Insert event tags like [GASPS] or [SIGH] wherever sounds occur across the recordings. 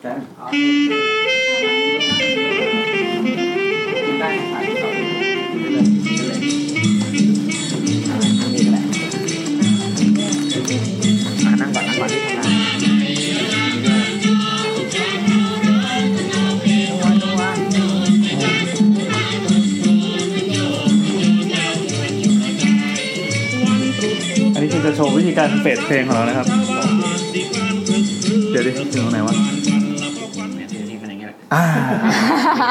แกงกินได้ไหมครับกินเลยกินเลยอะไรกินเองแหละมานั่งก่อนนั่งก่อนที่ทำงาน อันนี้คือจะโชว์วิธีการเฟดเพลงของเรานะครับ เดี๋ยวดิถึงตรงไหนวะ เนี่ยทีนี้เป็นอย่างเงี้ยแหละ อ่า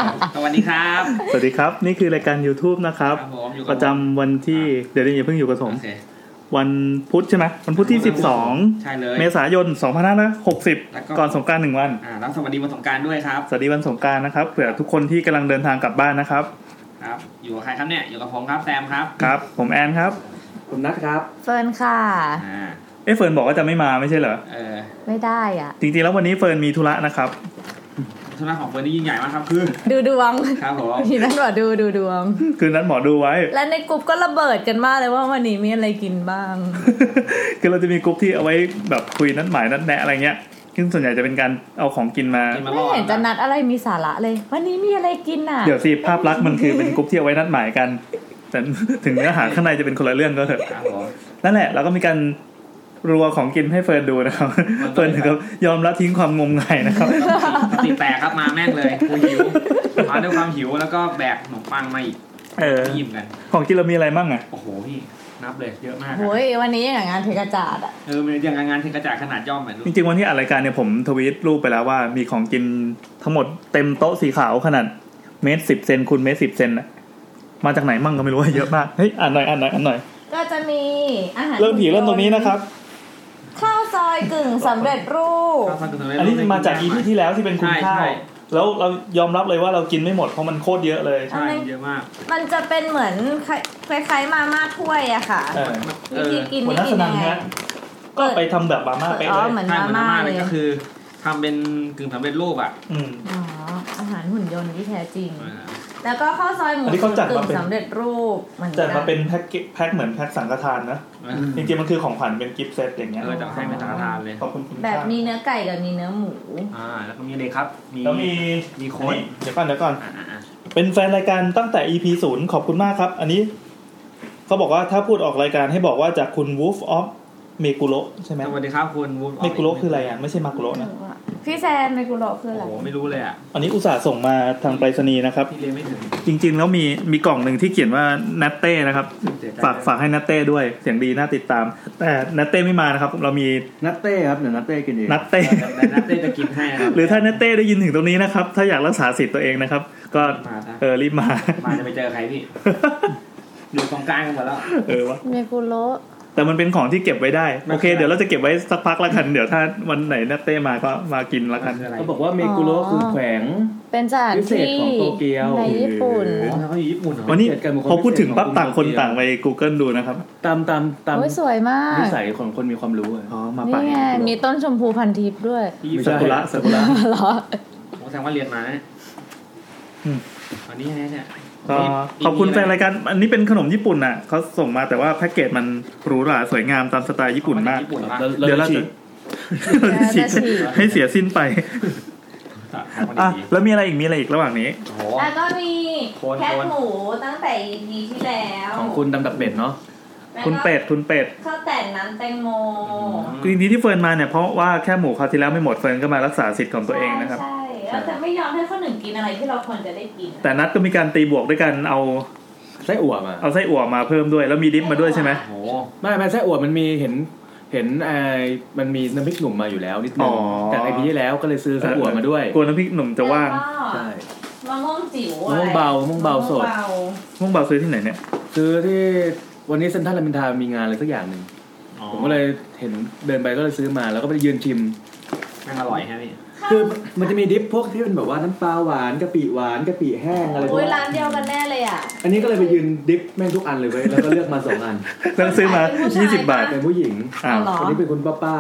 [LAUGHS] สวัสดีครับ สวัสดีครับ นี่คือรายการ YouTube นะครับ ผมอยู่ ประจำวันที่ เดี๋ยวดิอย่าเพิ่งอยู่กับผม วันพุธใช่ไหมวันพุธที่ ใช่เลย 12 เมษายน แล้วก็ 2560 ก่อนสงกรารหนึ่งวัน อ่าแล้วสวัสดีวันสงกรารด้วยครับ สวัสดีวันสงกรารนะครับ เผื่อทุกคนที่กำลังเดินทางกลับบ้านนะครับ ครับ อยู่กับใครครับเนี่ย อยู่กับผมครับแซมครับ ครับ ผมแอนครับ ผมนัดครับ เฟิร์นค่ะ อ่า เอ้เฟิร์นบอกว่าจะไม่มาไม่ใช่เหรอ เออ ไม่ได้อ่ะ จริงๆแล้ววันนี้เฟิร์นมีธุระนะครับ ธุระของเฟิร์นนี่ยิ่งใหญ่มากครับ คือ ดูด [LAUGHS] วง ครับผม ทีนั้นว่าดูดูดวง คือนัดหมอดูไว้ [LAUGHS] และในกลุ่มก็ระเบิดกันมากเลยว่าวันนี้มีอะไรกินบ้าง คือเราจะมีกลุ่มที่เอาไว้แบบคุยนัดหมายนัดแนะอะไรเงี้ย ซึ่งส่วนใหญ่จะเป็นการเอาของกินมา กินมา ไม่ ล่อ เห็นจะนัดอะไรมีสาระเลย วันนี้มีอะไรกินอ่ะ เดี๋ยวสิภาพลักษณ์มันคือเป็นกลุ่มที่เอาไว้นัดหมายกัน แต่ ถึงเนื้อหาข้างในจะเป็นคนละเรื่องก็เถอะ ครับผม นั่นแหละเราก็มีการรัวของกินให้เฟิร์นดูนะครับ มันก็เลย เฟิร์นถึงกับยอมละทิ้งความงมงายนะครับ สติแตกครับมาแม่งเลยกูหิวมาด้วยความหิวแล้วก็แบกขนมปังมาอีก เออ ยิ้มกัน ของกินเรามีอะไรบ้างอ่ะ โอ้โหพี่นับเลยเยอะมากอะ โอ้ยวันนี้อย่างงานเทกระจาดอ่ะ เออมันยังงานเทกระจาดขนาดย่อมเหมือน จริงๆวันที่อัดรายการเนี่ยผมทวีตรูปไปแล้วว่ามีของกินทั้งหมดเต็มโต๊ะสีขาวขนาดเมตรสิบเซนคูณเมตรสิบเซนอะมาจากไหนมั่งก็ไม่รู้เยอะมากเฮ้ยอ่านหน่อยอ่านหน่อยอ่านหน่อย ก็จะมีอาหาร เริ่มผีเริ่มตรงนี้นะครับ ข้าวซอยกึ่งสำเร็จรูป ข้าวซยกระเทียม อันนี้มาจากอีพีที่แล้วที่เป็นคุณ ใช่ ข้า ใช่ วแล้วเรายอมรับเลยว่าเรากินไม่หมดเพราะมันโคตรเยอะเลย ใช่เยอะมาก มันจะเป็นเหมือนคล้ายคล้ายๆมาม่าถ้วยอะค่ะ เออ เออวิธีกิน หัวหวิน้า ธี สนัยัน งไง ฮะก็ไปทำแบบบาม่าไป อ๋ เล อย เหมือน ใช่ มา เหมือนมา ม่า ม่า เล เลย ย ก็คือทำเป็นกึ่งสำเร็จรูปอ่ะ อืม อ๋ออาหารหุ่นยนต์ที่แท้จริง เออ แล้วก็ข้าวซอยหมู อันนี้เขาจัด กึ่ มางเป็น สำเร็จรูปเหมือนกั จัดมาเป็นแพ็คเกจแพ็คเหมือนแพ็คสังฆทานนะ เอ จริงๆมันคือของขวัญเป็นกิฟต์เซตอย่างเงี้ย อจะให้เป็นสังฆทานเลย ขอบคุณคุณ แบบ ข้าว มีเนื้อไก่กับมีเนื้อหมู อ่าแล้วก็มีเลยครับ มี แล้วมี มีโค้ด อันนี้เดี๋ยวก่อนเดี๋ยวก่อน อ่าอ่าอ่า เป็นแฟนรายการตั้งแต่ EP ศูนย์ขอบคุณมากครับ อันนี้เขาบอกว่าถ้าพูดออกรายการให้บอกว่าจากคุณ Wolf of m e g u r o ใช่ไหม สวัสดีครับคุณ Wolf of เมกุโรคืออะไรอ่ะ ไม่ใช่มากุโรนะ พี่แซนเมกุโระคือ โอ้ อะไร โหไม่รู้เลยอ่ะ อันนี้อุตส่าห์ส่งมาทางไปรษณีย์นะครับ พี่เรียนไม่ถึง จริง ๆ แล้วมีมีกล่องหนึ่งที่เขียนว่านัตเต้นะครับ เสียใจ ฝากฝากให้นัตเต้ด้วย เสียงดีน่าติดตาม แต่นัตเต้ไม่มานะครับ เรามี นัดเต้ครับ เดี๋ยวนัดเต้กินเอง นัตเต้ [LAUGHS] แต่นัดเต้จะกินให้นะคบ หรือถ้านัตเต้ได้ยินถึงตรงนี้นะครับ ถ้าอยากรักษาสิทธิ์ตัวเองนะครับ ก็ มานะ เออรีบมา [LAUGHS] มาจะไปเจอใครพี่อยู่ตรงกลางกันหมดแล้ว เออวะ เมกุโระ แต่มันเป็นของที่เก็บไว้ได้ มัน โอเค คืออะไร เดี๋ยวเราจะเก็บไว้สักพักละกันเดี๋ยวถ้าวันไหนนัตเต้มาก็มากินละกัน คืออะไร เขาบอกว่าเมกุโระคือแขวง เป็นสถาน พิเศษ ที่ ของโตเกียว ในญี่ปุ่น อ๋อแล้วเขาอยู่ญี่ปุ่นเหรอ วันนี้ เกียรติกันบุคคล พอพูดถึง พิเศษ ปั๊บ ของ ต่างคน โตเกียว ต่างไป Google ดูนะครับ ตามตามตาม โอ้ยสวยมาก นิสัยของคนมีความรู้อะ อ๋อมาไป นี่ไง มีต้นชมพูพันทิพย์ด้วย พี่ ไม่ ซา ใช่ [LAUGHS] กุระซากุระ เหรอ ผมแสดงว่าเรียนมานะเนี่ย อืม อันนี้นะเนี่ย ก็ขอบคุณแฟนรายการอันนี้เป็นขนมญี่ปุ่นอ่ะเขาส่งมาแต่ว่าแพ็กเกจมันหรูหราสวยงามตามสไตล์ญี่ปุ่นมาก ญี่ปุ่น ครับ มาก แล้ว เดี๋ยวเรา เรา จะ จะ เราจะฉี [LAUGHS] ก ให้เสียสิ้นไปอ่ะ อ่ะ แล้วมีอะไรอีกมีอะไรอีกระหว่างนี้ โอ้โห แล้วก็มี โคน แคบหมูตั้งแต่ EP ที่แล้ว ของคุณดำดับเป็ดเนาะ แล้วก็ คุณเป็ดคุณเป็ด ข้าวแต่นน้ำแตงโม จริงๆที่เฟิร์นมาเนี่ยเพราะว่าแค่หมูคราวที่แล้วไม่หมดเฟิร์นก็มารักษาสิทธิ์ของตัวเองนะครับ ใช่ใช่เราจะไม่ยอมให้คนหนึ่งกินอะไรที่เราควรจะได้กิน แต่นัดก็มีการตีบวกด้วยกันเอา ไส้อั่วมา เอาไส้อั่วมาเพิ่มด้วย แล้วมีดิฟมาด้วยใช่ไหม โอ้โห ไม่ไม่ไส้อั่วมันมีเห็น เห็นไอ้มันมีน้ำพริกหนุ่มมาอยู่แล้วนิดนึ อ๋ ง อ จากไอพีที่แล้วก็เลยซื้อไส้อั่วมาด้วย กลัวน้ำพริกหนุ่มจะว่าง แล้วก็ ใช่ มะม่วงจิ๋ว มะม่วงเบามะม่วงเบาสด มะม่ม่ววงเบางเบาซื้อที่ไหนเนี่ย ซื้อที่วันนี้เซ็นทรัลลามินทรามีงานอะไรสักอย่างหนึ่งผมก็เลยเห็นเดินไปก็เลยซื้อมาแล้วก็ไปยืนชิม แม่งอร่อยฮะพี่ คือมันจะมีดิฟพวกที่เป็นแบบว่าน้ำปลาหวานกะปิหวานกะปิแห้งอะไรพวก อุ้ย นี้ ร้านเดียวกันแน่เลยอ่ะ อันนี้ก็เลยไปยืนดิฟแม่งทุกอันเลยเว้ยแล้วก็เลือกมาสองอัน แล้วซื้อมา เป็นผู้ชาย 20 บาท ปะ เป็นผู้หญิง อ้าว เหรอ อันนี้เป็นคุณป้าป้า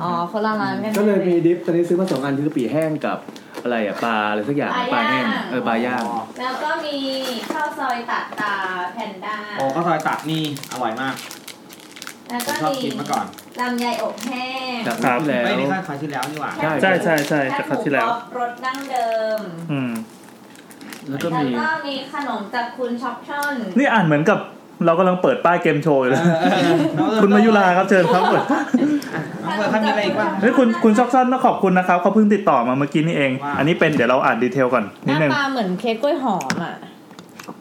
อ๋อคนละร้านกัน ก็เลยมีดิฟตอนนี้ซื้อมาสองอันคือกะปิแห้งกับอะไรอะปลาอะไรสักอย่างปลาแห้งเออปลาย่าง อ๋อ แล้วก็มีข้าวซอยตัดตาแพนด้า โอ้ข้าวซอยตัดนี่อร่อยมาก แล้ว ผ ก็ มชอบ มี กินมาก่อน ลำไยอบแห้ง จาก ครับ ที่แล้ว ไม่ในคาดครั้งที่แล้วนี่หว่า ได้ ใช่ใช่ใช่จากคราวที่แล้ว แคบหมูกรอบรสดั้งเดิม อืม แล้วก็ แล้ว มี ก็มีขนมจากคุณช็อปช่อน นี่อ่านเหมือนกับเรากำลังเปิดป้ายเกมโชว์อยู่ [LAUGHS] เลย คุณมายุราครับเชิญครับเปิด [LAUGHS] น้องเฟิร์นครับมีอะไรอีกบ้าง เฮ้ยคุณคุณซอกซ่อนต้องขอบคุณนะครับเขาเพิ่งติดต่อมาเมื่อกี้นี่เอง ว้าว อันนี้เป็นเดี๋ยวเราอ่านดีเทลก่อน ห นิด น้า นึง ตาเหมือนเค้กกล้วยหอมอ่ะ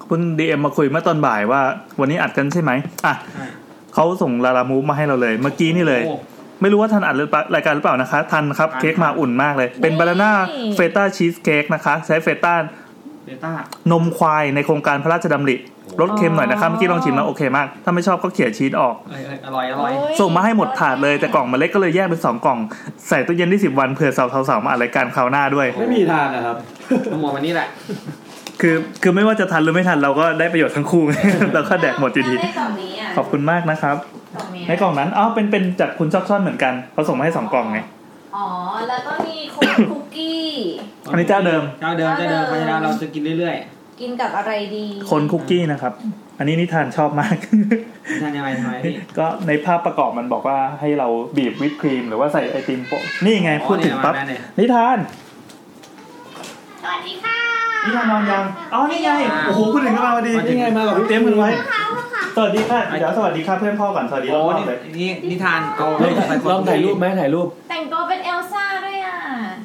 เพิ่งดีเอ็มมาคุยเมื่อตอนบ่ายว่า วันนี้อัดกันใช่ไหมอ่ะ ใช่ เขาส่งลาลามูฟมาให้เราเลย เมื่อกี้นี่เลย โอ้ ไม่รู้ว่าทันอัดหรือเปล่ารายการหรือเปล่านะคะทันครับ ทัน เค้กมาอุ่นมากเลย เป็นบานาน่า นี่ เฟต้าชีสเค้กนะคะ ใช้เฟต้า เดต้า นมควายในโครงการพระราชดำริรสเค็มหน่อยนะครับ อ๋อ เมื่อกี้ลองชิมแล้วโอเคมาก ถ้าไม่ชอบก็เขี่ยชีสออก เอ้ยเอ้ยอร่อยอร่อย โอ้ย ส่งมาให้หมดถาดเลย แต่กล่องมันเล็กก็เลยแยกเป็นสองกล่อง ใส่ตู้เย็นได้สิบวันเผื่อสาวๆมาอัดรายการคราวหน้าด้วย ไม่มีทางนะครับ ทั้งหมดวันนี้แหละ คือคือไม่ว่าจะทันหรือไม่ทันเราก็ได้ประโยชน์ทั้งคู่ [LAUGHS] เราก็แดกหมดอยู่ดี ได้กล่องนี้อ่ะ ขอบคุณมากนะครับ กล่องเนี้ย ในกล่องนั้นอ้าวเป็นเป็นจากคุณชอบซ่อนเหมือนกันเขาส่งมาให้สองกล่องไง อ๋อ แล้วก็มีคุกกี้ อันนี้เจ้าเดิม เจ้าเดิมเจ้าเดิม เจ้าเดิม พันดาเราจะกินเรื่อย กินกับอะไรดี คนคุกกี้นะครับ อันนี้นิทานชอบมาก ๆทานยังไงทำไมพี่ ก็ในภาพประกอบมันบอกว่าให้เราบีบวิปครีม หรือว่าใส่ไอติมโปะนี่ไงพูดถึงปั๊บ อ๋อเนี่ยมาแล้วเนี่ย นิทาน สวัสดีค่ะ นิทานนอนยังอ๋อนี่ไงโอ้โหพูดถึงกันมาพอดีนี่ไงมากับพี่เต็มกันไว้สวัสดีค่ะเดี๋ยวสวัสดีค่ะเพื่อนพ่อก่อนสวัสดี โอ้ พ่อ นี่ เลย นี่นิทานเอา ลองถ่ายรูปไหมถ่ายรูป แต่งตัวเป็นเอลซ่าด้วยอ่ะ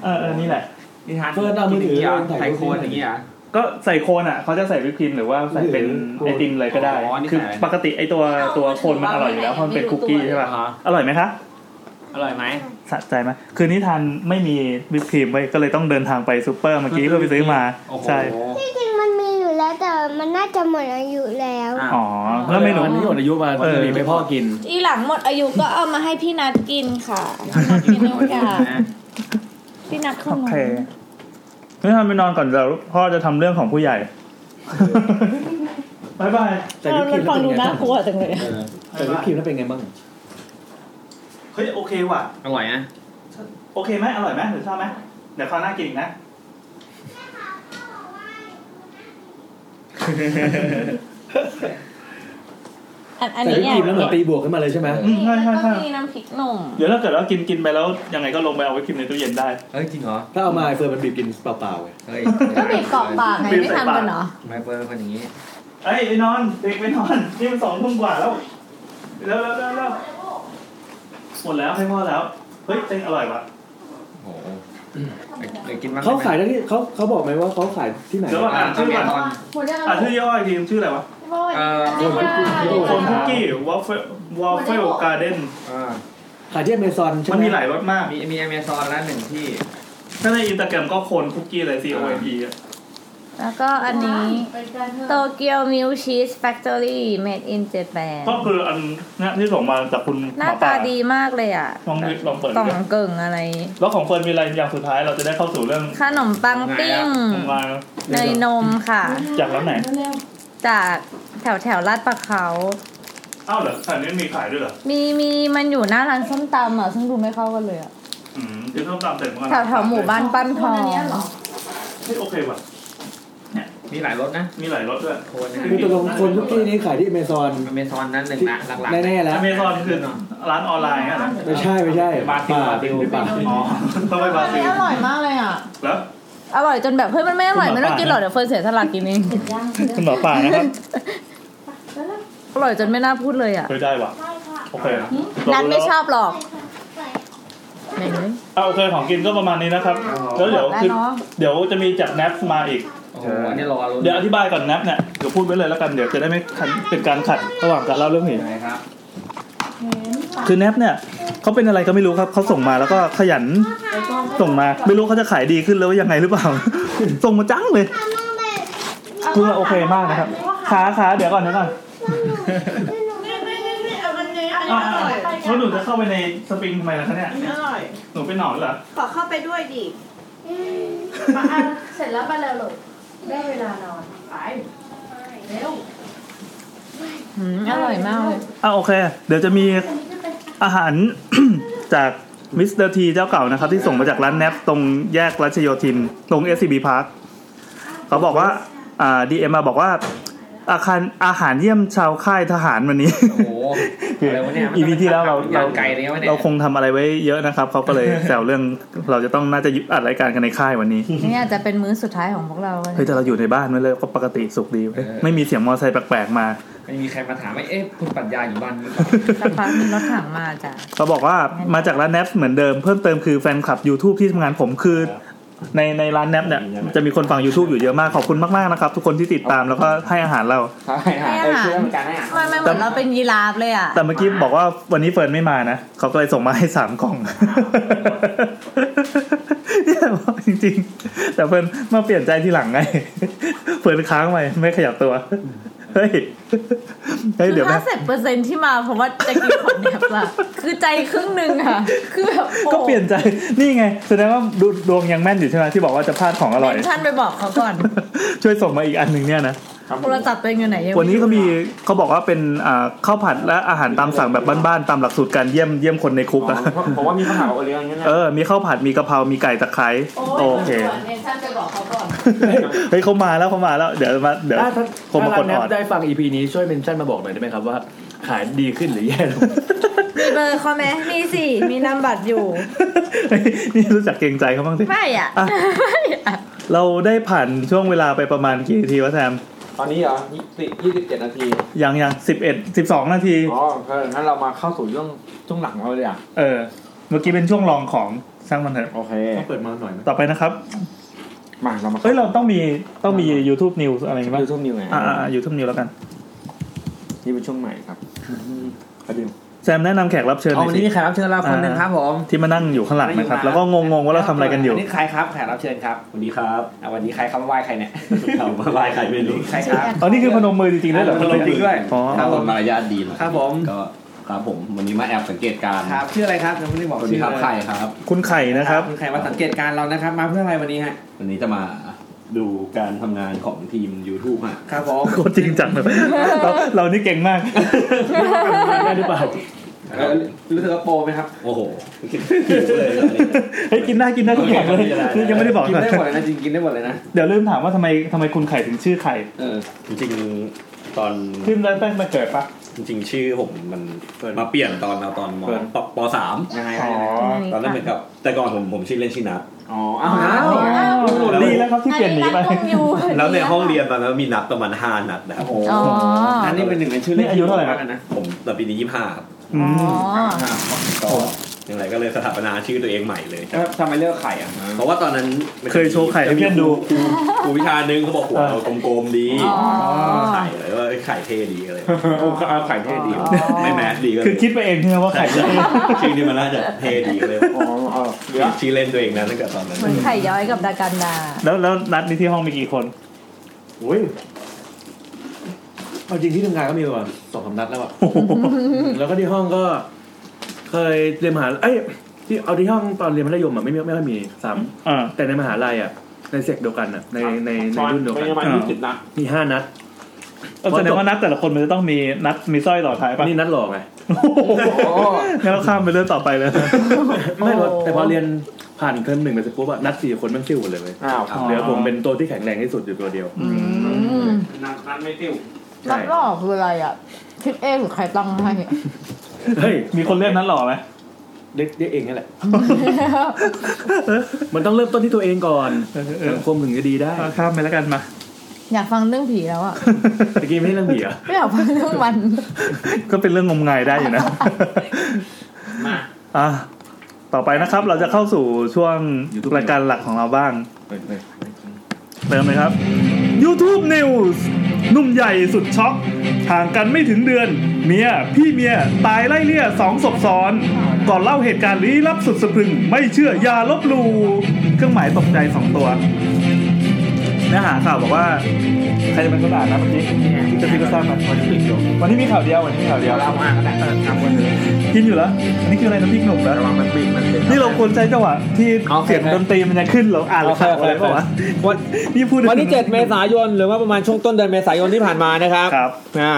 เออเออนี่แหละ นิทาน เฟิร์นเอามือถือ กินย่างไทเดินถ่าย ยรูป โคนอย่างเงี้ย ก็ใส่โคนอ่ะเขาจะใส่วิปครีมหรือว่าใส่เป็นไอติมเลยก็ได้ อ๋อนี่ คือ ใส่อะไร ปกติไอตัวตัวโคนมันอร่อยอยู่แล้วเพราะมันเป็นคุกกี้ใช่ป่ะอร่อยไหมคะ อร่อยไหม สะใจไหมคือนิทานไม่มีวิปครีมไว้ก็เลยต้องเดินทางไปซูเปอร์เมื่อกี้เพื่อไปซื้อมา โอ้โห ใช่ ที่จริงมันมีอยู่แล้วแต่มันน่าจะหมดอายุแล้ว อ่ะ อ๋อแล้วเมนู อันนี้หมดอายุมา เออ จะมีไปพ่อกิน ทีหลังหมดอายุก็เอามาให้พี่นัดกินค่ะนัดกินทุกอย่างพี่นัดเข้า โอ มา เคนี่ทำไปนอนก่อนเดี๋ยวพ่อจะทำเรื่องของผู้ใหญ่ [LAUGHS] บายบาย แต่วิปครี มัน ม ฟังดู แล้วเป็นไง น่า บ้าง กลัวจังเลยอะ เออแต่วิปครีมแล้วเป็นไงบ้าง เฮ้ยโอเคว่ะ อร่อยนะ โอเคไหมอร่อยไหมหรือชอบไหมเดี๋ยวคราวหน้ากินอีกนะ อันอัน แต่ นี้อวิปค ยาก รีมแล้วเหมือนตีบวกขึ้นมาเลยใช่ไหม อืมใช่ใช่ใช่ ก็มีน้ำพริกหนุ่ม เดี๋ยวถ้าเกิดเรากินกินไปแล้ว ยังไงก็ลงไปเอาไว้กินในตู้เย็นได้ เอ้ยจริงเหรอ ถ้าเอามาไอ้เฟิร์นมันบีบกินเปล่าๆไง เฮ้ย ก็บีบเกาะปากไง บีบ ไม่ ใส่ปาก ทำกันเหรอ ทำไมเปิดเป็นคนอย่างนี้ เอ้ยไปนอน เด็กไปนอน นี่มันสองทุ่มกว่าแล้วแล้วแล้วแล้วแล้วหมดแล้วให้พ่อแล้ว เฮ้ยเต็งอร่อยว่ะ โอ้โหไปไปกินบ้าง เขาขาย ได้ไหม ได้ที่เขาเขาบอกไหมว่าเขาขายที่ไหน เดี๋ยวก่อนอ่านชื่อก่อน หมดแล้ว อ่านชื่อย่ออีกทีชื่ออะไรวะ โอ้ย เอ่อ นี่ค่ะ โอ้ย โคนคุกกี้วอฟเฟิลวอฟเฟิลการ์เด้น เอ่อ ขายที่อเมซอนใช่ไหม มันมีหลายรสมาก มีมีอเมซอนแล้วหนึ่งที่ ถ้าในอินสตาแกรมก็โคนคุกกี้เลย C O N E อะ แล้วก็อันนี้ ไปกันเถอะ โตเกียวมิลชีสแฟคทอรี่ made in Japan ก็คืออันเนี้ยที่ส่งมาจากคุณ ห ม น้า ป่ ตาดีมากเลยอ่ะ ลองดูลองเปิด ก ดู ล่องเกิ่งอะไร แล้วของเฟิร์นมีอะไรอย่างสุดท้ายเราจะได้เข้าสู่เรื่อง ขนมปังปิ้ง มา เนยนมค่ะ จากร้านไหน จากแถวแถวๆลาดประเขา อ้าวเหรออันนี้มีขายด้วยเหรอ มีมีมันอยู่หน้าร้านส้มตำอ่ะ ซึ่งดูไม่เข้ากันเลยอ่ะ อืมกินส้มตำเสร็จมันก็ แถวแถวๆหมู่บ้านปั้นทอง เฮ้ยโอเคว่ะ มีหลายรสนะ มีหลายรสด้วย โคนนะ คือตกลงคนทุกที่นี้ขายที่อเมซอน อเมซอนนั้นหนึ่งนะหลักๆนะ แน่ๆแล้ว อเมซอนคือร้านออนไลน์งั้นเหรอ ไม่ใช่ไม่ใช่ บาซิล ป่าเดียวป่า อ๋อ ต้องไป [LAUGHS] บราซิล อร่อยมากเลยอ่ะ แล้ว อร่อยจนแบบเฮ้ยมันไม่อร่อยไม่ต้องกินหรอกเดี๋ยวเฟิร์นเสียสละกินเอง คุณหมอป่านะครับ อร่อยจนไม่น่าพูดเลยอ่ะ เฮ้ยได้ว่ะ โอเค นันไม่ชอบหรอกไหนดูดิ เอาโอเคของกินก็ประมาณนี้นะครับ แล้วเดี๋ยว แล้ว คือ เนาะ เดี๋ยวจะมีจากแนปมาอีก โอ้โหอันนี้รอรส เดี๋ยวอธิบายก่อนแนปเนี่ย เดี๋ยวพูดไว้เลยแล้วกันเดี๋ยวจะได้ไม่ขัดเป็นการขัดระหว่างการเล่าเรื่องผี ไหนครับ คือแนปเนี่ยเขาเป็นอะไรก็ไม่รู้ครับเขาส่งมาแล้วก็ขยันส่งมา ไม่รู้เขาจะขายดีขึ้นแล้วยังไงหรือเปล่า [LAUGHS] ส่งมาจังเลยคือว่าโอ [LAUGHS] เคมากนะครับขาขาเดี๋ยวก่อนเดี๋ยวก่อนอ่ะแล้วหนูจะเข้าไปในสปริงทำไมล่ะคะเนี่ย อร่อย หนูเป็นหนอนเหรอ ขอเข้าไปด้วยดิมาอ่ะเสร็จแล้วไปแล้วลูกได้เวลานอน ไป เร็ว อืมอร่อยมากเลย อ่ะโอเค เดี๋ยวจะมีอาหาร [COUGHS] จากมิสเตอร์ทีเจ้าเก่านะครับ ที่ส่งมาจากร้านแนปตรงแยกรัชโยธิน ตรง SCB Park เขาบอกว่าอ่าดีเอ็มมาบอกว่า อาคารอาหารเยี่ยมชาวค่ายทหารวันนี้ โอ้โห คือ อะไรวะ [LAUGHS] เนี่ย อีพีที่แล้วเราเรา ย่างไก่เลยนะวะเนี่ย เราคงทำอะไรไว้เยอะนะครับเขาก็เลย แซวเรื่องเราจะต้องน่าจะอัดรายการกันในค่ายวันนี้ นี่อาจจะเป็นมื้อสุดท้ายของพวกเรา เฮ้ยแต่เราอยู่ในบ้านไม่เลยก็ปกติสุขดีเว้ยไม่มีเสียงมอเตอร์ไซค์แปลกๆมา ไม่มีใครมาถามว่าเอ๊ะคุณปรัญญาอยู่บ้านไหม สักพักมีรถถังมาจ้ะ เขาบอกว่ามาจากร้านแนปเหมือนเดิมเพิ่มเติมคือแฟนคลับ YouTube ที่ทำงานผมคือ ในในร้านแนปเนี่ยจะมีคนฟัง YouTube อยู่เยอะมากขอบคุณมากๆนะครับทุกคนที่ติดตามแล้วก็ให้อาหารเรา ใช่ฮะเออช่วยทำการให้อ่ะ มันมันเหมือนเราเป็นยีราฟเลยอ่ะ แต่เมื่อกี้บอกว่าวันนี้เฟิร์นไม่มานะเขาก็เลยส่งมาให้สามกล่อง เนี่ยบอกจริงๆ แต่เฟิร์นมาเปลี่ยนใจทีหลังไง เฟิร์นค้างไปไม่ขยับตัว เฮ้ยเฮ้ย คื เดี๋ย อ วแม่ ห้าสิบเปอร์เซ็นที่มาเพราะว่าจะกินของแนบละคือใจครึ่งหนึ่งอ่ะ คือแบบโอ้ ก็เปลี่ยนใจนี่ไงแสดงว่าดูดวงยังแม่นอยู่ใช่ไหมที่บอกว่าจะพลาดของอร่อย เมนชั่นไปบอกเขาก่อน [LAUGHS] ช่วยส่งมาอีกอันหนึ่งเนี่ยนะ โทรศัพท์ตัวเองอยู่ไหนยังไ วันนี้เขามีเขาบอกว่าเป็นอ่าข้าวผัดและอาหารตามสั่งแบบบ้านๆตามหลักสูตรการเยี่ยมเยี่ยมคนในคุกอะ ผมว่ามีข้าวหาโอเลี้ยงอย่างนี้แหละ เออ มีข้าวผัดมีกะเพรา มีไก่ตะไคร้โอเค เนชั่นไปบอกเขาก่อน เฮ้ยเขามาแล้วเขามาแล้ว เดี๋ยวมาเดี๋ยว ถ้าถ้า ผมมา ถ้ากดร้านแน อบ อด ได้ฟัง EP นี้ช่วยเมนชั่นมาบอกหน่อยได้ไหมครับว่า ขายดีขึ้นหรือแย่ลง มีเบอร์เขาไหมมีสิมีนามบัตรอยู่ เฮ้ยนี่รู้จักเกรงใจเขาบ้างสิ ไม่อ่ะ อ่ะ ไม่อ่ะ เราได้ผ่านช่วงเวลาไปประมาณกี่นาทีวะแซม ตอนนี้เหรอยี่สิบยี่สิบเจ็ดนาที ยังยังสิบเอ็ดสิบสองนาที อ๋อเพราะงั้นเรามาเข้าสู่เรื่องช่วงหลังเราเลยอ่ะ เออ เมื่อกี้เป็นช่วงรองของช่างมันเถอะ โอเค ต้องเปิดมาหน่อยไหม ต่อไปนะครับ มาเรามา เอ้ยเราต้องมีต้องมี YouTube News อะไรบ้าง ดูทุ่มนิวไง อ่าๆ YouTube News แล้วกัน นี่เป็นช่วงใหม่ครับครับดิว แซมแนะนำแขกรับเชิญห เอา น่ วั อย น สิ นี้มีแขกรับเชิญเราคนหนึ่งครับผม ที่มานั่งอยู่ข้างหลังนะครับ แล้วก็งงๆว่าเราทำอะไรกันอยู่ นี่ใครครับแขกรับเชิญครับ วันนี้ครับ อ่ะวันนี้ใครครับไหว้ใครเนี่ย เรามาไหว้ใครไม่รู้ ใครครับ อ๋อ นี่คือพนมมือจริงๆด้วยเหรอ พนมมือจริงด้วย อ๋อ ถ้าคนมารยาทดีนะครับ ผม ก็ครับผมวันนี้มาแอบสังเกตการณ์ ครับชื่ออะไรครับยังไม่ได้บอก สวัสดี ชื่อ ครับ เลย ไข่ครับ คุณไข่นะครับ [LAUGHS] คุณใครมาสังเกตการณ์เรานะครับ มาเพื่ออะไรวันนี้ฮะ วันนี้จะมาดูการทำงานของทีม YouTube ฮะ ครับผม โคตรจริง [LAUGHS] จังเลยเราเรานี่เก่งมาก ได้หรือเปล่า แล้วรู้สึกว่าโปรไหมครับ โอ้โหหิวเลยตอนนี้ เฮ้ยกินได้กินได้ทุกอย่างเลยนี่ยังไม่ได้บอก กิน เลย ได้หมดเลยนะจริงๆกินได้หมดเลยนะ เดี๋ยวลืมถามว่าทำไมทำไมคุณไข่ถึงชื่อไข่ เออ จริงๆตอน ขึ้นแล้วตั้งมาเกิดปะ จริงๆชื่อผมมันมาเปลี่ยนตอนเราตอนม เปิด ปปสาม ยังไง อ๋อ ตอนนั้นเหมือนกับแต่ก่อนผมผมชื่อเล่นชื่อนัท อ๋ออ้าวนะ ดีแล้วครับที่เปลี่ยนหนีไป อันนี้รักตรงอยู่ แล้วในห้องเรียนตอนนั้นมีนัดประมาณห้านัดนะครับ โอ้โห อ๋อ อันนี้เป็นหนึ่งในชื่อ นี่อายุเท่าไหร่ครับ กันนะ ผมแต่ปีนี้ยี่ห้าครับ อืม อ๋อ ก็อย่างไรก็เลยสถาปนาชื่อตัวเองใหม่เลย แล้วทำไมเลือกไข่อ่ะ เพราะว่าตอนนั้นมันจะมี เคยโชว์ไข่ให้เพื่อนดู ครูครูวิชานึงเขาบอกหัว เออ เรากลมๆดี อ๋อ ไข่เลยว่าไข่เท่ดีอะไร โอ้ไข่เท่ดี ไม่แมสดีก็เล คือย คิดไปเองใช่ไหมว่าไข่ ชื่อนี่มันน่าจะเท่ดีเลย อ๋ออ๋อเดี๋ยว ชื่อเล่นตัวเองนะตั้งแต่ตอนนั้น เหมือนไข่ย้อยกับดากันดา แล้วแล้วนัดนี่ที่ห้องมีกี่คน อุ้ยเอาจริงที่ทำงานก็มีประมาณสองสามนัด [LAUGHS] แล้วอ่ะ แล้วก็ที่ห้องก็ เคยเรียนมหาเอ้ยที่เอาที่ห้องตอนเรียนมัธยมอ่ะไม่ไม่ไม่ค่อยมีสาม อ่า แต่ในมหาลัยอ่ะ ในเซกเดียวกันอ่ะในในใน ตอน รุ่นเดียว ไม่ กัน ใช่มา อ่า ยี่สิบนะ มีห้านัด เออแสดงว่านัดแต่ละคนมันจะต้องมีนัดมีสร้อยต่อท้ายปะ นี่นัดหลอกไง [LAUGHS] งั้นเราข้ามไปเรื่องต่อไปเลย ไม่หรอกแต่พอเรียนผ่านเทอมหนึ่งไปเสร็จปุ๊บอะนัดสี่คนแมันซิ่วหมดเลยเว้ย อ้าว อ๋อ เหลือผมเป็นตัวที่แข็งแรงที่สุดอยู่ตัวเดียว อืม อืม นั่นนั่นไม่ติ้ว นัดหลอกคืออะไรอ่ะ คิดเองหรือใครตั้งให้ เฮ้ย [LAUGHS] มีคนเรียกนัดหล่อไหม เรียกเรียกเองนี่แหละ มันต้องเริ่มต้นที่ตัวเองก่อน เออเออ สังคมถึงจะดีได้ เอาข้ามไปแล้วกันมา [LAUGHS] อยากฟังเรื่องผีแล้วอ่ะ ตะกี้ไม่ใช่เรื่องผีเหรอะ ไม่อยากฟังเรื่องมัน ก็เป็นเรื่องงมงายได้อยู่นะ มา อ่ะต่อไปนะครับ เราจะเข้าสู่ช่วงรายการหลักของเราบ้างเริ่มเลยครับ YouTube News หนุ่มใหญ่สุดช็อกห่างกันไม่ถึงเดือน เมีย พี่เมีย ตายไล่เลี่ยสองศพซ้อน ก่อนเล่าเหตุการณ์ลี้ลับสุดสะพรึง ไม่เชื่ออย่าลบหลูเครื่องหมายตกใจสองตัว เนื้อหาข่าวบอกว่า ใครจะเป็นคนอ่านนะเมื่อกี้จะพิจารณาไหมวันนี้มีข่าวเดียววันนี้มีข่าวเดียว เราเล่ามากก็ได้ทำวันนี้ กินอยู่แล้ว อันนี้คืออะไรน้ำพริกหนุ่มแล้ว ระวังมันปิดมันเป็น นี่เราควรใช้จังหวะที่ โอเค เสียงดนตรีมันจะขึ้นเราอ่านข่าวอะไรเปล่าวะนี่พูดถึง วันที่ 7 เมษายน หรือว่าประมาณช่วงต้นเดือนเมษายนที่ผ่านมานะครับ ครับ อ่า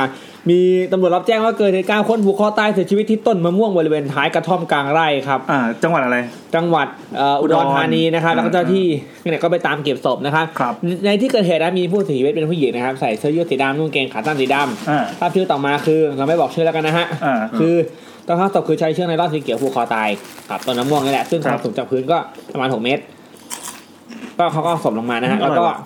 มีตำรวจรับแจ้งว่าเกิดเหตุการณ์คนผูกคอตายเสียชีวิตที่ต้นมะม่วงบริเวณท้ายกระท่อมกลางไร่ครับ อ่า จังหวัดอะไร จังหวัดเอ่ออุดรธานีนะครับ อุดร แล้วก็เจ้าที่เนี่ยก็ไปตามเก็บศพนะครับ ครับ ในในที่เกิดเหตุนะมีผู้เสียชีวิตเป็นผู้หญิงนะครับใส่เสื้อยืดสีดำนุ่งกางเกงขาสั้นสีด อ่า ำทราบชื่อต่อมาคือเราไม่บอกชื่อแล้วกันนะฮะ อ่า คือต้องข้าศพคือใช้เชือกไนล่อนสีเขียวผูกคอตายครับต้นน้ำม่วงนี่แหละซึ่ง ค ค รั วา บ มสูงจากพื้นก็ประมาณ 6 เมตร ก็เขาก็เอาศพลงมานะฮะ อร่อแล้ยวก็ ว่ะ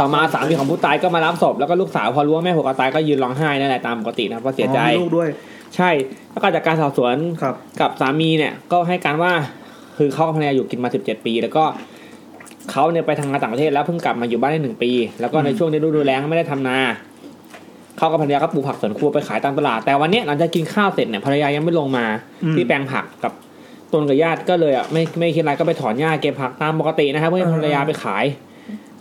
ต่อมาสามีของผู้ตายก็มารับศพแล้วก็ลูกสาวพอรู้ว่าแม่ผูกคอตายก็ยืนร้องไห้นั่นแหละตามปกตินะครับเพราะเสียใจ อ๋อมีลูกด้วย ใช่แล้วก็จากการสอบสวน ครับ กับสามีเนี่ยก็ให้การว่าคือเขากับภรรยาอยู่กินมา 17 ปี แล้วก็เขาเนี่ยไปทำงานต่างประเทศแล้วเพิ่งกลับมาอยู่บ้านได้หนึ่งปี แล้วก็ในช่วงนี้ฤดูแล้งไม่ได้ทำนาเขากับภรรยาก็ปลูกผักสวนครัวไปขายตามตลาด แต่วันเนี้ยหลังจากกินข้าวเสร็จเนี่ยภรรยายังไม่ลงมา อืม ที่แปลงผักกับตนกับญาติก็เลยอ่ะไม่ไม่คิดอะไรก็ไปถอนหญ้าเก็บผักตามปกตินะครับเพื่อให้ อ่า ภรรยาไปขาย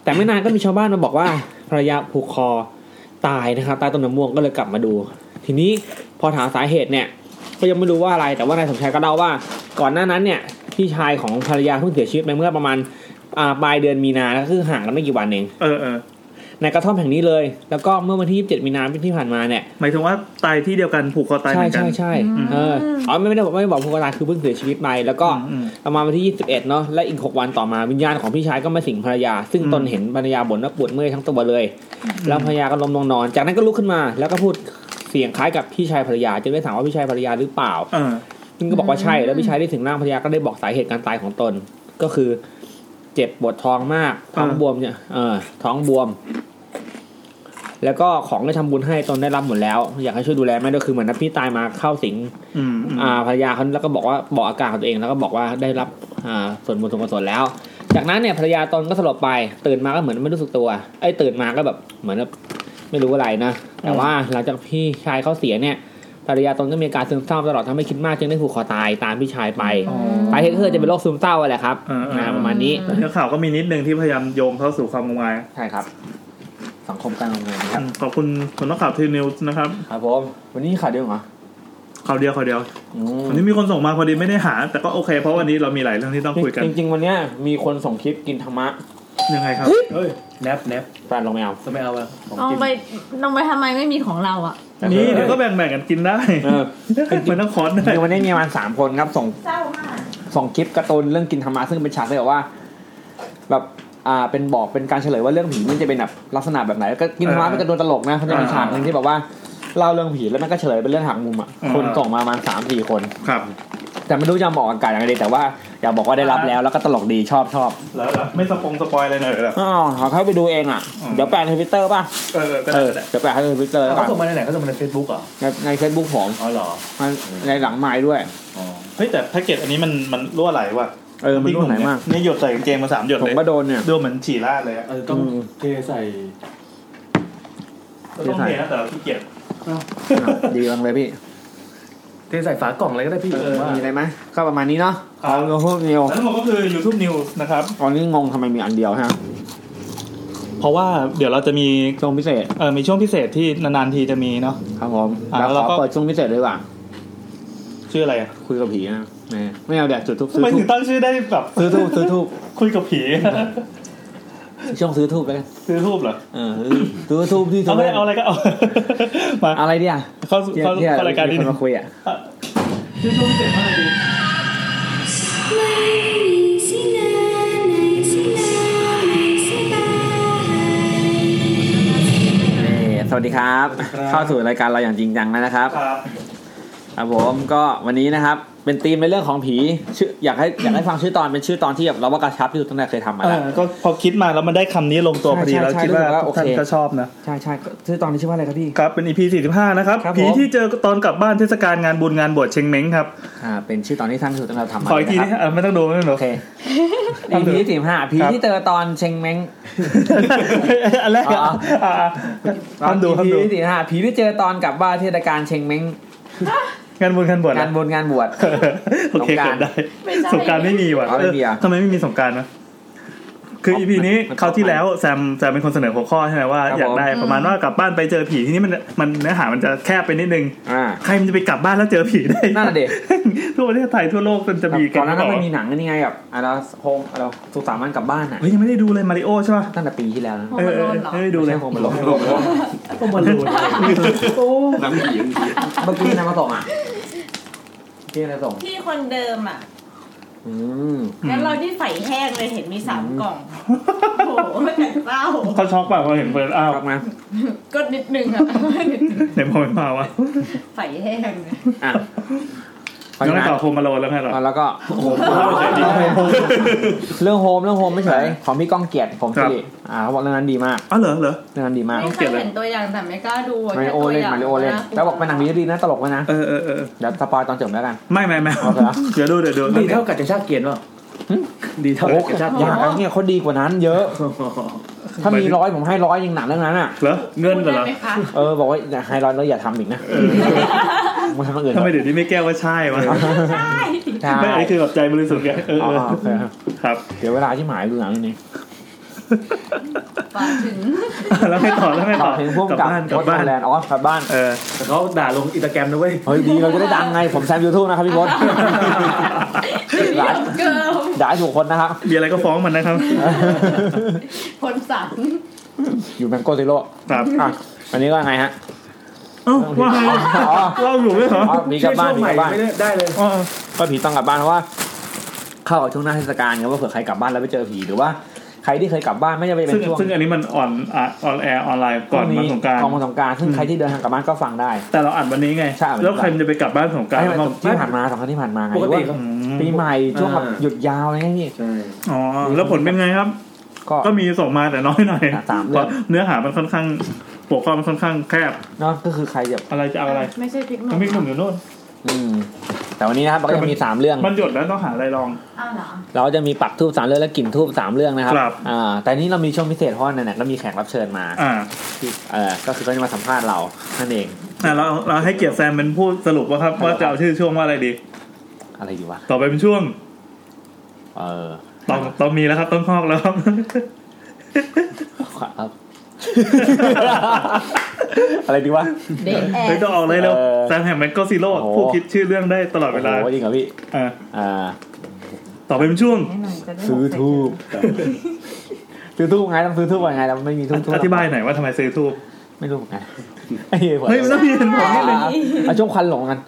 แต่ไม่นานก็มีชาวบ้านมาบอกว่าภรรยาผูกคอตายนะครับใตายต้นมะม่วงก็เลยกลับมาดู ทีนี้พอถามสาเหตุเนี่ย ก็ยังไม่รู้ว่าอะไรแต่ว่านายสมชายก็เล่าว่าก่อนหน้านั้นเนี่ยพี่ชายของภรรยาเพิ่งเสียชีวิตไปเมื่อประมาณอ่าปลายเดือนมีนาก็คือห่างกันไม่กี่วันเอง เออเออ ในกระท่อมแห่งนี้เลย แล้วก็เมื่อวันที่ 27 มีนาที่ผ่านมาเนี่ย หมายถึงว่าตายที่เดียวกันผูกคอตายเห ใช่ มือนกัน ใช่ใช่ อืม เอออ๋อไม่ไม่ได้บอกไม่ได้บอกผู้กตายคือเพิ่งเสียชีวิตไปแล้วก็ อืม ประมาณวันที่ 21 เนาะและอีก 6 วันต่อมาวิญญาณของพี่ชายก็มาสิงภรรยา ซึ่ง อืม ตนเห็นภรรยาบ่นว่าปวดเมื่อยทั้งตัวเลย แล้วภรรยาก็ล้มลงนอน จากนั้นก็ลุกขึ้นมา แล้วก็พูดเสียงคล้ายกับพี่ชายภรรยาจึงได้ถามว่าพี่ชายภรรยาหรือเปล่า เออ ซึ่งก็บอกว่าใช่แล้วพี่ชายได้ถึงร่างภรรยาก็ได้บอกสาเหตุการตายของตน ก็คือเจ็บปวดท้องมาก ท้อง อ่า บวมเนี่ยเออท้องบวม แล้วก็ของได้ทำบุญให้ตนได้รับหมดแล้ว อยากให้ช่วยดูแลแม่ด้วยคือเหมือนนับพี่ตายมาเข้าสิง อืมอืม อ่าภรรยาเขาแล้วก็บอกว่าบอกอาการของตัวเองแล้วก็บอกว่าได้รับอ่าส่วนบุญส่วนกุศลแล้ว จากนั้นเนี่ยภรรยาตนก็สลบไป ตื่นมาก็เหมือนไม่รู้สึกตัวไอ้ยตื่นมาก็แบบเหมือนแบบไม่รู้อะไรนะแต่ อืม ว่าหลังจากพี่ชายเขาเสียเนี่ย ภรรยาตนก็มีอาการซึมเศร้าตลอดทำให้คิดมากจึงได้ผูกคอตายตามพี่ชายไป อ๋อ สาเหตุก็คือจะเป็นโรคซึมเศร้าอะแหละครับ เออเออ นะประมาณนี้ แต่เนื้อข่าวก็มีนิดนึงที่พยายามโยงเข้าสู่ความงมงาย ใช่ครับ สังคมการทำงานครับ อืมขอบคุณคนนักข่าวทีนิวส์นะครับ ครับผมวันนี้ข่าวเดียวเหรอ ข่าวเดียวข่าวเดียว อืม วันนี้มีคนส่งมาพอดีไม่ได้หา แต่ก็โอเคเพราะวันนี้เรามีหลายเรื่องที่ต้องคุยกัน จริงจริงๆวันเนี้ยมีคนส่งคลิปกินธรรมะ ยังไงครับ เฮ้ยแนบแนบ แฟนลงไม่เอา จะไม่เอาอะของ เอา กิน ไปลงไปทำไมไม่มีของเราอ่ะ นี่เดี๋ยวก็แบ่งๆกันกินได้ เออ เหมือนต้องคอนได้ จริงๆวันนี้มีประมาณสามคนครับส่ง เศร้ามาก ส่งคลิปการ์ตูนเรื่องกินธรรมะซึ่งเป็นฉากที่แบบว่า แบบอ่าเป็นบอกเป็นการเฉลยว่าเรื่องผีมันจะเป็นแบบลักษณะแบบไหนแล้วก็กินธรรมะ เออ เป็นการ์ตูนตลกนะเขาจะมีฉากหนึ่งที่แบบว่าเล่าเรื่องผีแล้วมันก็เฉลยเป็นเรื่องหักมุมอ่ะ อ่า คนส่งมาประมาณสามสี่คน ครับ แต่ไม่รู้จะบอกอากาศยังไงดีแต่ว่าอยากบอกว่าได้รับแล้วแล้วก็ตลกดีชอบชอบ แล้วไม่สปงสปอยอะไรหน่อยเหรอ อ๋อขอเข้าไปดูเองอ่ะ อืม เดี๋ยวแปะในทวิตเตอร์ป่ะ เออก็ เอ ได้ อเดี๋ยวแปะให้ในทวิตเตอร์แล้วกั เขา น ส่งมาในไหนเขาส่งมาในเฟซบุ๊กเหรอ ในในเฟซบุ๊กผม อ๋อเหรอ มันในหลังไม้ด้วย อ๋อ เฮ้ยแต่แพ็กเกจอันนี้มันมันรั่วไหลว่ะ เออมันรุ่นไหนมาก นี่หยดใส่กางเกงมาสามหยด ผ เล ม ย ก็โดน [LAUGHS] เนี่ย ดูเหมือนฉี่ราดเลยอะ เออต้อง อืม เทใส่ ก็ต้องเทนะแต่เราขี้เกียจ ดีจังเลยพี่ เทใส่ฝากล่องอะไรก็ได้พี่ผมว่า มีอะไรไหมก็ประมาณนี้เนาะ ครับ เราพูดเดียว แล้วทั้งหมดก็คือ YouTube News นะครับ ตอนนี้งงทำไมมีอันเดียวฮะ เพราะว่าเดี๋ยวเราจะมี ช่วงพิเศษ เออมีช่วงพิเศษที่นานๆทีจะมีเนาะ ครับผม อ่ะ แล้ว แล้วขอเราก็ เปิดช่วงพิเศษด้วยว่ะ ชื่ออะไรอะ คุยกับผีนะแหมไม่เอาแดกจุดทุบ ทำ ซื้อ ไม ทุ ถึ บ งตั้งชื่อได้แบบ ซื้อทุบซื้อทุบ คุยกับผี ช่วงซื้อทุบไปกัน ซื้อทูบเหรอ เออซื้อทุบที่ เอาไม่ได้เอาอะไรก็เอา [LAUGHS] มา อะไรดีอ่ะ เข้าสู่ ที่ เข้า ที่ เข้ารายการ มี ดี คนมาคุยอ่ะ ชื่อทูบเสร็จเมื่อไหร่ดี เอ่อสวัสดีครับ ครับ เข้าสู่รายการเราอย่างจริงจังแล้วนะครับ ครับ ครับผมก็วันนี้นะครับ เป็นธีมในเรื่องของผีชื่ออยากให้อยากให้ฟังชื่อตอนเป็นชื่อตอนที่แบบเราว่ากระชับที่สุดตั้งแต่เคยทำมา เอ แล้ว อก็พอคิดมาแล้วมันได้คำนี้ลงตัวพอดี ใช่ใช่ แล้วคิด รู้ ว่า สึกว่า ทุกท่าน โอเค ก็ชอบนะ ใช่ใช่ก็ชื่อตอนนี้ชื่อว่าอะไรครับพี่ ครับเป็น EP 45 นะครับ ครับ ผี ผม ที่เจอตอนกลับบ้านเทศกาลงานบุญงานบวชเชงเม้งครับ อ่าเป็นชื่อตอนที่สั้นที่สุดตั้งแต่เราทำมา ขออีกที นะ นี่ ครับ เออไม่ต้องดูไม่ต้องดู โอเค อีพีที่สิบห้าพีที่เจอตอนเชงเม้ง อันแรก อ๋ อ่ะ อ อ่ะอ่ะห้ามดูห้าม พี ดู ที่สิบห้าพีที่เจอตอนกลับบ้านเทศกาลเชงเม้ง งานบุญงานบวช งา นะ นบนงานบวช โอเค สงกรา เกิ นต์ ดได้ ไม่ใช่ สงกรารไม่มีว่ะ อ๋อไม่มีอ่ะ เออทำไมไม่มีสงกรารนะ คืออีพีนี้คราวที่แล้วแซมแซมเป็นคนเสนอหัวข้อใช่ไหมว่า ครับ อยากได้ ผม ประมาณว่ากลับบ้านไปเจอผีทีนี้มันมันเนื้อหามันจะแคบไปนิดนึง อ่า ใครมันจะไปกลับบ้านแล้วเจอผีได้ นั่นน่ะดิ ทั่วประเทศไทยทั่วโลกมันจะมี ก่อนหน้านั้น หร มันมีหนังนี่ไงแบบอะไรโฮมอะไรสุสานมันกลับบ้านอ่ะ เฮ้ยยังไม่ได้ดูเลยมาริโอใช่ป่ะ ตั้งแต่ปีที่แล้วนะ โฮ เอ มา อ โล เออน เหรอ เออดูเลย โฮมมันลง ก็มาเลย [LAUGHS] หนังผีหนังผี เมื่อกี้นะมาส่งอ่ะที่อะไรส่ง ที่คนเดิมอ่ะ อืม งั้นเราที่ใส่แห้งเลยเห็นมีสามกล่อง โอ้โหแต่เศร้า เขาช็อกป่ะพอเห็นเปิดอ้าว กลับมา ก็นิดนึงอ่ะ [LAUGHS] ไหนพอไม่มาวะ ใส่แห้งเลย อ่ะเพราะ ยัฉะงไง นั้น ต่อโฮมมาโลนแล้วไงต่อ แล้วก็โฮม เรื่องโฮมเรื่องโฮมไม่เฉยของพี่ก้องเกียรติผม ครั สิ บ ริอ่าเขาบอกเรื่องนั้นดีมาก อ๋อเหรอเหรอ เรื่องนั้นดีมาก ไม่เคยเห็นตัวอย่างแต่ไม่กล้าดูะ มาริโอเล่น แค่ตัวย่ง มาริโอเล่น าก แล้วบอกเป็นหนังมิดีนะตลกไว้นะ เออเออเออ เดี๋ยวสปอยตอนจบแล้วกัน ไม่ไม่ไม่ โอเคนะ เดี๋ยวดูเดี๋ยวดู ดีเท่ากับจะชาติเกียนป่ะดีเท่า โอ้ กับจะชาติเกีย ยานกอันเนี่ยเขาดีกว่านั้น เยอะ ถ้ามีร้อยผมให้ร้อยยังหนักเรื่องนั้นอ่ะ เหรอ เงินเหร ได้ อ ไหมคะ เออ บอกว่าอย่าให้ร้อยแล้วอย่าทำอีกนะมึงทำอย่างอื่น ทำไมเดี๋ยวนี้ไม่แก้ว่าใช่วะ ใช่ ใช่ ไม่อันนี้คือแบบใจบริสุทธิ์ไงเออ อ๋อ เออ โอเค ครับ เดี๋ยวเวลาที่หมายดูหนังเรื่องนี้ ฝากถึง แล้วไม่ต่อแล้วไม่ ต่ ต่ อ อ ถึงพ่วง กลับ กับ บ้านกลับ โค บ้าน ตรแลนด์อ๋อกลับบ้าน เออ แต่เขาด่าลงอินสตาแกรมนะเว้ย เฮ้ยดีเราจะได้ดังไงผมแซมยูทูบนะครับพี่โบ [LAUGHS] ดด่า เกิล ด่าให้ถูกคนนะครับ มีอะไรก็ฟ้องมันนะครับ คนสั่ง อยู่แมงโกซิโร่ ครับ อ่ะวันนี้ก็ไงฮะ เอ้าว่าไง อ๋อ เล่าอยู่ไหมเหรอ อ๋อมีกลับบ้านมีกลับบ้าน ไม่ได้ได้เลย อ๋อ ก็ผีต้องกลับบ้านเพราะว่า เข้ากับช่วงหน้าเทศกาลไงว่าเผื่อใครกลับบ้านแล้วไปเจอผีหรือว่าใครที่เคยกลับบ้านไม่จะไปเป็ ซึ่ง นช่วง ซึ่งอันนี้มันอ่อนอ่ะออนแอร์ออนไลน์ก่อน ช่ว มันสงกราร ก่อนวันสงกรารซึ่งใครที่เดินทางกลับบ้านก็ฟังได้ แต่เราอ่านวันนี้ไง ใช่อ่านวันนี้ แล้วใครมันจะไปกลับบ้านสงกราร ไอ้วันที่ผ่านมาสองครั้งที่ผ่านมาไง ปกติ ว่า ครับ อืม ปีใหม่ช่วงแบบ อ่า หยุดยาวอะไรเงี้ยพี่ ใช่ อ๋อ แล้วผลเป็นไงครับ ก็ ก็มีส่งมาแต่น้อยหน่อย อ่ะสามเรื่องเพราะเนื้อหามันค่อนข้างหัวข้อมันค่อนข้างแคบ เนาะก็คือใครแบบ อะไรจะเอาอะไร ไม่ใช่พริกหนุ่ มัน ม มีหนุ่มอยู่โน่น อืม แต่วันนี้นะครับเราก็จะมีสามเรื่อง มันหยดแล้วต้องหาอะไรลอง อ้าวเหรอ เราจะมีปักทูบสามเรื่องและกลิ่นทูบสามเรื่องนะครับ ครับ อ่า แต่นี้เรามีช่วงพิเศษเพราะว่าเนี่ยก็มีแขกรับเชิญมา อ่า ที่เออก็คือก็จะมาสัมภาษณ์เรานั่นเอง อ่ะเราเราให้เกียรติแซมเป็นผู้สรุปว่าครับว่าจะเอาชื่อช่วงว่าอะไรดี อะไรอยู่วะ ต่อไปเป็นช่วง เออ ต้องต้องมีแล้วครับต้องพอกแล้วครับ ครับ อะไรดีวะ เด็กแอ เฮ้ย บ ต้องออกเลยเร็ว เออ แซมแฮมแมนก็ซีโร่ โอ้โห ผู้คิดชื่อเรื่องได้ตลอดเวลา โอ้โหจริงเหรอพี่ อ่ะ อ่า ต่อไปเป็นช่วง ซื้อทูบซื้อทูบไงต้องซื้อทูบยังไงเราไม่มีทูบทูบ อธิบายหน่อยว่าทำไมซื้อทูบ ไม่รู้เหมือนกันไอ้เหี้ย เฮ้ยมันต้องมีเหตุผลนิดนึง เอาช่วงควันหลงกัน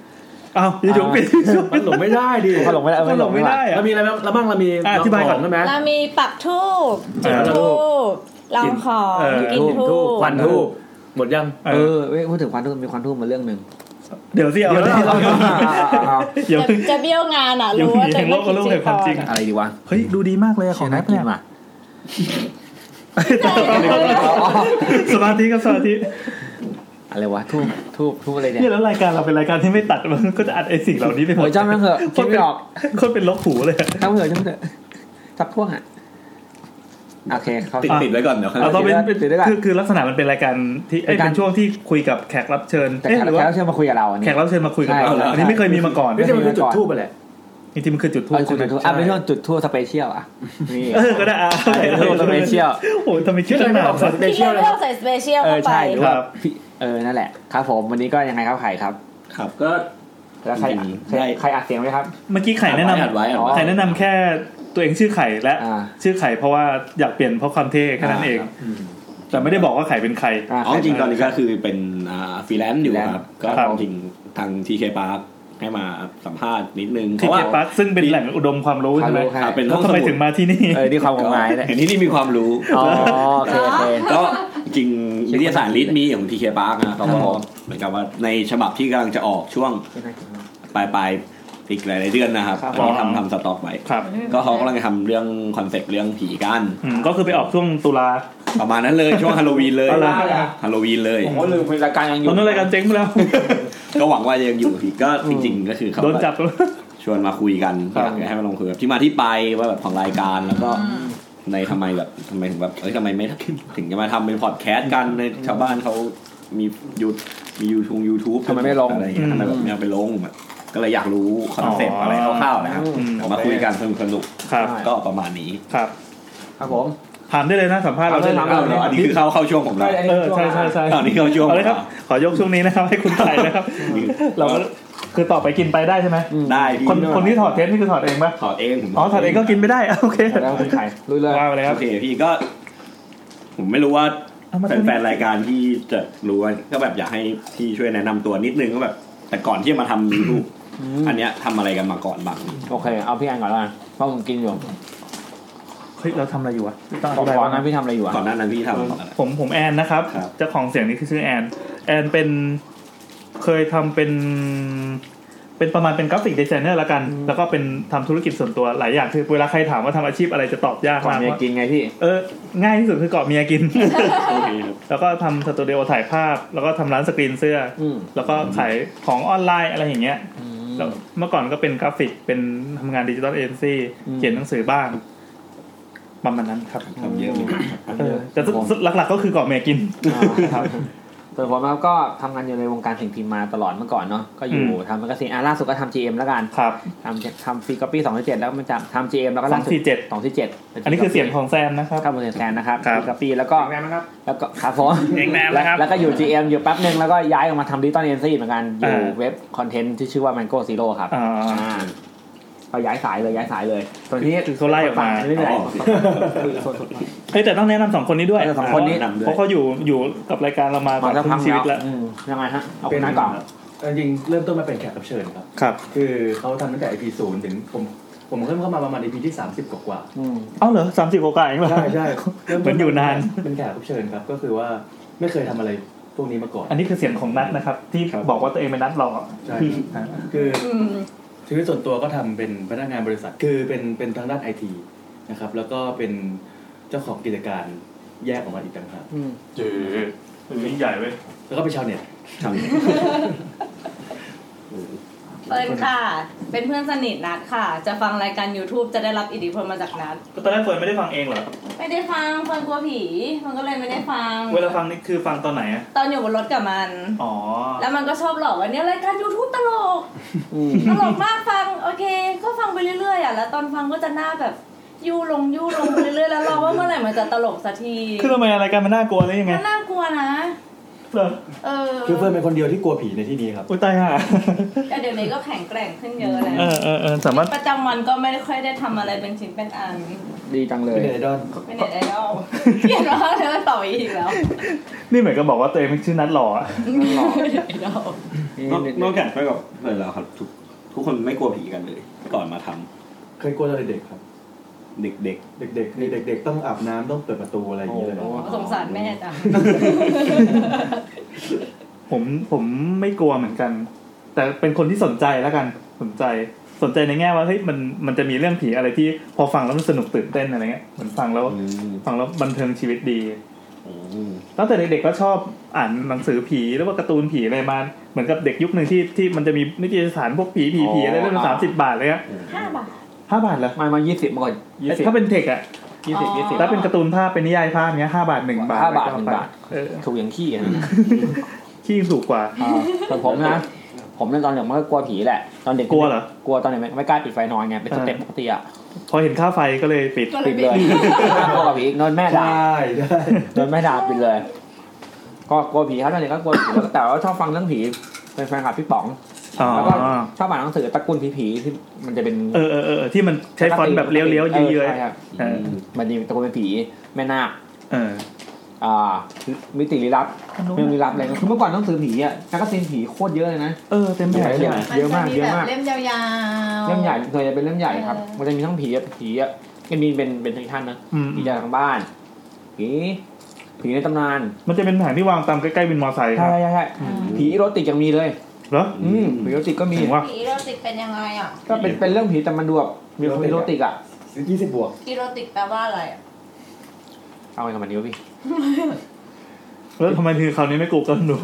อ้าวอย่าหยงเปลี่ยนที่ช่วง มันหลงไม่ได้ดิ ควันหลงไม่ได้ ก็หลงไม่ได้อะ เรามีอะไรบ้างเราบ้างเรามี อ่ะอธิบายก่อน ใช่ไหม เรามีปักทูบจุด อ่า ทูบลองของ เออ กินทูบ ควันทูบหมดยัง เอ เอ อ อเว้ยพูดถึงควันทูบมีควันทูบมาเรื่องหนึ่ง เดี๋ยวสิเอา เดี๋ยว เดี๋ยว เอาเอา เอา อย่า จะ เพิ่ง จะเบี้ยวงานอ่ะ อย่า รู้ เพิ่ง ว่าจะ เห็นโลกกับโลกแห่งความจริง อะไรดีวะ เฮ้ยดูดีมากเลยอะของ น่า นัท กิ เนี่ย ว่ะ สมาธิกับสมาธิ อะไรวะทูบทูบทูบอะไรเนี่ย เนี่ยแล้วรายการเราเป็นรายการที่ไม่ตัดมันก็จะอัดไอ้สิ่งเหล่านี้ไปหม โอ้ ด ยจ้าแม่งเหอะ โค คิด ตรเป็ ไม่ น ออก โคตรเป็นลกหูเลยอะ จ้าแม่งเหอะจ้าแม่งเหอะสักพวกอ่ะโอเคเขา ติดติดไว้ก่อนเดี๋ยวค่อย เอาต้องเป็นเป็น เดี๋ยวก่อน คือคือลักษณะมันเป็นรายการที่เอ้ย รายการ เป็นช่วงที่คุยกับแขกรับเชิญ แต่ เอ๊ะ แขก หรือ แขก ว่า รับเชิญมาคุยกับเราอัน แข นี้ กรับเชิญมาคุยกับ ใช่ เรา ครับ อันนี้ไม่เคยมีมาก่อน นี่จะมันคือจุดทูบไปแหละ จริงๆมันคือจุดทู เอบ อคุณจุดทูบอ่ะเป็นช่วงจุดทูบสเปเชียลอ่ะนี่ เออก็ได้อ่ะ ใช่จุดทูบสเปเชียล โอ้ยทำไมคิดตั้งนานวะ ที่เลือกเลือกใส่สเปเชียล เออเข้าไป ใช่หรือ ค ว่า รับ พี่เออนั่นแหละครับผมวันนี้ก็ยังไงครับไข่ครับ ครับก็ แล้วใคร อืม ใคร ได้ ใครอัดเสียงไว้ครับ เมื่อกี้ไข่แนะน อัดไว้อัด อ๋อ ำ ไว้ ไข่แนะนำแค่ตัวเองชื่อไข่และ อ่า ชื่อไข่เพราะว่าอยากเปลี่ยนเพราะความเท่แค่นั้นเอง อ่า แต่ไม่ได้บอกว่าไข่เป็นใคร อ่ะ อ๋อ ใค จริงๆตอนนี้ก็คือเป็นฟรีแลนซ์อยู่ครับ ก็ ครับ จริงๆทางทีเคปาร์คให้มาสัมภาษณ์นิดนึงเพ ที่ ราะ เก ว่า ตปักซึ่งเป็นแหล่งอุดมความรู้ ควา ใช่ ม ไหม รู้ครับ อ่ะเป็น แล้วห้อง ทำ ส ไม มุด ถึงมาที่นี่ เออที่ความของไม้เนี่ย เห็นที่นี่มีความรู้ อ๋อโอเคโอเค ก็จริงๆนิตยสารลิทมีของทีเคปาร์กนะเขา ครับผก็ม เหมือนกับว่าในฉบับที่กำลังจะออกช่วงปลายปลายๆอีกหลายๆเดือนนะครับ ครับ อันนี้ ผม ทำทำสต็อกไว้ ครับ ก็เขากำลังจะทำเรื่องคอนเซ็ปต์เรื่องผีกัน อืมก็คือไปออกช่วงตุลา ประมาณนั้นเลย ช่วงฮาโลวีนเลย เอาละ ฮาโลวีนเลย โอ้โหลืมรายการยังอ ตอยู่ นนั้นรายการเจ๊งไปแล้ว ก็หวังว่าจะยังอยู่อีกก็จริง ๆ ก็คือเขา โดนจับ ชวนมาคุยกัน ครับ อยากให้มาลงคุยแบบที่มาที่ไปว่าแบบของรายการแล้วก็ในทำไมแบบทำไมถึงแบบเอ้ยทำไมไม่ถึงจะมาทำเป็นพอดแคสต์กันในชาวบ้านเขามียูมียูทูงยูทูบ ทำไมไม่ลง อะไรอย่างเงี้ยทำไมแบบไม่เอาไปลงแบบก็เลยอยากรู้คอนเซ็ปต์อะไรคร่าวๆนะครับ อืม เอามาคุยกันสนุกๆ ครับ ก็ประมาณนี้ ครับ ครับผม ถามได้เลยนะสัมภาษณ์เราได้เลย อ้าวเหรออันนี้คือเข้าเข้าช่วงของเรา เออใช่ใช่ใช่ อ้าวนี่เข้าช่วง เอาเลยครับ ขอยกช่วงนี้นะครับ ให้คุณไต่นะครับ เราก็คือต่อไปกินไปได้ใช่ไหม ได้พี่ คนคนที่ถอดเทปนี่คือถอดเองปะ ถอดเองผม อ๋อถอดเองก็กินไม่ได้อ่ะโอเค แล้วคุณไข่ลุยเลย ว่าไปเลยครั โอบ เคพี่ก็ ผมไม่รู้ว่า เอามาตรงนี้ แฟนๆรายการที่จะรู้ว่าก็แบบอยากให้พี่ช่วยแนะนำตัวนิดนึงก็แบบ แต่ก่อนที่จะมาทำ YouTube อันเนี้ยทำอะไรกันมาก่อนบ้าง โอเค เอาพี่อันก่อนละกันเพราะผมกินอยู่ เฮ้ยเราทำอะไรอยู่วะต้องอ บอก ธิบาย ก่อ ว่าน นะพี่ทำอะไรอยู่อ่ะ ก่อนหน้านั้นพี่ทำอะไร ผมผมแอนนะครับ ครับ เจ้าของเสียงนี้คือชื่อแอนแอนเป็นเคยทำเป็น เป็นประมาณเป็นกราฟิกดีไซเนอร์ละกัน แล้วก็เป็นทำธุรกิจส่วนตัวหลายอย่างคือเวลาใครถามว่าทำอาชีพอะไรจะตอบยาก ก่อน มาก เมีย ว่า กินไงพี่ เออง่ายที่สุดคือเกาะเมียกิน โอเคครับ แล้วก็ทำสตูดิโอถ่ายภาพ แล้วก็ทำร้านสกรีนเสื้ออ ม แล้วก็ขายของออนไลน์อะไรอย่างเงี้ยแล้วเมื่อก่อนก็เป็นกราฟิกเป็นทำงานดิจิตอลเอเจนซี่เขียนหนังสือบ้างประมาณนั้นครับ ทำเยอะเหมือนกันครับ เออแต่สุดสุดหลักๆก็คือเกาะเมียกิน อ่าครับส่วนผมนะครับก็ทำงานอยู่ในวงการสิ่งพิมพ์มาตลอดเมื่อก่อนเนาะก็อยู่ อืม ทำแมกกาซีนอ่ะล่าสุดก็ทำ GM แล้วกัน ครับ ทำทำฟรีก๊อปี้สองที่เจ็ดแล้วก็มาจากทำ GM แล้วก็ สอ ล่าง สุด สี่เจ็ด สองที่เจ็ด อันนี้คือเสียงของแซมนะครับ ครับผมเสียงแซนนะครับ ครัฟบรีก๊อปี้แล้วก็ แม่นะครับ แล้วก็ครับผม เองแนมนะครับ แล้วก็อยู่ GM อยู่แป๊บหนึ่งแล้วก็ย้ายออกมาทำดิจิตอลเอ็นซีเหมือนกันอยู่ อ่า เว็บคอนเทนต์ที่ชื่อว่า Mango Zero ครับ อ่า อ่าก็ย้ายสายเลยย้ายสายเลยส่วนที่ คือเขาไล่ออกมา ไม่เป็นไร อ๋อ ส่วนสุด เฮ้ยแต่ต้องแนะนำสองคนนี้ด้วย เออสองคนนี้ เพราะเพราะเขาอยู่อยู่กับรายการเรามา มาสัก ค พั รึ่ ก งแล้วชีิตแล้ว อืมยังไงฮะเอาคุณนัทก่อน จริงๆเริ่มต้นมาเป็นแขกรับเชิญครับ ครับ คือเขาทำตั้งแต่ EP ศูนย์ถึงผมผมเริ่มเข้ามาประมาณ EP ที่ 30 กว่า อืม เอ้าเหรอสามสิบกว่าๆเองเหรอ ใช่ใช่ เหมือนอยู่นาน เป็นแขกรับเชิญครับก็คือว่าไม่เคยทำอะไรพวกนี้มาก่อน อันนี้คือเสียงของนัทนะครับ ที่ ครับ บอกว่าตัวเองเป็นนัทหล่อ ใช่ครับคือชีวิตส่วนตัวก็ทำเป็นพนักงานบริษัทคือเป็นเป็นทางด้านไอทีนะครับแล้วก็เป็นเจ้าของกิจการแยกออกมาอีกต่างหาก เจ๋อยิ่งใหญ่เว้ย แล้วก็เป็นชาวเน็ต ทำ เปิ้ลค่ะ เป็นเพื่อนสนิทนัดค่ะ จะฟังรายการ YouTube จะได้รับอิทธิพลมาจากนัด ก็ตอนแรกเฟิร์นไม่ได้ฟังเองเหรอ ไม่ได้ฟังเปิ้ลกลัวผี มันก็เลยไม่ได้ฟัง เวลาฟังนี่คือฟังตอนไหนอะ ตอนอยู่บนรถกับมัน อ๋อ แล้วมันก็ชอบหลอกว่าเนี่ยรายการ YouTube ตลก อืม ตลกมากฟัง โอเค ก็ฟังไปเรื่อยๆอ่ะแล้วตอนฟังก็จะหน้าแบบยู่ลงยู่ลงไปเรื่อยๆแล้วรอว่าเมื่อไหร่มันจะตลกสักที คือทำไมรายการมันน่ากลัวเลยยังไง มันน่ากลัวนะ เหรอ เออ คือเพื่อนเป็นคนเดียวที่กลัวผีในที่นี้ครับ อุ้ยตายห่า แต่เดี๋ยวนี้ก็แข็งแกร่งขึ้นเยอะแล้ว เออเออเออสามารถ ประจำวันก็ไม่ค่อยได้ทำอะไรเป็นชิ้นเป็นอัน ดีจังเลย เป็นไอดอล เป็นเน็ตไอดอลเขียนว่าเธอต่ออีกแล้ว นี่เหมือนกับบอกว่าตัวเองไม่ชื่อนัทหล่ออะ เป็นเน็ตไอดอล นอกนอกจากไม่กับเลยแล้วครับทุกทุกคนไม่กลัวผีกันเลย ก่อนมาทำ เคยกลัวตอนเด็กๆครับ เด็ก เด็กๆนี่เด็ก ๆ ต้องอาบน้ำต้องเปิดประตูอะไรอย่างเงี้ยเลย โอ้โห สงสารแม่จัง ผมผมไม่กลัวเหมือนกัน แต่เป็นคนที่สนใจแล้วกัน สนใจ สนใจในแง่ว่าเฮ้ยมันมันจะมีเรื่องผีอะไรที่พอฟังแล้วมันสนุกตื่นเต้นอะไรเงี้ย เหมือนฟังแล้ว ๆอืม ฟังแล้วบันเทิงชีวิตดี อืม ตั้งแต่เด็กๆก็ชอบอ่านหนังสือผีหรือว่าการ์ตูนผีอะไรมาเหมือนกับเด็กยุคหนึ่งที่ที่มันจะมีนิตยสารพวกผีผีผีอะไรเรื่องละ อ๋อ สามสิบบาทเลยอะ ห้าบาท ห้าบาทเหรอ มามายี่สิบมาก่อนยี่สิบ ถ้าเป็นเทคอะ ยี่สิบ อ๋อ ยี่สิบ ถ้าเป็นการ์ตูนภาพเป็นนิยายภาพเนี้ยห้าบาทหนึ่งบาท ห้าบาทหนึ่งบาท เออ ถูกอย่างขี้อะ ขี้ถูกกว่า อ่าส่วนผมนะ ผมเนี่ยตอนเด็กมันก็กลัวผีแหละ ตอนเด็ก กลัวเหรอ กลัวตอนเด็กไม่กล้าปิดไฟนอนไง เป็นสเต็ปปกติอะ พอเห็นค่าไฟก็เลยปิด ก็เล ปิ ย ด ไป เลยกลัวกับผีนอนแม่ด่าได้ได้ นอนแม่ด่าปิดเลย ก็กลัวผีครับตอนเด็กก็กลัวผีแล้วก็แต่ว่าชอบฟังเรื่องผี เป็นแฟนคลับพี่ป๋อง อ๋อ แล้วก็ชอบอ่านหนังสือตระกูลผีๆที่มันจะเป็น เออเออเออที่มันใช้ฟอนต์แบบเลี้ยวๆเยือย ใช่ครับ ๆเออ มันจะมีตระกูลเป็นผีแม่นาค เออ อ่ามิติลี้ลับเรื่องลี้ลับอะไรเงี้ยคือเมื่อก่อนหนังสือผีอ่ะนักกาซีนผีโคตรเยอะเลยนะ เออเต็มแผงเลย เยอะมากเยอะมาก นจแบบเล่มยาวๆ เล่มใหญ่เคยจะเป็นเล่มใหญ่ครับ เออ มันจะมีทั้งผีอะผีอ่ะก็มีเป็นเป็นทั้งท่านนะ อืม ผีจากทางบ้าน ผีผีในตำนาน มันจะเป็นแผงที่วางตามใกล้ๆวินมอไซค์ค ใช่ รับ ใช่ใช่ผีรถติดยังมีเลย เหรอ อืมผีรถติดก็มี ถึงว่า ผีอีโรติกเป็นยังไงอ่ะ ก็เป็นเป็นเรื่องผีแต่มันดูแบบมีความอีโรติกอ่ะ ยี่สิบบวก อีโรติกแปลว่าอะไรอ่ะ เอาไปกับมันนิ้วพี่ แล้วทำไมทีคราวนี้ไม่กูเกิล [LAUGHS] ดู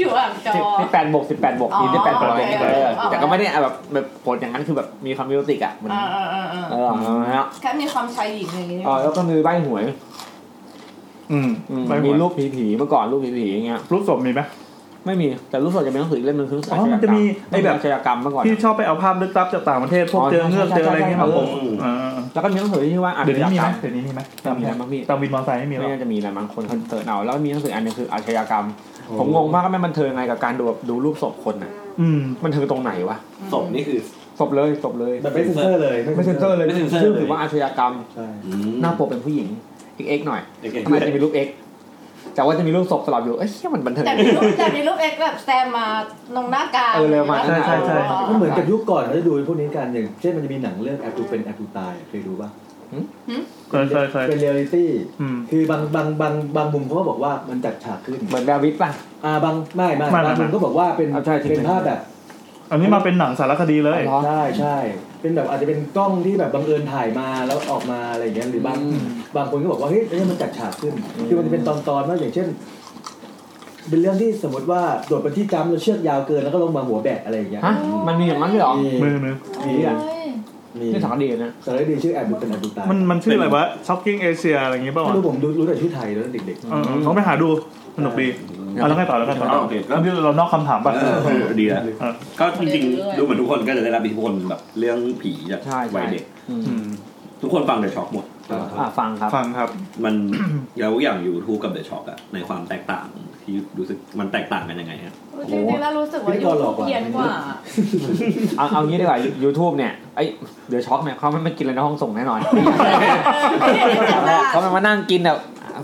อยู่อ่างจอ สิบแปดบวกสิบแปดบวก อ๋อ ผีสิบแปดบวก โอเค เออ โอเค แต่ก็ไม่ได้อะแบบแบบโผล่อย่างนั้นคือแบบมีความอีโรติกอ่ะมัน อ่าอ่าอ่าอ่า เออเอาละฮะ แค่มีความชายหญิงอย่างนี้ เออแล้วก็มีใบหวย อืม อืม ไปหั มี ว รูปผีๆเมื่อก่อนรูปผีๆอย่างเงี้ย รูปศพมีไหม ไม่มีแต่รู้สึกจะเป็นหนังสืออกเล่มหนึงคือ อ๋อมันจะมีไอ้แบบ ชายกรรมเมื่อก่อน ที่ชอบไปเอาภาพลึกลับจากต่างประเทศพวก อ๋อ เจอเงือก ใช่ เจออะไรเงี้ย ใช่ มา ใช่ อบอ่า แล้วก็มีหนังสือที่ชื่อว่าอ่าน เดี๋ยวนี้มีไหม ม เดี๋ยวนี้มีไหม จำได้มั้งพี่ ตามวินมอเตอร์ไซค์ไม่มีหร ไม่ อก น่าจะมีอะไรบางคนเขาเสิร์ชเอาแล้วมีหนังสืออันหนึงคืออาชญากรรม ผมงงมากว่าแม่งบันเทิงไงกับการดูแบบดูรูปศพคนอ่ะ อืม มันเทิงตรงไหนวะ ศพนี่คือ ศพเลยศพเลย แบบไม่เซ็นเซอร์เลย ไม่เซ็นเซอร์เลย ไม่เซ็นเซอร์เลย ซึ่งถือว่าอาชญากรรม ใช่ อืม หน้าปกเป็นผู้หญิงเอกเอกหน่อย เอกๆ ทำไมจะมีรูปเอกแต่ว่าจะมีรูปศพสลับอยู่ เอ้ยเชี่ยมันบันเทิง แต่มีรูปแต่มีรูปเอ็กซ์แบบแซมมาลงหน้ากาก เออเลยมา หน้ากาก ใช่ใช่ใช่ ก็เหมือนกับยุคก่อนเขาจะดูพวกนี้กันอย่างเช่นมันจะมีหนังเรื่องแอบดูเป็นแอบดูตายเคยดูป่ะ เคยเคยเคย เป็นเรียลลิตี้ อืม คือบางบางบางบางมุมเขาก็บอกว่ามันจัดฉากขึ้น เหมือนแบวิทป่ะ อ่าบางไม่ไม่ ไม่ไม่ บางมุมก็บอกว่าเป็น เอาใช่จริง เป็นภาพแบบ อันนี้มาเป็นหนังสารคดีเลย เหรอ ใช่ใช่ เป็นแบบอาจจะเป็นกล้องที่แบบบังเอิญถ่ายมาแล้วออกมาอะไรอย่างเงี้ยหรือบาง อืม บางคนก็บอกว่าเฮ้ยนี่มันจัดฉากขึ้น คือมันจะเป็นตอนตอนๆว่าอย่างเช่น เป็นเรื่องที่สมมติว่าโดดบนที่จำแล้วเชือกยาวเกินแล้วก็ลงมาหัวแบะอะไรอย่างเงี้ย ฮะมันมีอย่างนั้นด้วยเหรอ มี มือมือ มีอ่ะมี นี่สารคดีนะ สารคดีชื่อแอบดูเป็นแอบดูตาย มันมันชื่ออะไรวะ Shocking Asia อะไรอย่างงี้ป่าว ไม่ วะ รู้ผมดูรู้แต่ชื่อไทยแล้วเด็ก เออเขาไปหาดูสนุกดีเอาแล้วไงต่อแล้วไงต่อ เอาโอเค แล้วนี่เรานอกคำถามป่ะ เออดีแล้ว เออ ก็จริงๆ ดูเหมือนทุกคนก็จะได้รับอิทธิพลแบบเรื่องผีจาก ใช่ใช่ วัยเด็ก อืม อืม ทุกคนฟังเดอะช็อกหมด อ่ะฟังครับ ฟังครับ มันยกอย่างอยู่ทูกับเดอะช็อกอะในความแตกต่างที่รู้สึกมันแตกต่างกันยังไงฮะ จริงๆแล้วรู้สึกว่ายูทูบเพี้ยนกว่า เอาเอางี้ดีกว่า YouTube เนี่ยไอยเดี๋ยวช็อกเนี่ยเขาไม่มากินอะไรในห้องส่งแน่นอนเขาไม่มานั่งกินแบบ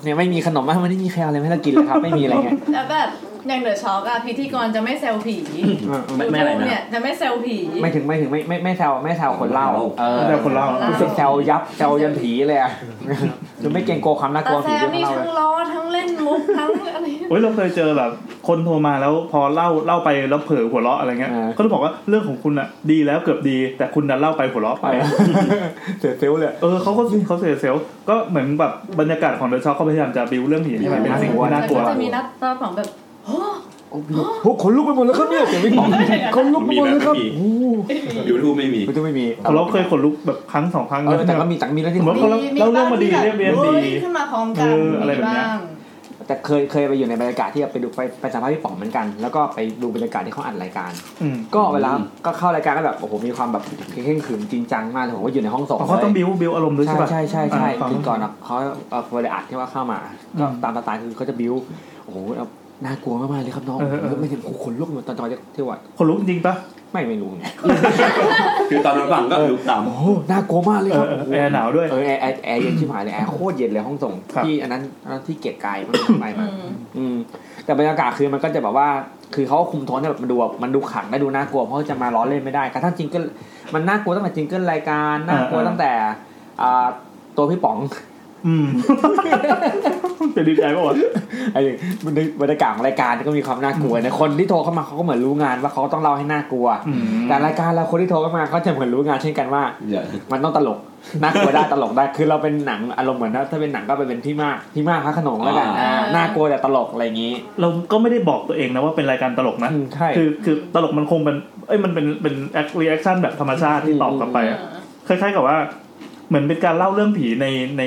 เนี่ยไม่มีขนมมันไม่มีแคลอะไรให้เรากินเลยครับ ไม่มีอะไรเงี้ย แล้วแบบอย่างเดอะช็อกอะพิธีกรจะไม่เซลผี เออเออ ไม่ไม่อะไร ยูทูบเนี่ นะ ยจะไม่เซลผี ไม่ถึงไม่ถึงไม่ไม่ไม่แซวไม่แซวคนเล่าเออ ไม่แซวคนเล่า แซวยับแซวยันผีเลยอ่ะคือไม่เกรงกลัวความน่าก ตา ลัว แซ ผี ม ที่ นี่ เขาเล่าเลยทั้งล้อทั้งเล่นมุกทั้งอะไร โอ้ยเราเคยเจอแบบคนโทรมาแล้วพอเล่าเล่าไปแล้วเผลอหัวเราะอะไรเงี้ยก็จะบอกว่าเรื่องของคุณอะดีแล้วเกือบดี แต่คุณดันเล่าไปหัวเราะ ไป ไป เสียเซลลเลย เออเขาก็เขาเสียเซลล์ก็เหมือนแบบบรรยากาศของเดอะช็อคเขาพยายามจะบิวเรื่องผีให้มันเป็นสิ่งที่ แล้ น่าว กลั ก็ ว จะมีนัดตอนของแบบ [GASPS] โอ้ โอ้โหโอ้โหขนลุกไปหมดแล้วครับเนี่ยเสียงวิ่งขนลุกไปหมดแล้วครับ มีแบบนี้ โอ้โห ยูทูบไม่ [LAUGHS] มี มันจะไม่มี เราเคยขนลุกแบบครั้งสองครั้ง เออแต่ก็มีแต่มีแล้วที่ เหมือนเขาเล่าเล่าเรื่องมาดีเรียบเรียนดี ขึ้นมาพร้อมกัน เอออะไรแบบเนี้ย มีาง แต่เคยเคยไปอยู่ในบรรยากาศที่แบบไปดูไปไปสัมภาษณ์พี่ป๋องเหมือนกัน แล้วก็ไปดูบรรยากาศที่เขาอัดรายการ อืม ก็เวลาก็เข้ารายการก็แบบโอ้โหมีความแบบเคร่งขรึมจริงจังมากเลยผมก็อยู่ในห้องส่ง อ๋อเขาต้องบิวบิวอารมณ์ด้วย ใช่ ใช่ปะ ใช่ใช่ใช่ าฟัง คือก่อนอะเขาเอ่อเวลาอัดที่ว่าเข้ามาก็ตามสไตล์คือเขาจะบิวโอ้โหเอาน่ากลัวมากๆเลยครับน้อง เออเออ ไม่เห็นโอ้โหขนลุกหมดตอนตอนที่ว่า ขนลุกจริงปะ ไม่ไม่รู้เนี่ย คือตอนนั้นฟังก็ลุกตาม โอ้โหน่ากลัวมากเลย เอ ครั อบ เออแอร์หนาวด้วย เออแอร์แอร์แอร์เย็นชิบหายเลยแอร์โคตรเย็นเลยห้องส่ง ครับ ที่อันนั้นอันนั้นที่เกียรติกายมันไป อื มาม อืมแต่บรรยากาศคือมันก็จะแบบว่า คือเขาก็คุมโทนให้แบบมันดูแบบมันดูขลังและดูน่ากลัวเพราะจะมาล้อเล่นไม่ได้กระทั่งจิงเกิลมันน่ากลัวตั้งแต่จิงเกิลรายการน่ากลัวตั้งแต่อ่าตัวพี่ป๋อง อื [LAUGHS] ม จะดีใจปะวะ ไอ้มันดูบรรยากาศของรายการก็มีความน่ากลัวนะคนที่โทรเข้ามาเขาก็เหมือนรู้งานว่าเขาต้องเล่าให้น่ากลัว อืม แต่รายการเราคนที่โทรเข้ามาเขาจะเหมือนรู้งานเช่นกันว่า มันต้องตลก [LAUGHS] น่ากลัวได้ตลกได้ คือเราเป็นหนังอารมณ์เหมือนถ้าเป็นหนังก็ไปเป็นพี่มากพี่มากพระโขนงแล้วกัน อ่า อ่าน่ากลัวแต่ตลกอะไรอย่างนี้ เราก็ไม่ได้บอกตัวเองนะว่าเป็นรายการตลกนะ อืมใช่ คือคือตลกมันคงเป็นเอ้ยมันเป็นเป็นแอครีแอคชั่นแบบธรรมชาติที่ตอบกลับไปอะคล้ายๆกับว่า เหมือนเป็นการเล่าเรื่องผีในใน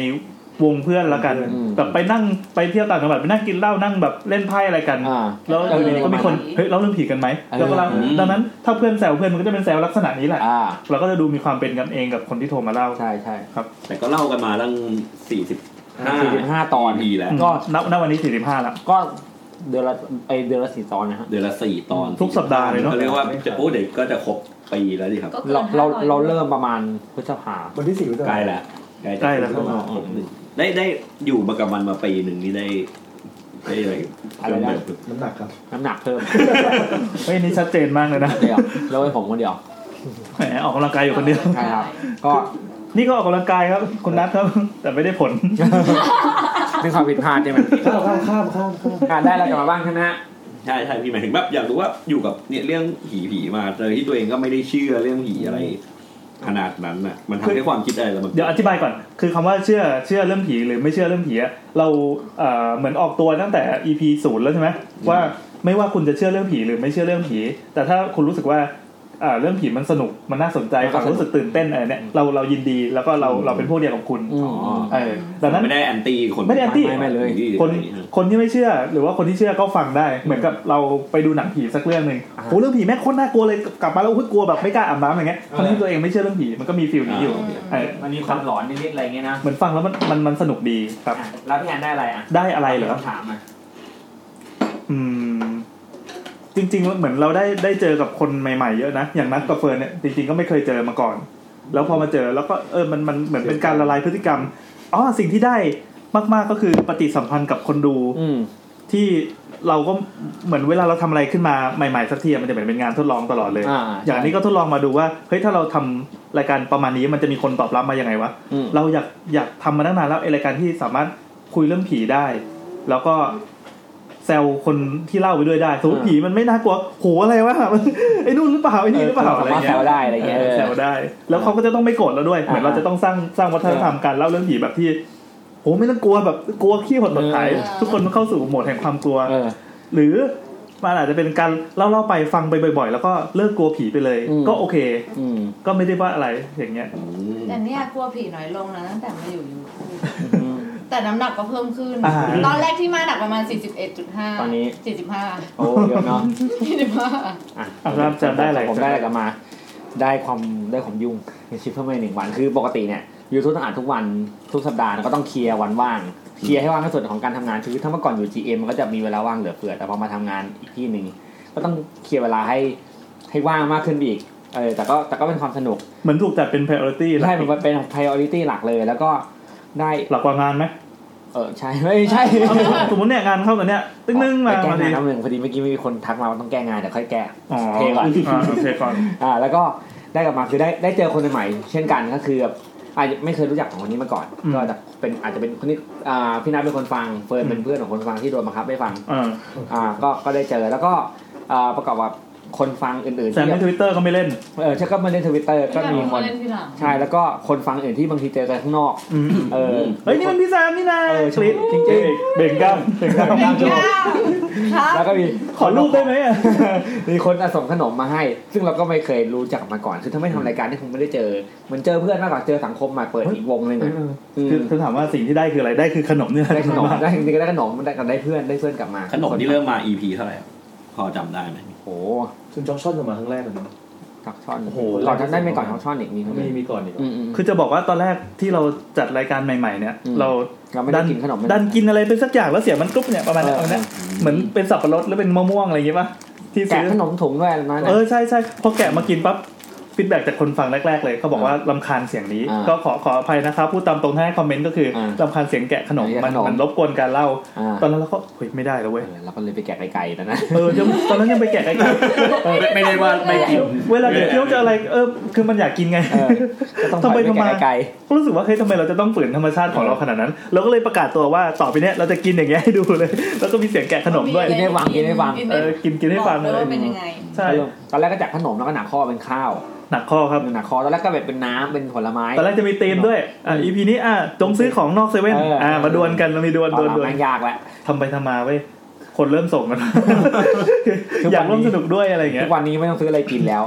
วงเพื่อนละกันแบบไปนั่งไปเที่ยวต่างจังหวัดไปนั่งกินเหล้านั่งแบบเล่นไพ่อะไรกัน อ่า แล้วอยู่ดีๆก็มีคนเฮ้ยเล่าเรื่องผีกันไหมแล้วก็เล่า อืม ดังนั้นถ้าเพื่อนแซวเพื่อนมันก็จะเป็นแซวลักษณะนี้แหละ อ่า เราก็จะดูมีความเป็นกันเองกับคนที่โทรมาเล่า ใช่ใช่ แต่ก็เล่ากันมาตั้งสี่สิบ สี่สิบห้าตอน ปีแล้ว ก็ ก็นับณวันนี้ 45 แล้ว ก็เดือนละไอเดือนละสี่ตอนนะฮะ เดือนละสี่ตอน ทุกสัปดาห์เลยเนอะ ขเรียกว่าจะโอ้เด็กก็จะครบปีแล้วดิครับ ก็กิน เราเรา 500 เราเริ่มประมาณพฤษภา ๆวันที่สี่ก็จะ ใกล้ละ ใกล้แล้ว จะครบ ครับ ครบหนึ่งได้ได้อยู่มากับมันมาปีหนึ่งนี่ได้ได้อะไร อะไรได้ น้ำหนักครับ น้ำหนักเพิ่ม เฮ้ย นี่ชัดเจนมากเลยนะ เดียวแล้วไว้ผมคนเดียว แหมออกกำลังกายอยู่คนเดียว ใช่ครับก็ นี่ก็ออกกำลังกายครับคุณนัทครับ แต่ไม่ได้ผล เป็นความผิดพลาดใช่ไหม ข้ามข้ามข้ามข้ามข้าม อ่าได้แล้วกลับมาบ้างใช่ไหมฮะ ใช่ใช่พี่หมายถึงแบบอยากรู้ว่าอยู่กับเนี่ยเรื่องผีผีมาเจอที่ตัวเองก็ไม่ได้เชื่อเรื่องผีอะไร ขนาดนั้นน่ะ มันทำให้ความคิดอะไรแล้วมัน เดี๋ยวอธิบายก่อน คือคำว่าเชื่อเชื่อเรื่องผีหรือไม่เชื่อเรื่องผีอะเราเอ่อเหมือนออกตัวตั้งแต่ EP ศูนย์แล้วใช่ไหมว่าไม่ว่าคุณจะเชื่อเรื่องผีหรือไม่เชื่อเรื่องผี แต่ถ้าคุณรู้สึกว่า อ่าเรื่องผีมันสนุกมันน่าสนใจ มันก็ ความรู้สึกตื่นเต้นอะไรเนี่ยเราเรายินดีแล้วก็เราเราเป็นพวกเดียวกับคุณเออดังนั้น ไม่ได้แอนตี้คน ไม่ได้แอนตี้ ไม่ไม่เลย คนคนที่ไม่เชื่อ หรือว่าคนที่เชื่อก็ฟังได้ เหมือนกับเราไปดูหนังผีสักเรื่องหนึ่งโหเรื่องผีแม่งโคตรน่ากลัวเลยกลับมาแล้วโอ้ยกลัวแบบไม่กล้าอาบน้ำอย่างเงี้ยทั้งที่ตัวเองไม่เชื่อเรื่องผีมันก็มีฟิลนี้อยู่เออ มันมีความหลอนนิดๆอะไรเงี้ยนะ เหมือนฟังแล้วมันมันมันสนุกดีครับ อ่ะแล้วพี่แอนได้อะไรอ่ะ ได้อะไรเหรอ คำถามอ่ะ อืม จริงๆ เหมือนเราได้ได้เจอกับคนใหม่ๆ เยอะนะ อย่างนัดกับเฟิร์นเนี่ยจริงๆ ก็ไม่เคยเจอมาก่อน แล้วพอมาเจอแล้วก็เออมันมันเหมือนเป็นการละลายพฤติกรรมอ๋อสิ่งที่ได้มากๆก็คือปฏิสัมพันธ์กับคนดู อืม ที่เราก็เหมือนเวลาเราทำอะไรขึ้นมาใหม่ๆ สักทีอะมันจะเหมือนเป็นงานทดลองตลอดเลย อ่าใช่ อย่างนี้ก็ทดลองมาดูว่าเฮ้ยถ้าเราทำรายการประมาณนี้มันจะมีคนตอบรับมายังไงวะ อืม เราอยากอยากทำมาตั้งนานแล้วไอรายการที่สามารถคุยเรื่องผีได้ แล้วก็แซวคนที่เล่าไปด้วยได้สมมติ อ่า ผีมันไม่น่ากลัวโหอะไรวะ [LAUGHS] มันไอ้นู่นหรือเปล่าไอ้นี่หรือเปล่า สา อะไร มารถ เงี้ แซ ยว ได้อะไรเงี้ย เออแซวได้ แล้วเขาก็จะต้องไม่โกรธเราด้วยเหมือน อ่า เราจะต้องสร้างสร้างวัฒนธรรมการเล่าเรื่องผีแบบที่โหไม่ต้องกลัวแบบกลัวขี้หดหดหาย เออ ทุกคนมันเข้าสู่โหมดแห่งความกลัว เออ หรือมันอาจจะเป็นการเล่าๆไปฟังไปบ่อย ๆ แล้วก็เลิกกลัวผีไปเลย อืม ก็โอเค อืม ก็ไม่ได้ว่าอะไรอย่างเงี้ย แต่เนี่ยกลัวผีน้อยลงนะตั้งแต่มาอยู่ยูทูบแต่น้ำหนักก็เพิ่มขึ้น อ่า ตอนแรกที่มาหนักประมาณ 41.5 ตอนนี้ 45 โอ้เยอะเนาะ 45 อ่ะ อ่ะแล้วจะได้อะไร ผมได้อะไรกลับมา ได้ความได้ความยุ่งในชีวิตเพิ่มมาอีกหนึ่งวันคือปกติเนี่ยยูทูบต้องอ่านทุกวันทุกสัปดาห์แล้วก็ต้องเคลียร์วันว่างเคลียร์ให้ว่างที่สุดของการทำงานคือถ้าเมื่อก่อนอยู่ GM มันก็จะมีเวลาว่างเหลือเฟือแต่พอมาทำงานอีกที่หนึ่งก็ต้องเคลียร์เวลาให้ให้ว่างมากขึ้นไปอีกเออแต่ก็แต่ก็เป็นความสนุก เหมือนถูกจัดเป็น priority หลัก ใช่มันเป็น priority หลักเลย แล้วก็ได้ หลักกว่างานไหม เออใช่ไม่ใช่ เอาเป็นว่าสมมติเนี่ยงานเข้ากันเนี่ยตึ้งนึงมา ไปแก้ พอดี งานน้ำหนึ่งพอดีเมื่อกี้มีคนทักมาว่าต้องแก้งานเดี๋ยวค่อยแก้ อ๋อ เทก่อน าโอเคก่อน อ่าแล้วก็ได้กลับมาคือได้ได้เจอคนใหม่ๆเช่นกันก็คือแบบอาจจะไม่เคยรู้จักของคนนี้มาก่อน อืม ก็จะเป็นอาจจะเป็นคนที่อ่าพี่นัทเป็นคนฟังเฟิร์นเป็นเพื่อนของคนฟังที่โดนบังคับให้ฟัง เออ อ่าก็ก็ได้เจอแล้วก็อ่าประกอบกับคนฟังอื่นๆ แต่ ที่ ในทวิตเตอร์ก็ไม่เล่น เออใช่ก็มาเล่นทวิตเตอร์ก็มีคน เล่นที่หลัง ใช่แล้วก็คนฟังอื่นที่บางทีเจอกันข้างนอก อืม เออ เฮ้ย นี่มันพี่แซมนี่นะ เออ คลิป จริงๆ เบ่งกล้ามเบ่งกล้าม แล้วก็มี ขอรูปได้ไหมอะ มีคนอะส่งขนมมาให้ ซึ่งเราก็ไม่เคยรู้จักมาก่อน คือถ้าไม่ทำรายการนี่คงไม่ได้เจอ เหมือนเจอเพื่อนมากกว่าเจอสังคมมาเปิด เฮ้ย อีกวงหนึ่งอะม คือคือถามว่าสิ่งที่ได้คืออะไรได้คือขนมเนี่ย ได้ขนมได้จริงๆก็ได้ขนมได้กันได้เพื่อนได้เพื่อนกลับมา ขนมที่เริ่มมา EP เท่าไหร่พอจำได้ไหม โอ้ ซึ่งจองช่อนจะมาครั้งแรกเลยเนอะ ทักช่อน โอ้โห ก่อนทักได้ไม่ก่อนทักช่อนอีกมีคน มีมีก่อนอีกเหรอ อืมอืม คือจะบอกว่าตอนแรกที่เราจัดรายการใหม่ ๆ เนี่ย อืม เรา เราไม่ได้กินขนมไม่ได้ ดันกินอะไรไปสักอย่างแล้วเสียงมันกรุ๊บเนี่ยประมาณเนี้ย เออ เอาเนี่ยเหมือนเป็นสับปะรดแล้วเป็นมะม่วงอะไรอย่างเงี้ยป่ะที่ซื้ แกะ อ ขนมถุงด้วยอะไรนั้น เออใช่ใช่พอแกะมากินปั๊บฟีดแบ็จากคนฟังแรก ๆ เลยเขาบอกว่าลำคาญเสียงนี้ อ่า ก็ขอขออภัยนะครับพูดตามตรงให้คอมเมนต์ก็คืออา ลำคาญเสียงแกะขนม แกะ มัน ขนม มันรบกวนการเล่า อ่า ตอนนั้นเราก็เฮ้ยไม่ได้แล้ว เอ เว้ย อเราก็เลยไปแกะไกลๆนะนะ เออ [LAUGHS] ยังตอนนั้นยังไปแกะไอ้ ไม่ได้ว่าไม่กิน เวลาเด็กเที่ยวจะอะไรเออคือมันอยากกินไง เออก็ต้อง ทำ ไป ไม แกะ ทำไม ไกล ก็รู้สึกว่าเฮ้ยทำไมเราจะต้องฝืนธรรมชาติของเราขนาดนั้นเราก็เลยประกาศตัวว่าต่อไปเนี้ยเราจะกินอย่างเงี้ยให้ดูเลย แล้วก็มีเสียงแกะขนมด้วย ๆกินให้ฟังกินให้ฟัง เออกินกินให้ฟัง บ เล อกด้ ย ว่าเป็นยังไง ใช่ ตอนแรกก็จากขนมแล้วก็หนักข้อเป็นข้าว หนักข้อครับ หนักข้อตอนแรกก็แบบเป็นน้ำเป็นผลไม้ ตอนแรกจะมีธีมด้วย อ่า EP นี้ อ่าจงซื้อของนอกเซเว่น เอออ่ อ่า มาดวลกันเรามีดวล ตอ ด น ว หลังลดวล แม่งยากแล้ว ทำไปทำมาเว้ย คนเริ่มส่งมัน ทุกวันนี้ อยากร่วมสนุกด้วยอะไรอย่างเงี้ ทุ ย กวันนี้ไม่ต้องซื้ออะไรกินแล้ว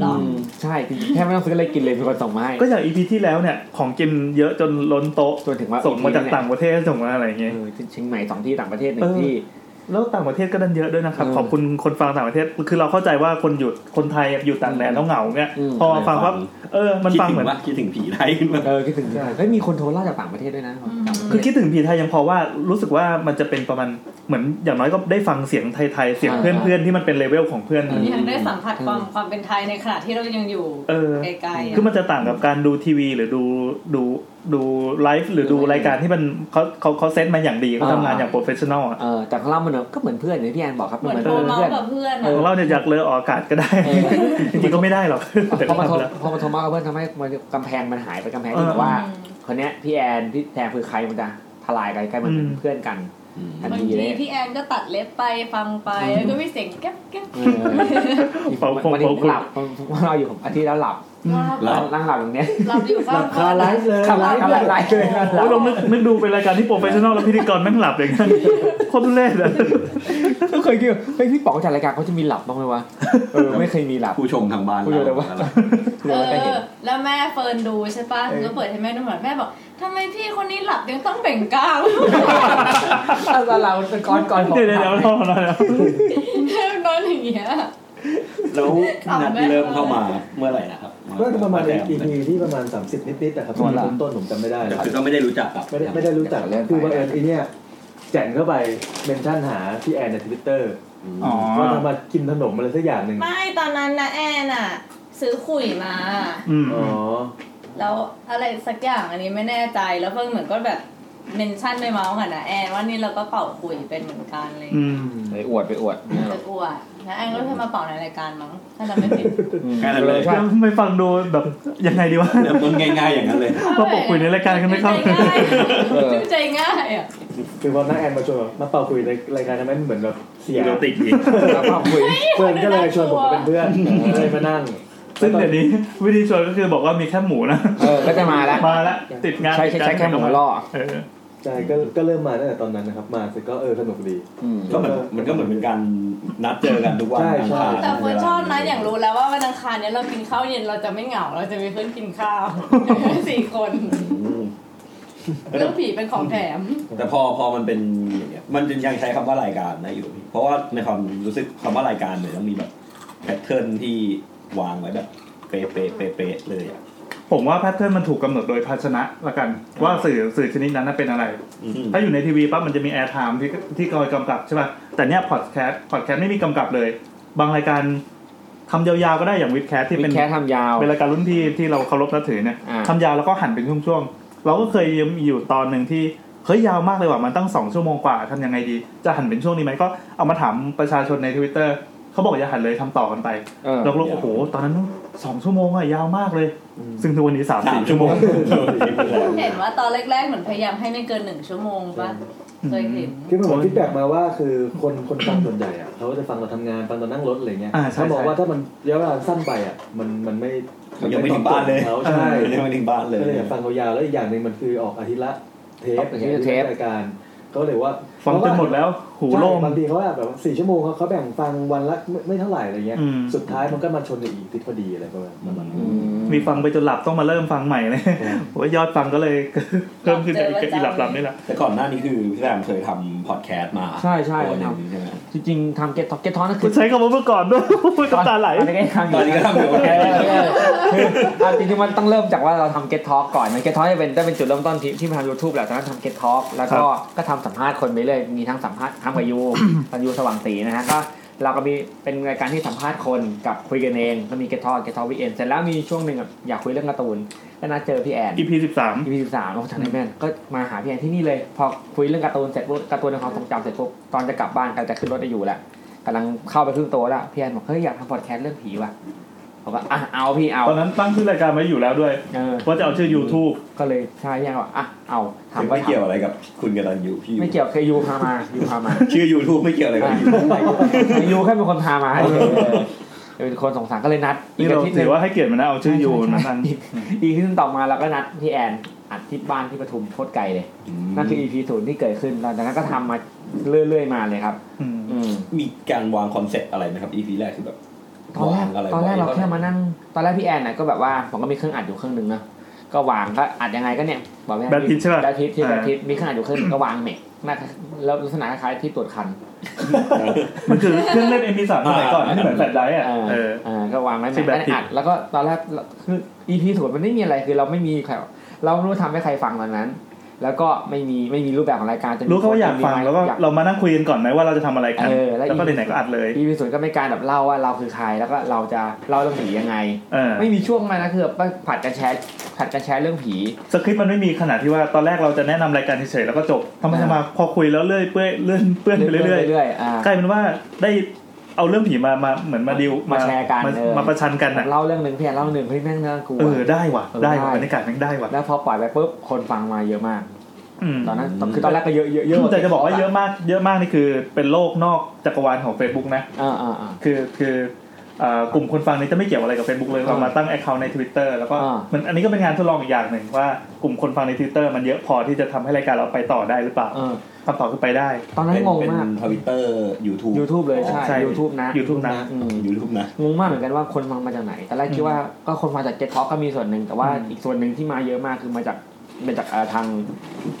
หรอ ใช่จริงๆแค่ไม่ต้องซื้ออะไรกินเลยมีคนส่งมาให้ ก็อย่าง EP ที่แล้วเนี่ย ของกินเยอะจนล้นโต๊ะ จนถึงว่า ส่งมาจากต่าง เ ประเทศ ส่งมาอะไรอย่าง อ เงี้ย อเชียงใหม่สองที่ต่างประเทศหนึ่ เอง อ ที่ แล้วต่างประเทศก็ดันเยอะด้วยนะครับ เออ ขอบคุณคนฟังต่างประเทศ คือเราเข้าใจว่าคนหยุด คนไทยอยู่ต่างแดนแล้วเหงาเงี้ย อืม พอมาฟังว่า ฟัง เออ มัน คิด ฟัง ถึ เห ง มือน ว่าคิดถึงผีไทยขึ้นมา เออคิดถึงเฮ้ยมีคนโทรเล่าจากต่างประเทศด้วยนะต่างประเทศ คือคิดถึงผีไทยยังพอว่ารู้สึกว่ามันจะเป็นประมาณเหมือนอย่างน้อยก็ได้ฟังเสียงไทยๆ เสียงเพื่อนๆที่มันเป็นเลเวลของเพื่อน ยังได้สัมผัสความความเป็นไทยในขณะที่เรายังอยู่ เออ ไกลๆอะ คือมันจะต่างกับการดูทีวี หรือดูดูดูไลฟ์หรือดูรายการที่มันเขาเขาเขาเซตมาอย่างดีเขาทำงานอย่างโปรเฟชชั่นอลอะ เออแต่ของเรามันเหมือนก็เหมือนเพื่อนอย่างที่พี่แอนบอกครับ เหมือน มัน โทร เหมือน เมา เพื่อน ส์กับเอเพื่อนของเราเนี่ยอยากเลอออกอากาศก็ได้ เออ จริงๆก็ไม่ได้หรอกแต่ พ ก็ อมาโทร ทำแล้ว พอมาโทรมากับเพื่อนทำให้มันกำแพงมันหายไปกำแพงที่ เออ แบบว่าคนเนี้ยพี่แอนพี่แทนคือใครมันจะทลายไปใกล้มันเป็น อืม เพื่อนกันทัน บาง ที ที เลย พี่แอนก็ตัดเล็บไปฟังไปแล้วก็มีเสียงแก๊บแก๊บ เออ เป่าคง วันนี้ เป่า ผม คุ ห ณ ลับผมเราอยู่ผมอาทิตย์แล้วหลับ หลับนั่งหลับอย่างเนี้ย เราอยู่บ้าน คาไลฟ์เลย คาไลฟ์คาไลฟ์คาไลฟ์เลยคาไลฟ์ โอ้ยลองนึกนึกดูเป็นรายการที่โปรเฟชชั่นอลแล้วพิธีกรแม่งหลับอย่างนั้น [LAUGHS] โคตรทุเล่นอะ [LAUGHS] ก็เคยคิดว่าเฮ้ยพี่ป๋องจัดรายการเขาจะมีหลับบ้างไหมวะเออไม่เคยมีหลับ ผู้ชมทางบ้าน ผู้ชมทางบ้าน เออ แล้วแม่เฟิร์นดูใช่ป่ะหนูก็เปิดให้แม่ดูหน่อยแม่บอกทำไมพี่คนนี้หลับยังต้องแบ่งกล้าม ถ้าเราตะกอนก่อนของ เดี๋ยวเดี๋ยวเดี๋ยวรอหน่อยนะ นอนอย่างเงี้ย แล้วนัด แม่ เริ่มเข้ามาเมื่อไหร่นะครับ ก็ประมาณ แต่ อีพีที่ประมาณ 30 นิดๆแต่ครับตอนต้นๆผมจำไม่ได้ แต่คือก็ไม่ได้รู้จักกับ ไม่ได้ไม่ได้รู้จักคือบังเอิญไอีเนี่ยแจ่นเข้าไปเมนชั่นหาพี่แอนในทวิตเตอร์ อ๋อ ว่าทำมากินขนมอะไรสักอย่างหนึ่ง ไม่ตอนนั้นนะแอนอะซื้อขุยมา อืม อ๋อ แล้วอะไรสักอย่างอันนี้ไม่แน่ใจแล้วเพิ่งเหมือนก็แบบเมนชั่นไปเมาส์กันนะแอนว่านี่เราก็เป่าขุยเป็นเหมือนกันเลย อืม ไปอวดไปอวด จะอ้วนนะแอนก็เพิ่งมาเป่าในรายการมั้งถ้าจำไม่ผิด แค่นั้นเลย ใช่ แล้วไม่ฟังดูแบบยังไงดีวะ เริ่มต้นง่ายๆอย่างนั้นเลย เราปกคุยในรายการกันไม่เข้า ใจง่ายจูงใจง่ายอ่ะ คือพอน้าแอนมาชวนมาเป่าคุยในรายการนั้นมันเหมือนแบบเสีย อีโรติกดี แล้วก็คุย เพื่อนก็เลยชวนผมมาเป็นเพื่อนเลยมานั่ง ซึ่งเดี๋ยวนี้วิธีชวนก็คือบอกว่ามีแค่หมูนะ เออก็จะมาแล้ว มาแล้วติดงาน ใช่ใช่ใช่แค่หมูล่อ เอ ใช่ก็ก็เริ่มมาตั้งแต่ตอนนั้นนะครับ มาเสร็จก็เออสนุกดี อืม ก็เหมือนมันก็เหมือนเป็นการนัดเจอกันทุกวัน ใช่ อัง ใช่ คาร แต่เฟิร์นชอบนะอย่างรู้แล้วว่าวันอังคารเนี้ยเรากินข้าวเย็นเราจะไม่เหงาเราจะไปเพื่อนกิน [LAUGHS] ข้าว สี่คน อืม เรื่องผีเป็นของแถม แต่พอพอมันเป็นอย่างเงี้ยมันยังใช้คำว่ารายการนะอยู่ เพราะว่าในความรู้สึกคำว่ารายการเนี่ยต้องมีแบบแพทเทิร์นที่วางไว้แบบเป๊ะเป๊ะเป๊ะเป๊ะเลยอ่ะ ผมว่าแพทเทิร์นมันถูกกำหนดโดยภาชนะละกัน ว่าสื่อสื่อชนิดนั้นนะเป็นอะไร อืม ถ้าอยู่ในทีวีปั๊บมันจะมีแอร์ไทม์ที่ที่คอยกำกับใช่ป่ะแต่เนี้ยพอดแคสต์พอดแคสต์ไม่มีกำกับเลย บางรายการทำยาวๆก็ได้อย่างวิดแคสที่ เป็ เป็นน แค่ทำยาว เป็นรายการรุ่นที่ที่เราเคารพนับถือเนี่ย อ่า ทำยาวแล้วก็หั่นเป็นช่วงๆเราก็เคยมีอยู่ตอนหนึ่งที่เฮ้ยยาวมากเลยว่ะมันตั้งสองชั่วโมงกว่าทำยังไงดี จะหั่นเป็นช่วงนี้ไหมก็เอามาถามประชาชนในทวิตเตอร์เขาบอกอย่าหั่นเลยทำต่อกันไป เออ เราก็รู้โอ้โห ตอนนั้นสองชั่วโมงอะยาวมากเลย ซึ่งทุกวันนี้สาม สาม สี่ ชั่ ชั่ ว ว โม โงมง เห็นว่าตอนแรกๆเหมือนพยายามให้ไม่เกินหนึ่งชั่วโมงป่ะเคยเห็น คือผมคิดแปลกมาว่าคือคนคนฟังส่วนใหญ่อะเขาจะฟังเราทำงานฟังตอนนั่งรถอะไรเงี้ย อ่าใช่ เขาบอกว่า ใช่ ถ้ามันระยะเวลาสั้นไปอ่ะมันมันไม่ มันยังไม่ถึงบ้านเลย เขาใช่ ยังไม่ถึงบ้านเลย ก็เลยอยากฟังเขายาวแล้วอีกอย่างหนึ่งมันคือออกอาทิตย์ละเทปอย่างเงี้ย อาทิตย์ละเทป รายการเขาเลยว่า ฟังจนหมดแล้ว หู ใช่ โล่ง บางทีเขาแบบสี่ชั่วโมงเขาเขาแบ่งฟังวันละไม่ไม่เท่าไหร่อะไรเงี้ย อืม สุดท้ายมันก็มาชนกับอีกทิศพอดีอะไรประมาณประมาณนั้น มีฟังไปจนหลับต้องมาเริ่มฟังใหม่เลย อืม ผมว่ายอดฟังก็เลย [LAUGHS] เพิ่มขึ้นจากอีก เจอประจำ อีหลับหลับนี่แหละ แต่ก่อนหน้านี้คือพี่แซมเคยทำพอดแคสต์มา ใช่ใช่ ตัวหนึ่งใช่ไหม จริงๆทำเก็ตท็อกเก็ตท็อกนั่นคื คุณ อ ใช้คำว่าเมื่อก่อนด้วย [LAUGHS] ตำตาไหล อนนี้ก็ยังทำอ ตอนยู่นี้ก็ทำอยู่พอดแคสต์ อ่ะจริงๆมันต้องเริ่มจากว่าเราทำ Get Talk ก่อนมัน Get Talk จะเป็นได้เป็นจุดเริ่มต้นที่ที่มาทำ YouTube แหละตอนนั้นทำ Get Talk แล้วก็ก็ทำสัมภาษณ์คนไปเรื่อยมีทั้งสัมภาษณ์ทำกับยู ตอนยูสว่างศรีนะฮะก็เราก็มีเป็นรายการที่สัมภาษณ์คนกับคุยกันเองก็มี Get Talk Get Talk Weekend เสร็จแล้วมีช่วงหนึ่งอ่ะอยากคุยเรื่องการ์ตูนก็นัดเจอพี่แอน EP สิบสาม EP 13โอ้ทางนี้แม่นก็มาหาพี่แอนที่นี่เลย พอคุยเรื่องการ์ตูนเสร็จปุ๊บการ์ตูนในความทรงจำเสร็จปุ๊บตอนจะกลับบ้านกำลันจะขึ้นรถจะอยู่แหละกำลังเข้าไปครึ่งตัวแล้วพี่แอนบอกเฮ้ยอยากทำ podcast เรื่องผีว่ะผมก็อ่ะเอาพี่เอา ตอนนั้นตั้งชื่อรายการไว้อยู่แล้วด้วย เออ ว่าจะเอาชื่อ YouTube ก็เลยใช่ยังว่าอ่ะเอาถาม ซึ่ง ก็ ไม่ ถาม เกี่ยวอะไรกับคุณกำลังอยู่พี่อยู่ ไม่เกี่ยวเคยยูพามายูพามา ชื่อ YouTube ไม่เกี่ยวอะไรกับอยู่ ยูแค่เป็นคนพามาเออเป็นคนสงสารก็เลยนัดอี นี่ ก เรา อาทิตย์ห ถื นึ่ง อว่าให้เกียรติมันนะเอาชื่อยูมาตั้ง อีกอีกอาที่ต่อมาเราก็นัดพี่แอนอัดที่บ้านที่ปทุมโคตรไกลเลยนั่นคือ EP ศูนย์ที่เกิดขึ้นแล้วจากนั้นก็ทำมาเรื่อยๆมาเลยครับ อืม อืม มีการวางคอนเซ็ปต์อะไรไหมครับ EP แรกคือแบบ ตอนแรวากงะไว้ ตอนแรกเราแค่ ท่ไห มานั่ง ตอนแรกพี่แอนน่ะก็แบบว่าผมก็มีเครื่องอัดอยู่เครื่องหนึ่งนะก็วางก็อัดยังไงก็เนี่ยบอกไม่ได้ แบทพิทใช่ป่ะ แบทพิทที่แบทพิทมีเครื่องอ่านอยู่เครื่องหนึ่งก็วางเมกหน้าแล้วลักษณะคล้ายๆที่ตรวจคัน มันคือ [LAUGHS] เครื่องเล่น MP3 สมัยก่อนที่เหมือนแฟลชไดรฟ์อ่ะ เออ เออ เออก็วางไว้ ชื่ แม่ อแบทพิท อัดแล้วก็ตอนแรกคือ EP ศูนย์มันไม่มีอะไรคือเราไม่มีใครเราไม่รู้ทำให้ใครฟังตอนนั้น แล้วก็ไม่มีไม่มีรูปแบบของรายการจะมี รู้แค่ว่าอยากฟังแล้วก็ อยา เรามานั่งคุยกันก่อนไหมว่าเราจะทำอะไรกัน เออแล้วอีก แล้วก็ไหนๆก็อัดเลย EP ศูนย์ก็เป็นการแบบเล่าว่าเราคือใครแล้วก็เราจะเล่าเรื่องผียังไง เออ ไม่มีช่วงมานะคือแบบผัดกันแชร์ผัดกันแชร์เรื่องผี สคริปต์มันไม่มีขนาดที่ว่าตอนแรกเราจะแนะนำรายการเฉยๆแล้วก็จบทำไม อ่า ทำมาพอคุยแล้วเรื่อยเปื่อยเลื่อนเปื่อนไปเรื่อย เรื่อยๆอ่า ๆกลายเป็นว่าได้เอาเรื่องผีมามาเหมือนมาดิว มาแชร์กัน มา เออ มาประชันกัน แบ อ่ะ บเล่าเรื่องหนึ่งพี่แอนเล่าเรื่องเฮ้ยแม่งน่ากลัว เออได้ว่ะ เออ ได้ว่ะ ได้ บรรยากาศแม่งได้ว่ะ แล้วพอปล่อยไปปุ๊บคนฟังมาเยอะมาก ม ตอนนั้นตอนคือตอนแรกก็เยอะเยอะเยอะ แต่จะบอกว่าเยอะมากเยอะมากนี่คือเป็นโลกนอกจักรวาลของ Facebook นะ อ่าอ่าอ่า คือคือ เอ่อกลุ่มคนฟังเนี่ยจะไม่เกี่ยวอะไรกับ Facebook เลยเรามาตั้ง Account ใน Twitter แล้วก็มันอันนี้ก็เป็นงานทดลองอีกอย่างหนึ่งว่ากลุ่มคนฟังใน Twitter มันเยอะพอที่จะทำให้รายการเราไปต่อได้หรือเปล่าคำตอบคือไปได้ ตอนนั้นงงมาก ทวิตเตอร์ยูทูบ YouTube เลยใช่ YouTube นะ YouTube นะ YouTube นะ งงมากเหมือนกันว่าคนฟังมาจากไหน ตอนแรกคิดว่าก็คนมาจากเก็ตท็อกก็มีส่วนหนึ่ง แต่ว่าอีกส่วนหนึ่งที่มาเยอะมากคือมาจากมาจากเอ่อทาง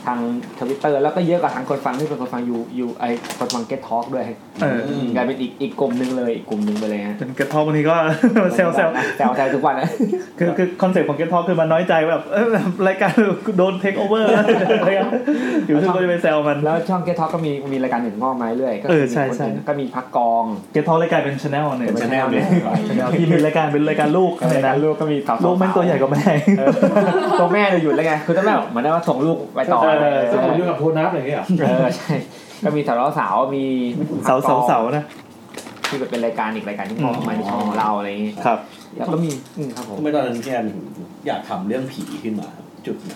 ทางทวิตเตอร์แล้วก็เยอะกว่าทางคนฟังที่เป็นคนฟังยูยูไอคนฟังเก็ตท็อกด้วย เออ กลายเป็นอีกอีกกลุ่มหนึ่งเลยอีกกลุ่มหนึ่งไปเลยฮะ เก็ตทอกวันนี้ก็ [LAUGHS] เซลเซล แซวแซวทุกวันนะ คือคือคอนเซ็ปต์ของเก็ตทอกคือมันน้อยใจแบบเอ้ยแบบรายการโดนเทคโอเวอร์อะไรเงี้ยอยู่ซึ่งก็จะไปแซวมัน แล้วช่องเก็ตท็อกก็มีมีรายการอื่นงอกมาเรื่อยๆก็ เอ คือ มี ใช่ คน ใช่ อื่นก็มีพักกอง เก็ตทอกเลยกลายเป็นชาแนลหนึ่ง เป็น channel หนึ่ง ชาแนลที่มีรายการเป็นรายการลูก รายการลูกก็มีสาวๆ ลูกแม่งตัวใหญ่กว่าแม่ ตัวแม่จะหยุดแล้วไงคือตัวแม่เหมือนว่าส่งลูกไปต่อ เออเออ ส่งลูกกับโพนับอะไรอย่างเงี้ยเออใช่ก็มีสาวๆสาวมี สาวๆสาวนะ ที่แบบเป็นรายการอีกรายการที่งอกมาในช่องของเราอะไรอย่างงี้ ครับ แล้วก็มีอืมครับผม ทำไมตอนนั้นแกถึงอยากทำเรื่องผีขึ้นมาจุดไหน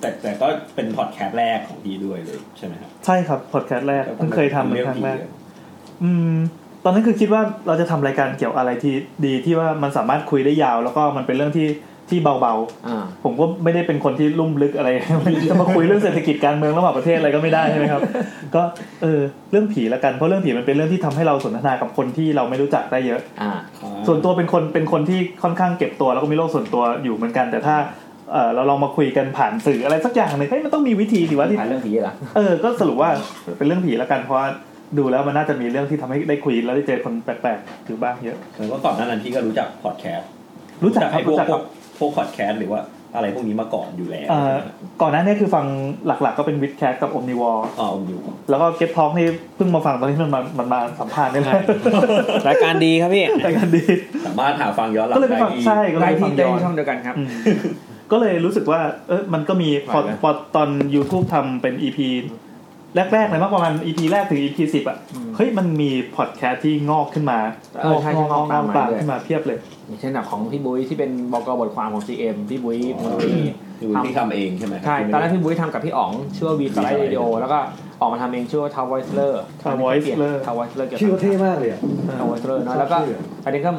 แต่แต่ก็เป็นพอดแคสต์แรกของพี่ด้วยเลยใช่ไหมครับ ใช่ครับพอดแคสต์แรกเพิ่งเคยทำเป็นครั้งแรก เรื่องผีอะ อืม ตอนนั้นคือคิดว่าเราจะทำรายการเกี่ยวอะไรที่ดีที่ว่ามันสามารถคุยได้ยาว แล้วก็มันเป็นเรื่องที่ที่เบา อ่า ๆ ผมก็ไม่ได้เป็นคนที่ลุ่มลึกอะไร [LAUGHS] จะมาคุยเรื่องเศรษฐกิจการเมืองระหว่างประเทศอะไรก็ไม่ได้ใช่ [LAUGHS] ไหมครับ ก็เออเรื่องผีละกันเพราะเรื่องผีมันเป็นเรื่องที่ทำให้เราสนทนากับคนที่เราไม่รู้จักได้เยอะ อ่า ส่วนตัวเป็นคนเป็นคนที่ค่อนข้างเก็บตัวแล้วก็มีโลกส่วนตัวอยู่เหมือนกัน แต่ถ้าเอ่อเราลองมาคุยกันผ่านสื่ออะไรสักอย่างหนึ่งเฮ้ยมันต้องมีวิธีสิวะที่ ผ่านเรื่องผีเหรอ เออ ก็สรุปว่าเป็นเรื่องผีแล้วกันเพราะว่าดูแล้วมันน่าจะมีเรื่องที่ทำให้ได้คุยแล้วได้เจอคนแปลกๆอยู่บ้างเยอะ แต่ว่าก่อนหน้านั้นพี่ก็รู้จักพอดแคสต์ รู้จักครับ ไอ้พว รู้ ก จัก พ คว รั ก บ พวกพอดแคสต์หรือว่าอะไรพวกนี้มาก่อนอยู่แล้ว เอ่อก่อนหน้านี้คือฟังหลักๆก็เป็นวิดแคสกับอมนิวอล อ๋อผมอยู่ แล้วก็เก็ตท็อกนี่เพิ่งมาฟังตอนที่มันมามันมาสัมภาษณ์นี่แหละ รายการดีครับพี่ รายการดี สามารถหาฟังย้อนหลัง ก็เลยไปฟัง ที่ ใช่ก็เลยไปฟังย้อน ช่องเดียวกันครับ ก็เลยรู้สึกว่า เออมันก็มีพอ ไหวไหม พอตอน YouTube ทำเป็น EP แรกๆเลยมากประมาณ EP แรกถึง EP สิบอ่ะ เฮ้ย มันมีพอดแคสต์ที่งอกขึ้นมา เออใช่ ง ใช่ อกงอกง ตา อ ม ก มา ตาม เรื่อย ขึ้นมาเพียบเลย อย่างเช่นแบบของพี่บุ้ยที่เป็นบกบทความของ CM พี่บุ้ยมนตรี อยู่ที่ทำเองใช่ไหมครับ ใช่ ที่ไม่ ตอนแรกพี่บุ้ยทำกับพี่อ๋องชื่อว่าวีสไลด์วิดีโอ แล้วก็ออกมาทำเองชื่อว่าทาวเวอร์เลอร์ Tower Whistler ทาวเวอร์เลอร์ ชื่อเขาเท่มากเลยอะ ทาวเวอร์เลอร์เนาะแล้วก็ ชอบชื่อ ประเด็นก็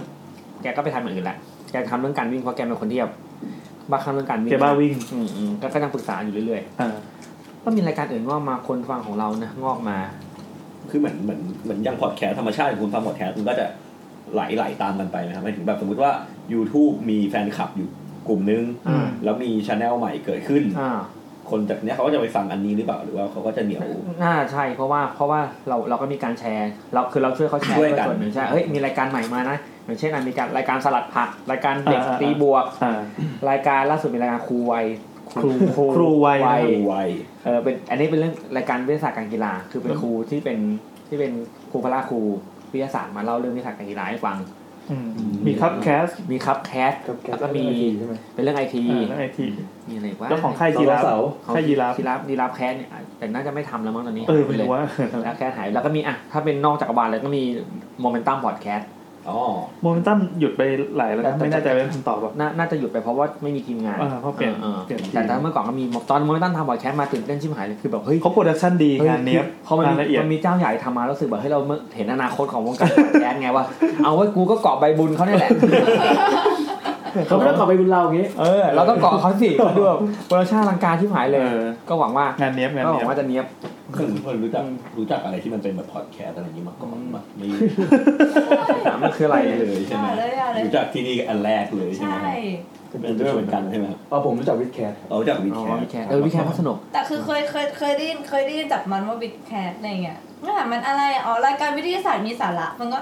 แกก็ไปทำอย่างอื่นแหละ แกทำเรื่องการวิ่งเพราะแกเป็นคนที่แบบบ้าคลั่งเรื่องการวิ่ง แกบ้าวิ่ง อืมอืมก็ก็นั่งปรึกษาอยู่เรื่อย อ่า ๆ ก็มีรายการอื่นงอกมาคนฟังของเรานะงอกมา คือเหมือนเหมือนเหมือนอย่างพอดแคสต์ธรรมชาติของคุณฟังพอดแคสต์มันก็จะไหลไหลตามกันไปนะครับหมายถึงแบบสมมติว่า YouTube มีแฟนคลับอยู่กลุ่มนึง อืม แล้วมีชาแนลใหม่เกิดขึ้น อ่า คนจากเนี้ยเขาก็จะไปฟังอันนี้หรือเปล่าหรือว่าเขาก็จะเหนียว น่าใช่เพราะว่าเพราะว่าเราเราก็มีการแชร์เราคือเราช่วยเขาแชร์ ช่วย ด้วย กัน ส่วนหนึ่งใช่เฮ้ยมีรายการใหม่มานะอย่างเช่นอ่ะมีการรายการสลัดผักรายการเด็ก อ่าอ่า ตีบวก อ่า รายการล่าสุดมีรายการครูวัย ครูครูวัย วัย เออเป็นอันนี้เป็นเรื่องรายการวิทยาศาสตร์การกีฬา คือเป็นครูที่เป็นที่เป็นครูพละครูวิทยาศาสตร์มาเล่าเรื่องวิทยาศาสตร์การกีฬาให้ฟัง อืมมีครับแคส มีครับแคสแล้วก็มีเป็นเรื่องไอที เออเรื่อง IT มีอะไรกว่า แล้วของค่ายยีราฟค่ายยีราฟ ยีราฟยีราฟแคสเนี่ยแต่น่าจะไม่ทำแล้วมั้งตอนนี้ เออไม่รู้ว่า แล้วแคสหายแล้วก็มีอ่ะถ้าเป็นนอกจักรวาลแล้วก็มีโมเมนตัมพอดแคส อ๋อ โมเมนตัมหยุดไปหลายแล้วนะไม่แน่ใจว่าเป็นคำตอบป่ะ น่าจะหยุดไปเพราะว่าไม่มีทีมงาน เออเพราะเปลี่ยนเปลี่ยนทีม แต่ถ้าเมื่อก่อนก็มีตอนโมเมนตัมทำพอดแคสมาตื่นเต้นชิบหายเลยคือแบบเฮ้ย เขาโปรดักชันดีงานเนี้ยบ พอมัน งาน มี ละเอียด มันมีเจ้าใหญ่ทำมารู้สึกแบบให้ยเราเห็นอนาคตของวงการพอดแคสต์ไงว่า เอาไว้กูก็เกาะใบบุญเขาเนี่ยแหละ เขาไม่ต้องกลับไปบุญเราอย่างงี้ เออ เราต้องเกาะเขาสิเขาดูแบบโปรดักชั่นอลังการที่หายเลย เออ ก็หวังว่าง านเนี้ยบงาน ก็หวังเนี้ยบ ว่าจะเนี้ยบ คือคนรู้จักรู้จักอะไรที่มันเป็นแบบพอดแคสต์อะไรอย่างนี้มาก่อนมาไม่ ถามมันคืออะไร เลยใช่ไหม อย่าเลยอย่าเลย รู้จักที่นี่อันแรกเลยใช่ไหม ใช่ ครับเป็นเรื่องกันใช่ไหมครับ อ๋อผมรู้จักวิดแคทครับ เรารู้จักวิด อ๋อ แค วิแค ส เออวิแคเขาสนุก แต่คือเคยเคยเคยได้ยินเคยได้ยินจากมันว่าบิ๊กแคทอะไรเงี้ยก็ถามมันอะไรอ๋อรายการวิทยาศาสตร์มีสาระมันก็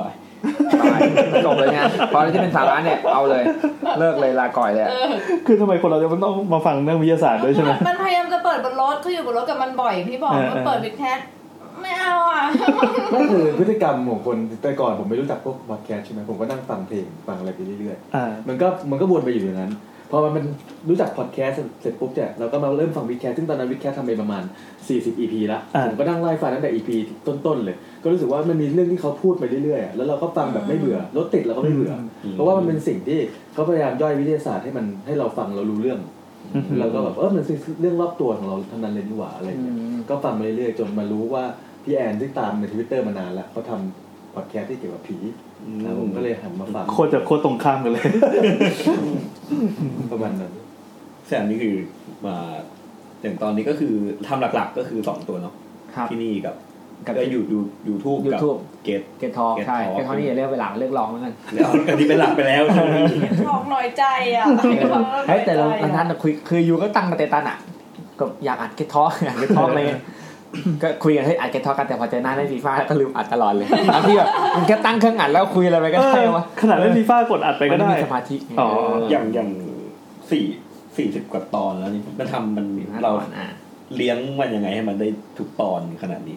บาย จบเลยไงพออะไรที่เป็นสาระเนี่ยเอาเลย เลิกเลยลาก่อยเลย เออ คือทำไมคนเราจะต้องมาฟังเรื่องวิทยาศาสตร์ด้วยใช่ไหม มันพยายามจะเปิดบนรถเขาอยู่บนรถกับมันบ่อยพี่บอก เออ มันเปิดบิ๊กแคทไม่เอาอ่ะ [LAUGHS] นั่นคือพฤติกรรมของคนแต่ก่อนผมไม่รู้จักพวกพอดแคสต์ใช่ไหมผมก็นั่งฟังเพลงฟังอะไรไปเรื่อย อ่า ๆ มันก็มันก็วนไปอยู่อย่างนั้น พอมันเป็นรู้จักพอดแคสต์เสร็จปุ๊บเนี่ยเราก็มาเริ่มฟังวิดแคสต์ซึ่งตอนนั้นวิดแคสต์ทำไปประมาณ 40 EP ละ อ่า ผมก็นั่งไล่ฟังตั้งแต่ EP ต้นๆเลย ก็รู้สึกว่ามันมีเรื่องที่เขาพูดไปเรื่อยๆอะแล้วเราก็ฟังแบบไม่เบื่อรถติดเราก็ไม่เบื่อ เพราะว่ามันเป็นสิ่งที่เขาพยายามย่อยวิทยาศาสตร์ให้มันให้เราฟังเรารู้เรื่อง เราก็แบบเออมันคือเรื่องรอบตัวของเราทั้งนั้นเลยนี่หว่าอะไรอย่างเงี้ยก็ฟังมาเรื่อยๆจนมารู้ว่าพี่แอนที่ตามในทวิตเตอร์มานานแล้วเขาทำ พอดแคสต์ที่เกี่ยวกับผีนะผมก็เลยหันมาฟัง โคตรจะโคตรตรงข้ามกันเลย ประมาณนั้น แซมนี่คือมาอย่างตอนนี้ก็คือทำหลักๆก็คือสองตัวเนาะที่นี่กับ กับ ก็อยู่ดูยูทูบกับ YouTube เกต เกตทองใช่เกตทองนี่อย่าเรียกเวลาเรียกรองแล้วกัน อันนี้เป็นหลักไปแล้วช่วงนี้ ออกหน่อยใจอ่ะ เฮ้ยแต่เราอันนั้นน่ะคุยคือยูก็ตั้งมาเตตันอ่ะก็อยากอัดเกททออยากเกททออะไรเงี้ยก็คุยกันให้ยอัดเกททอกันแต่พอเจอหน้าได้ฟีฟ่าก็ลืมอัดตลอดเลยตามที่แบบมันแค่ตั้งเครื่องอัดแล้วคุยอะไรไปก็ได้วะ ขนาดเล่นฟีฟ่ากดอัดไปก็มัได้นม่มีสมาธิไง อ๋อ อย่างอย่างสี่สี่สิบกว่าตอนแล้วนี่มันทำมันเราเลี้ยงมันยังไงให้มันได้ทุกตอนขนาดนี้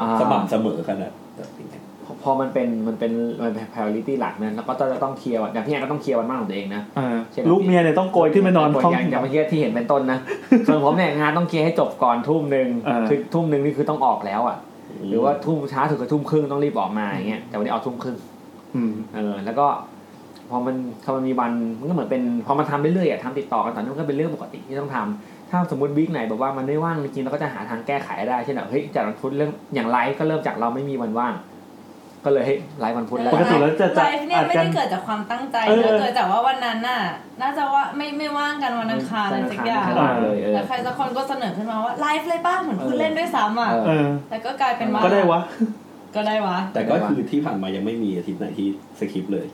อ่า สม่ำเสมอขนาดนี้ พอมันเป็นมันเป็นมันเป็น priority หลักนะแล้วก็จะต้องเคลียร์วันอย่างพี่แอนก็ต้องเคลียร์วันบ้านของตัวเองนะ อ่าลูกเมียเนี่ยต้องโกยขึ้นไปนอน บ่น ห้อง อย่างอย่างเมื่อกี้ที่เห็นเป็นต้ [LAUGHS] นนะ ส่วนผมเนี่ยงานต้องเคลียร์ให้จบก่อนทุ่มหนึ่ง อ่า คือทุ่มหนึ่งนี่คือต้องออกแล้วอ่ะ หรือว่าทุ่มช้าสุดก็ทุ่มครึ่งต้องรีบออกมาอย่างเงี้ยแต่วันนี้เอาทุ่มครึ่ง อืม เออแล้วก็พอมันพอมันมีวันมันก็เหมือนเป็นพอมันทำเรื่อยๆอะทำติดต่อกันต่อเนื่องก็เป็นเรื่องปกติที่ต้องทำถ้าสมมติวิกไหนแบบว่ามันไม่ว่างจริงๆเราก็จะหาทางแก้ไขได้เช่นแบบเฮ้ยจากวันพุธเริ่มอย่างไลฟ์ก็เริ่มจากเราไม่มีวันว่าง ก็เลยให้ไลฟ์วันพุธแล้ว ปกติแล้วจะจัด ไลฟ์เนี่ย อัด ไม่ กั ได้ น เกิดจากความตั้งใจ เออ นะเกิดจากว่าวันนั้นน่ะ น่าจะว่าไม่ไม่ว่างกันวันอังคารอะไรสักอย่าง ไม่ว่างเลยเออ แต่ใครสักคนก็เสนอขึ้นมาว่าไลฟ์เลยป้าเหมือนคุณเล่นด้วยซ้ำอ่ะ เออ แล้วก็กลายเป็นว่าก็ได้วะ แต่ก็คือที่ผ่านมายังไม่มีอาทิตย์ไหนที่สคริปต์เลย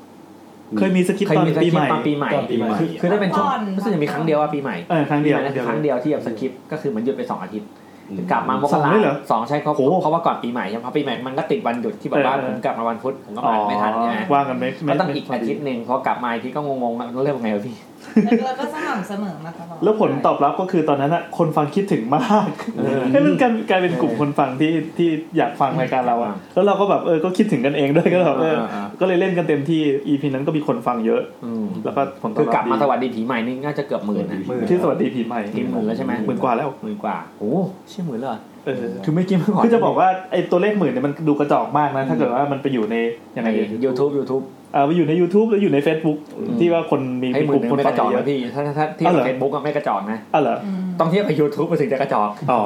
เคยมีสคริปต์ตอนปีใหม่ ตอนปีใหม่คือคือได้เป็นช่วง ก่อน รู้สึกจะมีครั้งเดียวว่าปีใหม่ เออครั้งเดียว ปีใหม่นั่นคือครั้งเดียวที่แบบสคริปต์ก็คือเหมือนหยุดไปสองอาทิตย์กลับมามก สอง รา เลยเหรอ สองใช่เขาเขาว่าก่อนปีใหม่ใช่ไหมเพราะปีใหม่มันก็ติดวันหยุดที่แบบว่า เออเออ ผมกลับมาวันพุธผมก็มาไม่ทันไง ว่างกันไหม ก็ต้องอีกอาทิตย์หนึ่งพอกลับมาอีกทีก็งงๆแล้วเริ่มไงวะพี่ แล้วก็สม่ำเสมอมาตลอด แล้วผลตอบรับก็คือตอนนั้นอะคนฟังคิดถึงมากให้มันกลายกลายเป็นกลุ่มคนฟังที่ที่อยากฟังรายการเราอะแล้วเราก็แบบเออก็คิดถึงกันเองด้วยก็แบบเออ อ่าอ่า ก็เลยเล่นกันเต็มที่ EP นั้นก็มีคนฟังเยอะ แล้วก็ผลตอบ คือ รับ กลับมาสวัสดีผีใหม่นี่น่าจะเกือบหมื่นนะ ที่สวัสดีผีใหม่ ถึงหมื่นแล้วใช่ไหม หมื่นกว่าแล้ว หมื่นกว่าโอ้ใช่หมื่นเลย เออ คือไม่กินเมื่อก่อน คือจะบอกว่าไอ้ตัวเลขหมื่นเนี่ยมันดูกระจอกมากนะ ถ้าเกิดว่ามันไปอยู่ในยังไง ยูทูบยูทูบ เออไปอยู่ใน YouTube แล้วอยู่ใน Facebook ที่ว่าคนมี ให้ห ก มื่น ลุ่ม หนึ่ง คน ไม่ก ฟัง ระจอก เยอะ นะพี่ถ้าถ้าถ้าที่ อ้าวเหรอ เฟซบุ๊กก็ไม่กระจอกนะ อ๋อเหรอ ต้องเทียบกับยูทูบมันถึงจะกระจอก อ๋อ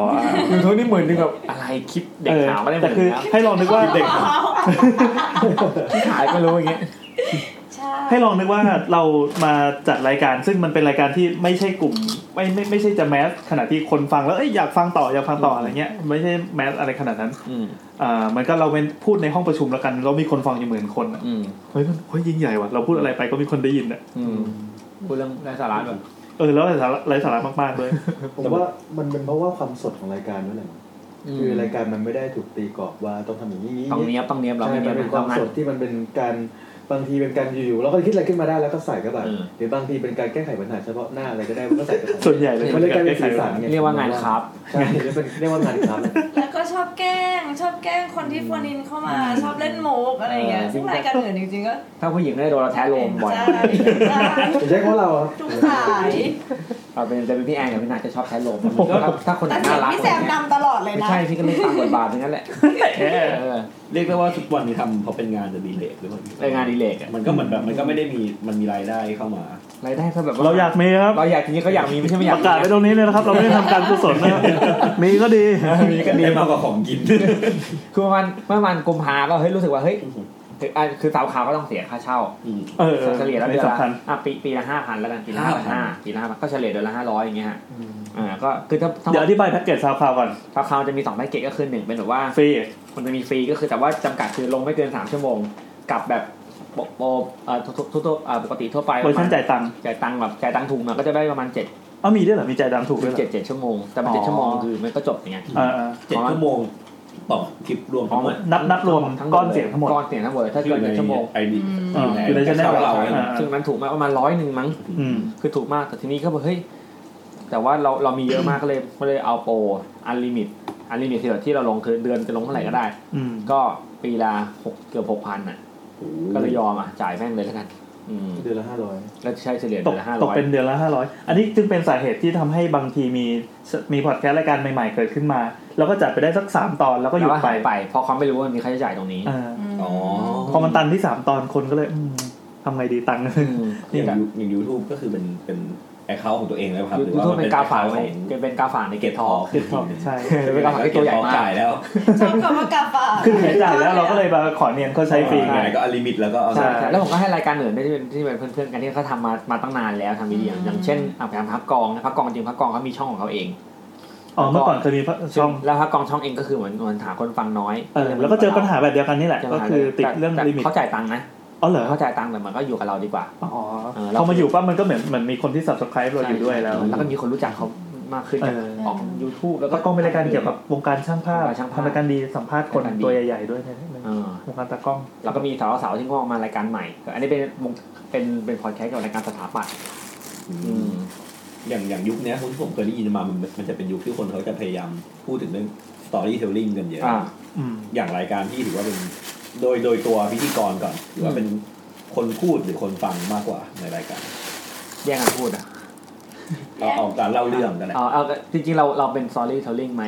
ยูทูบนี่หมื่นหนึงแบบอะไรคลิปเด็กขาวก็ได้ห แต่ มื่น คือ นะ ให้ลองนึกว่าเด็ก ที่ขายก็รู้อย่างเงี้ย ให้ลองนึกว่าเรามาจัดรายการ ซึ่งมันเป็นรายการที่ไม่ใช่กลุ่ม ไม่ไม่ไม่ใช่จะแมสขนาดที่คนฟังแล้วเอ้ยอยากฟังต่ออยากฟังต่ออะไรเงี้ยไม่ใช่แมสอะไรขนาดนั้นอ่ามันก็เราเป็นพูดในห้องประชุมแล้วกันเรามีคนฟังอยู่หมื่นคนอะเฮ้ยมันเฮ้ยยิ่งใหญ่ว่ะเราพูดอะไรไปก็มีคนได้ยินอ่ะ พูดเรื่องไร้สาระแบบ เออแล้วไร้สาระไร้สาระมากๆเลย ผมว่ามันเป็นเพราะว่าความสดของรายการด้วยแหละมั้งคือรายการมันไม่ได้ถูกตีกรอบว่าต้องทำอย่างนี้ ต้องเนี้ยบต้องเนี้ยบเราไม่ ใช่ เนี้ยบ มันเป็นความ เราไม่ สดที่มันเป็นการบางทีเป็นการอยู่ๆเราก็คิดอะไรขึ้นมาได้แล้วก็ใส่ก็แบบหรือบางทีเป็นการแก้ไขปัญหาเฉพาะหน้าอะไรก็ได้มันก็ใส่ก็ไป ส่วนใหญ่เลย มันเลยกลายเป็นสีสันไ เรียกว่างานครับ ใช่เรียกเป็นเรียกว่างานครับ แล้วก็ชอบแกล้ง ชอบแกล้งคนที่โฟนอินเข้ามา ชอบเล่นโมกอะไรอย่างเงี้ย ซึ่งรายการอื่นจริงๆก็ ถ้าผู้หญิงก็ได้โดนเราแท้ลมบ่อย ไม่ใช่ของเรา ทุกสาย เอาเป็นแต่เป็นพี่แอนกับพี่นาจะชอบใช้ลมถ้าถ้าคนไหน แต่น่ายรัเสีงก พี่แซมนำตลอดเลย ไม่ นะ ใช่พี่ก็ไม่ตามบทบาทอย่างนั้นแหละ เรียกได้ว่าทุกวันนี้ทำเพราะเป็นงานอดีเลกหรือเปล่า เป็นงานอดิเรกอะ มันก็เหมือนแบบมันก็ไม่ได้มีมันมีรายได้เข้ามาร ายได้ก็แบบว่ เราอยากมีครับ เราอยากจริงๆก็อยากมีไม่ใช่ไม่อยา ป [LAUGHS] ก ระกาศไว้ตรงนี้เลยนะครับ เราไม่ได้ทำการกุศลนะครับมีก็ดี มีก็ [LAUGHS] ดี ได้มากกว่าของกิน คือประมาณเมื่อวันกุมภาก็เฮ้ยรู้สึกว่าเฮ้ยคืออ่ะคือสาวขาวก็ต้องเสียค่าเช่า เออเออ เฉลี่ยแล้วเดือนละ สำคัญ อ่ะปีปีละห้าพันแล้วกันปีละห้าพันห้า 5,000 ปีละห้าพันก็เฉลี่ยเดือนละห้าร้อยอย่างเงี้ยฮะอ่าก็คือถ้าถ้า เดี๋ยวอธิบายแพ็กเกจซาวคลาวก่อน ซาวคาวจะมีสองแพ็กเกจก็คือหนึ่งเป็นแบบว่า ฟรี มันจะมีฟรีก็คือแต่ว่าจำกัดคือลงไม่เกินสามชั่วโมงกับแบบโปรโปรเอ่อทุกทุกทุกเอ่อปกติทั่วไป เวอร์ชันจ่ายตังค์ จ่ายตังค์แบบจ่ายตังค์ถูกมาก็จะได้ประมาณเจ็ด เอ้ามีด้วยเหรอมีจ่ายตามถูกด้วยเหรอ เจ็ดเจ็ดชั่วโมง แต่มัน อ๋อ เจ็ดชั่วโมงคือมันก็จบอย่างเงี้ย อ่า ๆเจ็ดชั่วโมง ต่อคลิปรวมทั้งหมด นับนับรวมก้อนเสียงทั้งหมด ก้อนเสียงทั้งหมดเลยถ้าเกิน อยู่ในเจ็ดชั่วโมง ID อืมอยู่ใน channel เรา เราอ่า ซึ่งนั้นถูกมากประมาณร้อยหนึ่งมั้ง อืม คือถูกมากแต่ทีนี้ก็บอกเฮ้ย แต่ว่าเราเรามีเยอะมากก็เลยก็เลยเอาโปรอันลิมิตอันลิมิตที่เราลงคือเดือนจะลงเท่าไหร่ก็ได้ อืม ก็ปีละหกเกือบหกพันอ่ะ ก็เลยยอมอ่ะ จ่ายแม่งเลยแล้วกัน อืม เดือนละห้าร้อย แล้วใช้เฉลี่ย ต เดือก นละห้า ต ร้ ก อย เป็นเดือนละห้าร้อยอันนี้จึงเป็นสาเหตุที่ทำให้บางทีมีมีพอดแคสต์รายการใหม่ๆ เกิดขึ้นมา แล้วก็จัดไปได้สักสามตอนแล้วก็หยุด แล้วก็ ไป หายไปเพราะเขาไม่รู้ว่ามีค่าใช้จ่ายตรงนี้ อ่า อ๋อ พอมันตันที่สามตอนคนก็เลยอืมทำไงดีตังค์ อย่างยูอย่างยูทูบก็คือเป็นเป็นไอ แอคเคาท์ของตัวเองแล้วครับ ยูทูบเป็นกาฝากไหม ของ เป็นกาฝากในเกตทอ เกตทอ ใช่ เป็นกาฝากที่ตัวใหญ่มาก จ่ายแล้ว ชอบกับว่ากาฝาก คือไหนจ่ายแล้วเราก็เลยมาขอเนียนเขาใช้ฟรีไง ไหนก็อลิมิตแล้วก็เอา ใช่ จ่าย แล้วผมก็ให้รายการอื่นด้วยที่เป็นที่เป็นเพื่อนๆกันที่เขาทำมามาตั้งนานแล้วทำดีๆอย่างอย่างเช่นอ่ะพยายามพักกองนะพักกองจริงพักกองเขามีช่องของเขาเอง อ๋อเมื่อก่อนเคยมีช่อง แล้วพักกองช่องเองก็คือเหมือนเหมือนหาคนฟังน้อย เออแล้วก็เจอปัญหาแบบเดียวกันนี่แหละ เจ ก็ ปัญหา คือติด แ เรื่อง แ ลิมิต เขาจ่ายตังค์นะ อ๋อเหรอ เขาจ่ายตังค์แต่มันก็อยู่กับเราดีกว่า อ๋อ เออแล้ว เขามาอยู่ปั๊บมันก็เหมือนเหมือนมีคนที่ subscribe เราอยู่ด้วยแล้ว แล้วก็มีคนรู้จักเขามากขึ้นจาก เออ ออกยูทูบแล้ แล้ว ว ก็ ก็กล้องเป็นรายการเกี่ยวกับวงการช่างภาพ วงการช่างภาพ ทำรายการดีสัมภาษณ์คน รายการดี ตัวใหญ่ๆด้วยเนี่ย เออ วงการตากล้อง แล้วก็มีสาวสาวๆที่เขาออกมารายการใหม่ก็อันนี้เป็นวงเป็นเป็นพอดแคสต์เกี่ยวกับรายการสถาปัตย์อืม อย่างอย่างยุคเนี้ยผมผมเคยได้ยินมามันมันจะเป็นยุคที่คนเขาจะพยายามพูดถึงเรื่อง storytelling กันเยอะ อ่า อืม อย่างรายการที่ถือว่าเป็นโดยโดยตัวพิธีกรก่อนถือว่าเป็นคนพูดหรือคนฟังมากกว่าในรายการ แย่งกันพูดอ่ะ เราเอาการเล่าเรื่องกันแหละ เอาเอาจริงๆเราเราเป็น storytelling ไหม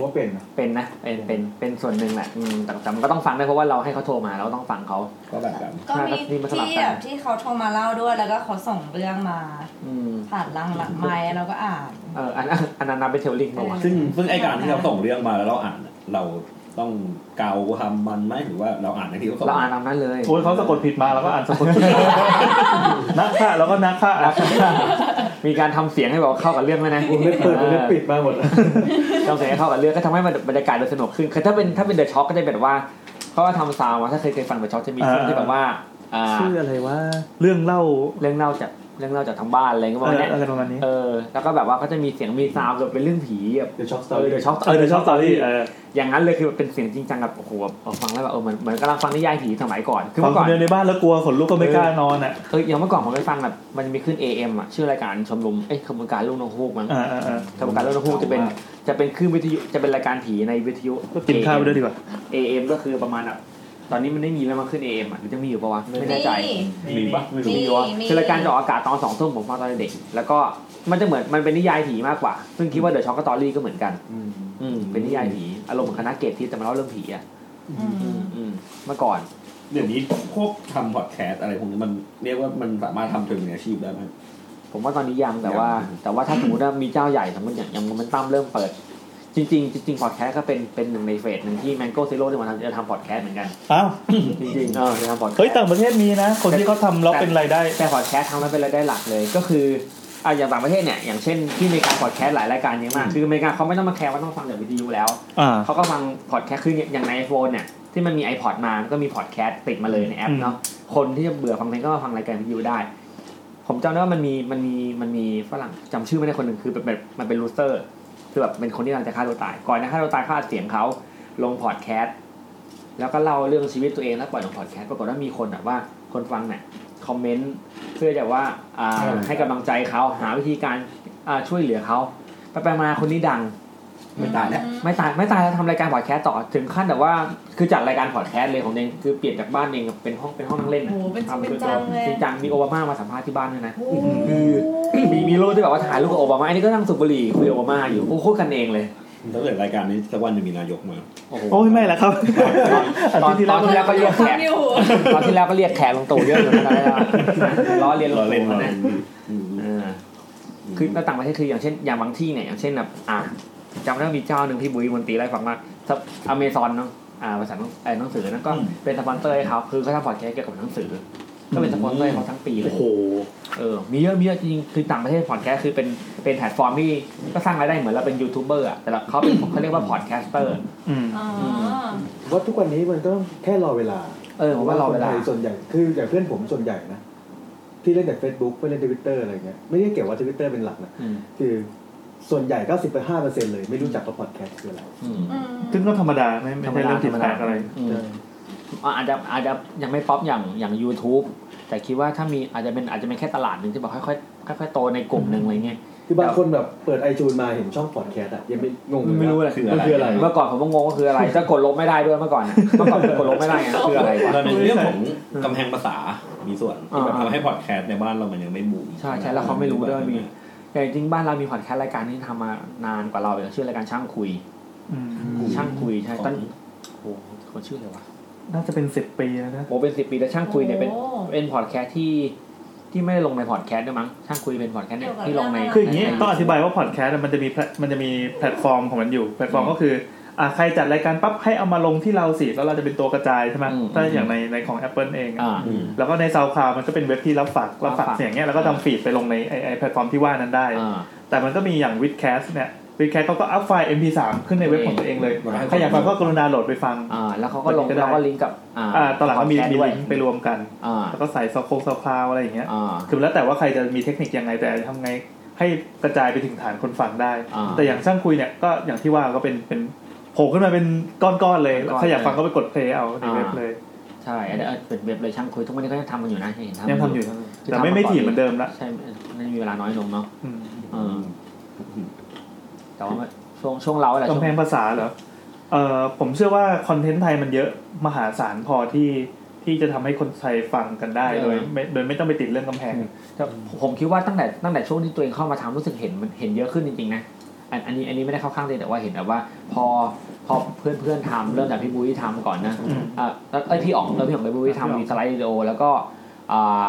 ว่าเป็นนะ เป็นนะเป็นเป็นเป็นส่วนหนึ่งแหละอืมแต่แต่มันก็ต้องฟังด้วยเพราะว่าเราให้เขาโทรมาเราก็ต้องฟังเขา ก็แบบกัน ก็มีที่แบบที่เขาโทรมาเล่าด้วยแล้วก็เขาส่งเรื่องมา อืม ผ่านลังหลังไม้แล้วก็อ่าน เอออันอันอันนั้นนับเป็นเทลลิงป่าวะ ซึ่งซึ่งไอการที่เราส่งเรื่องมาแล้วเราอ่านอะเราต้องเกาคำมันไหมหรือว่าเราอ่านในที่เขาส่ง เราอ่านตามนั้นเลย โอ้ยเขาสะกดผิดมาแล้วก็อ่านสะกด [LAUGHS] ผิดนักฆ่าแล้วก็นักฆ่าอ่ะ มีการทำเสียงให้แบบว่าเข้ากับเรื่องไหมนะ เล็บเปิดเป็นเล็บปิดมาหมดอะ ทำเสียงให้เข้ากับเรื่องก็ทำให้มันบรรยากาศมันสนุกขึ้นคือถ้าเป็นถ้าเป็นเดอะช็อคก็จะแบบว่าเขาว่าทำซาวมาถ้าเคยเคยฟังเดอะช็อคจะมีช่วงที่แบบว่าอ่า ชื่ออะไรว่าเรื่องเล่า เรื่องเล่าจากเรื่องเล่าจากทางบ้านอะไรก็ป เอ ระมาณ อ เนี้ย อะไรประมาณนี้ เออแล้วก็แบบว่าเขาจะมีเสียงมีซาวด์แบบเป็นเรื่องผีแบบ The Shock เออ Story เดอะช็อค เออเดอะช็อคสตอรี่เออ อย่างนั้นเลยคือแบบเป็นเสียงจริงจังแบบโอ้โหแบบเออฟังแล้วแบบเออเหมือนเหมือนกำลังฟังนิยายผีสมัยก่อนคือ ฟั เมื่ ง อ ค ก่อน น เดียวในบ้านแล้วกลัวขนลุกก็ไม่กล้านอนอ่ะ เอออย่างเมื่อก่อนผมไปฟังแบบมันจะมีขึ้น AM อ่ะชื่อรายการชมรมเอ้ยขบวนการลูกนกฮูกมั้ง อ่าอ่าอ่า ขบวนการลูกนกฮูกจะเป็นจะเป็นคลื่นวิทยุจะเป็นรายการผีในวิทยุ ก็กินข้าวไปด้วยดีกว่า AM ก็คือประมาณแบบตอนนี้มันไม่มีแล้วมันขึ้น AM อ่ะมันจะมีอยู่ปะวะไม่แน่ใจ มีปะไม่รู้ มีอยู่วะคือรายการจะออกอากาศตอนสองทุ่มผมฟังตอนเด็กแล้วก็มันจะเหมือนมันเป็นนิยายผีมากกว่า ซึ่งคิดว่าเดอะช็อกกตอรี่ก็เหมือนกัน อืมเป็นนิยายผีอารมณ์เหมือนคณะเกตที่จะมาเล่าเรื่องผีอ่ะอืมอืมเมื่อก่อน เดี๋ยวนี้พวกทำพอดแคสต์อะไรพวกนี้มันเรียกว่ามันสามารถทำจนเป็นอาชีพได้ไหม ผมว่าตอนนี้ยังแต่ ยัง ว่า แต่ว่าถ้าสมมติว่ามีเจ้าใหญ่สมมติอย่างอย่างมันตั้มเริ่มเปิด จริง ๆ จริงๆพอดแคสต์ก็เป็นเป็นหนึ่งในเฟสหนึ่งที่ Mango Zero เนี่ยมันทำจะทำพอดแคสต์เหมือนกัน อ้าว จริงๆเออจะทำพอดแค เฮ้ย ส ต่า ต์ งประเทศมีนะ คนที่เขาทำแล้วเป็นรายได้ แต่พอดแคสต์ทำแล้วเป็นรายได้หลักเลยก็คืออ่ะอย่างต่างประเทศเนี่ยอย่างเช่นที่อเมริกาพอดแคสต์หลายรายการเยอะมากคืออเมริกาเขาไม่ต้องมาแคร์ว่าต้องฟังจากวิทยุแล้ว อ่า เขาก็ฟังพอดแคสต์คืออย่างใน iPhone เนี่ยที่มันมี iPod มาก็มีพอดแคสต์ติดมาเลยในแอป อืม เนาะคนที่จะเบื่อฟังเพลงก็มาฟังรายการวิทยุได้ ผมจำได้ว่ามันมีมันมีมันมีฝรั่งจำชื่อไม่ได้คนหนึ่งคือเป็นแบบมันเป็นลูเซอร์คือแบบเป็นคนที่กำลังจะฆ่าตัวตาย ก่อนจะฆ่าตัวตายเขาอัดเสียงเขาลงพอดแคสต์แล้วก็เล่าเรื่องชีวิตตัวเองแล้วปล่อยลงพอดแคสต์ปรากฏว่ามีคนแบบว่าคนฟังเนี่ยคอมเมนต์เพื่อจะว่าอ่าให้กำลังใจเขาหาวิธีการอ่าช่วยเหลือเขาไปไปมาคนนี้ดัง ไม่ตายแล้ว ไม่ตายไม่ตายแล้วทำรายการพอดแคสต์ต่อถึงขั้นแบบว่าคือจัดรายการพอดแคสต์เลยของเองคือเปลี่ยนจากบ้านเองเป็นห้องเป็นห้องนั่งเล่นอะ โอ้โหเป็นจริง ทำ เป็นจังเลย จริงจังมีโอบามามาสัมภาษณ์ที่บ้านด้วยนะคือมีมีรูปที่แบบว่าถ่ายรูปกับโอบามาอันนี้ก็นั่งสูบบุหรี่คุยกับโอบามาอยู่โอ้โหโคตรกันเองเลย ถ้าเกิดรายการนี้สักวันจะมีนายกมา โอ้โห โอ้ยไม่ละครับ ตอนตอนที่แล้วก็เรียกแขก อยู่ ตอนที่แล้วก็เรียกแขกลงตู่เยอะเหมือนกันนะ [LAUGHS] ล้อเลียนล เรา ง เล่น ตู่ เรา นะ เล่น เออคือแล้วต่างประเทศคืออย่างเช่นอย่างบางที่เนี่ยอย่างเช่นแบบอ่ะจำได้ว่ามีเจ้าหนึ่งพี่บุ้ยมนตรีไล่าให้ฟังว่าอเมซอนเนาะอ่าภาษาหนังเอ่อหนังสือนั่นก็เป็นสปอนเซอร์ให้เขาคือเขาทำพอดแคสต์เกี่ยวกับหนังสือ ก็เป็นสปอนเซอร์ให้เขาทั้งปีเลยเออมีเยอะมีเยอะจริงๆคือต่างประเทศพอดแคสต์คือเป็นเป็นแพลตฟอร์มที่ก็สร้างรายได้เหมือนเราเป็นยูทูบเบอร์อะแต่ละเขาเป็น เขาเรียกว่าพอดแคสเตอร์ อืม อ๋อ ว่าทุกวันนี้มันก็แค่รอเวลา เออผมว่ารอเวลา คนไทยส่วนใหญ่คืออย่างเพื่อนผมส่วนใหญ่นะที่เล่นแต่ Facebook ไม่เล่นทวิตเตอร์อะไรเงี้ยไม่ได้เกี่ยวว่าทวิตเตอร์เป็นหลักนะ อืม คือส่วนใหญ่95%เลย ไม่รู้จักกับพอดแคสต์คืออะไร อืม ซึ่งก็ธรรมดาไม่ไม่ใช่เรื่องผิดแปลกอะไร อืม อ่ะอาจจะอาจจะยังไม่ป๊อปอย่างอย่าง YouTube แต่คิดว่าถ้ามีอาจจะเป็นอาจจะเป็นแค่ตลาดหนึ่งที่แบบค่อยๆค่อยๆโตในกลุ่มหนึ่งอะไรเงี้ย คือบางคนแบบเปิดไอจูนมาเห็นช่องพอดแคสต์อะยังไม่งงเลย ไม่รู้ ว่า อะไร คืออะไรคืออะไร เมื่อก่อนผมก็งงว่าคืออะไรจะกดลบไม่ได้ด้วยเมื่อก่อน เมื่อก่อนผมกดลบไม่ได้ไงคืออะไรวะ เราในเรื่องของกำแพงภาษา มีส่วนที่แบบ อ่า ทำให้พอดแคสต์ในบ้านเรามันยังไม่บูม ใช่ใช่แล้วเขาไม่รู้ด้วยมีแต่จริงๆบ้านเรามีพอดแคสต์รายการที่ทำมานานกว่าเราเลยชื่อรายการช่างคุย อืม ช่างคุยใช่ ของ ตั้งโอ้โหคนชื่ออะไรวะ น่าจะเป็นสิบปีแล้วนะ โมเป็นสิบปีแล้วช่างคุยเนี่ยเป็น โอ้ เป็นพอดแคสต์ที่ ที่ไม่ได้ลงในพอดแคสต์ด้วยมั้งช่างคุยเป็นพอดแคสต์เนี่ยที่ลงใน คืออย่างนี้ต้องอธิบายว่าพอดแคสต์มันจะมีแพลตมันจะมีแพลตฟอร์มของมันอยู่ แพลตฟอร์มก็คืออ่ะใครจัดรายการปั๊บให้เอามาลงที่เราสิแล้วเราจะเป็นตัวกระจายใช่ไหมถ้าอย่างในในของ Apple เองอะแล้วก็ในซาวคลาวมันก็เป็นเว็บที่รับฝากรับฝากเสียงเนี้ยแล้วก็ทำฟีดไปลงในไอไอแพลตฟอร์มที่ว่านั้นได้ แต่มันก็มีอย่างวิดแคสเนี่ยวิดแคสเขาก็อัพไฟล์ MP3 ขึ้นในเว็บของตัวเองเลยใครอยากฟังก็กรุณาโหลดไปฟัง แล้วเขาก็ลงแล้วก็ลิงก์กับอ่า อ่าตอนหลังก็มี podcast มี ด้วย ลิงก์ไปรวมกัน แล้วก็ใส่ซาวคงซาวคลาวอะไรอย่างเงี้ย อ่า คือแล้วแต่ว่าใครจะมีเทคนิคยังไงแต่ทำไงให้กระจายไปถึงฐานคนฟังได้ อ่า แต่อย่างช่างคุยเนี่ยก็อย่างที่ว่าก็เป็นเป็นโผล่ขึ้นมาเป็นก้อนๆเลย ก้อนๆ ใครอยากฟัง เลย ก็ไปกดเพลย์เอาในเว็บเลย ใช่อันนี้เออเป็นเว็บเลยช่างคุยทุกวันนี้ก็ยังทำมันอยู่นะเห็น ยังทำอยู่แต่ไม่ไม่ถี่เหมือนเดิมละ ใช่ไม่มีเวลาน้อยลงเนาะเออแต่ว่าช่วงช่วงเราอะไร กำแพงภาษาเหรอเออผมเชื่อว่าคอนเทนต์ไทยมันเยอะมหาศาลพอที่ที่จะทำให้คนไทยฟังกันได้โดยไม่โดยไม่ต้องไปติดเรื่องกำแพง แต่ผมคิดว่าตั้งแต่ตั้งแต่ช่วงที่ตัวเองเข้ามาทำรู้สึกเห็นมันเห็นเยอะขึ้นจริงๆนะอันอันนี้อันนี้ไม่ได้เข้าข้างเลยแต่ว่าเห็นแบบว่า พอพอเพื่อนเพื่อนๆทำเริ่มจากพี่บุ้ยทำก่อนนะ อืม อ่ะแล้วเอ้ยพี่อ๋องเริ่มพี่อ๋องไปบุ้ยทำมีสไลด์วิดีโอ แล้วก็อ่า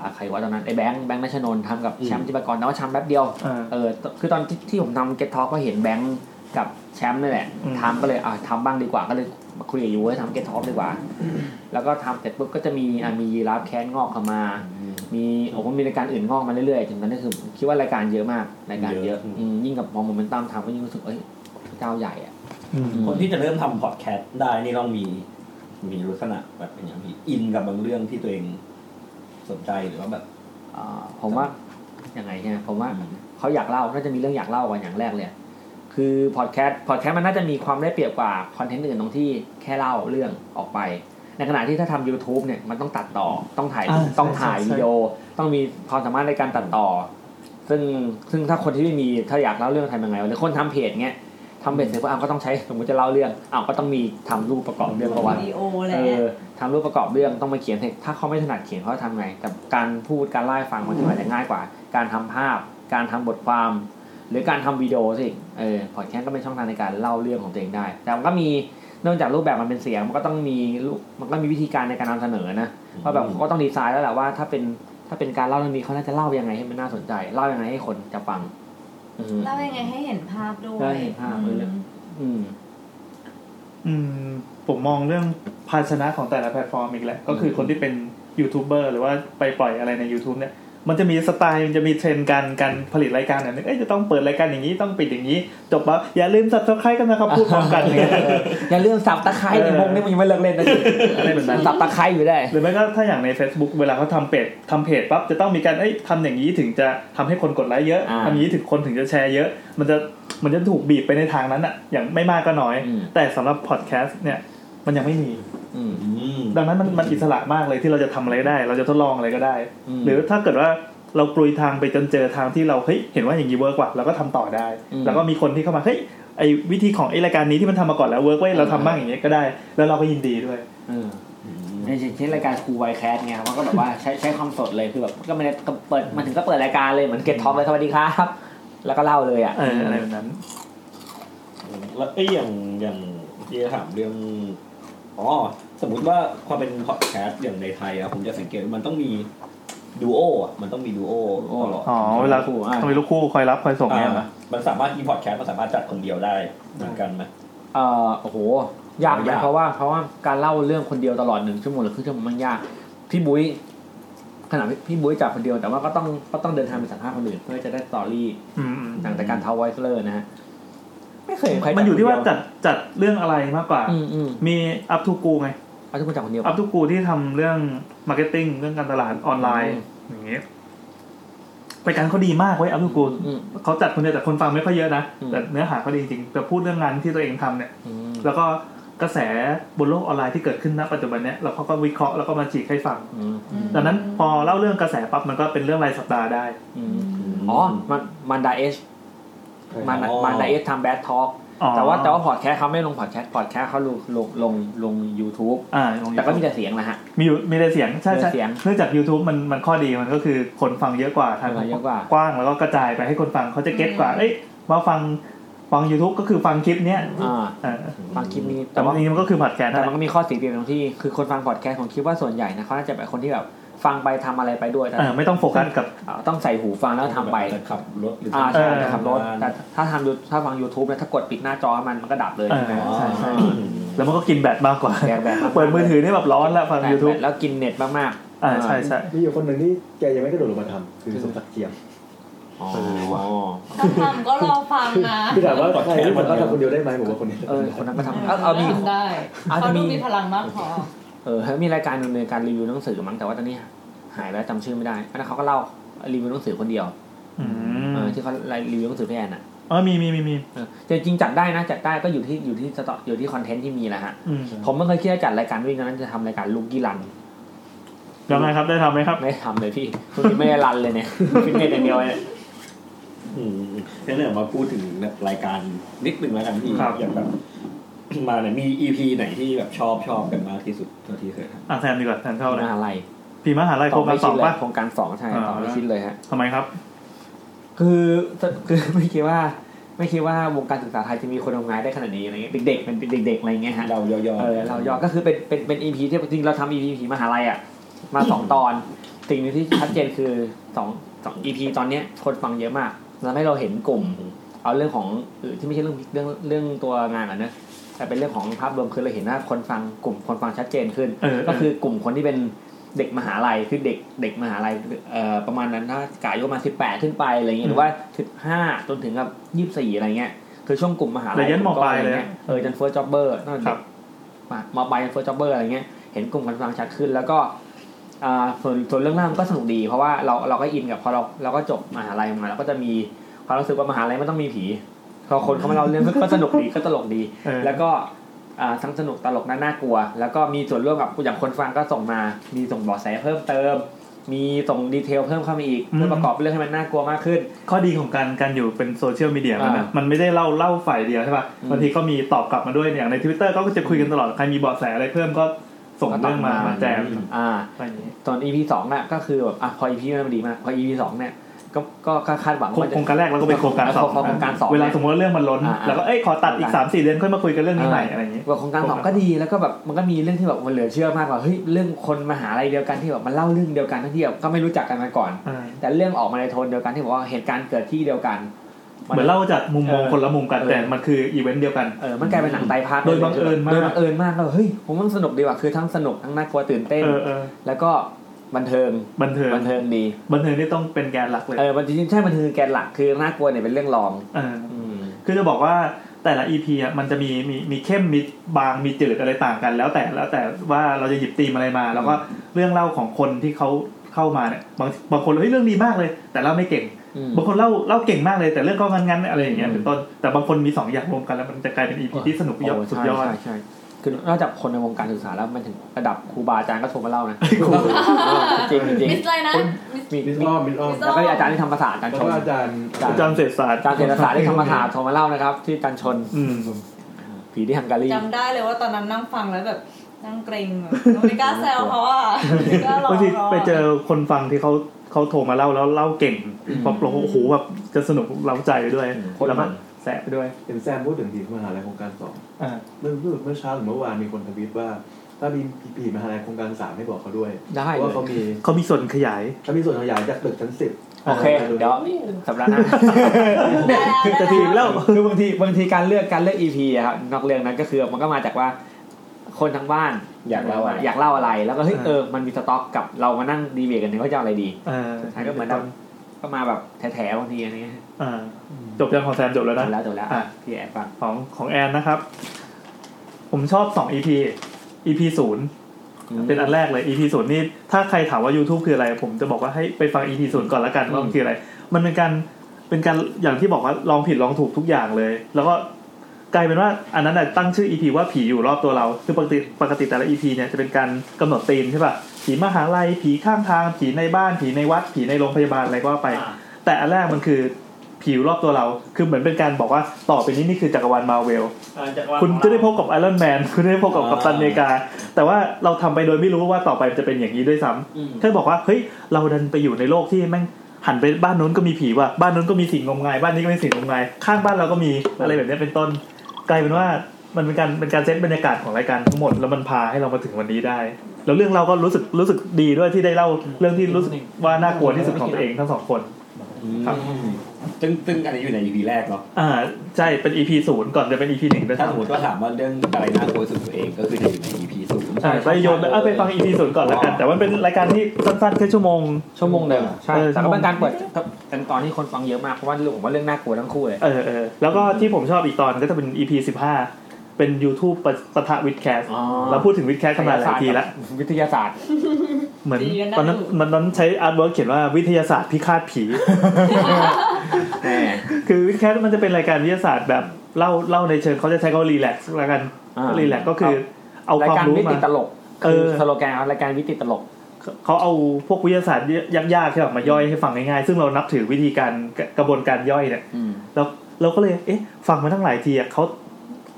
อ่าใครวะตอนนั้นไอ้แบงค์แบงค์นัชนนท์ทำกับแชมป์จิปากรแต่ว่าแชมป์แป๊บเดียวเออคือตอนที่ที่ผมทำเก็ตท็อกก็เห็นแบงค์กับแชมป์นี่แหละทำก็เลยอ่ะทำบ้างดีกว่าก็เลยมาคุยกับยูให้ทำเก็ตท็อกดีกว่า แล้วก็ทำเสร็จปุ๊บก็จะมีอ่ะมียีราฟแคนงอกเข้ามา มีโอ้โหมีรายการอื่นงอกมาเรื่อยๆถึงตอนนี้คือผมคิดว่ารายการเยอะมากรายการเยอะอืมยิ่งกับมองโมเมนตัมทำก็ยิ่งรู้สึกเอ้ยเจ้าใหญ่อ่ะ คนที่จะเริ่มทำพอดแคสต์ได้นี่ต้องมีมีลักษณะแบบเป็นอย่างที่อินกับบางเรื่องที่ตัวเองสนใจหรือว่าแบบ ผมว่ายังไงเนี่ยผมว่าเขาอยากเล่าน่าจะมีเรื่องอยากเล่าก่อนอย่างแรกเลยอะคือพอดแคสต์พอดแคสต์มันน่าจะมีความได้เปรียบกว่าคอนเทนต์อื่นตรงที่แค่เล่าเรื่องออกไป ในขณะที่ถ้าทำ YouTube เนี่ยมันต้องตัดต่อต้องถ่าย อ่า ต้องถ่าย ใช่ใช่ วิดีโอ ต้องมีความสามารถในการตัดต่อ ซึ่งซึ่งถ้าคนที่ไม่มีถ้าอยากเล่าเรื่องทำยังไงวะหรือคนทำเพจเงี้ยทำเพจเสร็จก็อ้าวก็ต้องใช้สมมติจะเล่าเรื่องอ้าวก็ต้องมีทำรูปประกอบเรื่องประวัติ วิดีโอแห เอ ละ อทำรูปประกอบเรื่องต้องมาเขียนให้ถ้าเขาไม่ถนัดเขียนเขาจะทำไง แต่การพูดการไล่าให้ฟังมันก็อาจจะง่ายกว่า การทำภาพ การทำบทความ หรือการทำวิดีโอสิเออพอดแคสต์ก็เป็นช่องทางในการเล่าเรื่องของตัวเองได้ แต่มันก็มีเนื่องจากรูปแบบมันเป็นเสียง มันก็ต้องมีรูปมันก็มีวิธีการในการนำเสนอนะว่าแบบเขาก็ต้องดีไซน์แล้วแหละว่าถ้าเป็นถ้าเป็นการเล่าเรื่องนี้เขาน่าจะเล่ายังไงให้มันน่าสนใจ เล่ายังไงให้คนจะฟังอืม เล่ายังไงให้เห็นภาพด้วย เล่าให้เห็นภาพเออ ม อืม อืมผมมองเรื่องภาชนะของแต่ละแพลตฟอร์มอีกแหละ ก็คือคนที่เป็นยูทูบเบอร์หรือว่าไปปล่อยอะไรใน YouTube เนี่ย มันจะมีสไตล์มันจะมีเทรนด์การการผลิตรายการเนี่ยเอ้ยจะต้องเปิดรายการอย่างนี้ต้องปิดอย่างนี้ จบแล้วอย่าลืมสับสไครต์กันนะครับพูดพร้อมกันอย่างเงี้ย [LAUGHS] อย่าลืมสับตะไคร้ในวงนี้มันยังไม่เลิกเล่นนะสิ อะไรแบบนั้น สับตะไคร้อยู่ได้ หรือไม่ก็ถ้าอย่างใน Facebook เวลาเขาทำเพจทำเพจปั๊บจะต้องมีการเอ้ยทำอย่างนี้ถึงจะทำให้คนกดไลค์เยอะ อ่า ทำอย่างนี้ถึงคนถึงจะแชร์เยอะ มันจะมันจะถูกบีบไปในทางนั้นอะอย่างไม่มากก็น้อย แต่สำหรับพอดแคสต์เนี่ยมันยังไม่มี ดังนั้นมันมันอิสระมากเลยที่เราจะทำอะไรได้ เราจะทดลองอะไรก็ได้ อืม หรือถ้าเกิดว่าเรากลุยทางไปจนเจอทางที่เราเฮ้ยเห็นว่าอย่างนี้เวิร์กว่ะเราก็ทำต่อได้ อืม แล้วก็มีคนที่เข้ามาเฮ้ยไอวิธีของไอรายการนี้ที่มันทำมาก่อนแล้วเวิร์กเว้ยเราทำบ้างอย่างเงี้ยก็ได้ แล้วเราก็ยินดีด้วย เออในเช่นรายการครูไวแคสไงครับมันก็แบบว่าใช้ใช้ความสดเลยคือแบบก็ไม่ได้ก็เปิดมันถึงก็เปิดรายการเลยเหมือนเก็ตท็อปเลยสวัสดีครับ แล้วก็เล่าเลยอ่ะ เอออะไรแบบนั้น แล้วไอ้ยอย่างอย่างที่จะถามเรื่องอ๋อสมมุติว่าความเป็นพอดแคสต์อย่างในไทยอะผมจะสังเกตว่ามันต้องมีดูโออะมันต้องมีดูโอตลอด อ๋อเวลาทำไมลูกคู่คอยรับคอยส่งเนี่ยเหรอ อ่ามันสามารถมีพอดแคสต์มันสามารถจัดคนเดียวได้เหมือนกันไหม เออโอ้โห ยาก ยา นะ ก เพราะว่าเพราะว่าการเล่าเรื่องคนเดียวตลอดหนึ่งชั่วโมงหรือครึ่งชั่วโมงมันยาก พี่บุ้ยขนาดพี่บุ้ยจับคนเดียวแต่ว่าก็ต้องก็ต้องเดินทางไปสัมภาษณ์คนอื่นเพื่อจะได้สตอรี่ อืม หลังจากการเท้าไวเซอร์นะฮะไม่เคยเห็ใคร มันอยู่ที่ว่า จั จั ด ดจัดเรื่องอะไรมากกว่า อืมอืม มีอัพทูกูไง อัพทูกูจับคนเดียว อัพทูกูที่ทำเรื่องมาร์เก็ตติ้งเรื่องการตลาดออนไลน์ อย่างเงี้ยรายการเขาดีมากเว้ยอัพทูกูเขาจัดคนเดียวแต่คนฟังไม่ค่อยเยอะนะ อืม แต่เนื้อหาเขาดีจริงแต่พูดเรื่องงานที่ตัวเองทำเนี่ย อืม แล้วก็กระแสบนโลกออนไลน์ที่เกิดขึ้นณปัจจุบันเนี้ยแล้วเขาก็วิเคราะห์แล้วก็มาจีกให้ฟัง ดังนั้นพอเล่าเรื่องกระแสปั๊บมันก็เป็นเรื่องรายสัปดาห์ได้ อ๋อ มันมันดาเอชมัน อ๋อ มันดาเอชทำแบทท็อก อ๋อ แต่ว่าแต่ว่าพอดแคสต์เขาไม่ลงพอดแคสต์พอดแคสต์เขาลงลงลงลงยูทูบ อ่าลง แต่ก็มีแต่เสียงนะฮะ มีอยู่มีแต่เสียงใช่ มีแต่ ใช่ เสียง เนื่องจาก YouTube มันมันข้อดีมันก็คือคนฟังเยอะกว่าทาง คนฟังเยอะกว่า กว้างแล้วก็กระจายไปให้คนฟังเขาจะเก็ตกว่า เอ้ยมาฟังฟัง YouTube ก็คือฟังคลิปเนี้ย อ่า เออ ฟังคลิปนี้ แต่ว่าจริงๆมันก็คือพอดแคสต์นั่นแห แต่มัละนก็มีข้อเสียเปรียบตรงที่ คือคนฟังพอดแคสต์ผมคิดว่าส่วนใหญ่นะเขาน่าจะเป็นคนที่แบบ ฟังไปทำอะไรไปด้วย อ่าไม่ต้องโฟกัสกับ อ่าต้องใส่หูฟังแล้วทำไป ขับรถหรือ อ่าใช่ ทำงาน ขับรถแต่ถ้าทำยูถ้าฟัง YouTube เนี่ยถ้ากดปิดหน้าจอมันมันก็ดับเลย เออ ใช่ไหม ใช่ใช่ อ๋อ แล้วมันก็กินแบตมากก [LAUGHS] ว่า แบตแบตมาก เปิดมือถือนี่แบบร้อนแล้วฟัง แปะ YouTube แปะแล้วกินเน็ตมากๆ อ่าใช่ใช่ มีอยู่คนหนึ่งที่แกยังไม่กระโดดลงมาทำคือสมศักดิ์เจี [LAUGHS] ยม อ๋อ ต้องทำก็รอฟังนะ คือถามว่าใครที่ผมก็ทำคนเดียวได้ไหมผมว่าคนเดียว เออคนนั้นก็ทำเอาเอามี ทำได้ อาจ เขา จะมี ดูมีพลังมากพอ เออมีรายการหนึ่งในการรีวิวหนังสือมั้งแต่ว่าตอนนี้หายไปแล้วจำชื่อไม่ได้อันนั้นเขาก็เล่ารีวิวหนังสือคนเดียว อืม เออที่เขารีวิวหนังสือพี่แอนอ่ะ อ๋อมีมีมีมี เออแต่จริงๆจัดได้นะจัดได้ก็อยู่ที่อยู่ที่สต็อกอยู่ที่คอนเทนต์ที่มีแหละฮะ อืม ผมไม่เคยคิดจะจัดรายการวิ่งตอนนั้นจะทำรายการลูกกี้รัน ยังไงครับได้ทำไหมครับ ไม่ทำเลยพี่ทุกทีไม่ได้รันเลยเนี่ยฟิตเนสอย่างเดียวเลย อืมงั้นเดี๋ยวมาพูดถึงรายการนิดหนึ่งแล้วกันพี่ ครับ อย่างแบบ มาเนี่ยมี EP ไหนที่แบบชอบชอบกันมากที่สุดเท่าที่เคยท อ่ะแซมดีกว่าแซมชอบอะไร มหาลัย ปีมหาลัยโครงการสองป่ะ โครงการสองใช่ อ่า ต่อไม่ชิดเลยฮะ ทำไมครับ คือคือไม่คิดว่า ไม่คิดว่าวงการศึกษาไทยจะมีคนทำงานได้ขนาดนี้อะไรเงี้ยเด็กๆมันเป็นเด็กๆอะไรเงี้ยฮะ ำเราย่อๆ เออเรายอดก็คือเป็นเป็นเป็นอีพีที่จริงเราทำอีพีมหาลัยอ่ะมาสองตอนสิ่งหนึงที่ชัดเจนคือสองสองอีพีตอนเนี้ยคนฟังเยอะมากทำให้เราเห็นกลุ่ม เอาเรื่องของเออที่ไม่ใช่เรื่องเรื่องเรื่องตัวงานอ่ะนะแต่เป็นเรื่องของภาพรวมคือเราเห็นว่าคนฟังกลุ่มคนฟังชัดเจนขึ้น เออเออ ก็คือกลุ่มคนที่เป็นเด็กมหาลัยคือเด็กเด็กมหาลัยเอ่อประมาณนั้นถ้ากะอายุประมาณสิบแปดขึ้นไปอะไรเงี้ยหรือว่าสิบห้าจนถึงกับยี่สิบสี่อะไรเงี้ยคือช่วงกลุ่มมหาลั ระ ย ยะมปลาย ะ เลย ไรงี้เออจนเฟิร์สจ็อบเบอร์นั่น ครับ มอปลายจนเฟิร์สจ็อบเบอร์อะไรเงี้ยเห็นกลุ่มคนฟังชัดขึ้นแล้วก็อ่าส่วนส่วนเรื่องเล่ามันก็สนุกดีเพราะว่าเราเราก็อินกับพอเราเราก็จบมหาลัยมาเราก็จะมี ความรู้สึกว่ามหาลัยไม่ต้องมีผีพอคนเขามาเล่าเรื่อง [LAUGHS] ก็สนุกดีก็ตลกดี เออ แล้วก็อ่าทั้งสนุกตลกน่าน่ากลัว แล้วก็มีส่วนร่วมกับอย่างคนฟังก็ส่งมา มีส่งเบาะแสเพิ่มเติม มีส่งดีเทลเพิ่มเข้ามาอีกเพื่อประกอบเรื่องให้มันน่ากลัวมากขึ้น ข้อดีของการการอยู่เป็นโซเชียลมีเดียมันนะ อ่ามั มันไม่ได้เล่าเล่าฝ่ายเดียวใช่ป่ะ อืม บางทีก็มีตอบกลับมาด้วยเนี่ยอย่างในทวิตเตอร์ก็จะคุยกันตลอดใครมีเบาะแสอะไรเพิ่มก็ส่งเรื่องมามาแจม อ่า อะไรอย่างนี้ ตอน EP สองน่ะก็คือแบบอ่ะพอ EP นั้นมันดีมาก พอ EP สองเนี่ยก็ก็ก็คาดหวัง โครง ว่าจะ โครงการแรกแล้วก็เป็นโครงการสอง โครงการสอง เวลาสมมติว่าเรื่องมันล้น อ่าอ่า แล้วก็เอ้ยขอตัดอีกสามสี่เดือนค่อยมาคุยกันเรื่องนี้ใหม่อะไรอย่างนี้ ว่าโครงการสองก็ดีแล้วก็แบบมันก็มีเรื่องที่แบบมันเหลือเชื่อมากกว่าเฮ้ยเรื่องคนมหาลัยเดียวกันที่แบบมันเล่าเรื่องเดียวกันทั้งที่แบบก็ไม่รู้จักกันมาก่อน อ่า แต่เรื่องออกมาในโทนเดียวกันที่บอกว่าเหตุการณ์เกิดที่เดียวกัน เหมือนเล่าจากมุมมอง เออ คนละมุมกัน เออ แต่มันคืออีเวนต์เดียวกัน เออมันกลายเป็นหนังไตรภาค โดยบังเอิญมาก โดยบังเอิญมากแล้วเฮ้ยผมว่ามันสนุกดีว่ะคือทั้งสนุกทั้งน่ากลัวตื่นเต้น เออเออ แล้วก็บันเทิง บันเทิง บันเทิงดี บันเทิงนี่ต้องเป็นแกนหลักเลย เออมันจริงๆใช่มันคือแกนหลักคือน่ากลัวเนี่ยเป็นเรื่องรอง เออ อืม คือจะบอกว่าแต่ละ EP อ่ะมันจะมีมีมีเข้มมีบางมีจืดอะไรต่างกัน แล้วแต่แล้วแต่ว่าเราจะหยิบธีมอะไรมา แล้วก็เรื่องเล่าของคนที่เขาเข้ามาเนี่ยบางบางคนเฮ้ยเรื่องดีมากเลย แต่เล่าไม่เก่ง อืม บางคนเล่าเล่าเก่งมากเลย แต่เรื่องก็งันๆอะไรอย่างเงี้ย อืม เป็นต้นแต่บางคนมีสองอย่างรวมกันแล้วมันจะกลายเป็น EP ที่สนุกยอด โ สุดยอด ใช่ใช่ใช่คือนอกจากคนในวงการศึกษาแล้วมันถึงระดับครูบาอาจารย์ก็โทรมาเล่า [LAUGHS] นะ [LAUGHS] จริงจริง มิสอะไรนะ มี มิสอ้อมมิสอ้อม แล้วก็มีอาจารย์ที่ทำภาษาอาจารย์ แล้ ช วก็ น อาจารย์ อาจารย์เศรษฐศาสตร์ อาจารย์เศรษฐศาสตร์ที่ทำภาษาโทรมาเล่านะครับ ที่อาจารย์ชน อืม ผีที่ฮังการี จำได้เลยว่าตอนนั้นนั่งฟังแล้วแบบนั่งเกรงแบบไม่กล้าแซวเขาอ่ะไม่กล้าร้อง บางทีไปเจอคนฟังที่เขาเขาโทรมาเล่าแล้วเล่าเก่งพอโปรโอ้โหแบบจะสนุกเร้าใจไปด้วย อืมโคตร แล้วก็ มัน แสะไปด้วย เห็นแซมพูดถึงผีมหาลัยโครงการสอง อ่า เมื่อเมื่อเมื่อเช้าหรือเมื่อวานมีคนทวีตว่า ถ้ามีผีมหาลัยโครงการสามให้บอกเขาด้วย ได้เลย ว่าเขามี เขามีส่วนขยาย เขามีส่วนขยายจากตึกชั้นสิบ โอเค เดี๋ยวสัปดาห์หน้า จะทีมแล้ว คือบางทีบางทีการเลือกการเลือก EP อะครับนอกเรื่องนั้นก็คือมันก็มาจากว่า คนทั้งบ้าน อยากเล่าอะไร อยากเล่าอะไรแล้วก็เฮ้ย อ่า เออมันมีสต็อกกับเรามานั่งดีเบตกันเนี่ยว่าจะเอาอะไรดี เออ สุดท้ายก็เหมือนแบบก็มาแบบแถวๆบางทีอันนี้ อ่าจบยังของแซมจบแล้ว จ นะ บแล้วจบแล้ว อ่ะ พี่แอบฟัง ของของแอนนะครับ ผมชอบสอง EP EP ศูนย์เป็นอันแรกเลย EP ศูนย์นี่ถ้าใครถามว่า YouTube คืออะไร ผมจะบอกว่าให้ไปฟัง EP ศูนย์ก่อนละกันว่ามันคืออะไร มันเป็นการเป็นการอย่างที่บอกว่าลองผิดลองถูกทุกอย่างเลย แล้วก็กลายเป็นว่าอันนั้นน่ะตั้งชื่อ EP ว่าผีอยู่รอบตัวเรา คือปกติปกติแต่ละ EP เนี่ยจะเป็นการกำหนดธีมใช่ป่ะผีมหาลัยผีข้างทางผีในบ้านผีในวัด ผีในโรงพยาบาลอะไรก็ว่าไป แต่อันแรกมันคือผิวรอบตัวเรา คือเหมือนเป็นการบอกว่าต่อไปนี้นี่คือจักรวาลมาเวล คุณจะได้พบกับไอรอนแมน คุณจะได้พบกับกัปตันอเมริกา แต่ว่าเราทำไปโดยไม่รู้ว่าต่อไปมันจะเป็นอย่างนี้ด้วยซ้ำแค่บอกว่า เฮ้ย เราดันไปอยู่ในโลกที่แม่งหันไปบ้านนู้นก็มีผีว่ะ บ้านนู้นก็มีสิ่งงมงาย บ้านนี้ก็มีสิ่งงมงาย ข้างบ้านเราก็มีอะไรแบบนี้เป็นต้น กลายเป็นว่ามันเป็นการเป็นการเซตบรรยากาศของรายการทั้งหมด แล้วมันพาให้เรามาถึงวันนี้ได้ แล้วเรื่องเราก็รู้สึกรู้สึกดีด้วยที่ได้เล่าเรื่องที่รู้สึกว่าน่ากลัวที่สุดของตัวเองทั้งสองคนครับ ซึ่งซึ่งอันนี้อยู่ใน EP แรกเนาะ อ่าใช่เป็น EP ศูนย์ก่อนจะเป็น EP หนึ่งด้วย ถ้า ซ้ำ สมมติว่าถามว่าเรื่องอะไรน่ากลัวที่สุดตัวเองก็คือจะอยู่ใน EP ศูนย์ ใช่ไปโยนไปเอาไปฟัง EP ศูนย์ก่อนแล้วกัน แต่ว่าเป็นรายการที่สั้นๆแค่ชั่วโมง ชั่วโมงเดิมใช่ เออ แต่ก็เป็นการเปิดเป็นตอนที่คนฟังเยอะมากเพราะว่าเรื่องผมว่าเรื่องน่ากลัวทั้งคู่เลย เออเออแล้วก็ที่ผมชอบอีกตอนก็จะเป็น EP สิบห้าเป็น YouTube ปะปะทะวิดแคส อ๋อ เราพูดถึงวิดแคสกันมาหลายทีแล้ว วิทยาศาสตร์ เหมือน ดีกันนะ ตอนนั้นมันตอนนั้นใช้อาร์ตเวิร์กเขียนว่าวิทยาศาสตร์พิฆาต [LAUGHS] ผี คือวิดแคสมันจะเป็นรายการวิทยาศาสตร์แบบเล่าเล่าในเชิงเขาจะใช้เขารีแลกซ์ละกัน อ่า รีแลกซ์ก็คือเอารายวคาม การ รู้ วิ มา ติตลก เอ คือ อ สโลแกนรายการวิติตลก เขาเอาพวกวิทยาศาสตร์ยากๆที่แบบมาย่อยให้ฟังง่ายๆ ซึ่งเรานับถือวิธีการกระกระบวนการย่อยเนี่ย แล้วเราก็เลยเอ๊ะฟังมาทั้งหลายทีอะเขา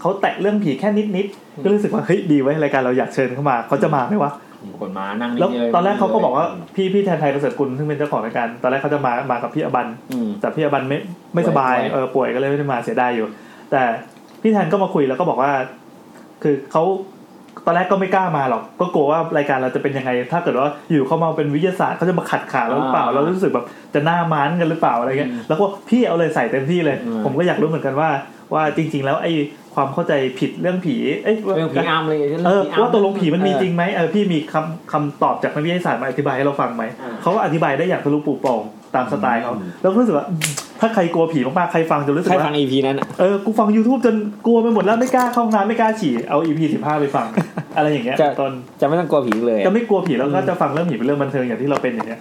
เขาแตะเรื่องผีแค่นิดๆก็รู้สึกว่าเฮ้ยดีไว้ยรายการเราอยากเชิญเข้ามาเขาจะมาไหมวะ คนมานั่ง แล้ว งๆ ตอนแรกเขาก็บอกว่าพี่พี่แทนไทยประเสริฐกุลซึ่งเป็นเจ้าของรายการ ตอนแรกเขาจะมามากับพี่อบัน อืม แต่พี่อบันไม่ไม่สบาย ป่วย เออป่วยก็เลยไม่ได้มาเสียดายอยู่ แต่พี่แทนก็มาคุยแล้วก็บอกว่า คือเขาตอนแรกก็ไม่กล้ามาหรอก ก็กลัวว่ารายการเราจะเป็นยังไง ถ้าเกิดว่าอยู่เข้ามาเป็นวิทยาศาสตร์เขาจะมาขัดขาเราหรือเปล่า เรารู้สึกแบบจะหน้าม้านกันหรือเปล่าอะไรเงี้ยแล้วก็พี่เอาเลยใส่เต็มที่เลย ผมก็อยากรู้เหมือนกันว่า ว่าจริง ๆ แล้วไอ้ความเข้าใจผิดเรื่องผีเอ้ย เรื่องผีอำเลยรื่ง เออ ผีำ ว่าตกลงผีมันมีจริงไหมเออพี่มีคำคำตอบจากนักวิทยาศาสตร์มาอธิบายให้เราฟังไหม เขาก็อธิบายได้อย่างทะลุปูโป่งตามสไตล์เขาแล้วก็รู้สึกว่าอืมถ้าใครกลัวผีมากๆ ใครฟังจะรู้สึก ใคร ว่า ฟัง EP นั้นอะ เออ กูฟัง YouTube จนกลัวไปหมดแล้วไม่กล้าเข้าห้องน้ำไม่กล้าฉี่เอา EP สิบห้าไป [LAUGHS] ฟัง อะไรอย่างเงี้ย จะ ตอน จะไม่ต้องกลัวผีเลย จะไม่กลัวผีแล้วก็จะฟังเรื่องผีเป็นเรื่องบันเทิงอย่างที่เราเป็นอย่างเงี้ย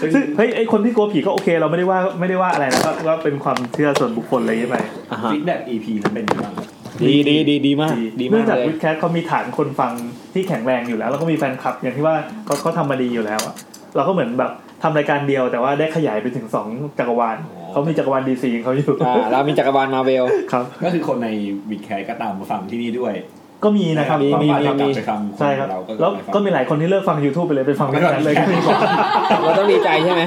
ซึ่งเฮ้ยไอคนที่กลัวผีก็โอเค เราไม่ได้ว่าไม่ได้ว่าอะไรนะก็ก็เป็นความเชื่อส่วนบุคคลอะไรอย่างเงี้ยไป ฟีดแบ็ก EP นั้นเป็นยังไงบ้าง ดีดีดีดีมาก ดี เนื่อมาก งจาก เลย วิดแคสเขามีฐานคนฟังที่แข็งแรงอยู่แล้ว แล้วก็มีแฟนคลับ อย่างที่ว่าเขาเขาทำมาดีอยู่แล้วอะเราก็เหมือนแบบทำรายการเดียวแต่ว่าได้ขยายไปถึงสองจักรวาลเขามีจักรวาลดีซีเขาอยู่ อ่าเรามีจักรวาลมาเวล ครับ ก็คือคนในวิดแคร์ก็ตามมาฟังที่นี่ด้วย ก็มีนะครับ มีมีมี มี ไปฟังคน ใช่ครับ เราก็ แล้ว ไปฟัง ก็มีหลายคนที่เลิกฟัง YouTube ไปเลย [LAUGHS] ไปฟัง ไม่ วิด ได้ แคสเลยก็มี เราต้องดีใจใช่ไหม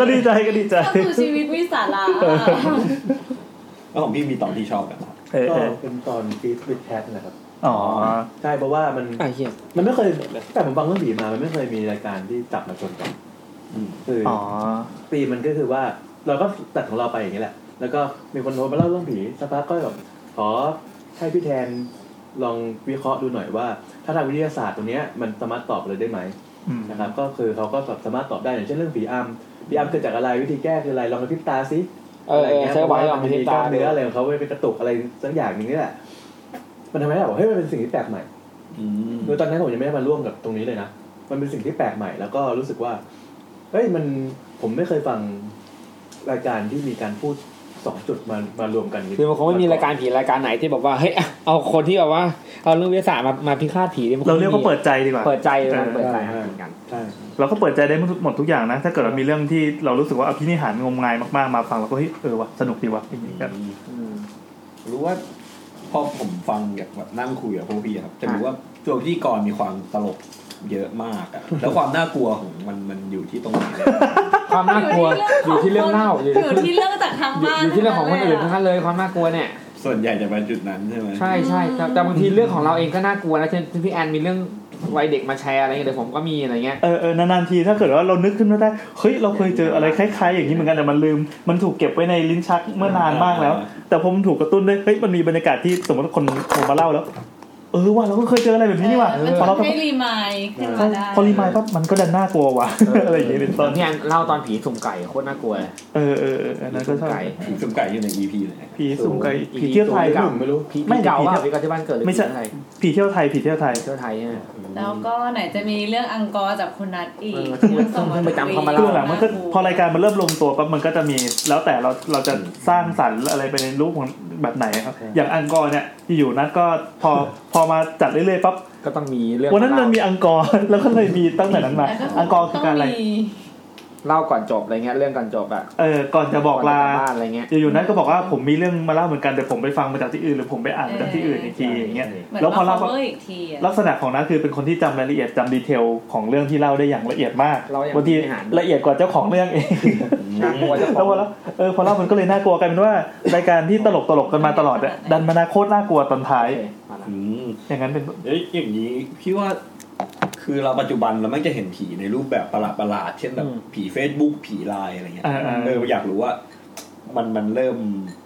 ก็ดีใจก็ดีใจ ก็คือชีวิตมีสาระ เออ แล้วของพี่มีตอนที่ชอบแบบ เออ ก็ เออ เป็นตอนฟีดวิดแคทนะครับ อ๋อ ใช่เพราะว่ามัน ไอ้เหี้ย มันไม่เคยแต่ผมฟังเรื่องผีมา มันไม่เคยมีรายการที่จับมาชนกันคืออ อ๋อ ตีมมันก็คือว่าเราก็ตัดของเราไปอย่างนี้แหละ แล้วก็มีคนโทรมาเล่าเรื่องผีสักพักก็แบบขอให้พี่แทนลองวิเคราะห์ดูหน่อยว่า ถ้าทางวิทยาศาสตร์ตรงเนี้ยมันสามารถตอบเลยได้ไหม อืม นะครับก็คือเขาก็แบบสามารถตอบได้อย่างเช่นเรื่องผีอำผีอำเกิดจากอะไรวิธีแก้คืออะไรลองกระพริบตาสิ เออเออใช่ เพราะว่า ไหวลอง มัน กระพริ มีกบตา ล้ามเนื้ออะไรของเขาไปกระตุกอะไรสักอย่างหนึงนี่แหละมันทำให้เราบอกเฮ้ยมันเป็นสิ่งที่แปลกใหม่โดยตอนนั้นผมยังไม่ได้มาร่วมกับตรงนี้เลยนะมันเป็นสิ่งที่แปลกใหม่แล้วก็รู้สึกว่าเฮ้ยมันผมไม่เคยฟังรายการที่มีการพูดสองจุดมามารวมกัน คือมันคงไม่มีรายการผีรายการไหนที่บอกว่าเฮ้ยอ่ะเอาคนที่แบบว่าเอาเรื่องวิทยาศาสตร์มามาพิฆาตผีนี่มันคง เราเรียกว่า ไม่มี เปิดใจดีกว่า เปิดใจเลยนะ เออ เปิดใจให้เหมือนกัน ใช่ เราก็เปิดใจได้หมดทุกอย่างนะ ถ้าเกิดเรามีเรื่องที่เรารู้สึกว่าอภินิหารงมงายมากๆมาฟังเราก็เฮ้ยเออว่ะสนุกดีว่ะอย่างนี้ก็ รู้ว่าพอผมฟังจากแบบนั่งคุยกับพวกพี่อะครับ จะรู้ว่าตัวพิธีกรมีความตลกเยอะมาก [LAUGHS] อะแล้วความน่ากลัวของมันมันอยู่ที่ตรงไหน [LAUGHS] เนี่ย ความน่ากลัวอยู่ที่เรื่องเล่าอยู่ อยู่ที่เรื่องจากทางบ้าน อยู่ที่เรื่องของคนอื่นทั้งนั้นเลยความน่ากลัวเนี่ย ส่วนใหญ่จะเป็นจุดนั้นใช่ไหม ใช่ใช่แต่แต่บางทีเรื่องของเราเองก็น่ากลัวนะเช่นพี่แอนมีเรื่องวัยเด็กมาแชร์อะไรเงี้ยเดี๋ยวผมก็มีอะไรเงี้ย เออเออนานๆทีถ้าเกิดว่าเรานึกขึ้นมาได้เฮ้ยเราเคยเจออะไรคล้ายๆ อย่างนี้เหมือนกันแต่มันลืมมันถูกเก็บไว้ในลิ้นชักเมื่อนานมากแล้ว แต่ผมนถูกกระตุ้นด้วยเฮ้ยมันมีบรรยากาศที่สมมติว่าคนโทรมาเล่าแล้ว เออว่าเราก็เคยเจออะไรแบบนี้นี่หว่า มัน พอเรา ทำให้รีมายด์ขึ้นมาได้ พอรีมายปั๊บมันก็ดันน่ากลัวว่ะ อะไรอย่างนี้เป็นต้น พี่แอนเล่าตอนผีสุ่มไก่โคตรน่ากลัวเลย เออเออเอออันนั้นก็ สุ่ม ชอบ ไก่ ผีสุ่มไก่อยู่ใน EP เลยนะ ผีสุ่มไก่ผีเที่ยวไทย ห กับ นุ่มไม่รู้ ผี ไม่ ผีเก่าว่า ผีผีเที่ยวเก่าที่บ้านเกิดหรือ ไม่ ผี ใช่ อะไร ผีเที่ยวไทยผีเที่ยวไทย ผีเที่ยวไทยใช่ไหม แล้วก็ไหนจะมีเรื่องอังกอร์จากคุณนัทอีก เออที่มัน ส่ง เพิ่งไปจำเขามาเล่ คือหลังๆมันก็พอรายการมันเริ่มลงตัวปั๊บมันก็จะมีแล้วแต่เราเราจะสร้างสรรค์อะไรไปในรูปของแบบไหนครับ อย่างอังกอร์เนี่ยอยู่ๆนัดก็พอ [LAUGHS] พอมาจัดเรื่อยๆปั๊บ ก็ต้องมีเรื่อง วันนั้น เล่า [LAUGHS] มันมีอังกอร์ แล้วก็เลยมีตั้งแต่นั้นมา อังกอร์คือการอะไร ต้งมี เล่าก่อนจบอะไรเงี้ยเรื่องก่อนจบอะ เออก่อนจะบอกลา บ้านอะไรเงี้ย อยู่ๆนั้นก็บอกว่าผมมีเรื่องมาเล่าเหมือนกันแต่ผมไปฟังมาจากที่อื่นหรือผมไปอ่านมาจากที่อื่นอีกทีอย่างเงี้ย เหมือน แล้วพอ เรา เล่า เล่าอีกทีอะ ลักษณะของนั้นคือเป็นคนที่จำรายละเอียดจำดีเทลของเรื่องที่เล่าได้อย่างละเอียดมาก เรายัง บางที ไม่อ่าน ละเอียดกว่าเจ้าของเรื่องเอง น่ากลัวจะ แล้วพอแล้วเออพอเล่ามันก็เลยน่ากลัวกลายเป็นว่ารายการที่ตลกตลกๆกันมาตลอดอะดันมานาโคตรน่ากลัวตอนท้าย อย่างนั้นเป็น เอ้ยอย่างนี้พี่ว่าคือเราปัจจุบันเราไม่จะเห็นผีในรูปแบบประหลาดประหลาดๆเช่นแบบผีเฟซบุ๊กผีไลน์อะไรเงี้ย เออเออ เอออยากรู้ว่ามันมันเริ่ม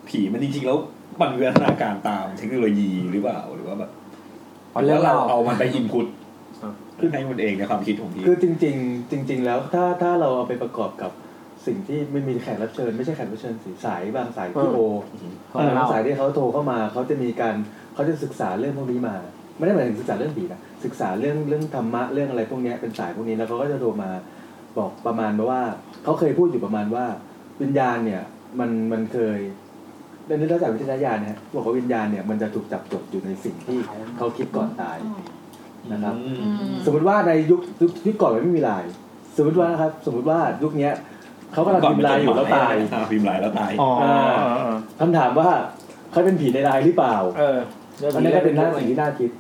ผีมันจริงๆแล้วมันวิวัฒนาการตามเทคโนโลยีหรือเปล่าหรือว่าแบบ อ๋อเรื่อง แล้ว เรา เราเอามันไปอินพุตให้มันเองในความคิดของพี่ คือจริง ๆ จริง ๆ แล้วถ้าถ้าเราเอาไปประกอบกับสิ่งที่ไม่มีแขกรับเชิญไม่ใช่แขกรับเชิญสิสายบางสายที่โทร เออ บางสายที่เขาโทรเข้ามาเขาจะมีการเขาจะศึกษาเรื่องพวกนี้มา ไม่ได้หมายถึงศึกษาเรื่องผีนะศึกษาเรื่องเรื่องธรรมะเรื่องอะไรพวกเนี้ยเป็นสายพวกนี้แล้วเขาก็จะโทรมาบอกประมาณว่าเขาเคยพูดอยู่ประมาณว่า วิญญาณเนี่ยมันมันเคย เรื่องนี้เราจากวิทยาญาณนะฮะบอกว่าวิญญาณเนี่ยมันจะถูกจับจดอยู่ในสิ่งที่เขาคิดก่อนตายนะครับ สมมติว่าในยุคยุคยุคก่อนมันไม่มีไลน์สมมติว่านะครับ สมมติว่ายุคเนี้ยเขากำลังพิมพ์ไลน์อยู่แล้วตาย อ่พิมพ์ลายแล้วตาย าคำถามว่าเขาเป็นผีในไลน์หรือเปล่า เออ อันนี้ก็เป็นหน้าสิ่งที่น่าคิด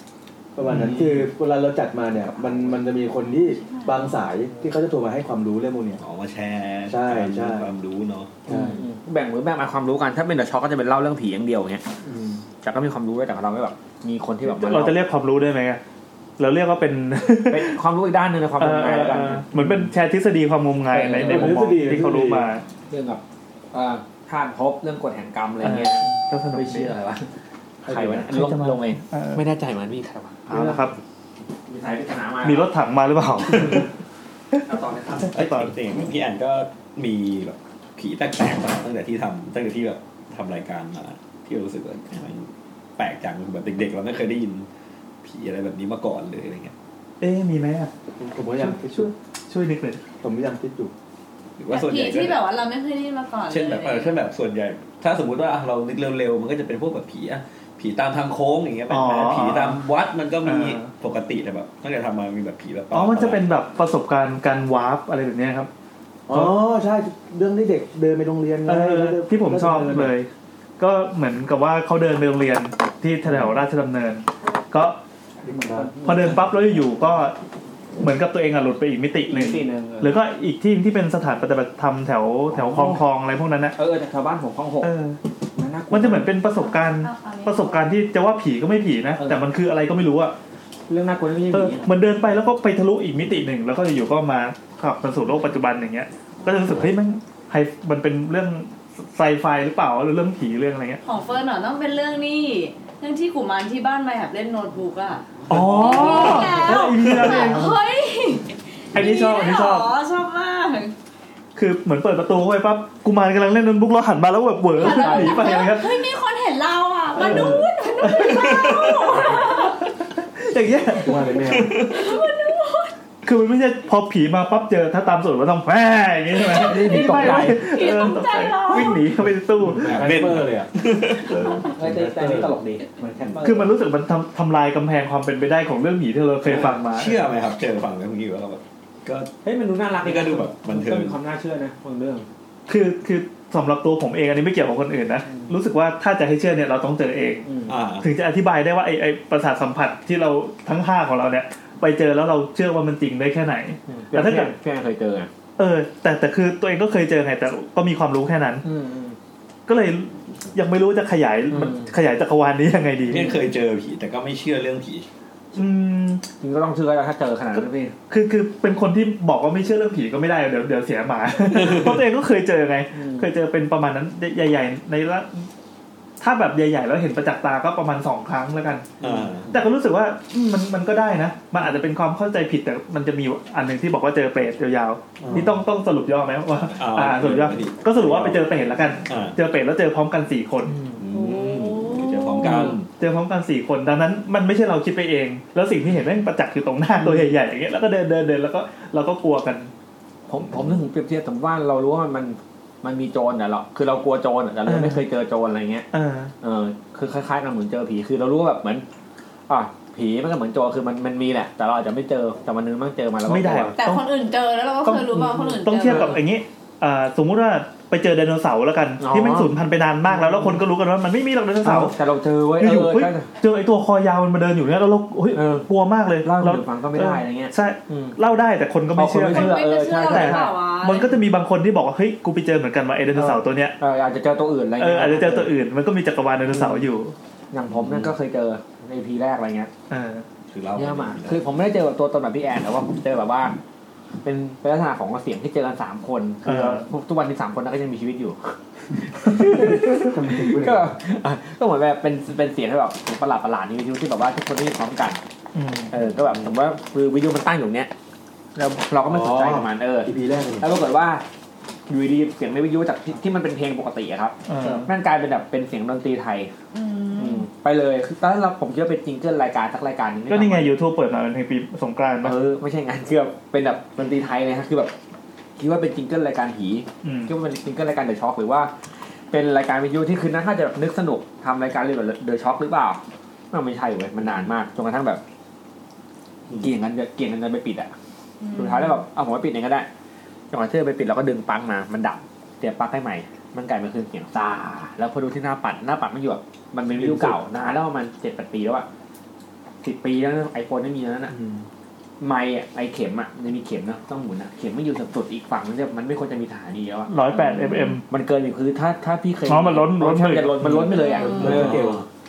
ประมาณนั้นคือเวลาเราจัดมาเนี่ยมันมันจะมีคนที่บางสายที่เขาจะโทรมาให้ความรู้เรื่องพวกเนี้ย ออกมาแชร์ ใช่ใช่ ความรู้เนาะ แบ่งหรือแบ่งมาความรู้กันถ้าเป็นเดอะช็อกก็จะเป็นเล่าเรื่องผีอย่างเดียวอย่างเงี้ยจากก็มีความรู้ด้วยแต่ของเราไม่แบบมีคนที่แบบม เราจะเรียกความรู้ได้ไหมอะเราเรียกว่าเป็น เป็นความรู้อีกด้านหนึงในความ เอ รู้ อ ใหม่แล้วกัน เออเหมือนเป็นแชร์ทฤษฎีความงมงายในในมุมมองที่เขารู้มา เรื่องแบบเอ่อท่านพบเรื่องกฎแห่งกรรมอะไรเงี้ย ก็สนุกดี ไม่เชื่ออะไรวะใครวะเนี่ย ใคร ลง จะมา ลงเอง เออ ไม่แน่ใจเหมือนมีใครวะ เอาละครับ มีสายปริศนามา มี มี รถถังมาหรือเปล่า ต่อเลยครับ ไอ้ตอนเองพี่แอนก็มีแบบผีแปลกๆมาตั้งแต่ที่ทำตั้งแต่ที่แบบทำรายการมาที่รู้สึกว่ามันแปลกจังแบบเด็กๆเราไม่เคยได้ยินผีอะไรแบบนี้มาก่อนเลยอะไรเงี้ย เอ๊ะมีไหมอะ ผมก็ยังคิดอยู่ ช่วยนึกหน่อย ผมก็ยังคิดอยู่ หรือว่าส่วน ผี ใหญ่ก็ ที่แบบว่าเราไม่เคยได้ยินมาก่อนลย เช่นแบบเออเช่นแบบส่วนใหญ่ ถ้าสมมติว่าเรานึกเร็วๆมันก็จะเป็นพวกแบบผีอะผีตามทางโค้งอย่างเงี้ยเป็น อ๋อ ผีตามวัดมันก็มีปกติแต่แบบตั้งแต่ทำมามีแบบผีแบบ อ๋อมันจะเป็นแบบประสบการณ์การวาร์ปอะไรแบบเนี้ยครับ อ๋อใช่เรื่องที่เด็กเดินไปโรงเรียนไง เออ แล้วเดิน ที่ผมชอบเลย ก็เหมือนกับว่าเขาเดินไปโรงเรียนที่แถวราชดำเนิน ก็พอเดินปั๊บแล้วอยู่ๆก็เหมือนกับตัวเองอะหลุดไปอีกมิติหนึ่ง มิติหนึ่ง หรือก็อีกที่ที่เป็นสถานปฏิบัติธรรมแถวแถวคลองคลองอะไรพวกนั้นนะ เออแต่ชาวบ้านผมคลองหก เออ มันน่ากลัว มันจะเหมือนเป็นประสบการณ์ประสบการณ์ที่จะว่าผีก็ไม่ผีนะ แต่มันคืออะไรก็ไม่รู้อะ เรื่องน่ากลัวนี่ไม่ เอ ใช่ อ ผี มันเดินไปแล้วก็ไปทะลุอีกมิติหนึ่งแล้วก็อยู่ๆก็มากลับมาสู่โลกปัจจุบันอย่างเงี้ย ก็จะรู้สึกเฮ้ยแมันไฮมันเป็นเรื่องไซไฟหรือเปล่าหรือเรื่องผีเรื่องอะไรเงี้ย ของเฟิร์นเหรอต้องเป็นเรื่องนี่เรื่องที่กุมารที่บ้านไปแอบเล่นโน้ตบุ๊กอะ อ๋อเอออีพีแล้วเอง เฮ้ย อันนี้ชอบ อันนี้ชอบ มีด้วยเหรชอบมาก คือเหมือนเปิดประตูเข้าไปปั๊บกูมารกำลังเล่นโน้ตบุ๊กแล้วหันมาแล้วแบบเวอร์หนีไปเลยครับ เฮ้ยมีคนเห็นเราอ่ะมาดูนมาดู อย่างเงี้ย ว่าเลยแม่ คือมันไม่ใช่พอผีมาปั๊บเจอถ้าตามสูตรว่าต้องแหม่อย่างงี้ใช่ไหม นี่ผีตกใจ เออตกใจวิ่งหนีเข้าไปในตู้ แบบ เบ เล่น เปอร์เลยอ่ะ เฮ้ยแต่แต่นี่ตลกดีเหมือนแคมเปอร์ คือมันรู้สึกมันทำทำลายกำแพงความเป็นไปได้ของเรื่องผีที่เราเคยฟังมา เชื่อไหมครับเจอฝั่งแล้วเมื่อกี้ว่าเราแบบก็ เฮ้ยมันดูน่ารัก นี่ก็ดูแบบบันเทิง ก็มีความน่าเชื่อนะบางเรื่อง คือคือสำหรับตัวผมเองอันนี้ไม่เกี่ยวกับคนอื่นนะ รู้สึกว่าถ้าจะให้เชื่อเนี่ยเราต้องเจอเอง อ่า ถึงจะอธิบายได้ว่าไอ้ไอ้ประสาทสัมผัสที่เราทั้งห้าของเราเนี่ย ไปเจอแล้วเราเชื่อว่ามันจริงได้แค่ไหน แต่ถ้าเกิด พี่แอนเคยเจอไง เออ แต่แต่คือตัวเองก็เคยเจอไงแต่ก็มีความรู้แค่นั้น อืมอืม ก็เลยยังไม่รู้จะขยายมัน อืม ขยายจักรวาลนี้ยังไงดี เนี่ยเคยเจอผีแต่ก็ไม่เชื่อเรื่องผี อืม จริงก็ต้องเชื่อแล้วถ้าเจอขนาดนั้นพี่ คือคือเป็นคนที่บอกว่าไม่เชื่อเรื่องผีก็ไม่ได้เดี๋ยวเดี๋ยวเสียหมา [LAUGHS] เพราะตัวเองก็เคยเจอไง เคยเจอเป็นประมาณนั้นใหญ่ ๆ ในละถ้าแบบใหญ่ ๆ แล้วเห็นประจักษ์ตาก็ประมาณสองครั้งแล้วกัน อ่า แต่ก็รู้สึกว่าอืมมันมันก็ได้นะ มันอาจจะเป็นความเข้าใจผิดแต่มันจะมีอยู่อันหนึ่งที่บอกว่าเจอเปรตยาว อ๋อ ๆนี่ต้องต้องสรุปย่อไหมว่า อ่า อ่าสรุปย่อ ไม่ดี ก็สรุปว่าไปเจอเปรตแล้วกัน อ่า เจอเปรตแล้วเจอพร้อมกันสี่คน เจอพร้อมกัน เจอพร้อมกันสี่คนดังนั้น มันไม่ใช่เราคิดไปเอง แล้วสิ่งที่เห็นแม่งประจักษ์อยู่ตรงหน้าตัวใหญ่ๆอย่างเงี้ยแล้วก็เดินเดินเดินแล้วก็เราก็กลัวกัน ผมผมนึกถึงเปรียบเทียบสมมติว่าเรารู้ว่ามันมันมันมีโจรแต่เราคือเรากลัวโจรอะแต่เรายังไม่เคยเจอโจรอะไรเงี้ย เออ เออคือคล้ายๆกันเหมือนเจอผีคือเรารู้ว่าแบบเหมือนอ่ะ ผีมันก็เหมือนโจรคือมันมันมีแหละ แต่เราอาจจะไม่เจอแต่วันนึงมันเจอมันแล้วก็ ไม่ได้ กลัว แต่คนอื่นเจอแล้วเราก็เคยรู้ว่าคนอื่นจ ต้องเทียบกับอย่างนี้อ่าสมมุติว่าไปเจอไดโนเสาร์แล้วกัน อ๋อ ที่แมันสูญพันธุ์ไปนานมากแล้วแล้วคนก็รู้กันว่ามันไม่มีหรอกไดโนเสาร์ แต่เราเจอไว้ย อยู่ๆ เออ เฮ้ย ใช่ เจอไอตัวคอยาวมันมาเดินอยู่เนี่ยแล้วเราเฮ้ยกลัวมากเลย เล่าให้คนอื่น แว ฟังก็ไม่ได้อะไรเงี้ย ใช่เล่าได้แต่คนก็ไม่ เอาคน เชื่อ ไม่เชื่อเออใช่ใช่ แต่ ใช่ มันก็จะมีบางคนที่บอกว่าเฮ้ยกูไปเจอเหมือนกันว่าไอไดโนเสาร์ตัวเนี้ย เอออาจจะเจอตัวอื่นอะไร เอ เงี้ อยอาจจะเจอตัวอื่นมันก็มีจักรวาลไดโนเสาร์อยู่ อย่างผมเนี่ยก็เคยเจอในพีแรกอะไรเงี้ย เออ คือเรา เยอะมากคือผมไม่ได้เจอแบบตัวตนแบบพี่แอนแต่ว่าผมเจอแบบว่า เป็นเป็นลักษณะของเสียงที่เจอกันสามคนคือ เออ [LAUGHS] ทุกทุกวันที่สามคนนั้นก็ยังมีชีวิตอยู่ ก็ก็เหมือนแบบเป็นเป็นเสียงที่แบบประหลาดประหลาดนี่วิทยุที่แบบว่าทุกคนที่พร้อมกัน อืม เออก็แบบผมว่าคือวิทยุมันตั้งอยู่เนี้ยแล้วเราก็ไม่สนใจกับมันเออ อีพีแรกเลย แล้วปรากฏว่าอยู่ดีๆเสียงในวิทยุจากที่ที่มันเป็นเพลงปกติอะครับ เออ มันกลายเป็นแบบเป็นเสียงดนตรีไทย อื อื ม มไปเลยคือตอนนั้นเราผมคิดว่าเป็นจิงเกิลรายการสักรายการหนึง ก็นี่ไง YouTube เปิดมาเป็นเพลงปีสงกรานต์ปะ เออไม่ใช่งานคือแบบเป็นแบบดนตรีไทยเลยครับคือแบบคิดว่าเป็นจิงเกิลรายการผี อืม คิดว่าเป็นจิงเกิลรายการเดอะช็อคหรือว่า เป็นรายการวิทยุที่คืนนั้นน่าจะแบบนึกสนุกทำรายการเรื่องแบบเดอะช็อคหรือเปล่ามันไม่ใช่เว้ยมันนานมากจนกระทั่งแบบ เกี่ยงกันจะเกี่ยงกันจะไปปิดอ่ะสุดท้ายแล้วแบบเอาผมไปปิดเองก็ได้จนกระทั่งเธอไปปิดเราก็ดึงปลั๊กมามันดับเสียบปลั๊กให้ใหม่ มันกลายเป็นเครื่องเสียงซาแล้วพอดูที่หน้าปัดหน้าปัดมันอยู่แบบมันเป็นวิทยุเก่านานแล้วประมันเจ็ดแปดปีแล้วอะสิบปีแล้วไอโฟนไม่มีแล้วน่ะ ไม้อะไอเข็มอะมันมีเข็มเนอะต้องหมุนอะเข็มไม่อยู่สุดๆอีกฝั่งนึงเนี่ยมันไม่ควรจะมีฐานีแล้วอะ ร้อยแปด mm มันเกินอีกพื้นถ้าถ้าพี่เคย อ๋อมันล้นล้น มันจะล้นมันล้นไปเลยอะ เออ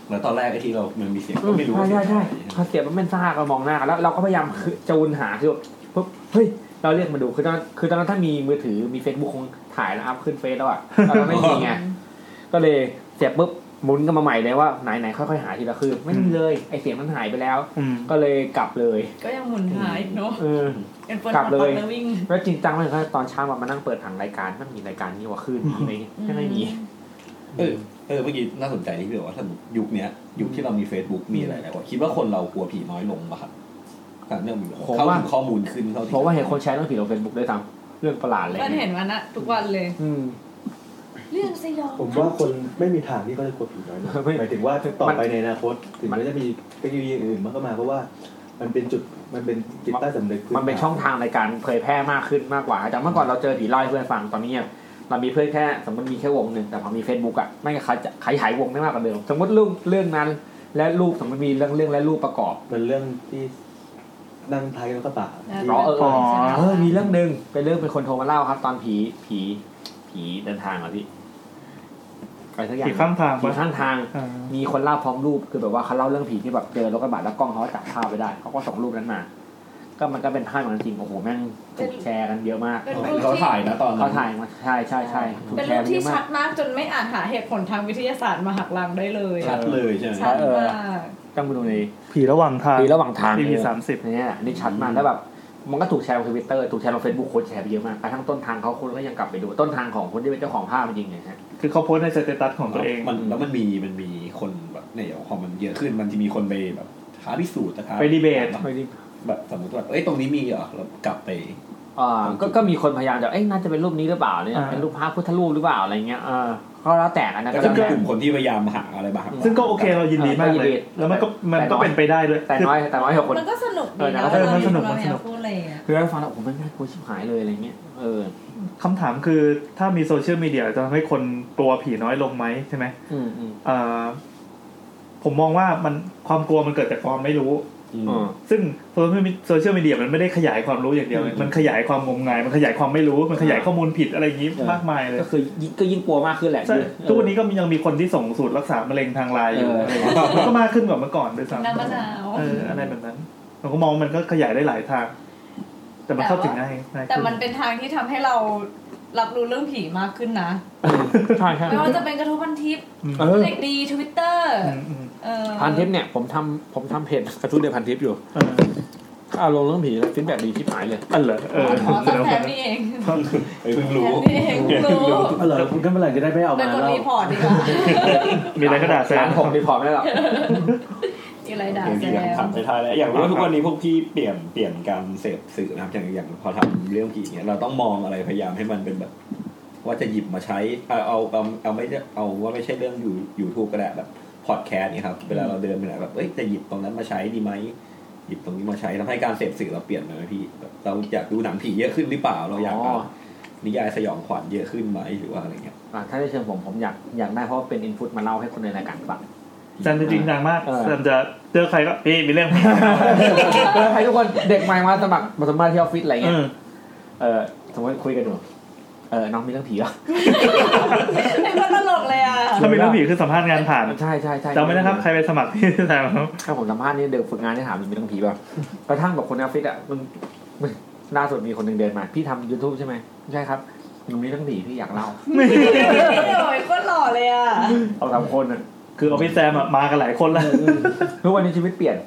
เหมือนตอนแรกไอ้ที่เรามันมีเสียงก็ไม่รู้ ใช่ใช่ใช่พอเสียบมันเป็นซ่าก็มองหน้ากันแล้วเราก็พยายามคือจูนหาคือแบบปุ๊บเฮ้ยเราเรียกมาดูคือตอนนั้นคือตอนนั้นถ้ามีมือถือมี Facebook คงถ่ายแล้วอัพขึ้นเฟซแล้วอะตอนนั้นไม่มีไงก็เลยเสียบปุ๊บหมุนกันมาใหม่เลยว่าไหนไหนๆค่อยๆหาทีละคือ ไม่มีเลยไอเสียงมันหายไปแล้ว อืม ก็เลยกลับเลย ก็ยังหมุนหายอีกเนาะ เออ เอ็นเฟิร์ กลับเลย นวิ่ง แล้วจริงจังมากเลยครับตอนเช้ามามานั่งเปิดผังรายการมันมีรายการนี้ว่าคืนนี้ไหมไม่ไม่มี เออเออเมื่อกี้น่าสนใจที่พี่บอกว่าถ้ายุคเนี้ยยุคที่เรามี Facebook มีอะไรแล้วอะคิดว่าคนเรากลัวผีน้อยลงป่ะครับการเรื่องมัน ผม เข้า ว่า ถึงข้อมูลขึ้นเข้าถึง เพราะว่าเห็นคนแชร์เรื่องผีลงเฟซบุ๊กด้วยซ้ำเรื่องประหลาดเลย ก็เห็นมันนะทุกวันเลย อืม เรื่องสยอง ผมว่าคนไม่มีทางที่เขาจะกลัวผีน้อยลง ไม่ หมายถึงว่าต่อไป มัน ในอนาคตถึงมันจะมีเทคโนโลยีอื่นๆมากมาเพราะว่า มันเป็นจุดมันเป็นจิตใต้สำนึกพื้ มันเป็นช่องทางรายการเผยแพร่มากขึ้นมากกว่าจากเมื่อก่อนเราเจอผีเล่าให้เพื่อนฟังตอนนี้เนี่ยเรามีเพื่อนแค่สมมติมีแค่วงหนึ่งแต่พอมี Facebook อ่ะไม่งขยายขยายวงได้มากกว่าเดิม สมมติเรื่องเรื่องนั้น และรูปสมมติมีเรื่องเรื่องและรูปประกอบ มันเรื่องที่นั่งท้ายแล้วก็ตา อ๋อเออเออเออมีเรื่องหนึ่งเป็นเรื่องเป็นคนโทรมาเล่าครับ ตอนผีผีผีเดินทางเหรอพี่ไปสักอย่าง ผีข้างทางปะ ผีข้างทาง อ่า มีคนเล่าพร้อมรูปคือแบบว่าเขาเล่าเรื่องผีที่แบบเจอรถกระบะแล้วกล้องเขาก็จับภาพไปได้เขาก็ส่งรูปนั้นมา ก็มันก็เป็นภาพอย่างนั้นจริงโอ้โหแม่งถูกแชร์กันเยอะมาก เป็นรูปที่ เขาถ่ายนะตอนนั้น เขาถ่ายมาใช่ใช่ใช่ถูก เป็น แชร์รูป กันเย ที่ อะมา ชั ก ดมากจนไม่อาจหาเหตุผลทางวิทยาศาสตร์มาหักล้างได้เลย ชัดเลยใช่ไหม ชัด เออ มาก ต้องไปดูใน ผีระหว่างทาง ปีระหว่างทาง EP สามสิบ เนี่ยนี่ชัดมากแล้วแบบมันก็ถูกแชร์ลงทวิตเตอร์ถูกแชร์ลงเฟซบุ๊กคนแชร์ไปเยอะมากกระทั่งต้นทางเขาคนก็ยังกลับไปดูต้นทางของคนที่เป็นเจ้าของภาพจริงๆเนี่ยฮะ คือเขาโพสต์ในสเตตัสของตัวเอง มันแล้วมันมีมันมีคนแบบเนี่ยพอมันเยอะขึ้นมันจะมีคนไปแบบท้าพิสูจน์นะครับ ไปดีเบต แบบสมมติว่าเอ้ยตรงนี้มีเหรอแล้วกลับไป อ่าก็ก็มีคนพยายามจะ เอ้ยน่าจะเป็นรูปนี้หรือเปล่าเนี่ย อ่า เป็นรูปพระพุทธรูปหรือเปล่าอะไรเงี้ยเออก็แล้วแต่อันนั้น ก็ ก็ จะ แล้ว มี แต่ กลุ่มคนที่พยายามหาอะไรมาหา ซึ่งก็โอเคเรายินดีมากเลย แล้วมันก็มันก็เป็นไปได้ด้วย แต่น้อยแต่น้อยกว่าคน มันก็สนุกดี เออนะ นะครับ เวลา มันส มี นุก คน มันสนุ มาก พูดอะไรอย่างเงี้ย คือเราฟังแล้วผมไม่น่ากลัวชิบหายเลยอะไรเงี้ยเออ คำถามคือถ้ามีโซเชียลมีเดียจะทำให้คนกลัวผีน้อยลงไหมใช่ไหม อืมอืม เอ่อผมมองว่ามันความกลัวมันเกิดจากความไม่รู้ อืม ซึ่งโซเชียลมีโซเชียลมีเดียมันไม่ได้ขยายความรู้อย่างเดียว มันขยายความงมงาย มันขยายความไม่รู้ มันขยายข้อมูลผิดอะไรอย่างนี้มากมายเลย ก็คือยิ่งก็ยิ่งกลัวมากขึ้นแหละ ใช่ ยิ่งเออ ทุกวันนี้ก็มียังมีคนที่ส่งสูตรรักษามะเร็งทางไลน์อยู่ เออ มันก็มากขึ้นกว่าเมื่อก่อนด้วยซ้ำ น้ำมะนาว เอออะไรแบบนั้นเราก็มองมันก็ขยายได้หลายทาง แต่มันเข้าถึงง่ายง่าย แต่ ขึ้ มันเป็นทางที่ทำให้เรารับรู้เรื่องผีมากขึ้นนะ ใช่ใช่ ไม่ว่าจะเป็นกระทู้พันทิป เออ เด็กดีทวิตเตอร์ อืมอืม เออ พันทิปเนี่ยผมทำผมทำเพจกระทู้เดือนพันทิปอยู่ เออ เอาลงเรื่องผีแล้วฟีดแบ็กดีชิบหายเลย อันเหรอเออ ขอ แส สัก ดง แถ ว่าม นี่เอง เอ้ยเพิ่งรู้ แถมนี่เองรู้ เออเหรอคุณก็เมื่อไหร่จะได้ไม่เอา ไป มาก ด เล่า รีพอร์ตดีกว่า มีอะไรก็ด่าแซ ร้าง นผมรีพอร์ตไม่ได้หรอก มีอะไรด่า โอเคพี่อแซยาก ม ถามไปทายแล้วอยากรู้ว่าทุกวันนี้พวกพี่เปลี่ยนเปลี่ยนการเสพสื่อนะครับอย่างอย่างพอทำเรื่องผีเนี้ยเราต้องมองอะไรพยายามให้มันเป็นแบบ ว่าจะหยิบมาใช้เอาเอาเอาเอาไม่ได้เอาว่าไม่ใช่เรื่องอยู่ยูทูบก็ได้แบบ พอดแคสต์เนี่ยครับเวลาเราเดินไปไหนแบบเอ้ยจะหยิบตรงนั้นมาใช้ดีไหมหยิบตรงนี้มาใช้ทำให้การเสพสื่อเราเปลี่ยนไปไหมพี่แบบเราอยากดูหนังผีเยอะขึ้นหรือเปล่าเราอยากอ่านนิยายสยองขวัญเยอะขึ้นไหมหรือว่าอะไรเงี้ย อ่ะถ้าได้เชิญผมผมอยากอยากได้เพราะว่าเป็นอินพุตมาเล่าให้คนในรายการฟัง จันจริงจังมาก เออ จันจะเจอใครก็พี่มีเรื่อง เออใครทุกคนเด็กใหม่มาสมัครมาสมัครที่ออฟฟิศอะไรเงี้ย อืม เออสมมติคุยกันอยู่เออน้องมีเรื่องผีเหรอ เป็นคนตลกเลยอ่ะ ถ้ามีเรื่องผีคือสัมภาษณ์งานผ่าน ใช่ใช่ใช่ จำไว้นะครับใครไปสมัคร [LAUGHS] ที่แถวครับ ถ้าผมสัมภาษณ์นี่เด็กฝึกงานที่ถามมีเรื่องผีป่ะกระทั่งแบบคนในออฟฟิศอ่ะมันมันล่าสุดมีคนหนึ่งเดินมา พี่ทำ YouTube ใช่ไหมใช่ครับหนูมีเรื่องผีพี่อยากเล่า ไม่โอยก็หล่อเลยอ่ะ เอาสามคนน่ะ คือออฟฟิศแซมอะมากันหลายคนแล้ว ทุกวันนี้ชีวิตเปลี่ยน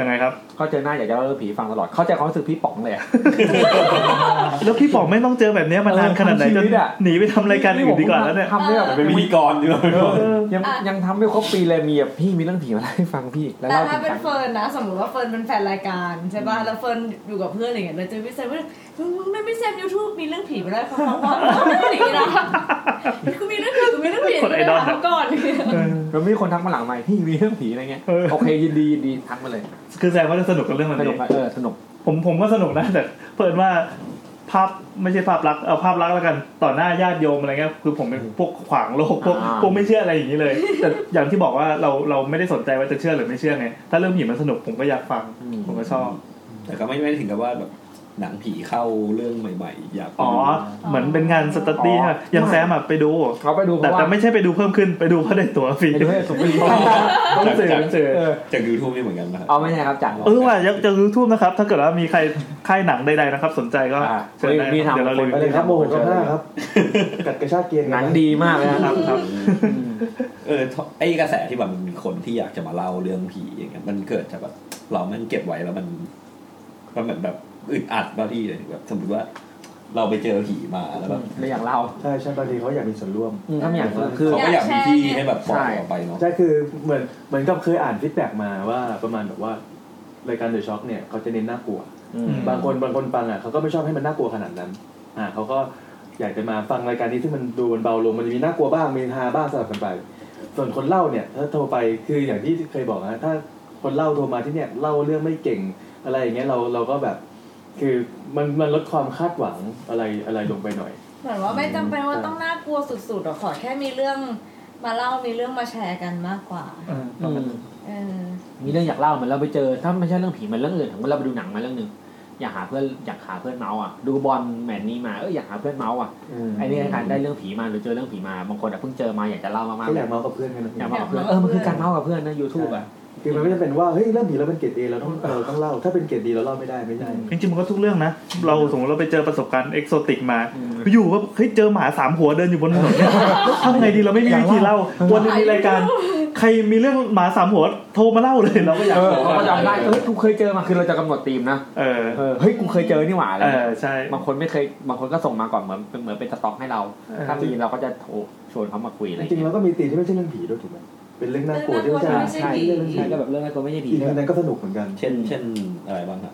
ยังไงครับ เขาเจอหน้าอยากจะเล่าเรื่องผีฟังตลอด เข้าใจความรู้สึกพี่ป๋องเลยอะ แล้วพี่ป๋องไม่ต้องเจอแบบเนี้ยมานานขนาดไหน เออทั้งชีจน วิตอะ หนีไปทำรายการอื่นดีกว่าแล้วเนี่ย ทำได้แบบ เป็นพิธีกรดีกว่า เออยังยังทำไม่ครบปีเลยมีแบบพี่มีเรื่องผีมาเล่าให้ฟังพี่แล้ว แต่ เล่าจริถ้าง เป็ จั น ง เฟิร์นนะ สมมติว่าเฟิร์นเป็นแฟนรายการใช่ป่ะ แล้วเฟิร์นอยู่กับเพื่อนอะไรอย่างเงี้ยแล้วเจอพี่แซมว่ามึงไม่พี่แซมยูทูบมีเรื่องผีมาแล้วฟังก่อนอะไรอย่างเงี้ยนะ [LAUGHS] กูมีเรื่องผีกูมีเรื่องผี คนไอดอลอะ เาก่อน แล้วมีคนทักมาหลังใหม่พี่มีเรื่องผีอะไรเงี้ยโอเคยินดียินดีทักมาเลย คือแซมก็จะสนุกกับเรื่องมัน สนุ เอก ง อะเออสนุก ผมผมก็สนุกนะ [LAUGHS] แต่เพิ่นว่าภาพไม่ใช่ภาพลักษณ์เอาภาพลักษณ์แล้วกันต่อหน้าญาติโยมอะไรเงี้ยคือผมเป็นพวกขวางโลกพวก อ่า พวกไม่เชื่ออะไรอย่างนี้เลย แต่อย่างที่บอกว่าเราเราไม่ได้สนใจว่าจะเชื่อหรือไม่เชื่อไงถ้าเรื่องผีมันสนุกผมก็อยากฟังผมก็ชอบ [LAUGHS] แต่ก็ไม่ไม่ถึงกับว่าแบบหนังผีเข้าเรื่องใหม่ ๆ อยากไป อ๋อ ดู เหมือนเป็นงานสตัดดี้ อ๋อ ค่ะ ยังแซมอะไปดู เขาไปดู แต่แต่ไม่ใช่ไปดูเพิ่มขึ้น ไปดูเพราะได้ตั๋วฟรี ไปดู [LAUGHS] ให้สมบูรณ์ ต้องสื่อต้องสื่อ จากยูทูบนี่เหมือนกันนะครับ เอาไม่ใช่ครับจัง เออว่าจะจะยูทูบนะครับ ถ้าเกิดว่ามีใครค่ายหนังใดๆนะครับ สนใจก็เชิญได้ มี ครับ ทำ เดี๋ยวเรา คน รี ไปเลย วิว ครับโมโหเก้าห้าครับ กัดกระชากเกียร์ หนังดีมากเลยนะครับ ครับ เออไอ้กระแสที่แบบมันมีคนที่อยากจะมาเล่าเรื่องผีอย่างเงี้ยมันเกิดจากแบบเรามันเก็บไว้แล้วมันมันเหมือนแบบอึดอัดบางทีเลยแบบสมมติว่า เราไปเจอผีมาแล้วแบบ ไม่อยากเล่า ใช่ใช่บางทีเขาอยากมีส่วนร่วม อืมถ้าไม่อยากเล่าคือ เขาก็อยากมีที่ให้แบบปล่อยออกไปเนาะ ใช่คือเหมือนเหมือนกับเคยอ่านฟีดแบ็กมาว่าประมาณแบบว่ารายการเดอะช็อคเนี่ยเขาจะเน้นน่ากลัว อืม บางคนบางคนฟังอ่ะเขาก็ไม่ชอบให้มันน่ากลัวขนาดนั้นอ่าเขาก็อยากจะมาฟังรายการนี้ที่มันดูมันเบาลงมันจะมีน่ากลัวบ้างมีฮาบ้างสลับกันไป ส่วนคนเล่าเนี่ยถ้าโทรไปคืออย่างที่เคยบอกนะถ้าคนเล่าโทรมาที่เนี่ยเล่าเรื่องไม่เก่งอะไรอย่างเงี้ยเราเราก็แบบ คือมันมันลดความคาดหวังอะไรอะไรลงไปหน่อย เหมือนว่าไม่จำเป็นว่าต้องน่ากลัวสุดๆหรอกขอแค่มีเรื่องมาเล่ามีเรื่องมาแชร์กันมากกว่า อืม เออ มีเรื่องอยากเล่าเหมือนเราไปเจอ ถ้าไม่ใช่เรื่องผีมันเรื่องอื่นเหมือนเราไปดูหนังมาเรื่องหนึ่งอยากหาเพื่อนอยากหาเพื่อนเมาส์อ่ะดูบอลแมนนี้มาเอออยากหาเพื่อนเมาส์อ่ะไอ้นี่การได้เรื่องผีมาหรือเจอเรื่องผีมาบางคนอ่ะเพิ่งเจอมาอยากจะเล่ามากๆ ก็ เล อย ยากเมาส์กับเพื่อนกันนะ อยากเมากับเพื่อนเออมันคือการเมาส์กับเพื่อนนะยูทูบอ่ะ คือมันไม่จำเป็นว่าเฮ้ยเรื่องผีเราเป็นเกรดเอเราต้องเราต้องเล่า ถ้าเป็นเกรดดีเราเล่าไม่ได้ไม่ใช่ จริงๆมันก็ทุกเรื่องนะ เราสมมติเราไปเจอประสบการณ์เอกโซติกมา อยู่ว่าเฮ้ยเจอหมาสามหัวเดินอยู่บนถนนเนี่ยทำไงดีเราไม่มีวิธีเล่า วันหนึงมีรายการ ใครมีเรื่องหมาสามหัวโทรมาเล่าเลยเราก็อยาก เออ บอก เขาก็จำได้เฮ้ยกูเคยเจอมาคือเราจะกำหนดธีมนะ เออ เออเฮ้ยกูเคยเจอนี่หว่าอะไร เอ เงี้ อย ใช่ บางคนไม่เคยบางคนก็ส่งมาก่อนเหมือนเป็นเหมือนเป็นสต็อกให้เรา เออ ถ้ามีเราก็จะโทรชวนเขามาคุยอะไร จ เงี้ย ริงๆแล้วก็มีตีมที่ไม่ใช่เรื่องผีด้วยถูกไหมเป็นเรื่องน่ากลัวที่ไม่ใช่ ใช่ เรื่องผี ใช่ก็แบบเรื่องนั้นก็ไม่ใช่ผี ตีมนั้นก็สนุกเหมือนกัน เช่น เช่นอะไรบ้างครับ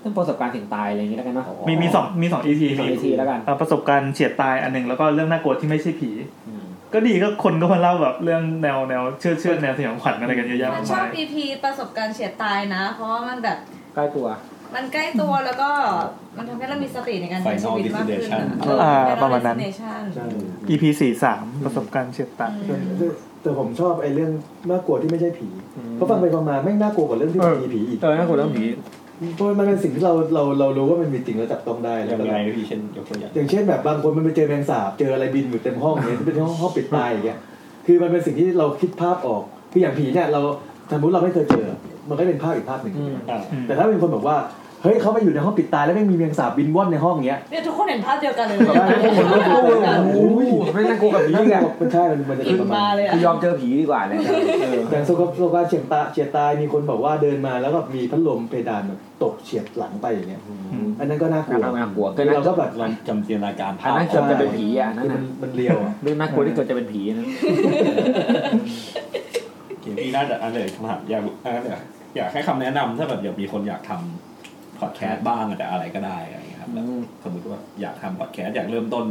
เรื่องประสบการณ์ถึงตายอะไรอย่างเงี้ยแล้วกันเนาะ มีมีสองมีสองอีพี สอง EP แล้วกัน ประสบการณ์เฉียดตายอันหนึ่งแล้วก็เรื่องน่ากลัวที่ไม่ใช่ผี ก็ดีก็คนก็มาเล่าแบบเรื่องแนวแนวเชื่อเชื่อแนวสยองขวัญอะไรกันเยอะแยะ มั มานก ชอ มา บ ย EP ประสบการณ์เฉียดตายนะ เพราะว่ามันแบบ ใกล้ตัว มันใกล้ตัวแล้วก็มันทำให้เรามีสติในการ ไฟ ใช้ชีนอล วิต ดิส มาก เด ขึ้น ชัน อะ อ่าประมาณนั้น Destination อีพีสี่สามประสบการณ์เฉียดตาย แต่ผมชอบไอ้เรื่องน่ากลัวที่ไม่ใช่ผีเพราะฟังไปฟังมาแม่งน่ากลัวกว่าเรื่องที่มันมีผีอีก เออน่ากลัวเรื่องผี เพราะมันเป็นสิ่งที่เราเราเรารู้ว่ามันมีจริงแล้วจับต้องได้แล้ ยั ว งไงพี่เช่นยกตัวอย่าง อย่างเช่นแบบบางคนมันไปเจอแมงสาบเจออะไรบินอยู่เต็มห้องเนี้ยที่เป็นห้องห้องปิดตายอย่างเงี้ยคือมันเป็นสิ่งที่เราคิดภาพออกคืออย่างผีเนี่ยเราสมมติเราไม่เคยเจอ มันก็เป็นภาพอีกภาพหนึ่ง แต่ถ้าเป็นคนแบบว่าเฮ้ยเขาไปอยู่ในห้องปิดตายแล้วไม่งมีแมงสาบบินว่อนในห้องเงี้ย เนี่ยทุกคนเห็นภาพเดียวกันเลย แบบว่าทุกคนรู้ตัวเลย โอ้ยไม่น่ากลัวกับผี นั่น อีก แหละ อะ มันใช่มันมันจะ กินเป็นประมา มา ณ เลยอ่ะ คือยอมเจอผีดีกว่าเลยเออ อย่างโซกโซกาเฉียดตาเฉียดตายมีคนบอกว่าเดินมาแล้วก็มีพัดลมเพดานแบบตกเฉียดหลังไปอย่างเงี้ยอันนั้นก็น่ากลัว น่ากลัวเกิน เราก็แบบ เราจำจินตนาการภา อัน พ นั้นเกือบจะเป็นผีอ่ะอันนั่น มั น่ะ นมันเลียวอะ เรื่องน่ากลัวที่เกือบจะเป็นผีนะ เกมพี่น่าจะอันเลยคำถามอยากอันนั้นเลยอยากให้คำแนะนำถ้าแบบอยากมีคนอยากทำพอดแคสต์บ้างอะแต่อะไรก็ได้อะไรอย่างเงี้ยครับแบบสมมติว่าอยากทำพอดแคสต์อยากเริ่มต้น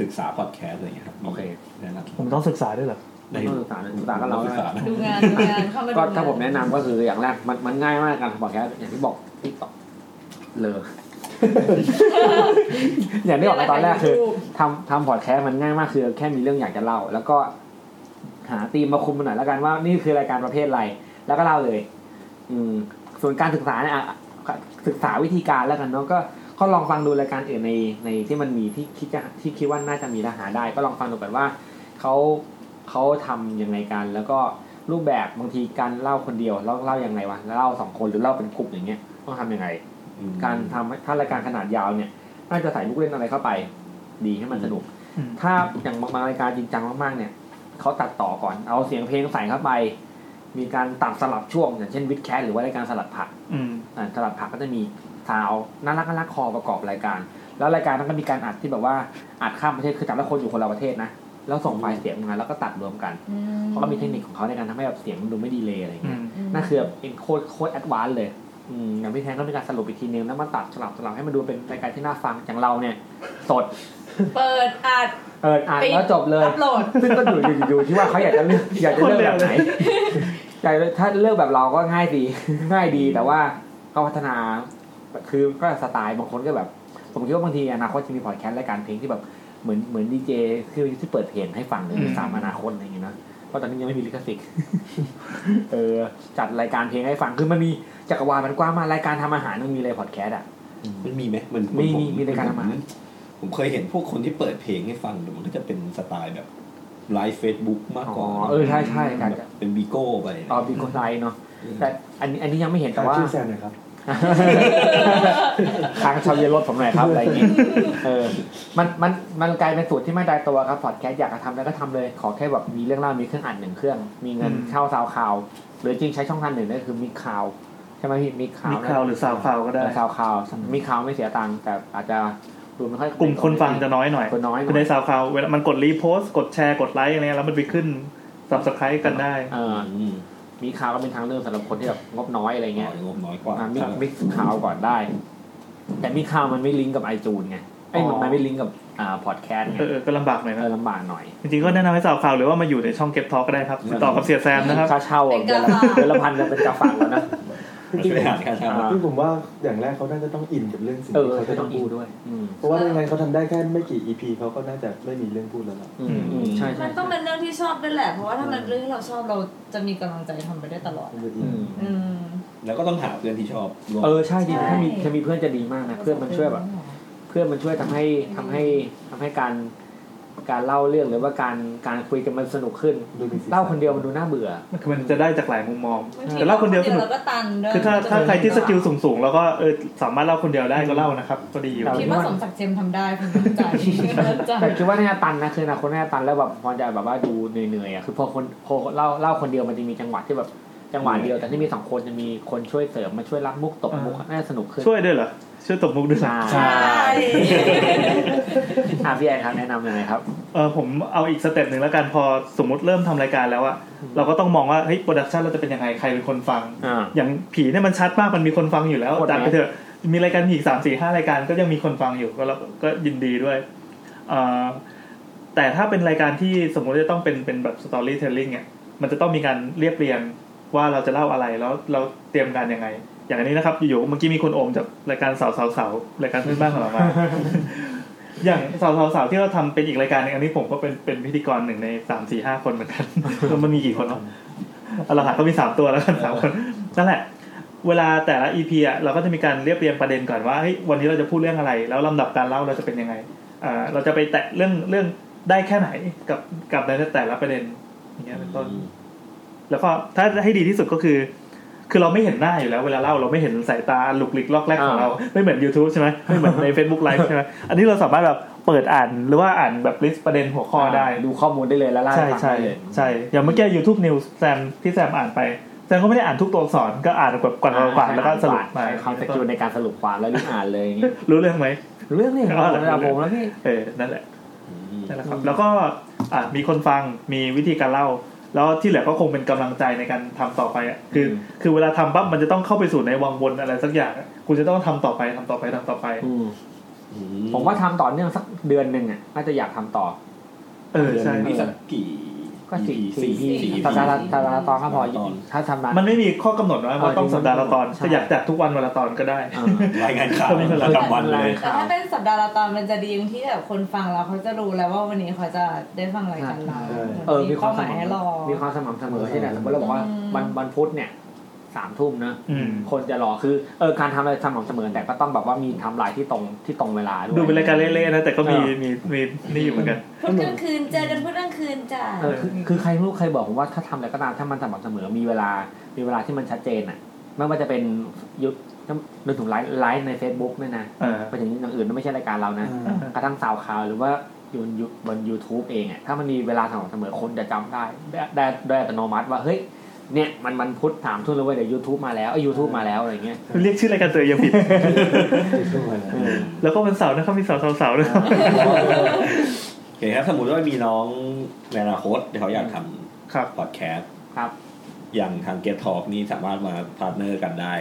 ศึกษาพอดแคสต์อะไรอย่างเงี้ยครับ โอเค แนะน ผมต้องศึกษาด้วยเหรอ ได้ นักศึกษานักศึกษาก็เรา นักศึกษานะ ดูงานดูงานเข้ามาดู ก็ งา ถ้าน ผมแนะนำก็คืออย่างแรกมันมันง่ายมากการทำพอดแคสต์อย่างที่บอกติ๊กต็อกเลย [LAUGHS] อย่างที่บอกไปตอนแรกคือทำทำพอดแคสต์มันง่ายมากคือ แค่มีเรื่องอยากจะเล่า แล้วก็หาธีมมาคุมมันหน่อยแล้วกันว่านี่คือรายการประเภทอะไร แล้วก็เล่าเลย อืม ส่วนการศึกษาเนี่ยอ่ะศึกษาวิธีการแล้วกันเนาะก็ก็ลองฟังดูรายการอื่นในในที่มันมีที่คิดจะที่คิดว่าน่าจะมีและหาได้ ก็ลองฟังดูก่อนว่าเขาเขาทำยังไงกัน แล้วก็รูปแบบบางทีการเล่าคนเดียวแล้วเล่ายังไงวะเล่าสองคนหรือเล่าเป็นกลุ่มอย่างเงี้ยต้องทำยังไง การทำให้ถ้ารายการขนาดยาวเนี่ยน่าจะใส่ลูกเล่นอะไรเข้าไป ดีให้มันสนุก ถ้าอย่างบางรายการจริงจังมากๆเนี่ยเขาตัดต่อก่อนเอาเสียงเพลงใส่เข้าไป มีการตัดสลับช่วง อย่างเช่นวิดแคสหรือว่ารายการสลัดผัก อืม อ่าสลัดผักก็จะมีซาวน่ารักน่ารักคอประกอบรายการ แล้วรายการนั้นก็มีการอัดที่แบบว่าอัดข้ามประเทศคือแต่ละคนอยู่คนละประเทศนะแล้วส่งไฟล์เสียงมาแล้วก็ตัดรวมกัน อืม เขาก็มีเทคนิคของเขาในการทำให้แบบเสียงมันดูไม่ดีเลยอะไรเงี้ย อืม น่าคือแบบเป็นโคตรโคตรแอดวานซ์เลยอืมอย่างพี่แทนก็มีการสรุปอีกทีนึงแล้วมาตัดสลับสลับให้มันดูเป็นรายการที่น่าฟังอย่างเราเนี่ย สด เปิดอัด เอิดอ่านแล้วจบเลย อัปโหลด ซึ่งก็อยู่อยู่อยู่ที่ว่าเขาอยากจะเลือกอยากจะเลือกแบบไหน ใจถ้าเลือกแบบเราก็ง่ายดี ง่ายดีแต่ว่าก็พัฒนาคือก็สไตล์บางคนก็แบบ ผมคิดว่าบางทีอนาคตจะมีพอดแคสต์รายการเพลงที่แบบเหมือนเหมือนดีเจคือที่เปิดเพลงให้ฟังเลย อืม สามอนาคตอะไรอย่างเงี้ยนะเพราะตอนนี้ยังไม่มีลิขสิทธิ์ [LAUGHS] เออจัดรายการเพลงให้ฟังคือมันมีจักรวาลมันกว้างมากรายการทำอาหารมันมีเลยพอดแคสต์อ่ะ มันมีไหมมัน มี ผ มีมีรายการทำอาหาร ผมเคยเห็นพวกคนที่เปิดเพลงให้ฟังแต่มันก็จะเป็นสไตล์แบบไลฟ์เฟซบุ๊กมากกว่า อ๋อเออใช่ใช่การจะ เป็นบีโก้ไป อ๋อบิโกไลเนาะแต่อันนี้อันนี้ยังไม่เห็นแต่ หา ว่า ชื่อแซนหน่อยครับ ทางชาวเยนรถผมหน่อยครับอะไร [LAUGHS] อย่างงี้เออ มันมันมันกลายเป็นสูตรที่ไม่ตายตัวครับพอดแคสต์อยากจะทำแล้วก็ทำเลย ขอแค่แบบมีเรื่องเล่ามีเครื่องอัดหนึ่งเครื่อง มีเงิน อืม เช่าซาวคาว หรือจริงใช้ช่องทางหนึ่งก็คือมีข่าวใช่ไหมพี่มีข่าว มีข่าวหรือสาวข่าวก็ได้ ซาวคาวมีข่าวไม่เสียตังค์แต่อาจจะดูไม่ค่อย กลุ่มคนฟังจะน้อยหน่อย คนน้อยหน่ คือใน อย สาวข่าวเวลามันกดรีโพสต์กดแชร์กดไลค์อะไรเงี้ยแล้วมันไปขึ้น subscribe กันได้ เอออมีข่าวก็เป็นทางเลือกสำหรับคนที่แบบงบน้อยอะไรเงี้ย งบน้อยกว่า อ่ะมิกมิกข่าวก่อนได้ แต่มิกข่าวมันไม่ลิงก์กับไอจูนไงไอ้ยมัน อ๋อ มันไม่ลิงก์กับอ่าพอดแคสต์ไง เออเออก็ลำบากหน่อย เอ นะ อลำบากหน่อย จริงๆก็แนะนำให้สาวข่าวหรือว่ามาอยู่ในช่องเก็บทอก็ได้ครับติดต่อกับเสียแซมนะครับ ค่าเช่าอ่ะเดือนละเดือนละพันจะเป็นกาฝากแล้วนะ ช่วยหาค่าเช่า ที่ผมว่าอย่างแรกเขาน่าจะต้องอินกับเรื่องสิ่ง เออ ที่เขา ก็ จะ ต้ ต้ อ อง ง อิน พูด ด้วย อืม เพราะว่าในนั้นเขาทำได้แค่ไม่กี่ EP เขาก็น่าจะไม่มีเรื่องพูดแล้วล่ะ อืมอืมใช่ใช่ มันต้องเป็นเรื่องที่ชอบด้วยแหละ เพราะว่าถ้ามันเรื่องที่เราชอบเราจะมีกำลังใจทำไปได้ตลอด อืม อืม แล้วก็ต้องหาเพื่อนที่ชอบร่วม เออใช่ดีถ้ามี ใช่ ถ้ามีเพื่อนจะดีมากนะเพื่อนมันช่วยแบบ เพื่อนมันช่วยทำให้ทำให้ทำให้การการเล่าเรื่องหรือว่าการการคุยกันมันสนุกขึ้น ดูมีสีสัน เล่าคนเดียวมันดูน่าเบื่อ คือมันจะได้จากหลายมุมมอง บางที แต่เล่าคนเดียวสนุก เราก็ตันด้วย คือถ้าถ้าใครที่สกิลสูงๆ แล้วก็เออสามารถเล่าคนเดียวได้ก็เล่านะครับ ก็ดีอยู่ ครับ คิดว่าสมศักดิ์เจมส์ทำได้ผมมั่นใจ [LAUGHS] มั่นใจ แต่คิดว่าน่าตันนะคืออนะคนน่าตันแล้วแบบพอจะแบบว่าดูเหนื่อยๆอ่ะคือพอคนพอเล่าเล่าคนเดียวมันจะมีจังหวะที่แบบจังหวะเดียวแต่ที่มีสองคนจะมีคนช่วยเสริมมาช่วยรับมุกตบมุก อ่า น่าสนุกขึ้น ช่วยด้วยเหรอ ช่วยตบมุกด้วยเหรอ ใช่ [LAUGHS] อ่ะพี่แอนครับแนะนำยังไงครับ เออผมเอาอีกสเต็ปหนึ่งแล้วกันพอสมมติเริ่มทำรายการแล้วอะเราก็ต้องมองว่าเฮ้ยโปรดักชันเราจะเป็นยังไงใครเป็นคนฟัง อ่า อย่างผีเนี่ยมันชัดมากมันมีคนฟังอยู่แล้ว หมดไหม จัดไปเถอะมีรายการผีอีกสามสี่ห้ารายการก็ยังมีคนฟังอยู่ก็เราก็ยินดีด้วยเอ่อแต่ถ้าเป็นรายการที่สมมติจะต้องเป็นเป็นแบบสตอรี่เทลลิ่งเนี่ยมันจะต้องมีการเรียบเรียงว่าเราจะเล่าอะไรแล้วเราเตรียมการยังไง อย่างอันนี้นะครับอยู่ๆเมื่อกี้มีคนโอมจากรายการสาวสาวสาวรายการพื้นบ้านของเรา [LAUGHS] มา อย่างสาวสาวสาวที่เราทำเป็นอีกรายการหนึงอันนี้ผมก็เป็นเป็นพิธีกรหนึ่งในสามสี่ห้าคนเหมือนกัน [LAUGHS] มันมีกี่คนวะ เอาละค่ะก็มีสามตัวแล้วกันสามคนนั่นแหละ เวลาแต่ละ EP อ่ะเราก็จะมีการเรียบเรียงประเด็นก่อนว่าเฮ้ยวันนี้เราจะพูดเรื่องอะไร แล้วลำดับการเล่าเราจะเป็นยังไงอ่าเราจะไปแตะเรื่องเรื่องได้แค่ไหนกับกับในแต่ละประเด็นอย่างเงี้ยเป็นต้นแล้วก็ถ้าให้ดีที่สุดก็คือ คือเราไม่เห็นหน้าอยู่แล้วเวลาเล่าเราไม่เห็นสายตาหลุกหลิกลอกแรกของเราไม่เหมือน YouTube ใช่ไหมไม่เหมือนใน Facebook Live ใช่ไหมอันนี้เราสามารถแบบเปิดอ่านหรือว่าอ่านแบบลิสต์ประเด็นหัวข้อได้ ดูข้อมูลได้เลยแล้วเล่า ใช่ ห้ฟัง ใช่ ได้เลย ใช่อย่างเมื่อกี้ YouTube News แซมที่แซมอ่านไปแซมก็ไม่ได้อ่านทุกตัวอักษรก็อ่านแบบกวาดกวาดแล้วก็สรุปมา ใช้ความสกิลในการสรุปความแล้วรีบอ่านเลยอย่างงี้ รู้เรื่องไหม เรื่องนี้ อ๋อเหรอ ระดับผมแล้วพี่ เออนั่นแหละนั่นแหละครับ แล้วก็อ่ะมีคนฟังมีวิธีการเล่า แล้วที่เหลือก็คงเป็นกำลังใจในการทำต่อไปอ่ะคือ อืม คือเวลาทำปั๊บมันจะต้องเข้าไปสู่ในวังวนอะไรสักอย่างอ่ะคุณจะต้องทำต่อไปทำต่อไปทำต่อไป อืมผมว่าทำต่อเนื่องสักเดือนหนึ่งอ่ะน่าจะอยากทำต่อ เออใช่ นี่สักกี่ ก็ ก็สี่ สี่ สี่ สี่ สัปดาห์ละสัปดาห์ละตอนก็พอถ้าทำมา มันไม่มีข้อกำหนดนะว่าต้องสัปดาห์ละตอน ใช่ ก็อยากจัดทุกวันวันละตอนก็ได้ รายงานข่าว ก็ไม่เป็นไร ประจำวันเลย แต่ถ้าเป็นสัปดาห์ละตอนมันจะดีตรงที่แบบคนฟังเราเขาจะรู้แล้วว่าวันนี้เขาจะได้ฟังรายการเรา เออ มีความ ห ส มายให้ ม่ำ รอ มีความสม่ำเสมอที่ไหนสมมติเราบอกว่าวันวันพุธเนี่ยสามทุ่มนะคนจะรอคือเออการทำอะไรสม่ำเสมอแต่ก็ต้องแบบว่ามีไทำลายที่ตรงที่ตรงเวลาด้วย ดูเป็นรายการเล่ๆนะแต่ก็มี เออ มีมีนี่อยู่เหมือนกัน พุธกลางคืนเจอกันพุธกลางคืนจ้ะ เออคือคือใครไม่รู้ใครบอกผมว่าถ้าทำอะไรก็ตามถ้ามันสม่ำเสมอมีเวลามีเวลาที่มันชัดเจนอ่ะไม่ว่าจะเป็นยุทธนึกถึงไลฟ์ไลฟ์ใน Facebook ด้วยนะ เออ ไปถึงอย่างอื่นไม่ใช่รายการเรานะกระทั่งสาวข่าวหรือว่าอยู่บนยูบน YouTube เองอ่ะถ้ามันมีเวลาสม่ำเสมอคนจะจำได้ได้ได้ได้อัตโนมัติว่าเฮ้ยเนี่ยมันมันพุทธถามทุ่นเลยเว่าเดี๋ยว YouTube มาแล้วเอ้ยูทูบมาแล้วอะไรอย่างเงี้ย เรียกชื่อรายการตัวเองยังผิด แล้วก็วันเสาร์นะครับมีเสาร์เสาร์เสาร์ด้วย โอเคครับสมมติว่ามีน้องในอนาคตที่เขาอยากทำพอดแคสต์ ครับ อย่างทางเกียร์ทอกนี่สามารถมาพาร์ทเนอร์กันได้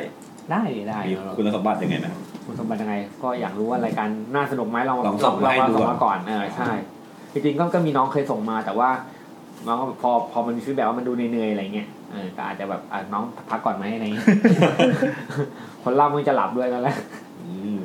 ได้ได้ มี เรา คุณสมบัติยังไงไหม คุณสมบัติยังไงก็อยากรู้ว่ารายการน่าสนุกไหมลอง ลองส่งมาให้ ลอ ดู ส่ก่อนงมาก่อนเออใช่จริงๆก็ก็มีน้องเคยส่งมาแต่ว่าน้องก็พอพอมันมีฟีดแบ็ว่ามันดูเหนื่อยๆอะไรเงี้ยเออก็อาจจะแบบอ่ะน้องพักก่อนไหมอะไรเงี้ย [LAUGHS] คนเล่ามึงจะหลับด้วยแล้วแหละ อืม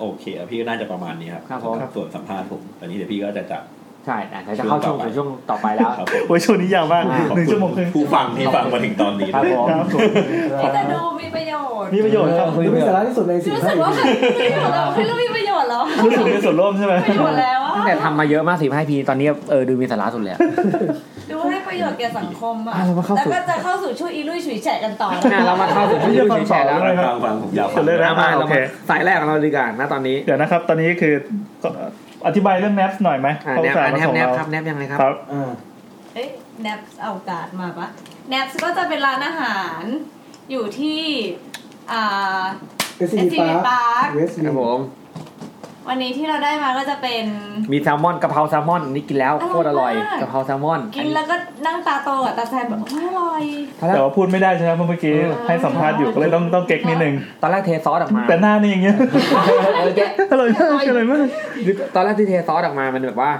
โอเคอ่ะพี่ก็น่าจะประมาณนี้ครับ ครับผม ส่วนสัมภาษณ์ผมตอนนี้เดี๋ยวพี่ก็จะจัด ใช่แต่จะเข้าช่วงสู่ช่วงต่อไปแล้ว ครับ โอ้ยช่วงนี้ยาวมากหนึ่งชั่วโมงครึ่ง ผู้ฟังที่ฟังมาถึงตอนนี้ ครับผม ครับผม นี่แต่ดูมีประโยชน์ มีประโยชน์ครับ ดูมีสาระที่สุดในสี่ รู้ ภา สึ ค กว่า อีก ไม่รู้เราไม่รู้มีประโยชน์เหรอ รู้สึกมีส่วนร่วมใช่ไหม ประโยชน์แล้วอะ ตั้งแต่ทำมาเยอะมากสี่ห้าพีตอนนี้เออดูมีสาระสุดเลยอะ ดูให้ประโยชน์แก่สังคมอะ อ่ะเรามาเข้า แล้ว สู่ ก็จะเข้าสู่ช่วงอีลุยฉุยแฉะกันต่อ อ่ะเรามาเข้าสู่ช่วงดูแชร์แล้ว ฟังฟังฟังผมยาวฟัง เลยนะ เอามา อ่ะ เรา โอเค มาสายแรกของเราดีกว่านะตอนนี้ เดี๋ยวนะครับ ตอนนี้คือก็อธิบายเรื่องแนปหน่อยไหม อ่ะ เขา แนบ สาร อ่ะ มา แนบ ส่ง แนบครับแนบเรายังไงครับ ครับ เอ้ยแนปเอาการ์ดมาปะแนปก็จะเป็นร้านอาหารอยู่ที่ อ่า SCB SCB Park Park ครับผม วันนี้ที่เราได้มาก็จะเป็น มีแซลมอนกะเพราแซลมอนนี่กินแล้วโคตรอร่อย อร่อยมาก กะเพราแซลมอน กินแล้วก็นั่งตาโตกับตาแซมแบบโอ้ยอร่อย แต่ว่าพูดไม่ได้ใช่ไหมเพราะเมื่อกี้ให้สัมภาษณ์อยู่ก็เลยต้องต้องเก๊กนิดนึง ตอนแรกเทซอสออกมา แต่หน้านี่อย่างเงี้ย อร่อยมากอร่อยมาก ตอนแรกที่เทซอสออกมามันแบบว่า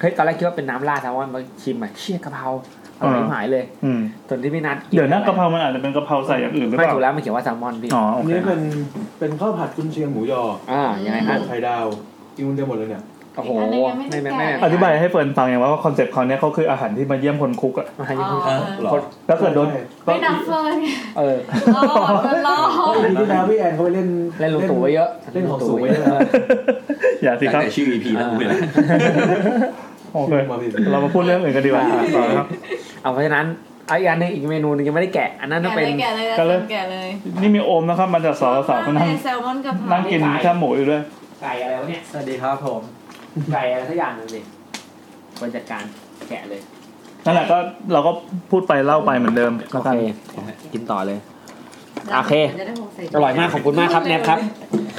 เฮ้ยตอนแรกคิดว่าเป็นน้ำราดแซลมอนมาชิมอ่ะเชี่ยกะเพราอร่อยหายเลย อืม จนที่พี่นัดกิ เดี๋ยวนะกะเพรามันอาจจะเป็นกะเพราใส่อย่างอื่นหรือ ไม่ เปล่า ถูกแล้วมันเขียนว่าแซลมอนพี่ อ๋อโอ อัน เค นี้เป็นเป็นข้าวผัดกุนเชียงหมูยอ อ่ายังไงฮะ ไข่ดาวกินคนเดียวหมดเลยเนี่ย โอ้โห อันนี้ยังไม่ได้ ไม่ไม่ แกะ ไม่ อธิบายให้เฟิร์นฟังอย่างว่าคอนเซปต์เขาเนี่ยเขาคืออาหารที่มาเยี่ยมคนคุกอะ อาหารญี่ปุ่น อ๋อ คน แล้วเกิดโดน ไม่นับเฟิร์น เออ รอดรอด พี่พี่นาพี่แอนเขาไปเล่น เล่นลุงตู่ไว้เยอะ เล่นของสูงไว้ ไว้ เยอะนะ อย่าสิ ตั้ง ครับ แต่ชื่อ EP แล้วกูเลยนะ โอเคเรามาพูดเรื่องอื่นกันดีกว่าต่อครับ เอาเพราะฉะนั้นไอ้อันหนึงอีกเมนูหนึงยังไม่ได้แกะ อันนั้นน่ะเป็น แก่เลย ก็เลแก่เลย ยแก่เลย นี่มีโอมนะครับมาจากสาวสาวก็นั่ง แซลมอนกะเพรา นั่งกินแค่หมูอยู่ด้วย ไก่อะไรวะเนี่ยสวัสดีครับผมไก่อะไรสักอย่างหนึงดิบริจัดการแกะเลย นั่นแหละก็เราก็พูดไปเล่าไปเหมือนเดิมแล้วกัน กินต่อเลย ได้ โอเค จะได้หกใส่ อร่อยมากขอบคุณมากครับแนบครับ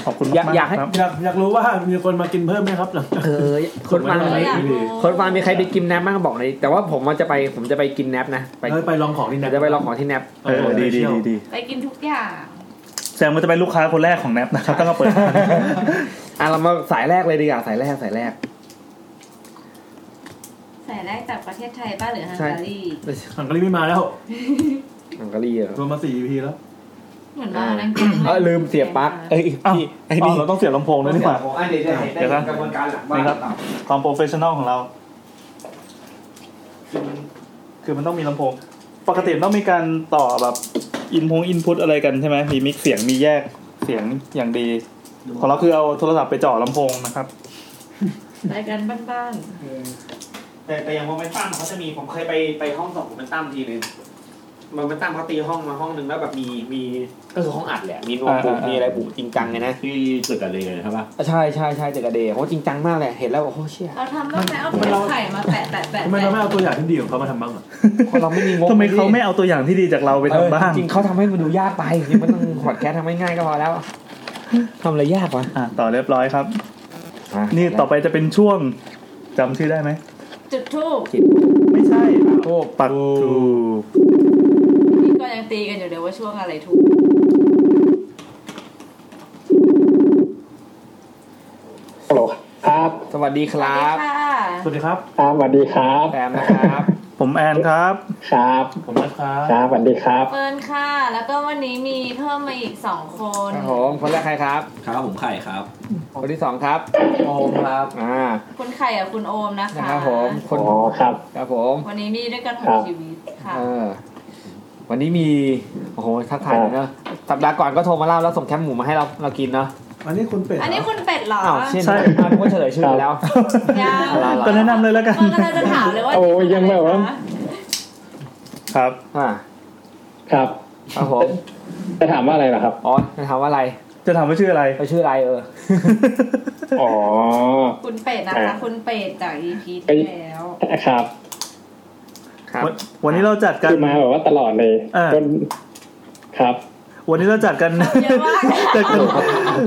ขอบคุณ อยาก มาก อยากให้ ครับ อยากอยากรู้ว่ามีคนมากินเพิ่มไหมครับหลังจาก เออคนฟัง ไม่อยากรู้ คนฟังมีใครไปกินแนบบ้างบอกเลยแต่ว่าผมว่าจะไปผมจะไปกินแนบนะไป เราไปลองของนี่นะ จะไปลองของที่แนบ เออดีดีดีดี ไปกินทุกอย่าง แซมก็จะเป็นลูกค้าคนแรกของแนปนะครับตั้งแต่เปิดร้าน อ่ะเรามาสายแรกเลยดีกว่าสายแรกสายแรก ใส่ได้จากประเทศไทยป้าหรือฮัง ใช่ การี หังกะลีไม่มาแล้ว อังกะรีเหรอ รวมมาสี่ EP แล้ว เหมือนว่านั่งกิน เออลืมเสียบปลั๊กเอ้ย อ้าว พี่ไอ้ อ๋ นี่ อเราต้องเสียบลำโพงด้วยนี่หว่า อันเดี๋ยวจะเห็นได้ เดี๋ยวครับ กระบวนการหลังบ้า นี่ น ครับความโปรเฟชชั่นอลของเรา คือมันต้องมีลำโพง ปกติมันต้องมีการต่อแบบอินพงอินพุตอะไรกันใช่ไหมมีมิกเสียงมีแยกเสียงอย่างดี ของเราคือเอาโทรศัพท์ไปจ่อลำโพงนะครับ รายการบ้าน แต่แต่อย่างโมเมนตัมเขาจะมีผมเคยไปไปห้องสองโมเมนตัมทีนึงโมเมนตัมเขาตีห้องมาห้องหนึ่งแล้วแบบมีมี ก็คือห้องอัดแหละ มีนวมบุกมีอะไรบุกจริงจังไงนะ ที่จุดกันเลยใช่ปะ ใช่ใช่ใช่เจอกระเดย์โอ้จริงจังมากเลยเห็นแล้วโอ้โหเชี่ย ๆเราทำบ้างไหมเอาเทปไข่มาแปะแปะแปะ ทำไมเราไม่เอาตัวอย่างที่ดีของเขามาทำบ้างอ่ะ คนเราไม่มีงบ ทำไมเขาไม่เอาตัวอย่างที่ดีจากเราไปทำบ้าง เออจริงๆเขาทำให้มันดูยากไปจริงๆมันต้องพอดแคสต์ทำให้ง่ายก็พอแล้วทำอะไรยากวะ อ่ะต่อเรียบร้อยครับ นี่ต่อไปจะเป็นช่วงจำชื่อได้ไหม จุดทูบ ไม่ใช่ โทษ ปักถูก พี่ก็ยังตีกันอยู่เดี๋ยวว่าช่วงอะไรทูบ ฮัลโหลครับ สวัสดีครับ ค่ะ สวัสดีครับ ครับสวัสดีครับ แซมนะครับ ผมแอนครับ ครับ ผมนะครับ ครับสวัสดีครับ เฟิร์นค่ะ แล้วก็วันนี้มีเพิ่มมาอีกสองคน ครับผมคนแรกใครครับ ครับผมไข่ครับ คนที่สองครับโอมครับอ่า คุณไข่กับคุณโอมนะคะ นะครับผมคน ครับ ครับผม วันนี้มีด้วยกันคหก รับ ชีวิตค่ะ เออวันนี้มีโอ้โหทักทายเนอะสัปดาห์ก่อนก็โทรมาเล่าแล้วส่งแคปหมูมาให้เราเรากินเนาะ อันนี้คุณเป็ด อันนี้คุณเป็ดเหรอ อ้าวเช่น ใช่ อ้าวผมก็เฉลยชื่อไปแล้ว ยาว ก็แนะนำเลยแล้วกัน ก็เลยจะถามเลยว่า โอ้ยังแบบว่า ครับ อ่า ครับ ครับผม จะถามว่าอะไรล่ะครับ อ๋อจะถามว่าอะไร จะถามว่าชื่ออะไร ชื่ออะไรเออ อ๋อ คุณเป็ดนะคะ อ่ะ คุณเป็ดจาก EP ที่แล้ว ครับ วันวันนี้เราจัดกัน คือมาแบบว่าตลอดเลย อ่า จนครับ วันนี้เราจัดกันจัดกัน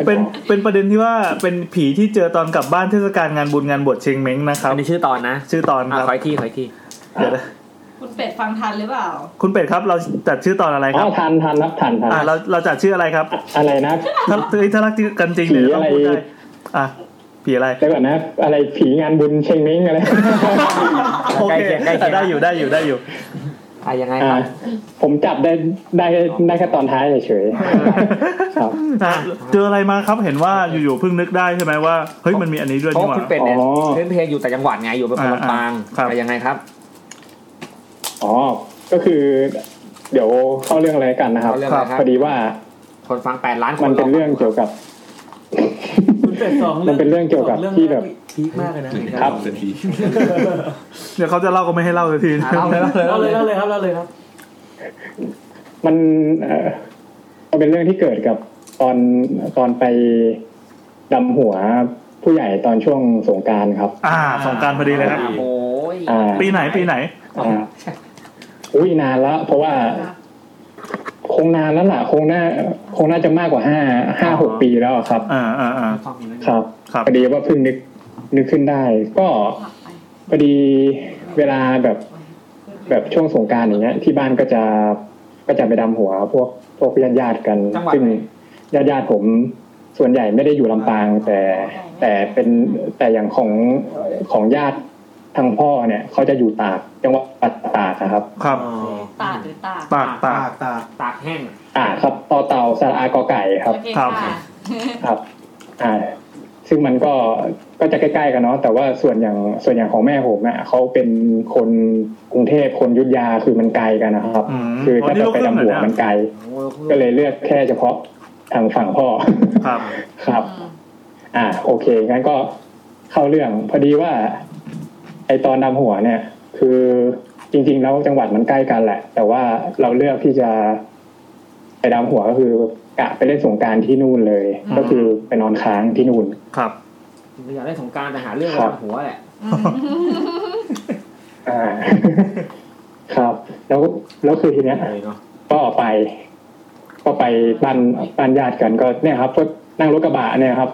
เป็นเป็นประเด็นที่ว่าเป็นผีที่เจอตอนกลับบ้านเทศกาลงานบุญงานบวชเชงเม้งนะครับอัน นี้ชื่อตอนนะ ชื่อตอนครับ ขอยที่ขอยที่ เดี๋ยวนะ คุณเป็ดฟังทันหรือเปล่า คุณเป็ดครับเราจัดชื่อตอนอะไรครับ อ๋อทันทันครับทันทัน อ่าเราเราจัดชื่ออะไรครับ อะไรนะ ถ้าเอ้ยถ้ารักกันจริง ผี เดี๋ยวต้ อะ อง ไร พูดได้อ่ะผีอะไร เดี๋ยวก่อนนะ อะไรผีงานบุญเชงเม้งอะไร โอเค ใกล้เคียงใกล้เคียง ได้อยู่ได้อยู่ได้อยู่ อ่ะยังไง อ่าผมจับได้ได้ได้แค่ตอนท้ายเฉยๆครับ อ่ะเจออะไรมาครับเห็นว่าอยู่ๆเพิ่งนึกได้ใช่ไหมว่าเฮ้ยมันมีอันนี้ด้วย เพ นี่ ราะ หว่า คุณเป็ดเนี่ยเล่นเพลงอยู่แต่จังหวัดไงอยู่เป็นคนลำปางไปยังไงครับ อ๋อ ก็คือ เดี๋ยวเข้าเรื่องอะไรกันนะครับ เข้าเรื่องอะไรครับ พอดีว่า คนฟังแปดล้านค มัน นเป็นเรื่องเกี่ยวกับ มันเป็นเรื่องเกี่ยวกับที่แบบ พีคมากเลยนะ ครับ เดี๋ยวเขาจะเล่าก็ไม่ให้เล่าสักที อ่ะเล่าเลยเล่าเลยเล่าเลย ครับเล่าเลยครับ มันเอ่อมันเป็นเรื่องที่เกิดกับตอนตอนไปดำหัวผู้ใหญ่ตอนช่วงสงกรารครับ อ่าสงกรารพอดีเลยครับ โอ้ย อ่า ปีไหนปีไหน อ่าอุ้ยนานละเพราะว่าคงนานแล้วล่ะ คงน่าคงน่าจะมากกว่าห้าห้าหกปีแล้วอะครับ อ่าอ่าอ่า ครับ ครับ พอดีว่าเพิ่งนึกนึกขึ้นได้ ก็พอดีเวลาแบบ แบบช่วงสงกรารอย่างเงี้ย ที่บ้านก็จะก็จะไปดำหัว พวกพวกญาติญาติๆกัน จังหวัด ซึ่ง ไหน ญาติญาติๆผมส่วนใหญ่ไม่ได้อยู่ลำปาง แต่แต่เป็นแต่อย่างของของญาติทางพ่อเนี่ยเขาจะอยู่ตากจังหวัดตากอะครับ ครับ ตากหรือตาก ตากตาก ตากตากแห้ง อ่าครับต่อเต่าสระอากอไก่ครับ โอเคค่ะ ครับ อ่า ซึ่งมันก็ ก็จะใกล้ๆกันเนาะ แต่ว่าส่วนอย่าง ส่วนอย่างของแม่ผมเนี่ยเขาเป็นคนกรุงเทพ คนอยุธยา คือมันไกลกันนะครับ อืม คือ อ๋อ ถ้า นี่ จะ ลูก ไป ครึ่ง ดำหั เหรอวเนี่ย มันไกล ก็เลยเลือกแค่เฉพาะทางฝั่งพ่อ ครับ ครับ อ่า โอเค งั้นก็เข้าเรื่อง พอดีว่า ไอตอนดำหัวเนี่ย คือจริงๆแล้วจังหวัดมันใกล้กันแหละ แต่ว่าเราเลือกที่จะไปดำหัวก็คือกะไปเล่นสงกรารที่นู่นเลย อืม ก็คือไปนอนค้างที่นู่น ครับ ไม่อยากได้สงกรารแต่หาเรื่อง ครับ ทำหัวแหละ อ่า [LAUGHS] ครับ แล้วแล้วคือทีเนี้ยก็ไป ก็ไปบ้านบ้านญาติกันก็เนี่ยครับก็นั่งรถกระบะเนี่ยครับ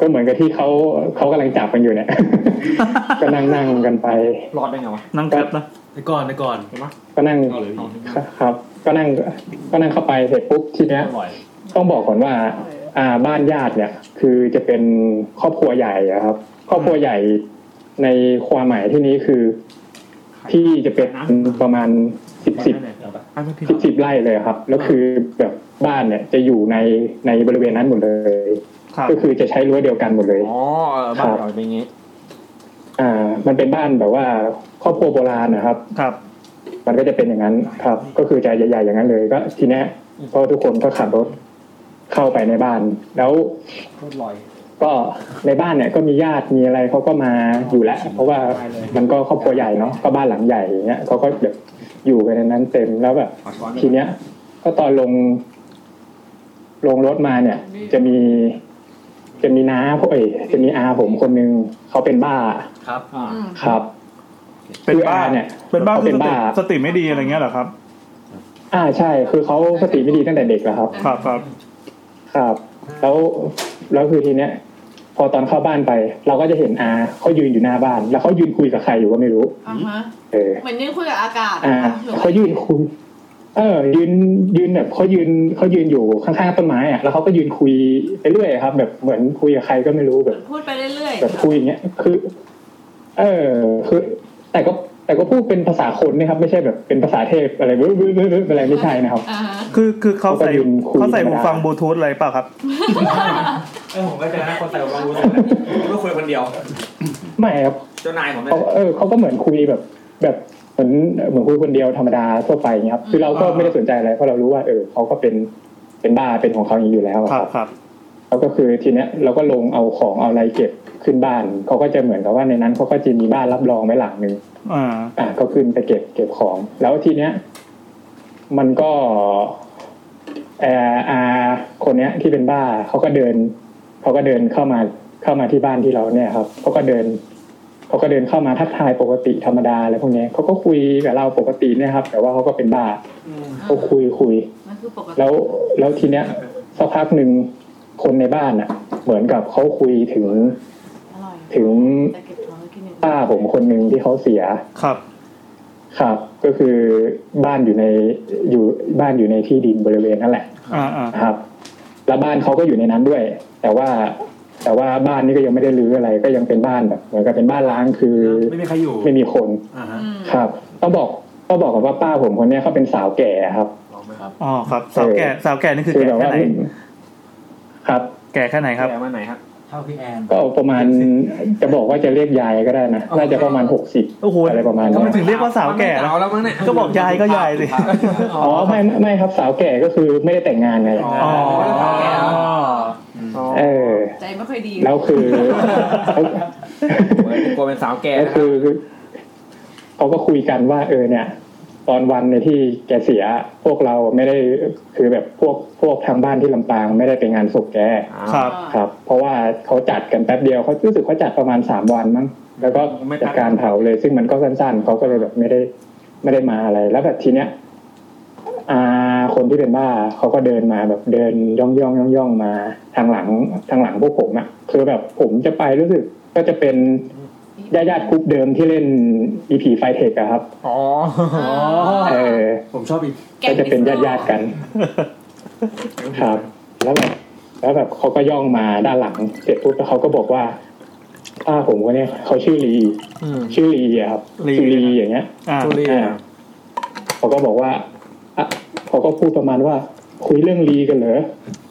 ก็เหมือนกับที่เขาเขากำลังจับกันอยู่เนี่ย [LAUGHS] ก็นั่งนั่งกันไป รอดได้ไงวะ นั่งแคปนะ ในก่อนในก่อน เห็นไหม ก็นั่งครับ ก็นั่งก็นั่งเข้าไปเสร็จปุ๊บทีเนี้ย ต้องบอกก่อนว่า อ่าบ้านญาติเนี่ย คือจะเป็นครอบครัวใหญ่อะครับ ครอบครัวใหญ่ในความหมายที่นี้คือ ที่จะเป็นประมาณสิบสิบสิบสิบไร่เลยครับ แล้วคือแบบบ้านเนี่ยจะอยู่ในในบริเวณนั้นหมดเลย ก็คือจะใช้รั้วเดียวกันหมดเลย อ๋อเออบ้านเราเป็นอย่างงี้ อ่า มันเป็นบ้านแบบว่าครอบครัวโบราณนะครับ ครับ มันก็จะเป็นอย่างนั้นครับ ก็คือจะใหญ่ๆอย่างนั้นเลยก็ทีเนี้ยพอทุกคนก็ขับรถเข้าไปในบ้าน แล้วก็ในบ้านเนี่ยก็มีญาติมีอะไรเขาก็มาอยู่แล้วเพราะว่ามันก็ครอบครัวใหญ่เนาะก็บ้านหลังใหญ่อย่างเงี้ยเขาก็แบบอยู่กันในนั้นเต็มแล้วแบบทีเนี้ย ก็ตอนลง ลงรถมาเนี่ย จะมี จะมีน้าผมเอ้ยจะมีอาผมคนนึงเขาเป็นบ้า ครับ ครับ เป็นบ้า คืออาเนี่ เนี่ย ย เป็นบ้า เขา คื เป็ อน สติ บ้า สติไม่ดีอะไรเงี้ยเหรอครับ อ่าใช่ คือเขาสติไม่ดีตั้งแต่เด็กแล้วครับ ครับครับ ครับ แล้วแล้วคือทีเนี้ย พอตอนเข้าบ้านไป เราก็จะเห็นอาเขายืนอยู่หน้าบ้าน แล้วเขายืนคุยกับใครอยู่ก็ไม่รู้ อ่าฮะ เออ เหมือนนี่คุยกับอากาศ อ่า หรือว่า เขายืนคุย เออ ยืนยืนแบบเขายืนเขายืนอยู่ข้างๆต้นไม้อะแล้วเขาก็ยืนคุยไปเรื่อยครับ แบบเหมือนคุยกับใครก็ไม่รู้แบบ พูดไปเรื่อย แบบคุยอย่างเงี้ย คือ เออ คือ แต่ก็ แต่ก็พูดเป็นภาษาคนนะครับ ไม่ใช่แบบเป็นภาษาเทพอะไร [LAUGHS] วื้อวื้อวื้อวื้ออะไรไม่ใช่นะครับ คือคือเขาใส่ เขาก็ยืนคุย เขาใส่หูฟังบลูทูธอะไรเปล่าครับ เออผมก็จะนะคนแต่ผมรู้สึกไม่คุยคนเดียว ไม่ครับ เจ้านายผมเนี่ย เขาเออเขาก็เหมือนคุยแบบ แบบเหมือนเหมือนคุยคนเดียวธรรมดาทั่วไปอย่างเงี้ยครับ คือเราก็ไม่ได้สนใจอะไรเพราะเรารู้ว่าเออเขาก็เป็นเป็นบ้าเป็นของเขาอย่างนี้อยู่แล้วอะครับ ครับ แล้วก็คือทีเนี้ยเราก็ลงเอาของเอาอะไรเก็บขึ้นบ้านเขาก็จะเหมือนกับว่าในนั้นเขาก็จะมีบ้านรับรองไว้หลังหนึ่ง อ่า อ่ะก็ขึ้นไปเก็บเก็บของ แล้วทีเนี้ย มันก็แอออาคนเนี้ยที่เป็นบ้าเขาก็เดินเขาก็เดินเข้ามาเข้ามาที่บ้านที่เราเนี่ยครับเขาก็เดินเขาก็เดินเข้ามาทักทายปกติธรรมดาอะไรพวกเนี้ยเขาก็คุยกับเราปกติเนี่ยครับ แต่ว่าเขาก็เป็นบ้าเขาคุยคุย มันคือปกติ แล้วแล้วทีเนี้ยสักพักหนึ่งคนในบ้านอ่ะ เหมือนกับเขาคุยถึงถึง แต่เก็บท้องแล้วกินอย่าง ป้าผมคนหนึ่งที่เขาเสีย ครับ ครับ ก็คือบ้านอยู่ในอยู่บ้านอยู่ในที่ดินบริเวณนั่นแหละ อ่าอ่า ครับ แล้วบ้านเขาก็อยู่ในนั้นด้วย แต่ว่า แต่ว่าบ้านนี้ก็ยังไม่ได้รื้ออะไร ก็ยังเป็นบ้านแบบเหมือนกับเป็นบ้านล้างคือ ไม่มีใครอยู่ ไม่มีคน อ่าฮะ ครับ ต้องบอกต้องบอกก่อนว่าป้าผมคนเนี้ยเขาเป็นสาวแก่ครับ อ๋อครับ สาวแก่สาวแก่นี่คือ คือ แก่ แบบ แค่ ว่า ไหน ครับ แก่แค่ไหนครับ แก่มาไหนครับ เท่าพี่แอน ก็ประมาณจะบอกว่าจะเรียกยายก็ได้นะน่าจะประมาณหกสิบอะไรประมาณ ทำ เนี้ ไม ย ถึงเรียกว่าสาวแก่ล่ะก็บอกยายก็ยายสิ อ๋อไม่ไม่ไม่ครับสาวแก่ก็คือไม่ได้แต่งงานไง อ๋อ เออ ใจไม่ค่อยดี แล้วคือ กลัวเป็นสาวแก่ ก็ นะครั คื บ อเขาก็คุยกันว่า เออเนี่ย ตอนวันในยที่แกเสีย พวกเราไม่ได้คือแบบพวกพวกทางบ้านที่ลำปางไม่ได้ไปงานศพแก ครับ ครับ เพราะว่าเขาจัดกันแป๊บเดียวเขารู้สึกเขาจัดประมาณสามวันมั้งแล้วก็จัดการเผาเลย ซึ่งมันก็สั้นๆเขาก็เลยแบบไม่ได้ไม่ได้มาอะไร แล้วแบบทีเนี้ย อาคนที่เป็นบ้าเขาก็เดินมาแบบเดินย่องย่องย่องย่องๆมาทางหลังทางหลังพวกผมอะคือแบบผมจะไปรู้สึกก็จะเป็นญาติญาติๆกรุ๊ปเดิมที่เล่นอีพีไฟเทคอะครับ อ๋อ เออ ผมชอบอีก ก็จะเป็นญาติญาติๆกัน ครับ แล้วแบบแล้วแบบเขาก็ย่องมาด้านหลัง เสร็จปุ๊บแล้วเขาก็บอกว่าป้าผมคนเนี้ยเขาชื่อลีชื่อลีอะครับ ลี ชื่อลีอย่างเงี้ย อ่า อ่าเขาก็บอกว่าอ่ะเขาก็พูดประมาณว่า คุยเรื่องลีกันเหรอ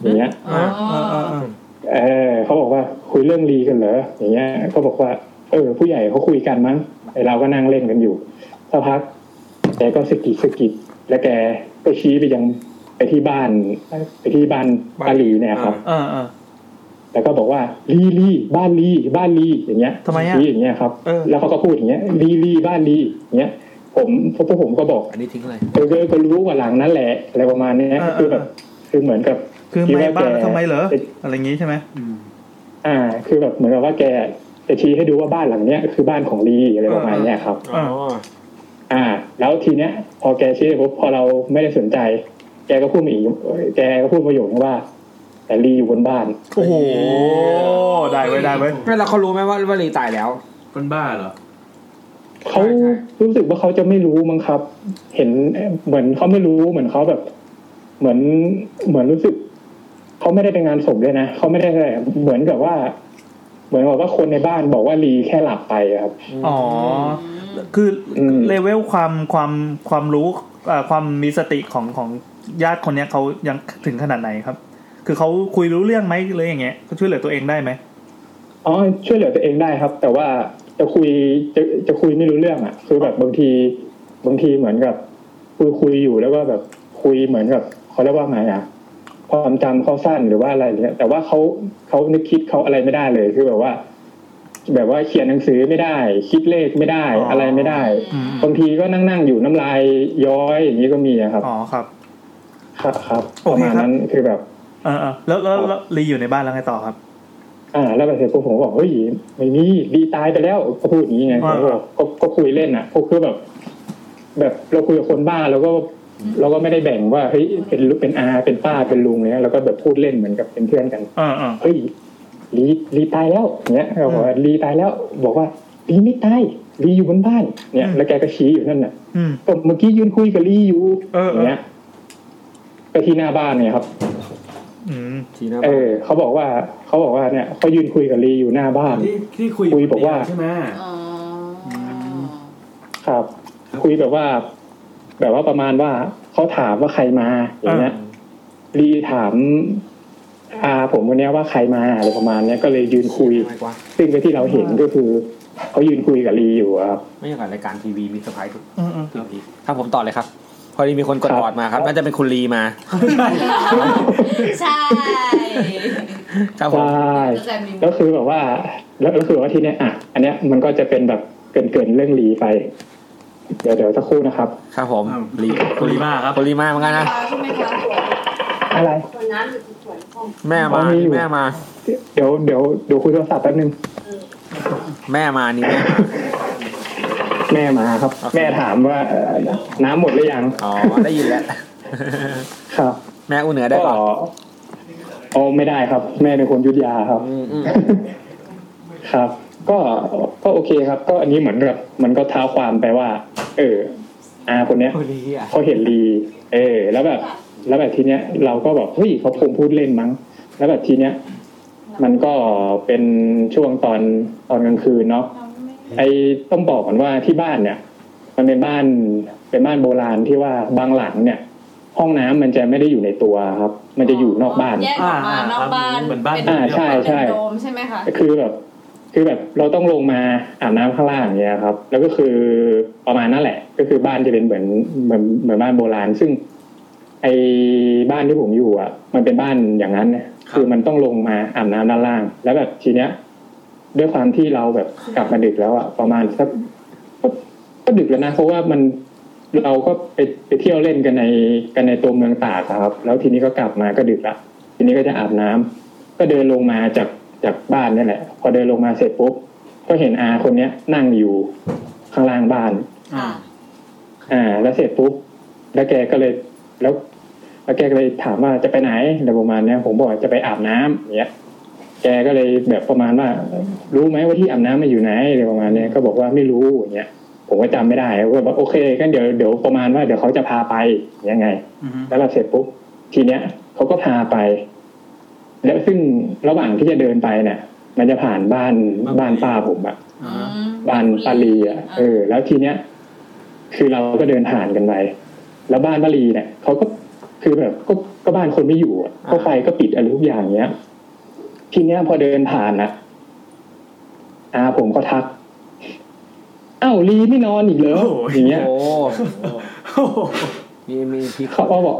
อย่างเงี้ย อ่าอ่าอ่าอ่า เออเขาบอกว่าคุยเรื่องลีกันเหรออย่างเงี้ยเขาบอกว่า เออ ผู้ใหญ่เขาคุยกันมั้งไอเราก็นั่งเล่นกันอยู่สักพักแกก็สะกิดสะกิดแล้วแกก็ชี้ไปยังไปที่บ้านไปที่บ้านบ้านลีเนี่ยครับ อ่าอ่า แล้วก็บอกว่าลีลีบ้านลีบ้านลีอย่างเงี้ย ทำไมอะ ลีอย่างเงี้ยครับแล้วเขาก็พูดอย่างเงี้ยลีลีบ้านลีอย่างเงี้ย ผมพวกผมก็บอก อันนี้ทิ้งอะไร เออก็ก็รู้ว่าหลังนั้นแหละอะไรประมาณเนี้ย เออเออ คือแบบคือเหมือนกับ คือไม่บ้านแล้ว คิดว่แก ทำไมเหรอ อะไรอย่างงี้ใช่ไหม อ่า คือแบบเหมือนกับว่าแกจะชี้ให้ดูว่าบ้านหลังเนี้ยคือบ้านของลีอะไรประมาณเนี้ยครับ อ่า อ่า แล้วทีเนี้ย พอแกชี้ปุ๊บพอเราไม่ได้สนใจ แกก็พูดมาอีกแกก็พูดประโยคนึงว่า แต่ลีอยู่บนบ้าน โอ้โห ได้ไว้ยได้ไว้ย แล้วเขารู้ไหมว่าว่าลีตายแล้ว คนบ้าเหรอ เขารู้สึกว่าเขาจะไม่รู้มั้งครับ เห็นเหมือนเขาไม่รู้เหมือนเขาแบบ เหมือนเหมือนรู้สึกเขาไม่ได้ไปงานศพด้วยนะเขาไม่ได้อะไรเหมือนกับว่า เหมือนกับว่าคนในบ้านบอกว่าลีแค่หลับไปอะครับ อ๋อ คืออ ม เลเวลความความความรู้อ่าความมีสติของของญาติคนเนี้ยเขายังถึงขนาดไหนครับ คือเขาคุยรู้เรื่องไหมเลยอย่างเงี้ยเขาช่วยเหลือตัวเองได้ไหม อ๋อช่วยเหลือตัวเองได้ครับ แต่ว่าจะคุยจะจะคุยไม่รู้เรื่องอ่ะ คือแบบบางทีบางทีเหมือนกับคุยคุยอยู่แล้วก็แบบคุยเหมือนกับเขาเรียกว่าไงอ่ะความจำเขาสั้นหรือว่าอะไรเนี้ยแต่ว่าเขาเขานึกคิดเขาอะไรไม่ได้เลยคือแบบว่า แบบว่าเขียนหนังสือไม่ได้ คิดเลขไม่ได้ อ๋ออ อะไรไม่ได้บางทีก็นั่งนั่งๆอยู่น้ำลายย้อยอย่างนี้ก็มีอะครับ อ๋อครับ ครับครับ โอ ประ เค มาคณรับ นั้นคือแบบ เออเออแล้วแล้วแล้วลีอยู่ในบ้านแล้วไงต่อครับ อ่าแล้วแบบเสร็จปุ๊บผมก็บอกเฮ้ยไม่มีดีตายไปแล้วก็พูดอย่างนี้ไง อ่า ผมก็บอกก็ก็คุยเล่นอ่ะก็คือแบบ แบบเราคุยกับคนบ้าเราก็เราก็ไม่ได้แบ่งว่าเฮ้ยเป็นลูกเป็นอาเป็นป้าเป็นลุงเนี้ยเราก็แบบพูดเล่นเหมือนกับเป็นเพื่อนกัน เออเออ เฮ้ยลีลีตายแล้วเนี้ยเราบอกว่าลีตายแล้ว บอกว่าลีไม่ตายลีอยู่บนบ้านเนี่ย แล้วแกก็ชี้อยู่นั่นน่ะ อืม ก็เมื่อกี้ยืนคุยกับลีอยู่ เออเออ ย่างเนี้ยไปที่หน้าบ้านเนี่ยครับ อืม ทีหน้า เอ บ้าน อเขาบอกว่าเขาบอกว่าเนี่ยเขายืนคุยกับลีอยู่หน้าบ้าน ที่ที่คุย คุยบอกว่า ใช่ไหม อ๋อ ครับ คุยแบบว่า แบบว่าประมาณว่าเขาถามว่าใครมาอย่างเงี้ยรีถามอาผมวันเนี้ยว่าใครมาอะไรประมาณเนี้ยก็เลยยืนคุย ซึ่งก็ที่เราเห็นก็คือเขายืนคุยกับรีอยู่อะครับ ไม่อย่างกับรายการทีวีมีเซอร์ไพรส์ทุก อืมอืม ทุกทีครับผมต่อเลยครับ พอดีมีคนกดออดมาครับน่าจะเป็นคุณลีมา ใช่ ครับผม ใช่ ก็จะมี ก็คือแบบว่า แล้วก็คือว่าที่เนี้ยอ่ะ อันเนี้ยมันก็จะเป็นแบบเกินเกินๆเรื่องลีไป เดี๋ยวเดี๋ยวสักครู่นะครับ ครับผมลีคุณลีมาครับคุณลีมาเหมือนกันนะ ใช่ไหมคะ อะไร คนนั้นหรือคนส่วนของ แม่มา อ๋อมีอยู่ นี่แม่มา เดี๋ยวเดี๋ยวเดี๋ยวคุยโทรศัพท์แป๊บนึง แม่มานี่แม่มา แม่มาครับ แม่ถามว่าเอ่อน้ำหมดหรือยัง อ๋อได้ยินแล้ว ครับ แม่อู้เหนือได้ป่ะ อ๋อไม่ได้ครับ แม่เป็นคนยุทธยาครับ ครับ ก็ก็โอเคครับ ก็อันนี้เหมือนกับมันก็เท้าความไปว่า เอออาคนเนี้ยเขาเห็นลี เออ แล้วแบบ แล้วแบบทีเนี้ย เราก็บอกเฮ้ยเขาคงพูดเล่นมั้ง แล้วแบบทีเนี้ย มันก็เป็นช่วงตอนตอนกลางคืนเนาะไอต้องบอกก่อนว่าที่บ้านเนี่ย มันเป็นบ้านเป็นบ้านโบราณที่ว่าบางหลังเนี่ย ห้องน้ำมันจะไม่ได้อยู่ในตัวครับ มันจะอยู่นอกบ้าน แยกออกมานอกบ้าน เหมือนบ้านอ่า เป็ ใช่ใช่ เป็นโดมใช่ไหมคะ คือแบบ คือแบบเราต้องลงมาอาบน้ำข้างล่างอย่างเงี้ยครับ แล้วก็คือประมาณนั่นแหละ ก็คือบ้านจะเป็นเหมือนเหมือนเหมือนบ้านโบราณ ซึ่ง ไอ้บ้านที่ผมอยู่อ่ะ มันเป็นบ้านอย่างนั้นนะคือมันต้องลงมาอาบน้ำด้านล่าง แล้วแบบทีเนี้ย ด้วยความที่เราแบบกลับมาดึกแล้วอ่ะประมาณสักก็ก็ดึกแล้วนะ เพราะว่ามันเราก็ไปไปเที่ยวเล่นกันในกันในตัวเมืองตากอะครับ แล้วทีนี้ก็กลับมาก็ดึกละทีนี้ก็จะอาบน้ำ ก็เดินลงมาจากจากบ้านนี่แหละ พอเดินลงมาเสร็จปุ๊บก็เห็นอาคนเนี้ยนั่งอยู่ข้างล่างบ้าน อ่า แล้วเสร็จปุ๊บแล้วแกก็เลยแล้ว แล้วแกก็เลยถามว่าจะไปไหนอะไรประมาณเนี้ยผมบอกว่าจะไปอาบน้ำอย่างเงี้ย แกก็เลยแบบประมาณว่า รู้ไหมว่าที่อาบน้ำมันอยู่ไหนอะไรประมาณเนี้ยก็บอกว่าไม่รู้อย่างเงี้ย ผมก็จำไม่ได้ก็บอกว่าโอเคกันเดี๋ยวเดี๋ยวประมาณว่าเดี๋ยวเขาจะพาไปยังไง แล้วเราเสร็จปุ๊บทีเนี้ยเขาก็พาไป แล้วซึ่งระหว่างที่จะเดินไปเนี่ยมันจะผ่านบ้านบ้านป้าผมอะบ้านป้าลีอะเออ แล้วทีเนี้ย คือเราก็เดินผ่านกันไปแล้วบ้านป้าลีเนี่ยเขาก็คือแบบก็ก็บ้านคนไม่อยู่อะเข้าไปก็ปิดอะไรทุกอย่างเนี้ย ทีเนี้ยพอเดินผ่านนะอาผมก็ทักอ้าวลีไม่นอนอีกเหรออย่างเงี้ย โอ้มีมีพี่ เขาก็บอก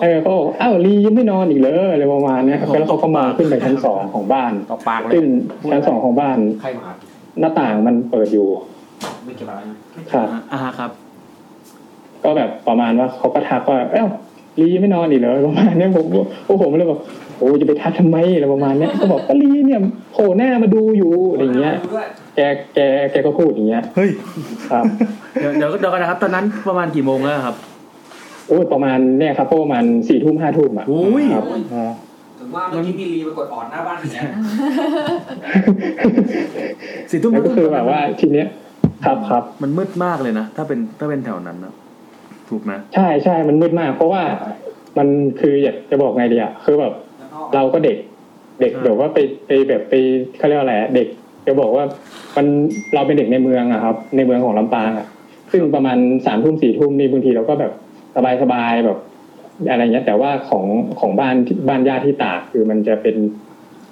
เออเขาบอกอ้าวลียังไม่นอนอีกเลยอะไรประมาณเนี้ยแล้วเขาก็มาขึ้นไปชั้นสองของบ้าน ต่อปากเลย ซึ่งชั้นสองของบ้าน ใครมา หน้าต่างมันเปิดอยู่ ไม่เกี่ยวอะไร ครับ อ่าครับ ก็แบบประมาณว่าเขาก็ทักว่า เอ้าลียังไม่นอนอีกเหรอประมาณเนี้ยผมก็โอ้โหผมเลยบอกโอ้ยจะไปทักทำไมอะไรประมาณเนี้ยก็บอกก็ลีเนี่ยโผล่หน้ามาดูอยู่อะไรอย่างเงี้ย แกแกแกก็พูดอย่างเงี้ย เฮ้ย ครับ เดี๋ยวเดี๋ยวเดี๋ยวกันนะครับ ตอนนั้นประมาณกี่โมงแล้วครับ โอ้ยประมาณเนี่ยครับประมาณสี่ทุ่มห้าทุ่มอ่ะครับ ถึงว่าเมื่อกี้มีรีไปกดออดหน้าบ้านอย่างเงี้ย [LAUGHS] สี่ทุ่ม แล้วก็คือแบบว่าทีเนี้ย ครับครับ มันมืดมากเลยนะ ถ้าเป็นถ้าเป็นแถวนั้นนะถูกไหม ใช่ใช่ มันมืดมาก เพราะว่ามันคืออยากจะบอกไงดีอะคือแบบเราก็เด็ก เด็กแบบว่าไปไปแบบไปเขาเรียกว่าอะไรอะเด็กจะบอกว่ามันเราเป็นเด็กในเมืองอะครับ ในเมืองของลำปางอะซึ่งประมาณสามทุ่มสี่ทุ่มนี่บางทีเราก็แบบสบายสบายๆแบบ อะไรเงี้ย แต่ว่าของของบ้านที่บ้านญาติที่ตากคือมันจะเป็น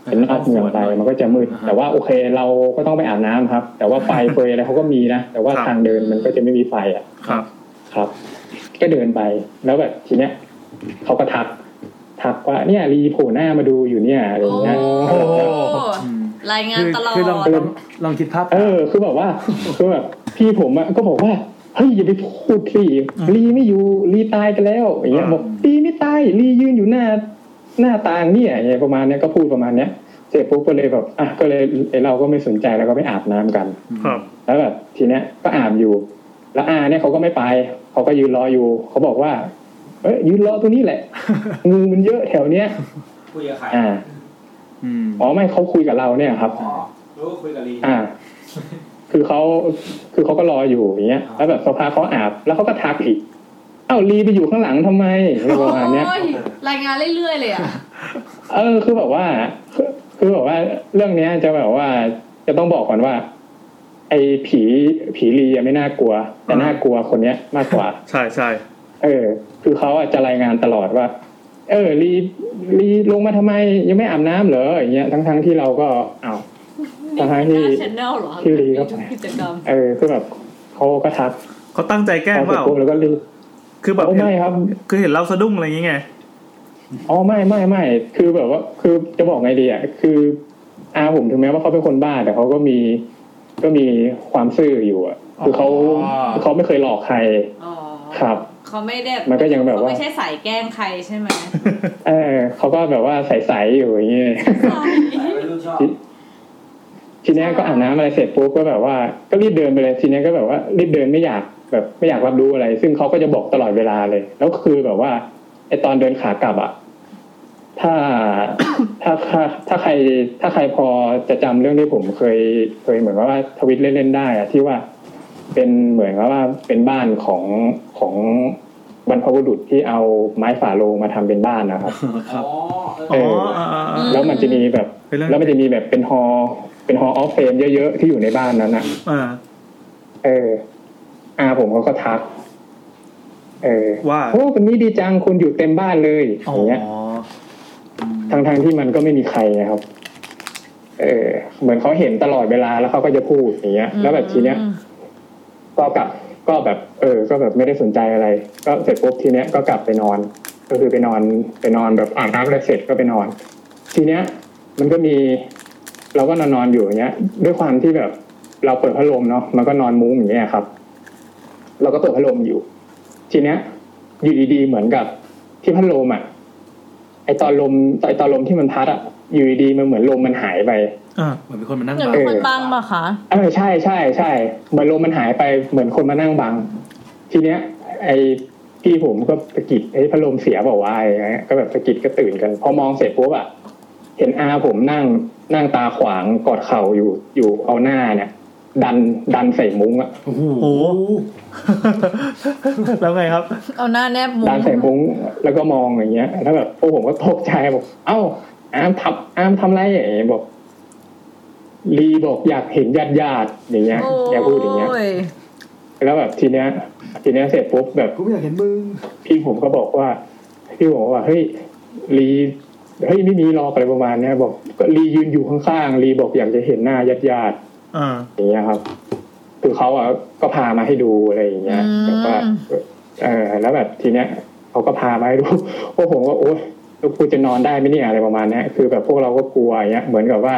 เป็นนอกเมืองไปมันก็จะมืด แต่ว่าโอเค เราก็ต้องไปอาบน้ำครับ แต่ว่าไฟเฟยอะไรเขาก็มีนะแต่ว่าทางเดินมันก็จะไม่มีไฟอะ ครับ ครับ ก็เดินไปแล้วแบบทีเนี้ยเขาก็ทัก ทักว่าเนี่ยรีโผล่หน้ามาดูอยู่เนี่ยอะไรอย่างเงี้ย โอ้รายงานตลอด คือลองลองลองคิดภาพ เออ คือแบบว่าคือแบบพี่ผมอะก็บอกว่าเฮ้ยอย่าไปพูดสิรีไม่อยู่รีตายกันแล้วอย่างเงี้ยบอกรีไม่ตายรียืนอยู่หน้า หน้าต่างเนี่ยอย่างเงี้ยประมาณเนี้ยก็พูดประมาณเนี้ยเสร็จปุ๊บก็เลยแบบอ่ะก็เลยไอ้เราก็ไม่สนใจแล้วก็ไปอาบน้ำกัน ครับ แล้วแบบทีเนี้ยก็อาบอยู่ แล้วอาเนี่ยเขาก็ไม่ไปเขาก็ยืนรออยู่เขาบอกว่า เอ้ยยืนรอตรงนี้แหละ งูมันเยอะแถวเนี้ย คุยกับใคร อ่าอ๋อไม่เขาคุยกับเราเนี่ยครับ รู้ว่าคุยกับรี อ่า คือเขาคือเขาก็รออยู่อย่างเงี้ย แล้วแบบสภาเขาอาบ แล้วเขาก็ทักอีกเอ้าลีไปอยู่ข้างหลังทำไมอะไรประมาณเนี้ย โอ้ยรายงานเรื่อยๆเลยอ่ะ เออคือแบบว่าคือคือแบบว่าเรื่องเนี้ยจะแบบว่าจะต้องบอกก่อนว่า ไอ้ผีผีลีอะไม่น่ากลัว แต่น่ากลัวคนเนี้ยมากกว่า ใช่ใช่ เออ คือเขาอะจะรายงานตลอดว่า เออลีลีลงมาทำไม ยังไม่อาบน้ำเหรออย่างเงี้ยทั้งทั้งๆที่เราก็เอาว นี่ ทั้งๆ ห ที่ น้าชแนลเหรอ ที่ลีก็ ทุกกิจกรรม เออคือแบบเขาก็ทัก เขาตั้งใจแกล้งเปล่า แล้วก็รีบ คือแบบ โอ้ไม่ครับ คือเห็นเราสะดุ้งอะไรอย่างเงี้ยไง อ๋อไม่ไม่ไม่คือแบบว่า คือจะบอกไงดีอ่ะคืออาผมถึงแม้ว่าเขาเป็นคนบ้าแต่เขาก็มีก็มีความซื่ออยู่อ่ะ คือเขา อ๋อ เขาไม่เคยหลอกใคร อ๋อ ครับ เขาไม่ได้ มันก็ยังแบบว่า เขไม่ใช่สายแกล้งใครใช่ไหม เออเขาก็แบบว่าใสๆอยู่อย่างเงี้ [LAUGHS] ย ทีเนี้ยก็อาบน้ำอะไรเสร็จปุ๊บก็แบบว่า ก็รีบเดินไปเลยทีเนี้ยก็แบบว่ารีบเดินไม่อยากแบบไม่อยากรับรู้อะไร ซึ่งเขาก็จะบอกตลอดเวลาเลย แล้วคือแบบว่าไอตอนเดินขากลับอะถ้า ถ้าถ้าถ้าใคร ถ้าใครพอจะจำเรื่องที่ผมเคยเคยเหมือนว่าทวิตเล่นๆได้อะที่ว่าเป็นเหมือนว่าเป็นบ้านของของบรรพบุรุษที่เอาไม้ฝาโลงมาทำเป็นบ้านนะครับ ครับ เอ อ๋อ อ อ่าอ่าอ่า แล้วมันจะมีแบบ เป็นเรื่อง แล้วมันจะมีแบบเป็นฮอเป็นฮอออฟเฟมเยอะๆ ที่อยู่ในบ้านนั้นอ่ะ อ่า เออ อาผมเขาก็ทัก เออ ว่า โอ้วันนี้ดีจังคุณอยู่เต็มบ้านเลย อ๋ อ อย่าง เงี้ยทางทางๆที่มันก็ไม่มีใครนะครับ เออ เหมือนเขาเห็นตลอดเวลาแล้วเขาก็จะพูดอย่างเงี้ย แล้วแบบทีเนี้ย ก็กลับก็แบบ เออ ก็แบบไม่ได้สนใจอะไร ก็เสร็จปุ๊บทีเนี้ยก็กลับไปนอน ก็คือไปนอนไปนอนแบบอาบน้ำอะไรเสร็จก็ไปนอน ทีเนี้ย มันก็มี เราก็นอนนอนอยู่อย่างเงี้ย ด้วยความที่แบบ เราเปิดพัดลมเนาะมันก็นอนมุ้งอย่างเงี้ยครับ เราก็เปิดพัดลมอยู่ ทีเนี้ย อยู่ดีๆเหมือนกับ ที่พัดลมอ่ะไอตอนลมไอตอนลมที่มันพัดอ่ะอยู่ดีๆมันเหมือนลมมันหายไป เหมือนมีคนมานั่ง หนู บั เป็น ง คนบังปะคะ เออใช่ใช่ใช่เหมือนลมมันหายไปเหมือนคนมานั่งบัง ทีเนี้ย ไอพี่ผมก็สะกิดไอ้ยพัดลมเสียบอกว่าอะไรเงี้ยก็แบบสะกิดก็ตื่นกัน พอมองเสร็จปุ๊บอะเห็นอาผมนั่งนั่งตาขวางกอดเข่าอยู่อยู่เอาหน้าเนี่ย ดันดันใส่มุ้งอะ โอ้โห แล้วไงครับ เอาหน้าแนบมุม ดันใส่มุ้งแล้วก็มองอย่างเงี้ยแล้วแบบพวกผมก็ตกใจบอกเอ้าอามทับอามทำไรอย่างเงี้ยบอกลีบอกอยากเห็นญาติญาติๆอย่างเงี้ยแกพูดอย่างเงี้ย โอ้ย แล้วแบบทีเนี้ย ทีเนี้ยเสร็จปุ๊บแบบ กูไม่อยากเห็นมึง พี่ผมก็บอกว่าพี่ผมบอกว่าเฮ้ยลีเฮ้ยไม่มีหรอกอะไรประมาณเนี้ยบอกก็ลียืนอยู่ข้างๆลีบอกอยากจะเห็นหน้าญาติญาติ อ่า ๆอย่างเงี้ยครับ คือเขาอ่ะก็พามาให้ดูอะไรอย่างเงี้ยแบบว่าเออแล้วแบบทีเนี้ยเขาก็พามาให้ดู [LAUGHS] พวกผมก็โอ๊ยแล้วกูจะนอนได้ไหมเนี่ยอะไรประมาณเนี้ยคือแบบพวกเราก็กลัวอย่างเงี้ย เหมือนกับว่า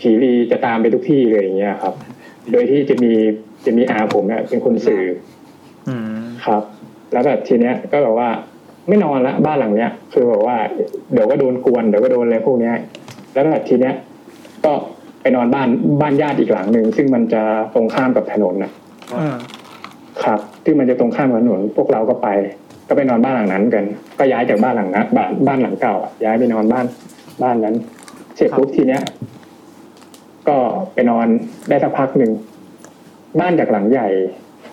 ผีลีจะตามไปทุกที่เลยอย่างเงี้ยครับ โดยที่จะมีจะมีอาผมเนี่ยเป็นคนสื่อ อืม ครับ แล้วแบบทีเนี้ยก็แบบว่าไม่นอนละบ้านหลังเนี้ย คือแบบว่า เดี๋ยวก็โดนกวนเดี๋ยวก็โดนอะไรพวกเนี้ย แล้วแบบทีเนี้ย ก็ไปนอนบ้านบ้านญาติอีกหลังหนึ่งซึ่งมันจะตรงข้ามกับถนนนะ อ่า ครับซึ่งมันจะตรงข้ามกับถนนพวกเราก็ไป ก็ไปนอนบ้านหลังนั้นกัน ก็ย้ายจากบ้านหลังนั้นบ้านบ้านหลังเก่าอะย้ายไปนอนบ้านบ้านนั้น เสร็จปุ๊บทีเนี้ย ก็ไปนอนได้สักพักหนึ่งบ้านจากหลังใหญ่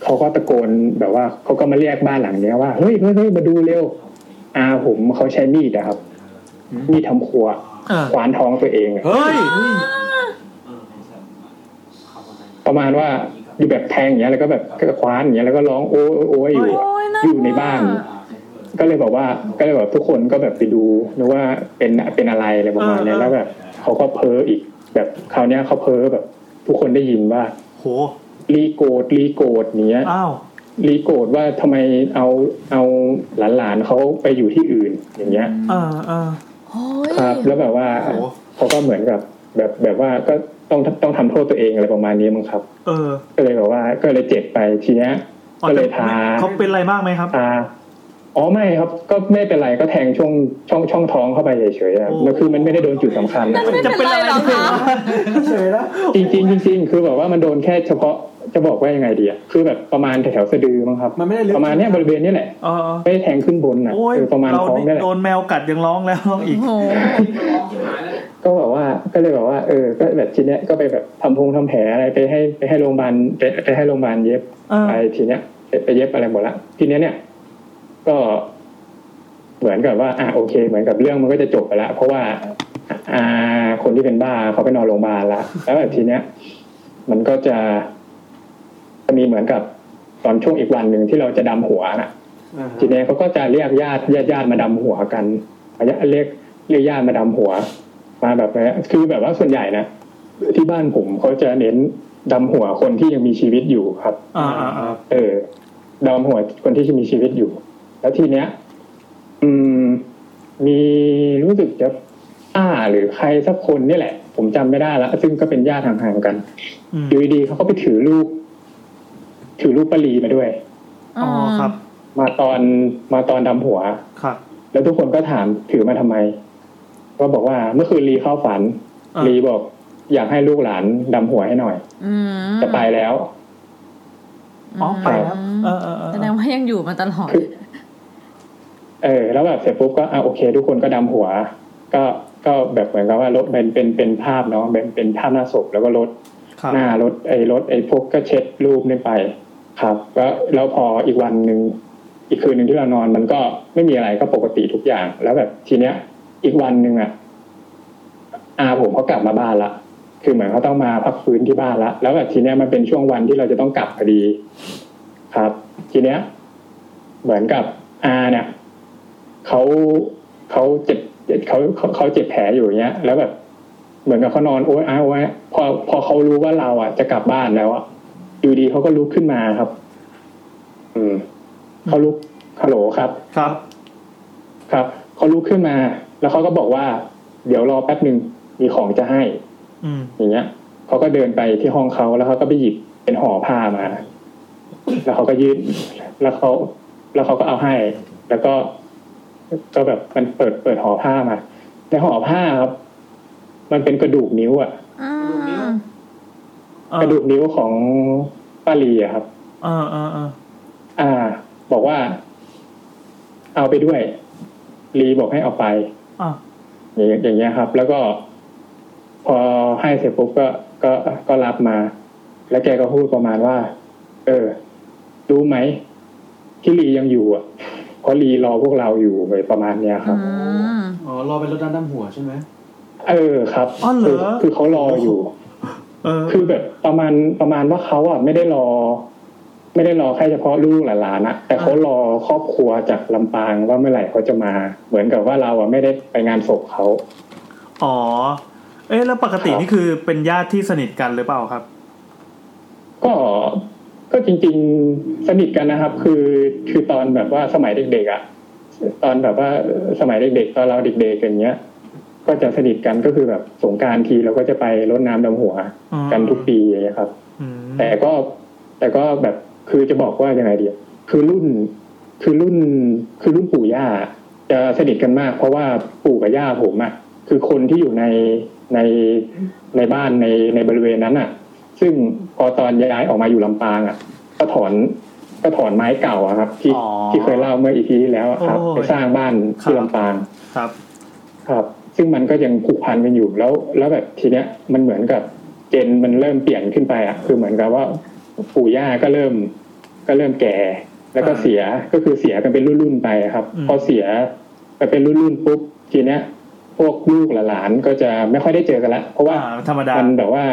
เขาก็ตะโกนแบบว่าเขาก็มาเรียกบ้านหลังเนี้ยว่าเฮ้ยเฮ้ยเฮ้ยมาดูเร็วอาผมเขาใช้มีดอะครับ มีดทำครัว อ่า ขวานท้องตัวเองอะ เฮ้ย ประมาณว่าอยู่แบบแทงอย่างเงี้ยแล้วก็แบบก็คว้านอย่างเงี้ยแล้วก็ร้องโอ้ยโอ้ยโอ้ยอยู่อะอยู่ในบ้าน ก็เลยบอกว่าก็เลยบอกทุกคนก็แบบไปดูนึกว่าเป็นเป็นอะไรอะไรประมาณเนี้ย อ่า แล้วแบบเขาก็เพ้ออีก แบบคราวเนี้ยเขาเพ้อแบบ ทุกคนได้ยินว่า โห รีโกรธรีโกรธเนี้ย อ้าว รีโกรธว่าทำไมเอาเอาหลานๆเขาไปอยู่ที่อื่นอย่างเงี้ย อ่าอ่า ครับ แล้วแบบว่า โอ้โห เขาก็เหมือนกับแบบแบบว่าก็ต้องต้องทำโทษตัวเองอะไรประมาณนี้มั้งครับ เออ ก็เลยแบบว่าก็เลยเจ็บไปทีเนี้ยก็เลยพา เขาเป็นอะไรมากไหมครับ พาอ๋อไม่ครับ ก็ไม่เป็นไรก็แทงช่วงช่องช่องท้องเข้าไปเฉยๆอะแล้วคือมันไม่ได้โดนจุดสำคัญอะ จะเป็นอะไรหรอคะเฉยแล้ว จริงจริงๆจริงๆคือแบบว่ามันโดนแค่เฉพาะจะบอกว่ายังไงดีอะคือแบบประมาณแถวๆสะดือมั้งครับ มันไม่ได้ลึก ประมาณเนี้ยบริเวณเนี้ยแหละ เออ ไม่ได้แทงขึ้นบนอ่ะ โอ้ย คือประมาณ เรา ท้องเนี่ยแหละ โดนแมวกัดยังร้องแล้วร้องอีก ก็แบบว่าก็เลยแบบว่า เออ ก็แบบทีเนี้ยก็ไปแบบทำพงทำแผลอะไรไปให้ไปให้โรงพยาบาลไปไปให้โรงพยาบาลเย็บ เออ ไปทีเนี้ยไปไปเย็บอะไรหมดละทีเนี้ยเนี่ย ก็ เหมือนกับว่า อ่ะโอเค เหมือนกับเรื่องมันก็จะจบไปละเพราะว่า อ่า คนที่เป็นบ้าเขาไปนอนโรงพยาบาลละแล้วแบบทีเนี้ย มันก็จะจะมีเหมือนกับตอนช่วงอีกวันหนึ่งที่เราจะดำหัวน่ะ ทีนี้เขาก็จะเรียกญาติญาติญาติมาดำหัวกันญาติเรียกเรียกญาติมาดำหัว มาแบบนี้คือแบบว่าส่วนใหญ่นะที่บ้านผมเขาจะเน้นดำหัวคนที่ยังมีชีวิตอยู่ครับ อ่าอ่าอ่า เออดอมหัวคนที่มีชีวิตอยู่ แล้วทีเนี้ย อืม มีรู้สึกจะป้าหรือใครสักคนเนี่ยแหละ ผมจำไม่ได้ละซึ่งก็เป็นญาติห่างๆกันอยู่ดีๆเขาก็ไปถือลูก ถือลูกปลีมาด้วย อ๋อครับ มาตอนมาตอนดำหัว ครับ แล้วทุกคนก็ถามถือมาทำไม ก็บอกว่าเมื่อคืนลีเข้าฝัน อ่า ลีบอก อยากให้ลูกหลานดำหัวให้หน่อย อืม จะไปแล้ว อ๋อไปแล้ว เออเออ แสดงว่ายังอยู่มาตลอด เออแล้วแบบเสร็จปุ๊บก็อ่ะโอเค ทุกคนก็ดำหัว ก็ก็แบบเหมือนกับว่าลดเป็นเป็นเป็นภาพเนาะเป็นเป็นภาพหน้าศพแล้วก็ลด ครับ หน้าลดไอ้ลดไอ้พวกก็เช็ดรูปนี่ไป ครับแล้วแล้วพออีกวันหนึ่งอีกคืนหนึ่งที่เรานอนมันก็ไม่มีอะไรก็ปกติทุกอย่าง แล้วแบบทีเนี้ย อีกวันหนึ่งอ่ะอาผมเขากลับมาบ้านละคือเหมือนเขาต้องมาพักฟื้นที่บ้านละแล้วแบบทีเนี้ยมันเป็นช่วงวันที่เราจะต้องกลับพอดี ครับ ทีเนี้ย เหมือนกับอาเนี่ย เขาเขาเจ็บเขาเขาเขาเจ็บแผลอยู่อย่างเงี้ย แล้วแบบ เหมือนกับเขานอนโอ๊ยอ้าวโอ๊ยพอพอเขารู้ว่าเราอ่ะจะกลับบ้านแล้วอ่ะอยู่ดีเขาก็ลุกขึ้นมาครับ อืมเขาลุกฮัลโหลครับ ครับ ครับเขาลุกขึ้นมา แล้วเขาก็บอกว่า เดี๋ยวรอแป๊บหนึ่งมีของจะให้ อืม อย่างเงี้ยเขาก็เดินไปที่ห้องเขาแล้วเขาก็ไปหยิบเป็นห่อผ้ามา แล้วเขาก็ยืนแล้วเขาแล้วเขาก็เอาให้ แล้วก็ ก็แบบมันเปิดเปิดห่อผ้ามาในห่อผ้าครับ มันเป็นกระดูกนิ้วอะกระดูกนิ้วของป้าลีอะครับ อ่าอ่าอ่า อ่า บอกว่า เอาไปด้วย ลีบอกให้เอาไป อ่า อย่างอย่างเงี้ยครับ แล้วก็ พอให้เสร็จปุ๊บก็ก็ก็รับมา แล้วแกก็พูดประมาณว่า เออ รู้ไหมที่ลียังอยู่อ่ะเพราะลีรอพวกเราอยู่เลยประมาณเนี้ยครับ อ๋อรอเป็นรถด้านด้าหัวใช่ไหม เออครับ อ๋อเหรอ คืคือเขารออยู่คือแบบประมาณประมาณว่าเขาอ่ะไม่ได้รอ ไม่ได้รอแค่เฉพาะลูกหลานๆนะแต่เขารอครอบครัวจากลำปางว่าเมื่อไหร่เขาจะมา เหมือนกับว่าเราอ่ะไม่ได้ไปงานศพเขา อ๋อ เอ๊ะแล้วปกตินี่คือเป็นญาติที่สนิทกันหรือเปล่าครับ ก็ก็จริงๆสนิทกันนะครับ คือคือตอนแบบว่าสมัยเด็กๆอ่ะตอนแบบว่าสมัยเด็กๆตอนเราเด็กๆอย่างเงี้ย ก็จะสนิทกันก็คือแบบสงกรารทีเราก็จะไปรดน้ำดำหัว กันทุกปีอย่างเงี้ยครับ แต่ก็แต่ก็แบบคือจะบอกว่ายังไงดีอะคือรุ่นคือรุ่นคือรุ่นปู่ย่า จะสนิทกันมาก เพราะว่าปู่กับย่าผมอะคือคนที่อยู่ในในในบ้านในในบริเวณนั้นอะซึ่งพอตอนย้ายออกมาอยู่ลำปางอะก็ถอนก็ถอนไม้เก่าอะครับ ที่ อ๋อ ที่เคยเล่าเมื่ออีพีที่แล้วอะครับ โอ้ย ไปสร้างบ้านที่ลำปาง ครับ ครับ ซึ่งมันก็ยังผูกพันกันอยู่แล้ว แล้วแบบทีเนี้ยมันเหมือนกับ เจนมันเริ่มเปลี่ยนขึ้นไปอ่ะคือเหมือนกับว่าปู่ย่าก็เริ่ม ก็เริ่มแก่ แล้วก็เสียก็คือเสียกันเป็นรุ่นๆไปอะครับ อืม พอเสียไปเป็นรุ่นๆปุ๊บทีเนี้ยพวกลูกหลานก็จะไม่ค่อยได้เจอกันละเพราะว่า ธรรมดา มันแบบว่า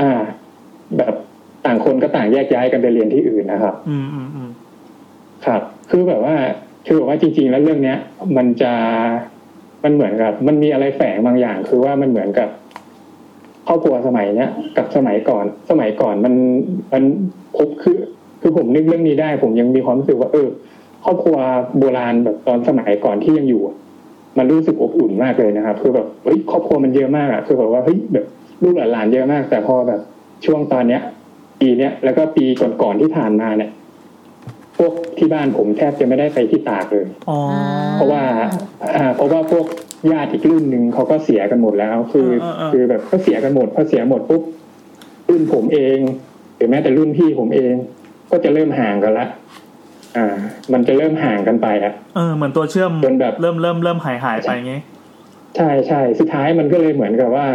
อ่า แบบต่างคนก็ต่างแยกย้ายกันไปเรียนที่อื่นนะครับ อืมอืมอืม ครับ คือแบบว่า คือแบบว่าจริง ๆ แล้วเรื่องเนี้ย มันจะ มันเหมือนกับ มันมีอะไรแฝงบางอย่าง คือว่ามันเหมือนกับครอบครัวสมัยเนี้ย กับสมัยก่อน สมัยก่อนมัน มันคบคือ คือผมนึกเรื่องนี้ได้ ผมยังมีความรู้สึกว่า เออ ครอบครัวโบราณแบบตอนสมัยก่อนที่ยังอยู่อะมันรู้สึกอบอุ่นมากเลยนะครับ คือแบบ เฮ้ย ครอบครัวมันเยอะมากอะคือแบบว่า เฮ้ย แบบลูกหลานเยอะมาก แต่พอแบบช่วงตอนเนี้ย ปีเนี้ย แล้วก็ปีก่อนๆที่ผ่านมาเนี่ย พวกที่บ้านผมแทบจะไม่ได้ไปที่ตากเลย อ๋อ เพราะว่าอ่าเพราะว่าพวกญาติอีกรุ่นหนึ่งเขาก็เสียกันหมดแล้ว คือ เออเออเออ คือแบบก็เสียกันหมดพอเสียหมดปุ๊บรุ่นผมเองหรือแม้แต่รุ่นพี่ผมเอง ก็จะเริ่มห่างกันละอ่า มันจะเริ่มห่างกันไปอะ เออ เหมือนตัวเชื่อม จนแบบ เริ่มเริ่มเริ่มหายหายไปอย่างงี้ ใช่ใช่สุดท้ายมันก็เลยเหมือนกับว่า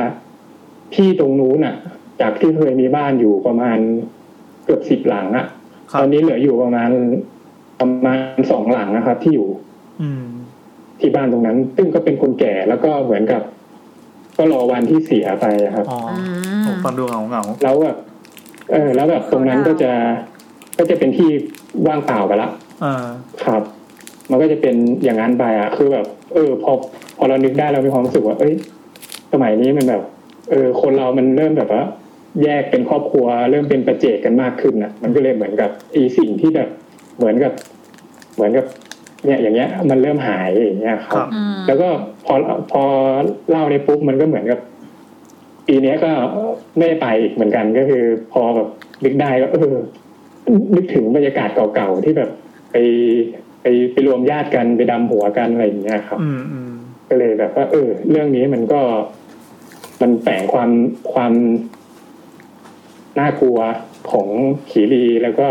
ที่ตรงนู้นน่ะ จากที่เคยมีบ้านอยู่ประมาณเกือบสิบหลังอะตอนนี้เหลืออยู่ประมาณประมาณสองหลังนะครับ ที่อยู่ อืม ที่บ้านตรงนั้น ซึ่งก็เป็นคนแก่แล้วก็เหมือนกับ ก็รอวันที่เสียไปอะครับ อ๋อ โอเค ฟังดูเหงาเหงาๆ แล้วแบบเออ แล้วแบบตรงนั้นก็จะก็จะเป็นที่ว่างเปล่าไปละ อ่า ครับ มันก็จะเป็นอย่างนั้นไปอ่ะ คือแบบ เออ พอ พอเรานึกได้เรามีความรู้สึกว่า เอ้ย สมัยนี้มันแบบ เออ คนเรามันเริ่มแบบว่า แยกเป็นครอบครัว เริ่มเป็นประเจกกันมากขึ้นนะมันก็เลยเหมือนกับไอีสิ่งที่แบบ เหมือนกับ เหมือนกับ เนี่ย อย่างเงี้ย มันเริ่มหายอย่างเงี้ยครับ แล้วก็พอ พอเล่าในปุ๊บ มันก็เหมือนกับ ปีเนี้ยก็ไม่ได้ไปอีกเหมือนกัน ก็คือ พอแบบนึกได้ก็เออ นึกถึงบรรยากาศเก่าๆที่แบบไปไปไปรวมญาติกันไปดำหัวกันอะไรอย่างเงี้ยครับ อืมอืม ก็เลยแบบว่า เออ เรื่องนี้มันก็มันแฝงความความน่ากลัวของขีรีแล้วก็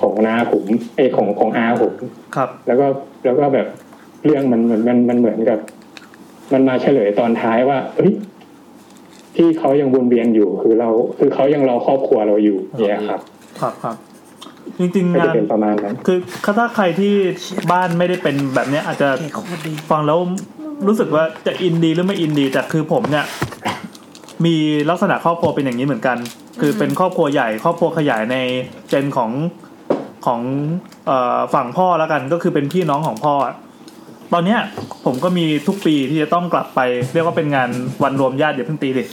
ของนาผมเอยของของอาผม ครับ แล้วก็แล้วก็แบบเรื่องมันเหมือนมันมันเหมือนกับ มันมาเฉลยตอนท้ายว่าเอ้ยที่เขายังวนเวียนอยู่คือเรา คือเขายังรอครอบครัวเราอยู่เนี่ยครับ ครับครับจริงๆ ก็ งา จะ น เป็นประมาณนั้น คือถ้าใครที่บ้านไม่ได้เป็นแบบเนี้ยอาจจะฟังแล้วรู้สึกว่าจะอินดีหรือไม่อินดี แต่คือผมเนี่ย [COUGHS] มีลักษณะครอบครัวเป็นอย่างนี้เหมือนกัน คือเป็นครอบครัวใหญ่ ครอบครัวขยายในเจนของของเอ่อฝั่งพ่อแล้วกัน ก็คือเป็นพี่น้องของพ่อ ตอนเนี้ย ผมก็มีทุกปีที่จะต้องกลับไป เรียกว่าเป็นงานวันรวมญาติอย่าเพิ่งตีดิ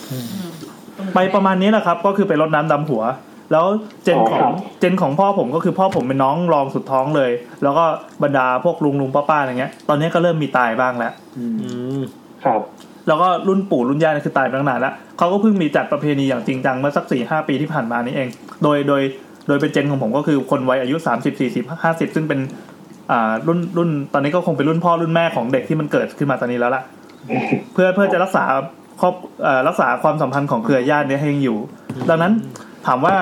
ไปประมาณนี้แหละครับ ก็คือไปรดน้ำดำหัว แล้วเจนของเจนของพ่อผมก็คือพ่อผมเป็นน้องรองสุดท้องเลย แล้วก็บรรดาพวกลุงลุงป้าป้าอะไรเงี้ย ตอนนี้ก็เริ่มมีตายบ้างแล้ว ครับ แล้วก็รุ่นปู่รุ่นย่าเนี่ยคือตายไปตั้งนานแล้วเขาก็เพิ่งมีจัดประเพณีอย่างจริงจังเมื่อสักสี่ห้าปีที่ผ่านมานี้เอง โดยโดยโดยเป็นเจนของผมก็คือคนวัยอายุสามสิบสี่สิบห้าสิบซึ่งเป็นอ่ารุ่นรุ่นตอนนี้ก็คงเป็นรุ่นพ่อรุ่นแม่ของเด็กที่มันเกิดขึ้นมาตอนนี้แล้วล่ะ เพื่อเพื่อจะรักษาครอบเอ่อรักษาความสัมพันธ์ของเครือญาติเนี้ให้ยังอยู่ ดังนั้นถามว่า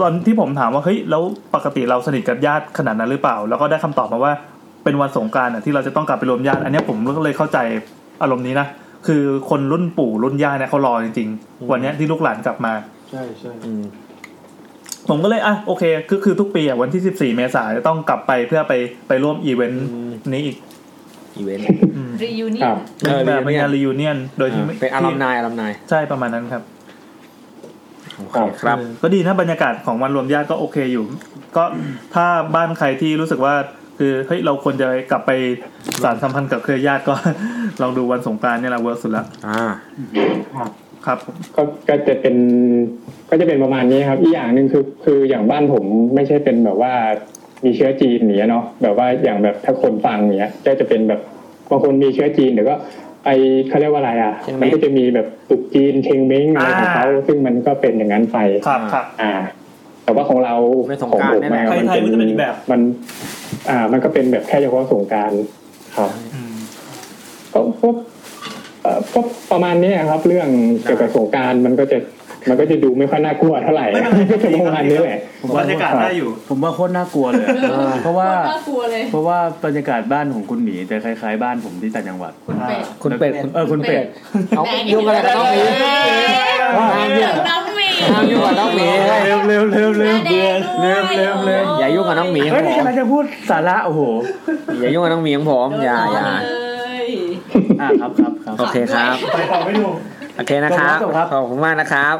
ตอนที่ผมถามว่าเฮ้ยแล้วปกติเราสนิทกับญาติขนาดนั้นหรือเปล่า แล้วก็ได้คำตอบมาว่าเป็นวันสงกรารที่เราจะต้องกลับไปรวมญาติ อันเนี้ยผมก็เลยเข้าใจอารมณ์นี้นะคือคนรุ่นปู่รุ่นย่าเนี่ยเขารอจริงๆ วันเนี้ยที่ลูกหลานกลับมา ใช่ใช่ ผมก็เลยอ่ะโอเคคือคือทุกปีอ่ะวันที่ 14 เมษายนจะต้องกลับไปเพื่อไปไปร่วมอีเวนต์นี้อีก อีเวนต์ รียูนี่ เป็นแบบเป็นงานรียูเนียนโดยที่ไม่ เป็นอลัมนายอลัมนาย ใช่ประมาณนั้นครับ ครับ เออก็ดีนะบรรยากาศของวันรวมญาติก็โอเคอยู่ ก็ถ้าบ้านใครที่รู้สึกว่า คือเฮ้ยเราควรจะกลับไปสารสัมพันธ์กับเครือญาติก็ [LAUGHS] ลองดูวันสงกรารเนี่ยแหละเวิร์กสุดละ อ่า ครับ ก็ก็จะเป็นก็จะเป็นประมาณนี้ครับอีกอย่างหนึ่งคือคืออย่างบ้านผมไม่ใช่เป็นแบบว่ามีเชื้อจีนอย่างเนี้ยเนาะแบบว่าอย่างแบบถ้าคนฟังอย่างเนี้ยก็จะเป็นแบบบางคนมีเชื้อจีนเดี๋ยวก็ไอเขาเรียกว่าอะไรอ่ะมันก็จะมีแบบตุกจีนเชงเม้งอะไรของเขาซึ่งมันก็เป็นอย่างนั้นไป ครับครับ อ่า แต่ว่าของเราของผมอะ ไทยไทยก็จะเป็นอีกแบบ มัน อ่า มันก็เป็นแบบแค่เฉพาะสงกรารครับก็พวก เอ่อก็ประมาณนี้ครับ เรื่องเกี่ยวกับสงกรารมันก็จะมันก็จะดูไม่ค่อยน่ากลัวเท่าไหร่ก็จะประมาณนี้แหละ บรรยากาศได้อยู่ ผมว่าโคตรน่ากลัวเลยอะ เออ เพราะว่า โคตรน่ากลัวเลย เพราะว่าบรรยากาศบ้านของคุณหมีจะคล้ายๆ บ้านผมที่ต่างจังหวัด คุณเป็ด คุณเป็ดเออคุณเป็ด เอายุ่งอะไรกับน้องหมีห้ามยุ่ง น้องหมี ห้ามยุ่งกับน้องหมีเฮ้ย เร็วเร็วเร็วเร็วเบื่อ เร็วเร็วเร็ว อย่ายุ่งกับน้องหมีข เฮ้ อย ง นี่ ผม กำลังจะพูดสาระโอ้โห อย่ายุ่งกับน้องหมีของผมอย่าอย่า เลย อ่ะครับครับครับ โอเคครับ ไปต่อไม่ถูก โอเคนะครับ จบครับ ขอบคุณมากนะครับ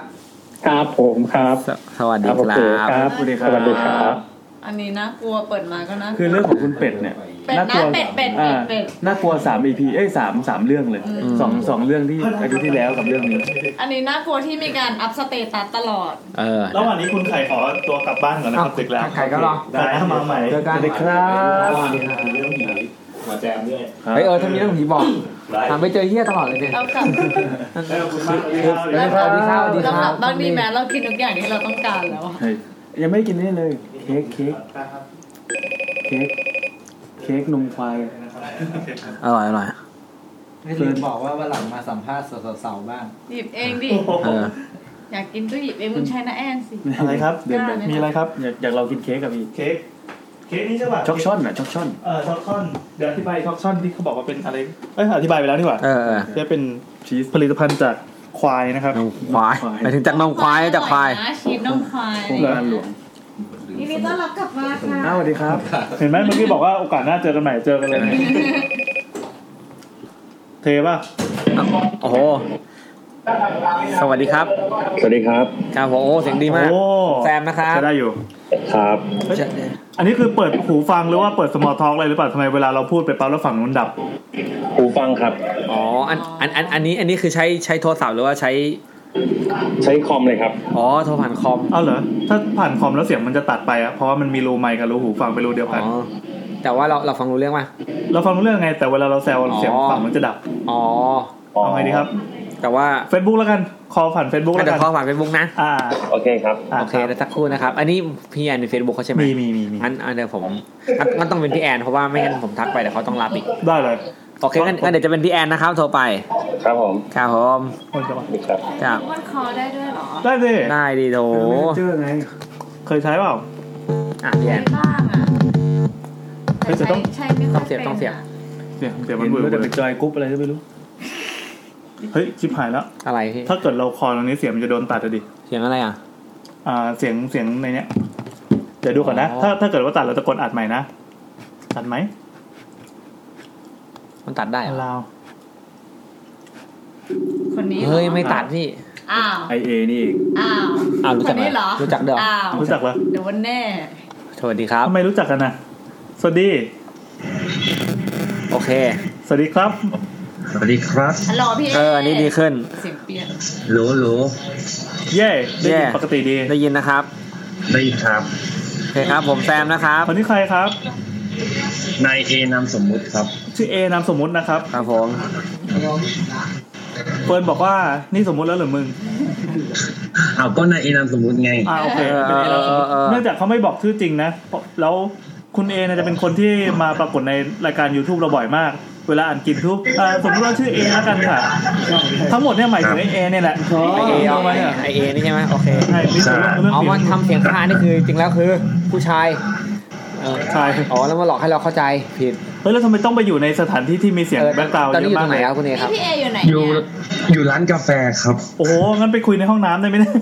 ครับผมครับ สวัสดี ครับโอ ครั เค บ ครับ สวัสดีครับ สวัสดีครับ อันนี้น่ากลัวเปิดมาก็น่า คือเรื่องของคุณเป็ดเนี่ย เป็ดนะ น่ากลัว เป็ดเป็ดเป็ด อ่า เป็ด น่ากลัวสามอีพีเอ้ยสามสามเรื่องเลยสองสองเรื่องที่อาทิตย์ที่แล้วกับเรื่องนี้ อันนี้น่ากลัวที่มีการอัพสเตตัสตลอด เออ ระหว่างนี้คุณไข่ขอตัวกลับบ้านก่อนนะครับตึกแล้ว ไข่ก็รอ ได้มาใหม่ เจอกัน สวัสดีครับ เรื่องผีมาแจมด้วย เฮ้ยเออถ้ามีเรื่องผีบอก ได้ ทำไปเจอเฮี้ยตลอดเลยเนี่ย เรากลับ แล้วคุณมากเลยครับ สวัสดีครับสวัสดีครับสวัสดีครับบเรากลับ้างดีไหมเรากินทุกอย่างที่เราต้องการแล้วอะ เฮ้ยยังไม่ได้กินนี่เลย เค้กเค้กเค้กเค้กนมควาย อร่อยอร่อย ไม่ลืมบอกว่าวันหลังมาสัมภาษณ์สาวๆบ้าง หยิบเองดิ เออ อยากกินก็หยิบเองมึงใช้นะแอนสิ อะไร [LAUGHS] ครับ เดินไป มีอะไรครับ อยากอยากเรากินเค้กกับพี่ เค้กเค้กนี่ใช่ป่ะ ช็อกช่อนอ่ะช็อกช่อน เออช็อกช่อนเดี๋ยวอธิบายช็อกช่อนที่เขาบอกว่าเป็นอะไรเอ้ยอธิบายไปแล้วนี่หว่า เออเออ จะเป็นผลิตภัณฑ์จากควายนะครับ ควายหมายถึงจากนมควายจากควาย นะชีสน้องควาย โครงการหลวง ยินดีต้อนรับกลับมาค่ะ อ้าวสวัสดีครับ เห็นไหมเมื่อกี้บอกว่าโอกาสหน้าเจอกันใหม่เจอกันเลยนะเทป่ะ โอ้โห สวัสดีครับ สวัสดีครับ ครับผมโอ้เสียงดีมาก โอ้ แซมนะครับ จะได้อยู่ ครับ อันนี้คือเปิดหูฟังหรือว่าเปิดสมอลท็อกอะไรหรือเปล่าทำไมเวลาเราพูดไปปั๊บแล้วฝั่งนู้นดับ หูฟังครับ อ๋ออันอันอันอันนี้อันนี้คือใช้ใช้โทรศัพท์หรือว่าใช้ ใช้คอมเลยครับ อ๋อโทรผ่านคอม เอาเหรอ ถ้าผ่านคอมแล้วเสียงมันจะตัดไปอะเพราะว่ามันมีรูไมค์กับรูหูฟังไปนรูเดียวกัน แต่ว่าเราเราฟังรู้เรื่องป่ะ เราฟังรู้เรื่องไง แต่เวลาเราแซวเสียงฝั่งมันจะดับ อ๋อ เอาไงดีครับ แต่ว่า Facebook แล้วกัน คอผ่าน Facebook แล้ว เดี๋ย กั วน ข้อผ่านเฟซบุ๊กนะ อ่า โอเคครับ โอเคแล้วสักครู่นะครับ อันนี้พี่แอนในเฟซบุ๊กเขาใช่ไหมมี มีมีมี อันอันเดี๋ยวผมงั้นงั้นต้องเป็นพี่แอน เพราะว่าไม่งั้นผมทักไปเดี๋ยวเขาต้องรับอีก ได้เลย โอเคงั้นงั้นเดี๋ยวจะเป็นพี่แอนนะครับโทรไป ครับผม ครับผม ครับ ครับ มันคอได้ด้วยเหรอ ได้สิ ได้ดิโถ เจอไง เคยใช้เปล่า อ่ะพี่แอน บ้างอ่ะ เฮ้ยแต่ต้อง ใช่ไม่ค่ ต้ อ อย งเสียบต้องเสียบ เสียงเสียงมันเบื่อ แต่เป็นจอยกรุ๊ปอะไรก็ไม่รู้ เฮ้ยชิบหายแล้ว อะไรพี่ ถ้าเกิดเราคอตรงนี้เสียงมันจะโดนตัดอะดิ เสียงอะไรอ่ะ อ่า เสียงเสียงในเนี้ย เดี๋ยวดูก่อนนะ ถ้าถ้าเกิดว่าตัดเราจะกดอัดใหม่นะ ตัดไหม มันตัดได้เหรอ ลาว คนนี้หรอ เฮ้ยไม่ตัดพี่ อ้าว ไอเอนี่เอง อ้าว อ้าวรู้ ค จัก น เหรอ นี้เหรอ รู้จักเด้อ อ้าว รู้จักเหรอ เดี๋ยววันแน่ สวัสดีครับ ทำไมรู้จักกันนะสวัสดี โอเค สวัสดีครับ สวัสดีครับ ฮัลโหลพี่ เอออันนี้ดีขึ้น เสียงเปลี่ยน โหลโหล เย่ ได้ยินปก ติดี ได้ยินนะครับ ได้ยินครับ โอเคครับ ผมแซมนะครับ คนนี้ใครครับ นายเอนามสมมุติครับ ชื่อเอนามสมมุตินะครับ ครับผม เฟิร์นบอกว่านี่สมมุติแล้วเหรือมึง เอาวก็นายเอนามสมมุติไง อ่าโอเคเป็นเอนามสมมุติ เออเออเออ เนื่องจากเขาไม่บอกชื่อจริงนะ แล้วคุณเอเนี่ยจะเป็นคนที่มาปรากฏในรายการ YouTube เราบ่อยมาก เวลาอ่านกินทุกอ่าสมมติว่าชื่อเอแล้วกันค่ะ ทั้งหมดเนี่ยหมายถึงไอเอเนี่ยแหละ ไอเอเอาไว้ไอเอนี่ใช่ไหมโอเค ใช่มีส่วนร่วมกับเรื่อง เอา ผี มันทำเสียงคานี่คือจริงแล้วคือผู้ชาย ใช่ อ๋อแล้วมาหลอกให้เราเข้าใจผิด เฮ้ยแล้วทำไมต้องไปอยู่ในสถานที่ที่มีเสียงแบ็คกราวด์ ตอน เย นี้อยู่อะตรมากงไหนครับคุณเอครับ พี่เออยู่ไหน อยู่ [LAUGHS] อยู่ร้านกาแฟครับ โอ้โหงั้นไปคุยในห้องน้ำได้ไหมเนี่ย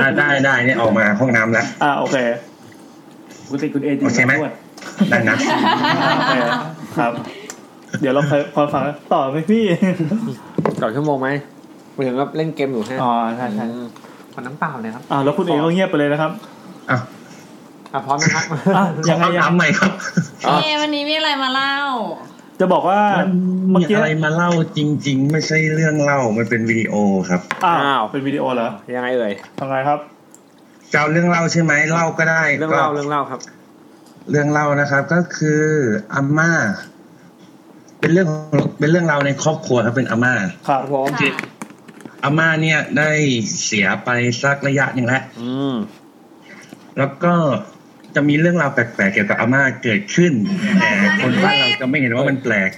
อ่าได้ได้เนี่ยออกมาห้องน้ำแล้ว อ่าโอเค คุณติคุณเอโอเคไหมได้นะ ครับ เดี๋ยวเราไปพอฟังแล้วต่อไหมพี่ ต่อชั่วโมงไหมหมายถึงว่าเล่นเกมอยู่ฮะ อ๋อใช่ใช่ ขอน้ำเปล่าเลยครับ อ่าแล้วคุณเอก็เงียบไปเลยนะครับ อ่ะพร้อมนะครับ อ่ะยังไงยัง ใหม่ครับ พี่เอวันนี้มีอะไรมาเล่า จะบอกว่า เมื่อกี้อะไรมาเล่าจริง ๆ ไม่ใช่เรื่องเล่ามันเป็นวิดีโอครับ อ้าวเป็นวิดีโอเหรอ [LAUGHS] ยังไงเอ่ย ทำไงครับ จะเอาเรื่องเล่าใช่ไหมเล่าก็ได้ เรื่องเล่า ก็ เรื่องเล่าครับ เรื่องเล่านะครับก็คืออาม่า เป็นเรื่องของเป็นเรื่องราวในครอบครัวครับเป็นอาม่า ครับ ผม อาม่าเนี่ยได้เสียไปสักระยะหนึ่งแล้วแล้วก็จะมีเรื่องราวแปลกๆเกี่ยวกับอาม่าเกิดขึ้นแต่คนบ้านเราจะไม่เห็นว่ามันแปลก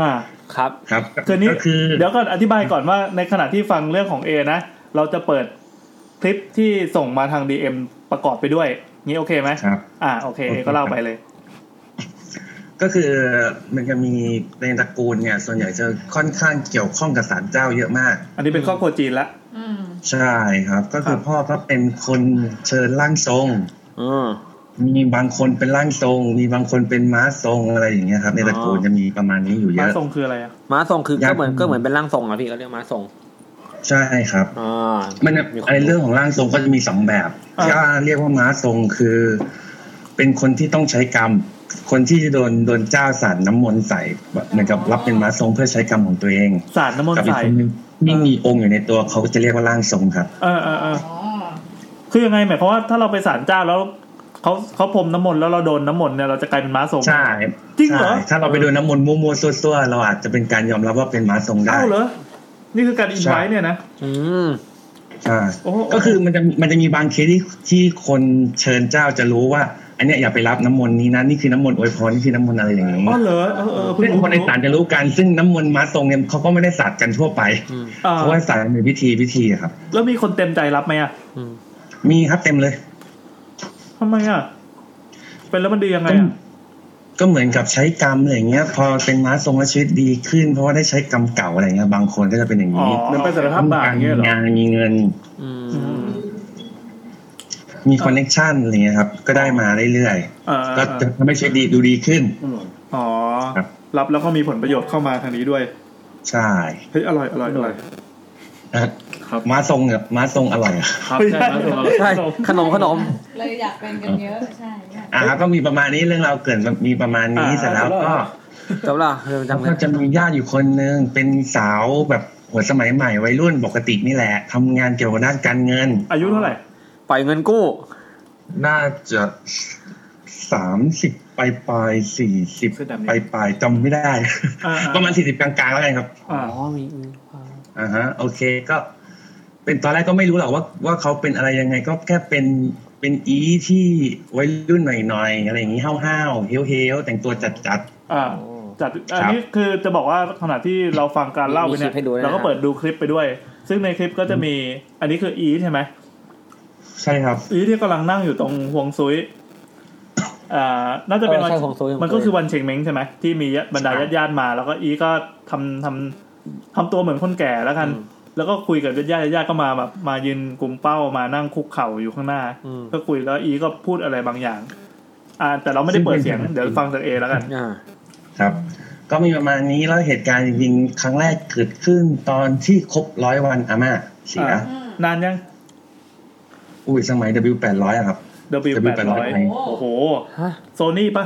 อ่า ครับ ครับ คือนี้ ก็คือ เดี๋ยวก่อนอธิบายก่อนว่าในขณะที่ฟังเรื่องของ A นะ เราจะเปิดคลิปที่ส่งมาทาง DM ประกอบไปด้วยงี้โอเคไหม ครับ อ่าโอเค A ก็เล่าไปเลย ก็คือมันจะมีในตระกูลเนี่ย ส่วนใหญ่จะค่อนข้างเกี่ยวข้องกับศาลเจ้าเยอะมาก อันนี้เป็นครอบครัวจีนละ ใช่ครับ ก็คือพ่อก็เป็นคนเชิญร่างทรงมีบางคนเป็นร่างทรง มีบางคนเป็นม้าทรงอะไรอย่างเงี้ยครับ ในตระกูลจะมีประมาณนี้อยู่เย มา อะ ส่งคืออะไรอ่ะ ม้าทรงคือ ยั ก็ ง เหมือนก็เหมือนเป็นร่างทรงอ่ะพี่เขาเรียกม้าทรง ใช่ครับ อ่า มันไอเรื่องของร่างทรงก็จะมีสองแบบถ้าเรียกว่าม้าทรงคือ เป็นคนที่ต้องใช้กรรม คนที่โดนโดนเจ้าสารน้ำมนต์ใส่แบบเหมือนกับรับเป็นม้าทรงเพื่อใช้กรรมของตัวเอง สารน้ำมนต์ กับอีก ใส่ คนนึงที่มีองค์อยู่ในตัวเขาจะเรียกว่าร่างทรงครับ เออเออเออคือยังไงหมายความว่าถ้าเราไปศาลเจ้าแล้วเขาเขาพรมน้ำมนต์แล้วเราโดนน้ำมนต์เนี่ยเราจะกลายเป็นม้าทรง ใช่ จริงเหรอ ใช่ถ้าเราไปดูน้ำมนต์มั่วๆซั่วๆเราอาจจะเป็นการยอมรับว่าเป็นม้าทรงได้ เอ้าเหรอ นี่คือการอิน ใช่ ไว้เนี่ยนะ อืม ใช่ โอ้โห ก็คือมันจะมันจะมีบางเคสที่ที่คนเชิญเจ้าจะรู้ว่า อันเนี้ยอย่าไปรับน้ำมนต์นี้นะนี่คือน้ำมนต์อวยพรนี่คือน้ำมนต์อะไรอย่างนี้ อ๋อเหรอเออเออเพิ่ง ซึ่ง รู้ คนในศาลจะรู้กันซึ่งน้ำมนต์ม้าทรงเนี่ยเขาก็ไม่ได้สาดกันทั่วไป อ่า เพราะว่าศาลมีพิธีพิธีอะครับ แล้วมีคนเต็มใจรับไหมอ่ะ มีครับเต็มเลย ทำไมอ่ะ เป็นแล้วมันดียังไงอ่ะ ก็เหมือนกับใช้กรรมอะไรอย่างเงี้ย พอเป็นม้าทรงแล้วชีวิตดีขึ้น เพราะว่าได้ใช้กรรมเก่าอะไรเงี้ยบางคนก็จะเป็นอย่างนี้ อ๋อเหมือนเป็นสารภาพบาปอย่างเงี้ยเหรอ มีนมีเงิน มีคอนเน็ชันอะไรเงี้ยครับ ก็ได้มาเรื่อย เออ ๆ เอ ก็ อเอ จะ อ ทำให้ชีวิตดีดูดีขึ้น อ๋อ รับแล้วก็มีผลประโยชน์เข้ามาทางนี้ด้วย ใช่ เฮ้ยอร่อยอร่อยอร่อย นะมาทรงกับมาทรงอร่อยอะ ครับใช่ม้าทรงอร่อย ใช่ขนมขนม เลยอยากเป็นกันเยอะ ใช่ อ่ะครับก็มีประมาณนี้เรื่องเราวเกิดมีประมาณนี้เสร็จแล้วก็ จบละเรื่องจำเลย ก็จะมีญาติอยู่คนนึงเป็นสาวแบบหัวสมัยใหม่วัยรุ่นปกตินี่แหละทำงานเกี่ยวกับด้านการเงิน อายุเท่าไหร่ ปล่อยเงินกู้ น่าจะสามสิบปลายปลายสี่สิบปลายปลายๆจำไม่ได้ ประมาณสี่สิบกลางๆแล้วกันครับ อ๋อมี อ่าฮะโอเคก็เป็นตอนแรกก็ไม่รู้หรอกว่าว่าเขาเป็นอะไรยังไงก็แค่เป็นเป็นอีที่วัยรุ่นหน่อยๆอะไรอย่างนี้ห้าวๆเฮลเฮลแต่งตัวจัด อ่าจัดอัน ครับ นี้คือจะบอกว่าขณะที่เราฟังการเล่าไป มี เนี่ คลิปยให้ดูด้วยนะ เราก็เปิดดูคลิปไปด้วย ซึ่งในคลิปก็จะมี อันนี้คืออีทใช่ไหม ๆใช่ครับ อีทที่กำลังนั่งอยู่ตรงห่วงซุยอ่าน่าจะเป็นวัน เออใช่ฮวงซุยฮวงซุย มันก็คือวันเชงเม้งใช่ไหมที่มีบรรดาญาติๆมา แล้วก็อีทก็ทำทำทำตัวเหมือนคนแก่แล้วกัน แล้วก็คุยกับญาติญาติๆญาติๆก็มาแบบมายืนกลุ่มเป้ามานั่งคุกเข่าอยู่ข้างหน้าก็คุยแล้วอีทก็พูดอะไรบางอย่าง อ่า แต่เราไม่ได้เปิดเสียงเดี๋ยวฟังจากเอแล้วกัน ครับ ก็มีประมาณนี้แล้วเหตุการณ์จริงๆครั้งแรกเกิดขึ้นตอนที่ครบร้อยวันอาม่าเสีย อ่ะนานยัง อุ้ยสมัย W แปดร้อยครับ W แปดร้อยโอ้โหโซนี่ปะ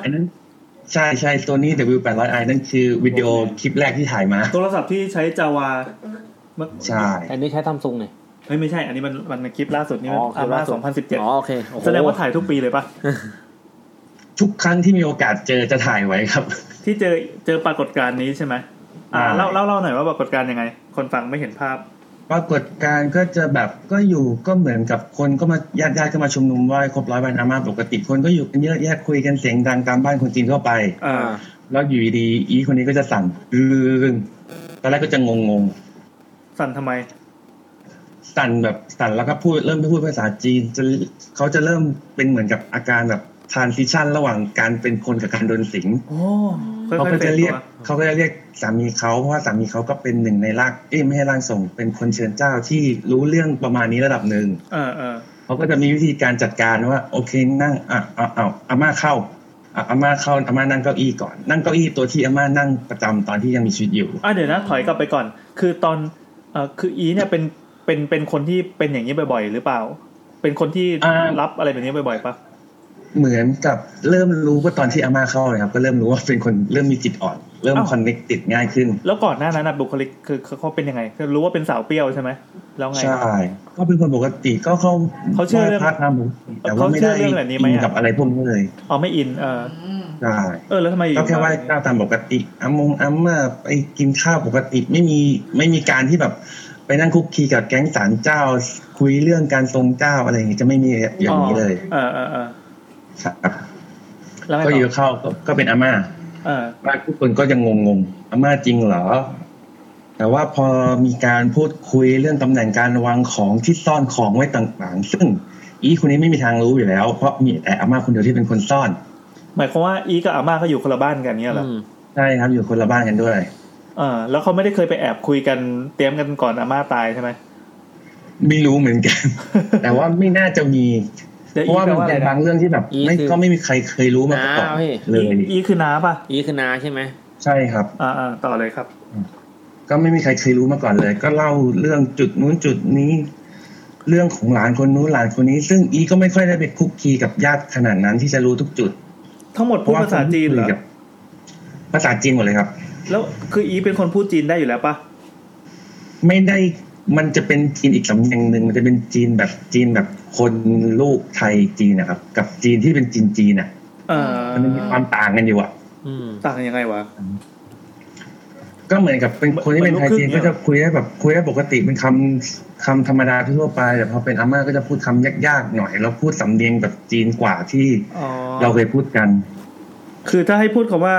ใช่ใช่ตัวนี้ W แปดร้อยไอนั่นคือวิดีโอคลิปแรกที่ถ่ายมา โทรศัพท์ที่ใช้จาวา ใช่ อันนี้ใช้ซัมซุงเนี่ย เฮ้ยไม่ใช่อันนี้มันมันคลิปล่าสุดนี่มัน อ๋อคลิ อา ป ม่า ล่าสุ ส ด องพันสิบเจ็ด อ๋อโอเคโอ้โห แสดงว่าถ่ายทุกปีเลยปะ ทุกครั้งที่มีโอกาสเจอจะถ่ายไว้ครับ ที่เจอเจอปรากฏการณ์นี้ใช่ไหมอ่า ใช่ เล่าเล่าเล่าหน่อยว่าปรากฏการณ์ยังไง คนฟังไม่เห็นภาพ ปรากฏการณ์ก็จะแบบก็อยู่ก็เหมือนกับคนก็มาญาติญาติๆก็มาชุมนุมไหว้ครบร้อยวันอาม่าปกติคนก็อยู่กันเยอะแยะคุยกันเสียงดังตามบ้านคนจีนทั่วไป อ่า แล้วอยู่ดีๆอีคนนี้ก็จะสั่นรื่นตอนแรกก็จะงง สั่นทำไม ๆสั่นแบบสั่นแล้วก็พูดเริ่มพูดภาษาจีนจะเขาจะเริ่มเป็นเหมือนกับอาการแบบทรานซิชันระหว่างการเป็นคนกับการโดนสิง โอ้ค่ เขา อย ก็ ๆเป็ จะ น เรี ตั ยก ว เขาก็จะเรียกสามีเขาเพราะว่าสามีเขาก็เป็นหนึ่งในร่างเอ้ยไม่ใช่ร่างทรงเป็นคนเชิญเจ้าที่รู้เรื่องประมาณนี้ระดับหนึ่ง เออเออ เขาก็จะมีวิธีการจัดการว่า โอเคนั่งอ่ะเอาเอาอาม่าเข้าอ่ะอาม่าเข้าอาม่านั่งเก้าอี้ก่อน นั่งเก้าอี้ตัวที่อาม่านั่งประจำตอนที่ยังมีชีวิตอยู่ อ่ะเดี๋ยวนะถอยกลับไปก่อน คือตอนเอ่อคืออีเนี่ยเป็นเป็นเป็นคนที่เป็นอย่างนี้บ่อยๆ หรือเปล่า เป็นคนที่รับอะไรแบบนี้บ่อยๆปะ เหมือนกับเริ่มรู้ว่าตอนที่อาม่าเข้าเลยครับ ก็เริ่มรู้ว่าเป็นคนเริ่มมีจิตอ่อน เริ่ม อ้าว คอนเน็กติดง่ายขึ้น แล้วก่อนหน้านั้นนะบุคลิกคือคือเขาเป็นยังไงคือรู้ว่าเป็นสาวเปรี้ยวใช่ไหมแล้วไง ใช่ ก็เป็นคนปกติก็เขา เขาเชื่อเรื่อง ไหว้พระทำบุญแต่ว่า เขา ไม่ เชื่ ได้ อเรื่องแบบนี้ไหม อิน อะ กับอะไรพวกนี้เลย อ๋อไม่อินเออ ใช่ เออแล้วทำไมอยู่ ก็แค่ไหว่าเจ้าตามปกติอามงอาม่าไปกินข้าวปกติไม่มีไม่มีการที่แบบไปนั่งคุกคีกับแก๊งสารเจ้า คุยเรื่องการทรงเจ้าอะไรอย่างงี้จะไม่มีอย่างนี้เลย เออเออเออ ครับ แล้วไงต่อ ก็อยู่เข้าก็ก็เป็นอาม่า เออ บ้านทุกคนก็ยังงงๆอาม่าจริงเหรอ แต่ว่าพอมีการพูดคุยเรื่องตำแหน่งการวางของที่ซ่อนของไว้ต่างๆ ซึ่งอีคนนี้ไม่มีทางรู้อยู่แล้ว เพราะมีแต่อาม่าคนเดียวที่เป็นคนซ่อน หมายความว่าอีกับอาม่าเขาอยู่คนละบ้านกันเนี้ยเหรออ ใช่ครับอยู่คนละบ้านกันด้วย เออแล้วเขาไม่ได้เคยไปแอบคุยกันเตรียมกันก่อนอาม่าตายใช่ไหม ไม่รู้เหมือน [LAUGHS] กัน แต่ว่าไม่น่าจะมี เดี๋ยว เพราะว่า อีกแปล มัว่าอะไรนเป็น นะ บางเรื่องที่แบบไม่ คือ ก็ไม่มีใครเคยรู้มาก่อน น้าพี่ เลย อีคือน้าป่ะ อีคือนาใช่ไหม ใช่ครับ อ่าอ่าต่อเลยครับ ก็ไม่มีใครเคยรู้มาก่อนเลย ก็เล่าเรื่องจุดนู้นจุดนี้ เรื่องของหลานคนนู้นหลานคนนี้ ซึ่งอีก็ไม่ค่อยได้ไปคุกคีกับญาติขนาดนั้นที่จะรู้ทุกจุด ทั้งหมดพูดภาษาจีนเหรอ พาะว่าคนที่คุยกับภาษาจีนหมดเลยครับ แล้วคืออีเป็นคนพูดจีนได้อยู่แล้วป่ะ ไม่ได้มันจะเป็นจีนอีกสำเนียงหนึ่งมันจะเป็นจีนแบบจีนแบบคนลูกไทยจีนนะครับ กับจีนที่เป็นจีนจีนอ่ะ เออ มันมีความต่างกันอยู่อ่ะ ต่างยังไงวะ ก็เหมือนกับเป็นคนที่เป็นไทยจีน เหมื ก็ อนลูกครึ่งเนี่ยจะคุยได้แบบคุยได้ปกติเป็นคำคำธรรมดาทั่วไปแต่พอเป็นอาม่าก็จะพูดคำยากๆหน่อย แล้วพูดสำเนียงแบบจีนกว่าที่ อ๋อ เราเคยพูดกัน คือถ้าให้พูดคำว่า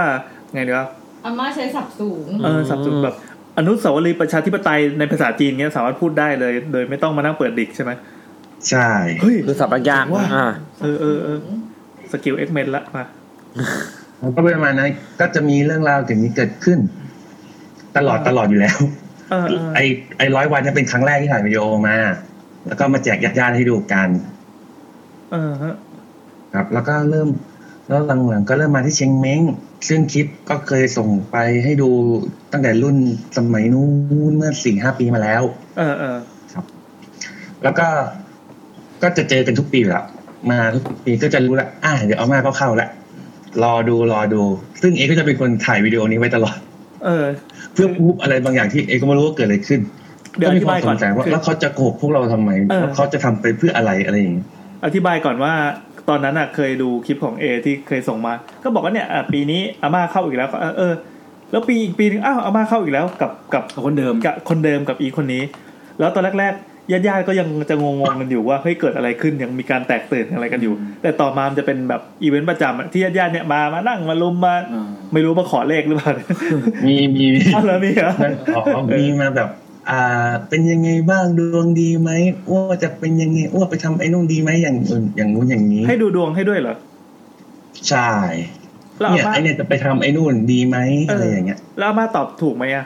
ไงดีวะ อาม่าใช้ศัพท์สูง เออสับสนแบบ อนุสาวรีย์ประชาธิปไตยในภาษาจีนเนี้ยสามารถพูดได้เลย โดยไม่ต้องมานั่งเปิดดิกใช่ไหม ใช่ เฮ้ย คือสับยาก ว่า อ่า เออเออเออสกิลเอ็กเมนละมา มันก็เป็นประมาณนั้นก็จะมีเรื่องราวอย่างนี้เกิดขึ้น ตลอดตลอดอยู่แล้ว เออเออ ไอไอร้อยวันเนี่ยเป็นครั้งแรกที่ถ่ายวิดีโอมา แล้วก็มาแจกญาติๆให้ดูกัน เออฮะ ครับแล้วก็เริ่ม แล้วหลังๆก็เริ่มมาที่เชียงเม้งซึ่งคลิปก็เคยส่งไปให้ดูตั้งแต่รุ่นสมัยนู้นเมื่อสี่ห้าปีมาแล้ว เออเออ แล้วก็ก็จะเจอกันทุกปีอยู่แล้วมาทุกปีก็จะรู้ละอ่าเดี๋ยวเอามาก็เข้าละรอดูรอดู ซึ่งเอก็จะเป็นคนถ่ายวิดีโอนี้ไว้ตลอด เออ เพื่อพูดอะไรบางอย่างที่เอก็ไม่รู้ว่าเกิดอะไรขึ้น เดี๋ยว ก็มีความ อธิบาย ส ก่อน นใจว่า คือ แล้วเขาจะโกหกพวกเราทำไม เออ แล้วเขาจะทำไปเพื่ออะไรอะไรอย่างนี้ อธิบายก่อนว่าตอนนั้นอ่ะเคยดูคลิปของเอที่เคยส่งมา ก็บอกว่าเนี่ยอ่ะปีนี้อาม่าเข้าอีกแล้วก็เออเออ แล้วปีอีกปีหนึงอ้าวอาม่าเข้าอีกแล้วกับกับ คนเดิม กับคนเดิมกับอีกคนนี้ แล้วตอนแรกๆญาติๆก็ยังจะงงๆกันอยู่ว่าเฮ้ยเกิดอะไรขึ้นยังมีการแตกตื่นอะไรกันอยู่ แต่ต่อมามันจะเป็นแบบอีเวนต์ประจำอะที่ญาติๆเนี่ยมามานั่งมาลุมมาไม่รู้มาขอเลขหรือเป [LAUGHS] ล่า มีมีมี อ๋อเหรอมีเหรอ อ๋อมีมาแบบ อ่า เป็นยังไงบ้างดวงดีไหมอ้วจะเป็นยังไงอ้วไปทำไอ้นู่นดีไหมอย่างอื่นอย่างนู้นอย่างนี้ ให้ดูดวงให้ด้วยเหรอ ใช่ แล้ว เนี่ย อาม่า ไอเนี่ยจะไปทำไอ้นู่นดีไหมอะไรอย่างเงี้ย แล้วอาม่าตอบถูกไหมอ่ะ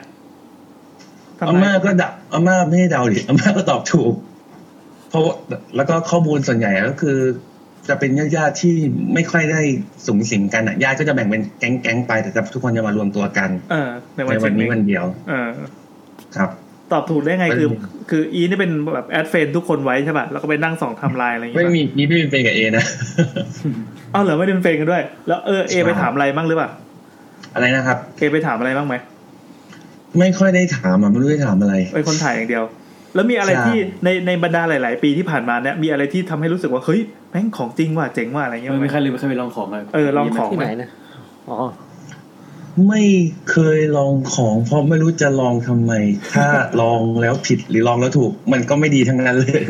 ทำไม อาม่าก็ดับอาม่าไม่ได้เดาดิอาม่าก็ตอบถูก เพราะว่าแล้วก็ข้อมูลส่วนใหญ่ก็คือ จะเป็นญาติๆที่ไม่ค่อยได้สูงสิงกันอะญาติก็จะแบ่งเป็นแก๊งๆไปแต่ทุกคนจะมารวมตัวกัน เออในวัน ในวันนี้วันเดียว เออ ครับ ตอบถูกได้ไงคือ คืออีนี่เป็นแบบแอดเฟนทุกคนไว้ใช่ป่ะแล้วก็ไปนั่งส่องไทำลายอะไรอย่างเงี้ ไม่ ย มีนี่ไม่มีเป็นกับเอนะ [LAUGHS] อ้าวเหรอไม่ได้เป็นเฟนกันด้วย แล้วเออเอไปถามอะไรบ้างหรือเปล่า อะไรนะครับ เอไปถามอะไรบ้างไหม ไม่ค่อยได้ถามอ่ะไม่รู้ได้ถามอะไร ไปคนถ่ายอย่างเดียว แล้วมีอะไร ใช่ ที่ในในบรรดาหลาย ๆ ปีที่ผ่านมาเนี่ยมีอะไรที่ทำให้รู้สึกว่าเฮ้ยแม่งของจริงว่ะเจ๋งว่ะอะไรเงี้ย ไม่เคยเลยไม่เคยไปลองของเลย เออลองของ ที่ไหน นะ อ๋อ ไม่เคยลองของ เพราะไม่รู้จะลองทำไม ถ้า ลองแล้วผิดหรือลองแล้วถูก มันก็ไม่ดีทั้งนั้นเลย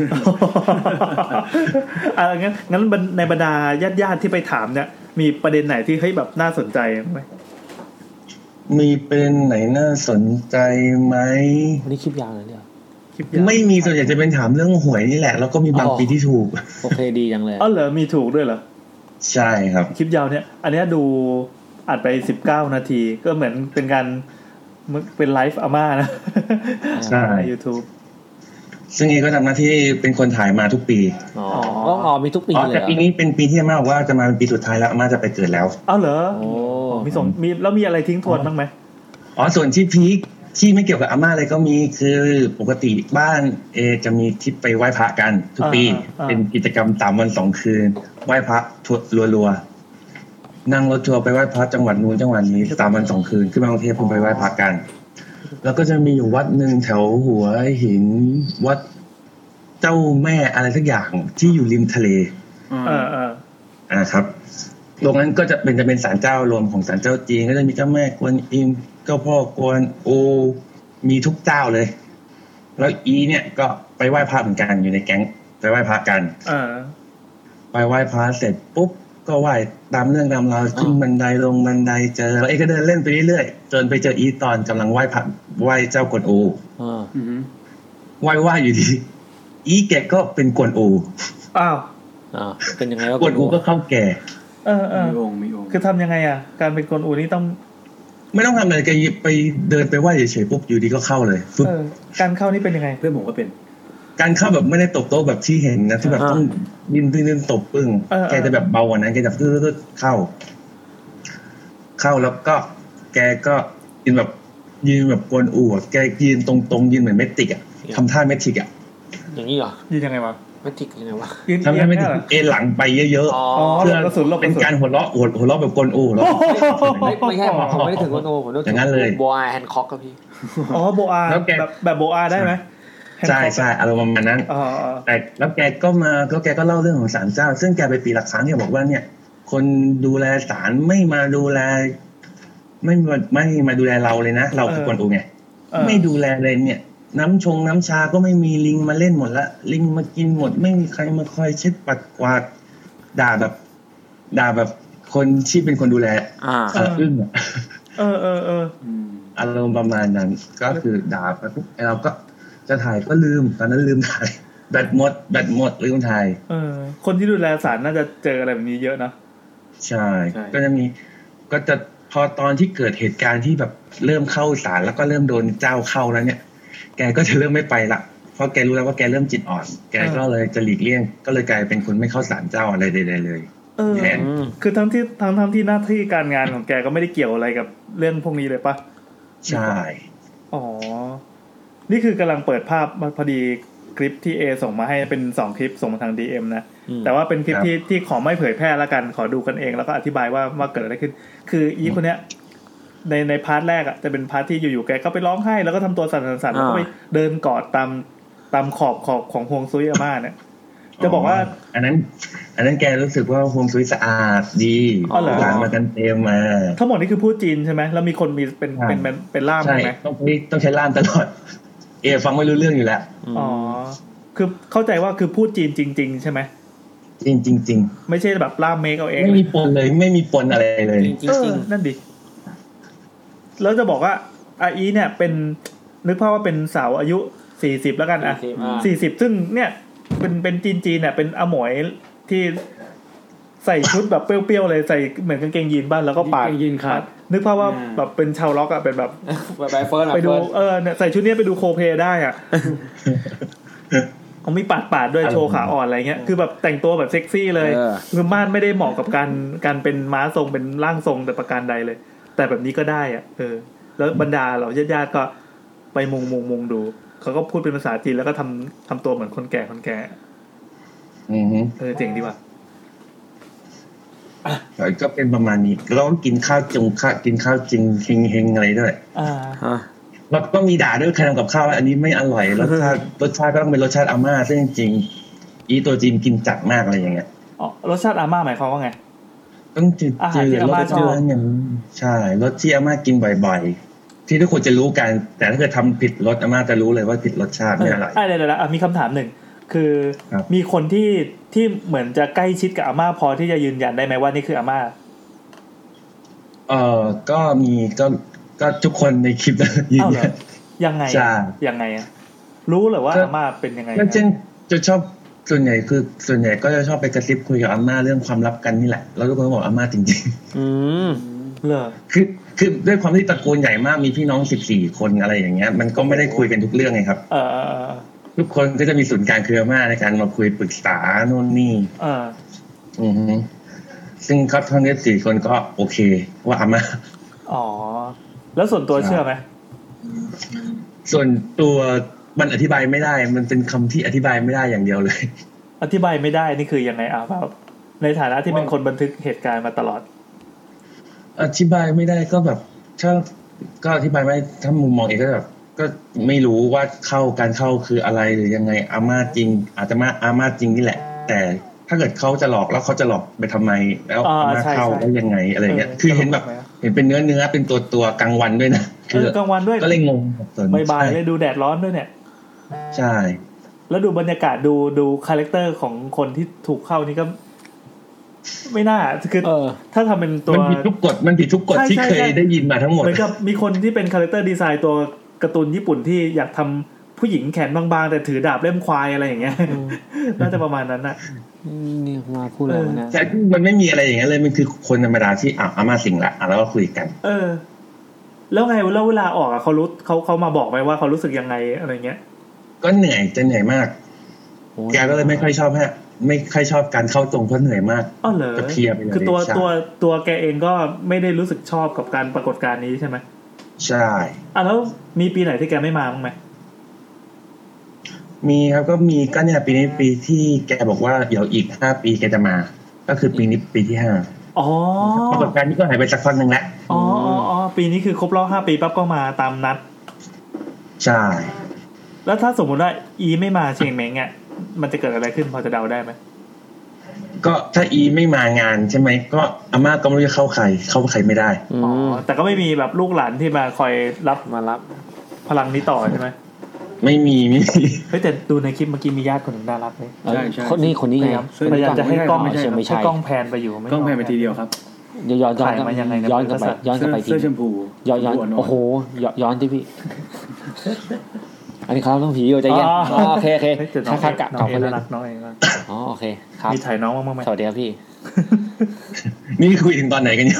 [LAUGHS] อ่ะงั้นงั้นบรรในบรรดาญาติญาติๆที่ไปถามเนี่ย มีประเด็นไหนที่เฮ้ยแบบน่าสนใจไหม มีเป็นไหนน่าสนใจไหม วันนี้คลิปยาวเลยเนี่ย คลิปยาว ไม่มีส่วนใหญ่จะเป็นถามเรื่องหวยนี่แหละ แล้วก็มีบาง อ๋อ ปีที่ถูก โอเคดีจังเลย อ๋อเหรอมีถูกด้วยเหรอ ใช่ครับ คลิปยาวเนี่ย อันเนี้ยดูอัดไปสิบเก้านาที ก็เหมือนเป็นการเหมือนเป็นไลฟ์อาม่านะ ใช่ [LAUGHS] ยูทูบ ซึ่งเอก็ทำหน้าที่เป็นคนถ่ายมาทุกปี อ๋ออ๋อมีทุกปี อ๋อ เลย แต่ เหรอ ปีนี้เป็นปีที่อาม่าบอกว่าจะมาเป็นปีสุดท้ายแล้วอาม่าจะไปเกิดแล้ว อ้าวเหรอ โอ้ มีส่งมีแล้วมีอะไรทิ้งทวนบ้างไหม อ๋อส่วนที่พีคที่ไม่เกี่ยวกับอาม่าเลยก็มีคือปกติบ้านเอจะมีทริปไปไหว้พระกัน ทุกปี อ่าอ่า เป็นกิจกรรมสามวันสองคืน ไหว้พระทัวร์รัวๆนั่งรถทัวร์ไปไหว้พระจังหวัดนู้นจังหวัดนี้สามวันสองคืนขึ้นมากรุงเทพเพื่อไปไหว้พระกัน แล้วก็จะมีอยู่วัดหนึ่งแถวหัวหินวัดเจ้าแม่อะไรสักอย่างที่อยู่ริมทะเล เออเออ อ่าครับ ตรงนั้นก็จะเป็นจะเป็นศาลเจ้ารวมของศาลเจ้าจีนก็จะมีเจ้าแม่กวนอิมเจ้าพ่อกวนโอ มีทุกเจ้าเลย แล้วอีเนี่ยก็ไปไหว้พระเหมือนกันอยู่ในแก๊งไปไหว้พระกัน เออ ไปไหว้พระเสร็จปุ๊บก็ไหว้ตามเรื่องตามราวขึ้นบันไดลงบันไดเจอแล้วเอ๊ก็เดินเล่นไปเรื่อยๆจนไปเจออีตอนกำลังไหว้พระไหว้เจ้ากวนโอ อ่า ไหว้ไหว้อยู่ดีอีแกก็เป็นกวนโอ อ้าว อ่าเป็นยังไงวะ กวนโอก็เข้าแก่ เออเออคือทำยังไงอ่ะ การเป็นคนอูนี่ต้อง ไม่ต้องทำอะไรแกไปเดินไปไหว้เฉยๆปุ๊บอยู่ดีก็เข้าเลยฟึบ เออการเข้านี่เป็นยังไง เพื่อนผมก็เป็น การเข้าแบบไม่ได้ตบโต๊ะแบบที่เห็นนะที่แบบต้องยินตื้นๆตบปึ้ง เออ แกจะแบบเบากว่านั้นแกจะตื้อๆเข้า เข้าแล้วก็ แกก็ยืนแบบยืนแบบกวนอู่อะแกยืนตรงๆยืนเหมือนเมทติกอะทำท่าเมทติกอะ อย่างนี้เหรอ ยืนยังไงวะ ไม่ติกยังไงวะ ทำท่าเมทติกเอ็นหลังไปเยอะ อ๋อ ๆเพื่อเป็นการหัวเราะหัวหัวเราะแบบกวนอู่หัวเราะ ไม่ไม่ใช่ผมไม่ได้ถึงคนโอผมนึก อ ถึ ย่าง งนั้นเลย บอยแฮนคอกครับพี่ อ๋อโบอาแบบแบบโบอาได้ไหม ใช่ใช่อารมณ์ประมาณนั้น อ๋ออ๋อ แต่แล้วแกก็มาก็แกก็เล่าเรื่องของศาลเจ้า ซึ่งแกไปปีละครั้งแกบอกว่าเนี่ย คนดูแลศาลไม่มาดูแล ไม่มาไม่มาดูแลเราเลยนะ เราคือคนดูไงไม่ดูแลเลยเนี่ย น้ำชงน้ำชาก็ไม่มีลิงมาเล่นหมดละลิงมากินหมด ไม่มีใครมาคอยเช็ดปัดกวาดด่าแบบ ด่าแบบคนที่เป็นคนดูแล อ่า สะอึ้งอะ เออเออเออ อารมณ์ประมาณนั้นก็คือด่าไปปุ๊บไอ้เราก็จะถ่ายก็ลืม ตอนนั้นลืมถ่าย แบตหมด แบตหมดลืมถ่าย เออ คนที่ดูแลสารน่าจะเจออะไรแบบนี้เยอะนะ ใช่ ก็จะมีก็จะพอตอนที่เกิดเหตุการณ์ที่แบบเริ่มเข้าศาลแล้วก็เริ่มโดนเจ้าเข้าแล้วเนี่ย แกก็จะเริ่มไม่ไปละเพราะแกรู้แล้วว่าแกเริ่มจิตอ่อน แกก็เลยจะหลีกเลี่ยง ก็เลยกลายเป็นคนไม่เข้าศาลเจ้าอะไรใดๆเลย เออ คือทั้งที่ทั้งทั้งที่หน้าที่การงานของแกก็ไม่ได้เกี่ยวอะไรกับเรื่องพวกนี้เลยปะ ใช่ อ๋อ นี่คือกำลังเปิดภาพพอดีคลิปที่เอส่งมาให้เป็นสองคลิปส่งมาทางดีเอ็มนะ อืม แต่ว่าเป็นคลิป ครับ ที่ที่ขอไม่เผยแพร่ละกัน ขอดูกันเองแล้วก็อธิบายว่าว่าเกิดอะไรขึ้น คืออีคนเนี้ย ในในพาร์ทแรกอะจะเป็นพาร์ทที่อยู่ๆแกก็ไปร้องไห้แล้วก็ทำตัวสั่นๆแล้วก็ไปเดินกอดตามตามขอบขอบของฮวงซุยอาม่าเนี่ย จะบอกว่า อันนั้น อันนั้นแกรู้สึกว่าฮวงซุยสะอาดดี อ๋อเหรอ ล้างมากันเต็มมา ทั้งหมดนี่คือพูดจีนใช่ไหมแล้วมีคนมีเป็น ใช่ เป็นเป็นเป็นล่าม ใช่ ใช่ไหม ต้องนี่ต้องใช้ล่ามตลอด เอฟังไม่รู้เรื่องอยู่แล้ว อ๋อ คือเข้าใจว่าคือพูดจีนจริง ๆ ใช่ไหม จริงจริงจริง ไม่ใช่แบบล่ามเมคเอาเอง ไม่มีปนเลยไม่มีปนอะไรเลย เออนั่นดิ แล้วจะบอกว่าอาอีเนี่ยเป็นนึกภาพว่าเป็นสาวอายุสี่สิบแล้วกันอ่ะสี่สิบซึ่งเนี่ยเป็นเป็นจีนจีนๆเนี่ยเป็นอาหมวยที่ใส่ชุดแบบเปรี้ยวๆเลยใส่เหมือนกางเกงยีนบ้านแล้วก็ปาดยีนขาดนึกภาพว่าแบบเป็นชาวล็อกอ่ะเป็นแบบ ไปเฟิร์นอะ ไปดู เฟิร์น เออเนี่ยใส่ชุดเนี้ยไปดูโคเพลย์ได้ [LAUGHS] อ่ะ เขามีปาดปาดๆด้วยโชว์ขาอ่อนอะไรเงี้ย คือแบบแต่งตัวแบบเซ็กซี่เลย เออ คือม่านไม่ได้เหมาะกับการการเป็นม้าทรงเป็นร่างทรงแต่ประการใดเลย แต่แบบนี้ก็ได้อ่ะเออ แล้วบรรดาเหล่าญาติๆก็ไปมุงมุงมุงดู เขาก็พูดเป็นภาษาจีนแล้วก็ทำทำตัวเหมือนคนแก่คนแก่ อือฮึ เออเจ๋งดีว่ะ แล้วก็เป็นประมาณนี้เราก็กินข้าวจงข้าวกินข้าวจริงเฮงเฮงอะไรด้วย อ่า แล้วก็มีด่าด้วยใครทำกับข้าวอันนี้ไม่อร่อยรสชาติรสชาติก็ต้องเป็นรสชาติอาม่าซึ่งจริงๆอีตัวจีนกินจัดมากอะไรอย่างเงี้ย อ๋อรสชาติอาม่าหมายความว่าไง ต้องจืด อาหาร จื ที่ ด อา ๆร ม่า ส ชอบ จืดอย่างใช่รสที่อาม่ากินบ่อยๆ ที่ทุกคนจะรู้กัน แต่ถ้าเกิดทำผิดรสอาม่าจะรู้เลยว่าผิดรสชาติ เอ ไม่ อ อร่อย อ่ะเดี๋ยวเดี๋ยวนะอ่ะมีคำถามหนึ่ง คือ ครับ มีคนที่ที่เหมือนจะใกล้ชิดกับอาม่าพอที่จะยืนยันได้ไหมว่านี่คืออาม่า เออก็มีก็ก็ทุกคนในคลิปนะยืน เอ้าเหรอยัน ยังไง ใช่ ยังไงอะรู้เหรอว่าอาม่าเป็นยังไง ก็เช่นจะชอบส่วนใหญ่คือส่วนใหญ่ก็จะชอบไปกระซิบคุยกับอาม่าเรื่องความลับกันนี่แหละแล้วทุกคนก็บอกอาม่าจริง อืมเหรอ ๆ [LAUGHS] คือคือด้วยความที่ตระกูลใหญ่มากมีพี่น้องสิบสี่คนอะไรอย่างเงี้ย มันก็ไม่ได้คุยกันทุกเรื่องไงครับ เออเออเออ ทุกคนก็จะมีศูนย์กลางเครืออาม่าในการมาคุยปรึกษาโน่นนี่ เออ อือฮึซึ่งครับทั้งนี้สี่คนก็โอเค ว่ามา อ๋อแล้วส่วนตัวเชื่อไหม ส่วนตัวมันอธิบายไม่ได้ มันเป็นคำที่อธิบายไม่ได้อย่างเดียวเลย อธิบายไม่ได้นี่คือยังไงอ่ะแบบในฐานะที่เป็นคนบันทึกเหตุการณ์มาตลอด อธิบายไม่ได้ก็แบบถ้าก็อธิบายไม่ได้ถ้ามุมมองเองก็แบบก็ไม่รู้ว่าเข้าการเข้าคืออะไรหรือยังไงอาม่าจริง อาจจะมาอาม่าจริงนี่แหละ แต่ถ้าเกิดเขาจะหลอกแล้วเขาจะหลอกไปทำไม แล้ว อ่า อาม่า ใช่ เข้า ใช่ ได้ยังไงอะไรเงี้ย คือเห็นแบบ เห็นเป็นเนื้อเนื้อเป็นตัวตัวกลางวันด้วยนะ เออกลางวันด้วย ก็เลยงงสับสน บายบาย ใช่ เลยดูแดดร้อนด้วยเนี่ย ใช่ แล้วดูบรรยากาศดูดูคาแรคเตอร์ของคนที่ถูกเข้านี่ก็ ไม่น่าคือถ้าทำเป็นตัว มันผิดทุกกฎ มันผิดทุกกฎ ใช่ ที่ ใช่ เคย ใช่ ได้ยินมาทั้งหมด เหมือนกับมีคนที่เป็นคาแรคเตอร์ดีไซน์ตัวการ์ตูนญี่ปุ่นที่อยากทำผู้หญิงแขนบางๆ แต่ถือดาบเล่มควายอะไรอย่างเงี้ย [LAUGHS] น่าจะประมาณนั้นนะ นี่มาพูดอะไรวะเนี่ย แต่มันไม่มีอะไรอย่างนั้นเลย มันคือคนธรรมดาที่อ่ะเอามาสิ่งละอ่ะแล้วก็คุยกัน เออ แล้วไงแล้วเวลาออกอะเขารู้เขาเขามาบอกไหมว่าเขารู้สึกยังไงอะไรเงี้ย ก็เหนื่อยจะเหนื่อยมาก แกก็เลยไม่ค่อยชอบฮะ ไม่ค่อยชอบการเข้าตรงเพราะเหนื่อยมาก อ้อเหรอ ก็เพลียไปเลย คือตัว ใช่ ตัวตัวแกเองก็ไม่ได้รู้สึกชอบกับการปรากฏการณ์นี้ใช่ไหม ใช่ อ่ะแล้วมีปีไหนที่แกไม่มาบ้างไหม มีครับก็มีก็เนี่ยปีนี้ปีที่แกบอกว่าเดี๋ยวอีกห้าปีแกจะมา ก็คือปีนี้ปีที่ห้า อ๋อ ปรากฏการณ์นี้ก็หายไปสักพักหนึ่งแล้ว อ๋ออ๋ออ๋อปีนี้คือครบรอบห้าปีปั๊บก็มาตามนัด ใช่ แล้วถ้าสมมุติว่าอีไม่มาเชยงเม้งอ่ะมันจะเกิดอะไรขึ้นพอจะเดาได้ไหม ก็ถ้าอีไม่มางานใช่ไหมก็อาม่าก็ไม่รู้จะเข้าใคร เข้าใครไม่ได้ อ๋อ แต่ก็ไม่มีแบบลูกหลานที่มาคอยรับมารับ พลังนี้ต่อใช่ไหม ไม่มีไม่มี [LAUGHS] เฮ้ยแต่ดูในคลิปเมื่อกี้มีญาติคนหนึ่งน่ารักเลย ใช่ใช่คนนี้คนนี้ พ ไง ยายามพยายามจะให้กล้อง ไม่ใช่ไม่ใช่ ห้กล้องแพนไปอยู่ม่ กล้องแพนไปทีเดียว ครับ เดี๋ยวย้อนย้อน ถ่ายมายังไงะ ย้อนกลับไปย้อนกลับไปที เสื้อเสื้อชมพู ย้อนย้อน ชมพูอ่อนๆ โอ้โหย้อนย้อนที่พี่ อันนี้ครับต้องผีอยู่ใจเย็น อ๋อ อ๋อโอเคโอเค ฮ้ยแต่น้ ค อ รั ง บครับกลับ น้ ก อ ลั งเอบไปเล น่าย รักน้องเอน่ารัก อ๋อโอเคครับ มีถ่ายน้องบ้างไหม สวัสดีครับพี่ นี่คุยถึงตอนไหนกันอยู่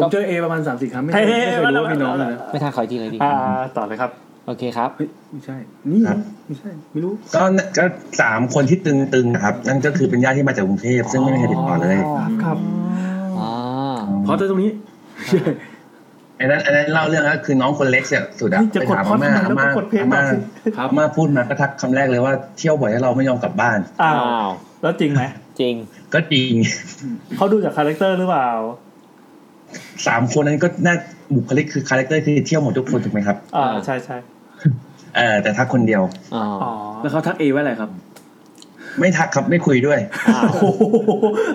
ผมเจอเอประมาณสามสี่ครั้งไม่เคย เฮ้ย ไม่เคยรู้ว่า เฮ้ย มีน้องเลยนะ ไม่ทางขออีกทีเลยดี อ่าต่อเลยครับ โอเคครับ ไม่ใช่ นี่ไม่ใช่ ไม่รู้ ก็น่ะก็สามคนที่ตึงๆนะครับ นั่นก็คือเป็นญาติที่มาจากกรุงเทพซึ่งไม่มีใครติดต่อเลย ครับ เพราะตรงนี้อันนั้นอันนั้นเล่าเรื่องแล้วคือน้องคนเล็กเนี่ยสุดอะ จะ ไป กด ถาม พอด อาม่า ทำไมแล้ว อา ก็ ม่าก ดเพลง อาม่า ต่อสิ อาม่าพูดมาก็ทักคำแรกเลยว่าเที่ยวบ่อยให้เราไม่ยอมกลับบ้าน อ้าว แล้วจริงไหม จริง ก็จริง เขาดูจากคาแรคเตอร์หรือเปล่า สามคนนั้นก็น่าบุคลิกคือคาแรคเตอร์คือเที่ยวหมดทุกคนถูกไหมครับ อ่าใช่ใช่ เออแต่ทักคนเดียว อ๋อ แล้วเขาทักเอว่าอะไรครับ ไม่ทักครับไม่คุยด้วย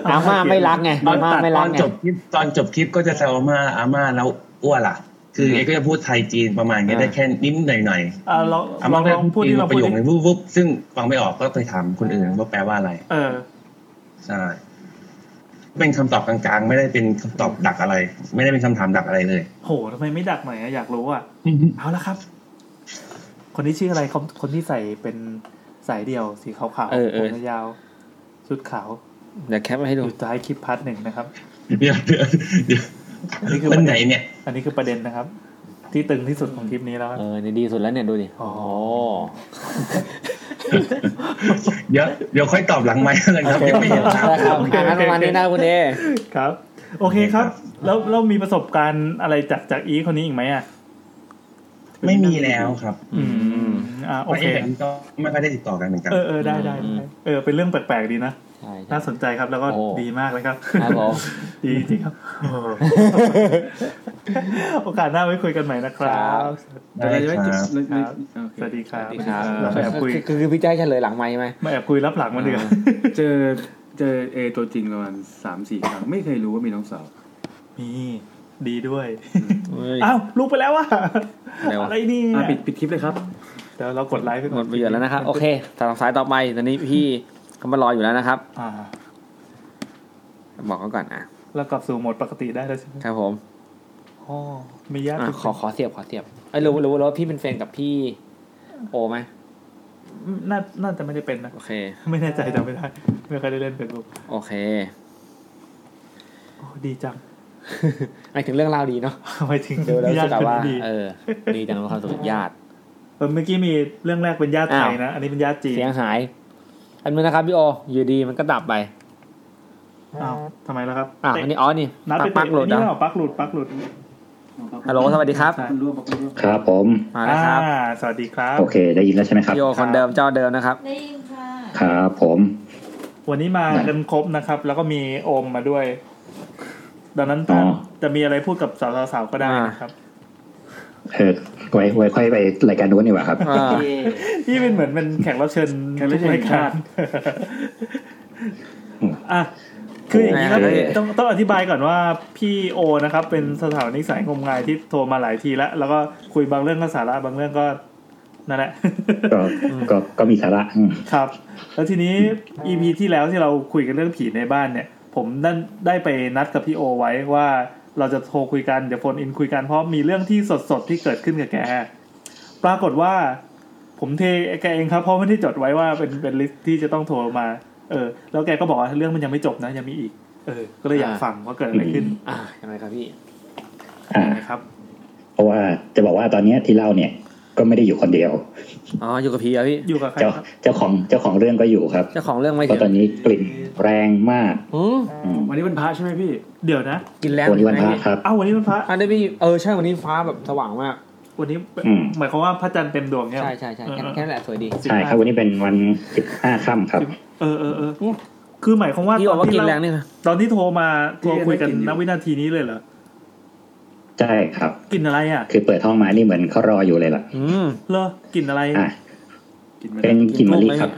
อาม่าไม่รักไง ตอ อาน ม่า ตัด ไม่ ต รั อก น ไง จบคลิปตอนจบคลิปก็จะแซวอาม่าอาม่าแล้วอ้วนล่ะ คือเอกก็จะพูดไทยจีนประมาณเนี้ยได้แค่นิดหน่อยหน่อย อ่าเรา ๆอาม่าก็ ลองพูด จี ดิ น ลอง ป พูดระโยค ดิ นึงวุ๊บวุ๊บซึ่งฟังไม่ออกก็ไปถามคนอื่นว่าแปลว่าอะไร เออ ใช่เป็นคำตอบกลางๆ ไม่ได้เป็นคำตอบดักอะไร ไม่ได้เป็นคำถามดักอะไรเลย โหทำไมไม่ดักหน่อยอะอยากรู้อ่ะ เอาละครับ คนที่ชื่ออะไรคนคนที่ใส่เป็นสายเดี่ยวสีขาว เออ ๆ เอ ผ อ มยาวชุดขาว เดี๋ยวแคปมาให้ดู อยู่ท้ายคลิปพาร์ทหนึ่งนะครับ เดี๋ยวเดี๋ยวเดี๋ยว อันนี้คือ วันไหนเนี่ย อันนี้คือประเด็นนะครับ ที่ตึงที่สุดของคลิปนี้แล้วครับ เออเนี่ยดีสุดแล้วเนี่ยดูดิโอ้ เดี๋ยวเดี๋ยวค่อยตอบหลังไมค์แล้วกันครับยังไม่เห็นถาม ครับอ่ะงั้นประมาณนี้นะคุณเอ ครับ โอเคครับ แล้วเรามีประสบการณ์อะไรจากจากอีคนนี้อีกไหมอ่ะ ไม่มีแล้วครับ อืมอ่าโอเค พราะห็นก็ไม่ค่อยได้ติดต่อกันเหมือนกัน เออเออได้ได้ได้เออเป็นเรื่องแปลกๆดีนะ ใช่ น่าสนใจครับแล้วก็ โอ้ ดีมากเลยครับ ครับผม [LAUGHS] ดีจริงครับโอ้โหโอกาสหน้าไว้คุยกันใหม่นะครับ ครับได้ครับ ครับสวัสดีครับ ครับ แอบคุย คือคือพี่แจ้เฉลยหลังไมค์ไหม มาแอบคุยรับหลังมาเดือน เจอเจอเอตัวจริงประมาณสามสี่ครั้ง ไม่เคยรู้ว่ามีน้องสาว มีดีด้วยอ้าวลุกไปแล้วอ่ะ เร็ว อะไรนี่ อ่ะปิด ปิดคลิปเลยครับ เดี๋ยวเรากดไลค์ไปก่อหมนดประโยชน์แล้วนะครับ โอเคสายสายต่อไปตอนนี้พี่ก็มารออยู่แล้วนะครับ อ่า บอกเขาก่อนอ่ะ แล้วกลับสู่โหมดปกติได้แล้วใช่ไหม ครับผม อ๋อไม่ยาก อ่ะ จริง ขอขอเสียบขอเสียบไอ้ยรู้รู้รู้ว่าพี่เป็นแฟนกับพี่ โอไหม ๆน่าน่าจะไม่ได้เป็นนะ โอเค ไม่แน่ใจจำไม่ได้ ไม่เคอยได้เล่นเฟซบุ๊ก โอเค โอ้ดีจัง [LAUGHS] หมายถึงเรื่องราวดีเนาะ หมายถึง เดี๋ยวเรา ญาติ จะกล่าวว่า คนนี้ดี เออ ดีจังเป็นความสุขญาติ เออเมื่อกี้มีเรื่องแรกเป็นญาติไทยนะ อันนี้เป็นญาติจีน เสียงหาย อันนี้นะครับพี่โอ อยู่ดีมันก็ดับไป อ้าวทำไมล่ะครับ อ่ะอันนี้อ๋อนี่ นัด ปั ไป กปักโหลด เตะนี่ นะ เหรอปักหลุดปักหลุด ฮัลโหลสวัสดีครับ ครับผม มาแล้วครับ อ่าสวัสดีครับ โอเค ได้ยินแล้วใช่ไหมครับ พี่โอคนเดิมเจ้าเดิมนะครับ ครับผม วันนี้มากันครบนะครับ แล้วก็มีโอมมาด้วย ดังนั้นถ้าจะมีอะไรพูดกับสาวๆก็ได้นะครับ เออไว้ไว้ค่อยไปรายการนู้นดีกว่าครับ นี่เป็นเหมือนเป็นแขกรับเชิญ แขกรับเชิญ ทุยกา ชาร ติ อ่ะคืออย่างนี้ครับ โอเค ต้องต้องอธิบายก่อนว่าพี่โอนะครับ เป็นสถานิกสายงมงายที่โทรมาหลายทีแล้วแล้วก็คุยบางเรื่องก็สาระบางเรื่องก็นั่นแหละ ก็ก็ก็มีสาระอืม ครับ แล้วทีนี้ EP ที่แล้วที่เราคุยกันเรื่องผีในบ้านเนี่ย ผมได้ได้ไปนัดกับพี่โอไว้ว่าเราจะโทรคุยกันเดี๋ยวโฟนอินคุยกันเพราะมีเรื่องที่สดๆที่เกิดขึ้นกับแก ปรากฏว่า ผมเทแกเองครับ เพราะไม่ได้จดไว้ว่าเป็นเป็นลิสต์ที่จะต้องโทรมา เออ แล้วแกก็บอกว่าเรื่องมันยังไม่จบนะยังมีอีก เออ ก็เลยอยากฟังว่าเกิดอะไรขึ้น อ่ายังไงครับพี่ อ่า ครับ เพราะว่าจะบอกว่าตอนเนี้ยที่เล่าเนี่ย ก็ไม่ได้อยู่คนเดียว อ๋ออยู่กับพี่เหรอพี่ อยู่กับใคร เจ้าเจ้าของเจ้าของเรื่องก็อยู่ครับ เจ้าของเรื่องไม่ เพราะตอนนี้กลิ่นแรงมาก วันนี้เป็นพระใช่ไหมพี่ เดี๋ยวนะ กินแรง วันนี้วันพระครับ อ้าววันนี้วันพระ อันนี้พี่เออใช่วันนี้ฟ้าแบบสว่างมาก วันนี้ อืม หมายความว่าพระจันทร์เต็มดวงเนี่ย ใช่ใช่ใช่แค่แค่นั้นแหละสวยดี ใช่ครับวันนี้เป็นวันสิบห้าค่ำครับ เออเออเออคือหมายความว่า พี่บอกว่ากินแรงนี่นะ ตอนที่โทรมาโทรคุยกันณวินาทีนี้เลยเหรอ ใช่ครับ กลิ่นอะไรอ่ะ คือเปิดห้องมานี่เหมือนเขารออยู่เลยล่ะ อืม เหรอ กลิ่นอะไร อ่ะ เป็นกลิ่นมะลิครับ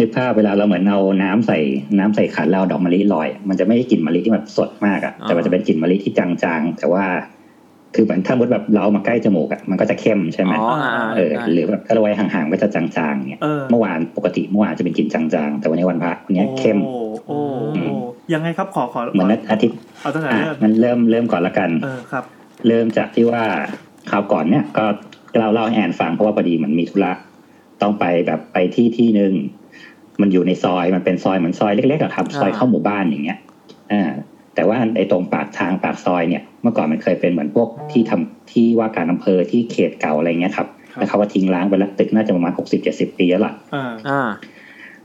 นึกภาพเวลาเราเหมือนเอาน้ำใส่น้ำใส่ขันแล้วเราดอกมะลิลอย มันจะไม่ใช่กลิ่นมะลิที่แบบสดมากอะแต่มันจะเป็นกลิ่นมะลิที่จางๆ แต่ว่า คือเหมือนถ้ามุดแบบเราเอามาใกล้จมูกอะมันก็จะเข้มใช่ไหม อ๋ออ่า เออ ได้ หรือแบบถ้าเราไว้ห่างๆก็จะจางๆเนี่ย เออ เมื่อวานปกติเมื่อวานจะเป็นกลิ่นจางๆ แต่วันนี้วันพระวันนี้เข้ม โอ้โอ้โอ้ยังไงครับขอขอ เหมือนอาทิตย์ เอาตั้งแต่ อ่ะ เริ่ม งั้นเริ่มเริ่มก่อนละกัน เออครับ เริ่มจากที่ว่าคราวก่อนเนี่ย ก็เล่าเล่าให้แอนฟังเพราะว่าพอดีมันมีธุระต้องไปแบบไปที่ที่หนึ่งมันอยู่ในซอยมันเป็นซอยเหมือนซอยเล็กๆอะครับซอย อ่า เข้าหมู่บ้านอย่างเงี้ยอ่าแต่ว่าไอ้ตรงปากทางปากซอยเนี่ย เมื่อก่อนมันเคยเป็นเหมือนพวกที่ทำที่ว่าการอำเภอที่เขตเก่าอะไรเงี้ยครับ แล้วเขาก็ทิ้งร้างไปแล้วตึกน่าจะประมาณหกสิบเจ็ดสิบปีแล้วล่ะ อ่า อ่า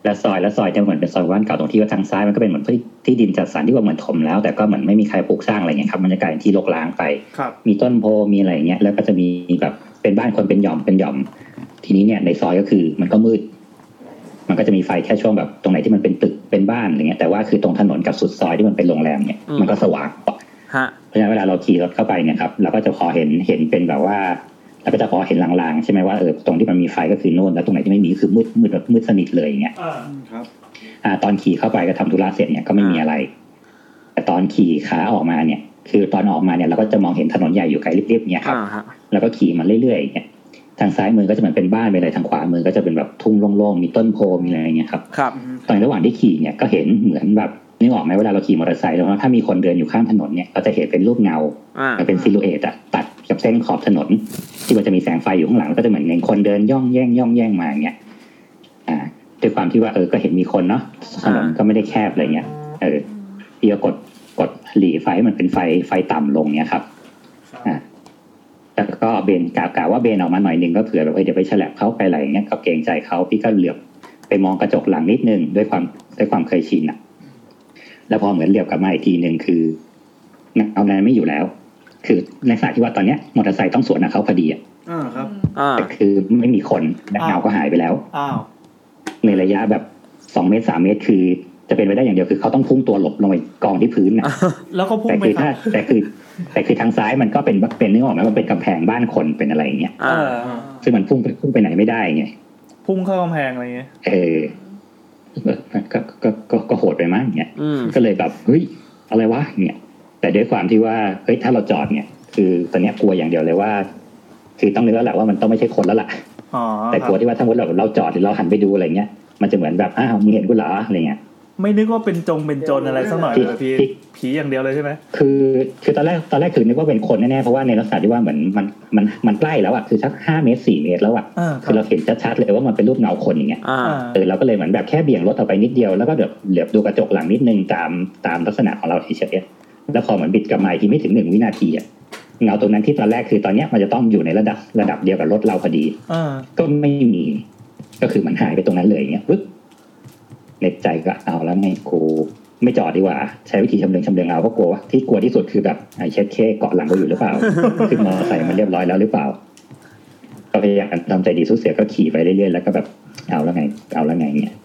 และซอยและซอยจะเหมือนเป็นซอยบ้านเก่าตรงที่ว่าทางซ้ายมันก็เป็นเหมือนที่ที่ดินจัดสรรที่ว่าเหมือนถมแล้วแต่ก็เหมือนไม่มีใครปลูกสร้างอะไรเงี้ยครับมันจะกลายเป็นที่รกร้างไป ครับ มีต้นโพมีอะไรอย่างเงี้ยแล้วก็จะมีแบบเป็นบ้านคนเป็นหย่อมเป็นหย่อม ทีนี้เนี่ยในซอยก็คือมันก็มืด มันก็จะมีไฟแค่ช่วงแบบตรงไหนที่มันเป็นตึกเป็นบ้านอะไรเงี้ยแต่ว่าคือตรงถนนกับสุดซอยที่มันเป็นโรงแรมเนี่ย อืม มันก็สว่าง ฮะ เพราะฉะนั้นเวลาเราขี่รถเข้าไปเนี่ยครับเราก็จะพอเห็นเห็นเป็นแบบว่าเราก็จะพอเห็นลางๆใช่ไหมว่าเออตรงที่มันมีไฟก็คือโน่นแล้วตรงไหนที่ไม่มีก็คือมืดมืดแบบมืดสนิทเลยอย่างเงี้ย ครับ อ่าตอนขี่เข้าไปก็ทำธุระเสร็จเนี่ยก็ไม่มีอะไร แต่ตอนขี่ขาออกมาเนี่ย คือตอนออกมาเนี่ยเราก็จะมองเห็นถนนใหญ่อยู่ไกลริบๆเนี่ยครับแล้วก็ขี่มาเรื่อยๆเนี่ยทางซ้ายมือก็จะเหมือนเป็นบ้านเป็นอะไรทางขวามือก็จะเป็นแบบทุ่งโล่งๆมีต้นโพมีอะไรอย่างเงี้ยครับ ครับ ตอนระหว่างที่ขี่เนี่ยก็เห็นเหมือนแบบนึกออกไหมเวลาเราขี่มอเตอร์ไซค์แล้วถ้ามีคนเดินอยู่ข้างถนนเนี่ยเราจะเห็นเป็นรูปเงา อ่า มันเป็นซิลูเอตอะตัดกับเส้นขอบถนน ที่มันจะมีแสงไฟอยู่ข้างหลังแล้วก็จะเหมือนเห็นคนเดินย่องแย่งย่องแย่งมาอย่างเงี้ย อ่าด้วยความที่ว่าเออก็เห็นมีคนเนาะถนนก็ไม่ได้แคบอะไรเงี้ยเออพี่ก็กดกดหลีไฟให้มันเป็นไฟไฟต่ำลงเนี้ยครับอ่าแล้วก็เบนกากาว่าเบนออกมาหน่อยหนึงก็เผื่อแบบเอ้ยเดี๋ยวไปฉลับเขาไปอะไรอย่างเงี้ยก็เกรงใจเขาพี่ก็เหลือบไปมองกระจกหลังนิดนึงด้วยความด้วยความเคยชินอะแล้วพอเหมือนเหลียวกลับมาอีกทีหนึ่งคือเงานั้นไม่อยู่แล้ว คือในสายที่ว่าตอนเนี้ยมอเตอร์ไซค์ต้องสวนกับเขาพอดีอะ อ่าครับ แต่คือไม่มีคนและเงาก็หายไปแล้ว อ้าว ในระยะแบบสองเมตรสามเมตรคือ จะเป็นไปได้อย่างเดียวคือเขาต้องพุ่งตัวหลบลงไปกองที่พื้นนะ แล้วก็พุ่ง แต่ ไป คือ ครั ถ้า บ แต่คือ แต่คือทางซ้ายมันก็เป็นเป็นนึกออกไหมมันเป็นกำแพงบ้านคนเป็นอะไรอย่างเงี้ย เออ ซึ่งมันพุ่งไปพุ่งไปไหนไม่ได้ไง พุ่งเข้ากำแพงอะไรเงี้ย เออก็ก็ก็ก็โหดไปมั้งเนี่ย อืม ก็เลยแบบเฮ้ยอะไรวะเนี่ย แต่ด้วยความที่ว่าเฮ้ยถ้าเราจอดเนี่ย คือตอนเนี้ยกลัวอย่างเดียวเลยว่า คือต้องนึกแล้วแหละว่ามันต้องไม่ใช่คนแล้วล่ะ อ๋อ แต่กลัวที่ว่าถ้าสมมติเราเราจอดหรือเราหันไปดูอะไรเงี้ยมันจะเหมือนแบบอ้าวมึงเห็นกูเหรออะไรเงี้ย ไม่นึกว่าเป็นจงเป็นโจรอะไรสักหน่อยเลยพี่ พี่ ผีอย่างเดียวเลยใช่ไหม คือคือตอนแรกตอนแรกคือนึกว่าเป็นคนแน่ๆเพราะว่าในลักษณะที่ว่าเหมือนมันมันมันใกล้แล้วอ่ะคือสักห้าเมตรสี่เมตรแล้วอ่ะ อ่าครับ คือเราเห็นชัดๆเลยว่ามันเป็นรูปเงาคนอย่างเงี้ย อ่า เออเราก็เลยเหมือนแบบแค่เบี่ยงรถออกไปนิดเดียวแล้วก็แบบเหลือบดูกระจกหลังนิดนึงตามตามลักษณะของเราเฉยๆแล้วพอเหมือนบิดกลับมาอีกทีไม่ถึงหนึ่งวินาทีอ่ะเงาตรงนั้นที่ตอนแรกคือตอนเนี้ยมันจะต้องอยู่ในระดับระดับเดียวกับรถเราพอดี อ่า ก็ไม่มี ก็คือมันหายไปตรงนั้นเลยอย่างเงี้ยปึ๊บในใจก็เอาแล้วไงกูไม่จอดดีกว่า ใช้วิธีชำเลืองชำเลืองเอาเพราะกลัวว่าที่กลัวที่สุดคือแบบไอ้เช็ดเคเกาะหลังกูอยู่หรือเป [LAUGHS] ล่า ขึ้นมอเตอร์ไซค์มันเรียบร้อยแล้วหรือเปล่า ก็พยายามทำใจดีสู้เสือก็ขี่ไปเรื่อยๆแล้วก็แบบเอาแล้วไง เอาแล้วไงเนี่ย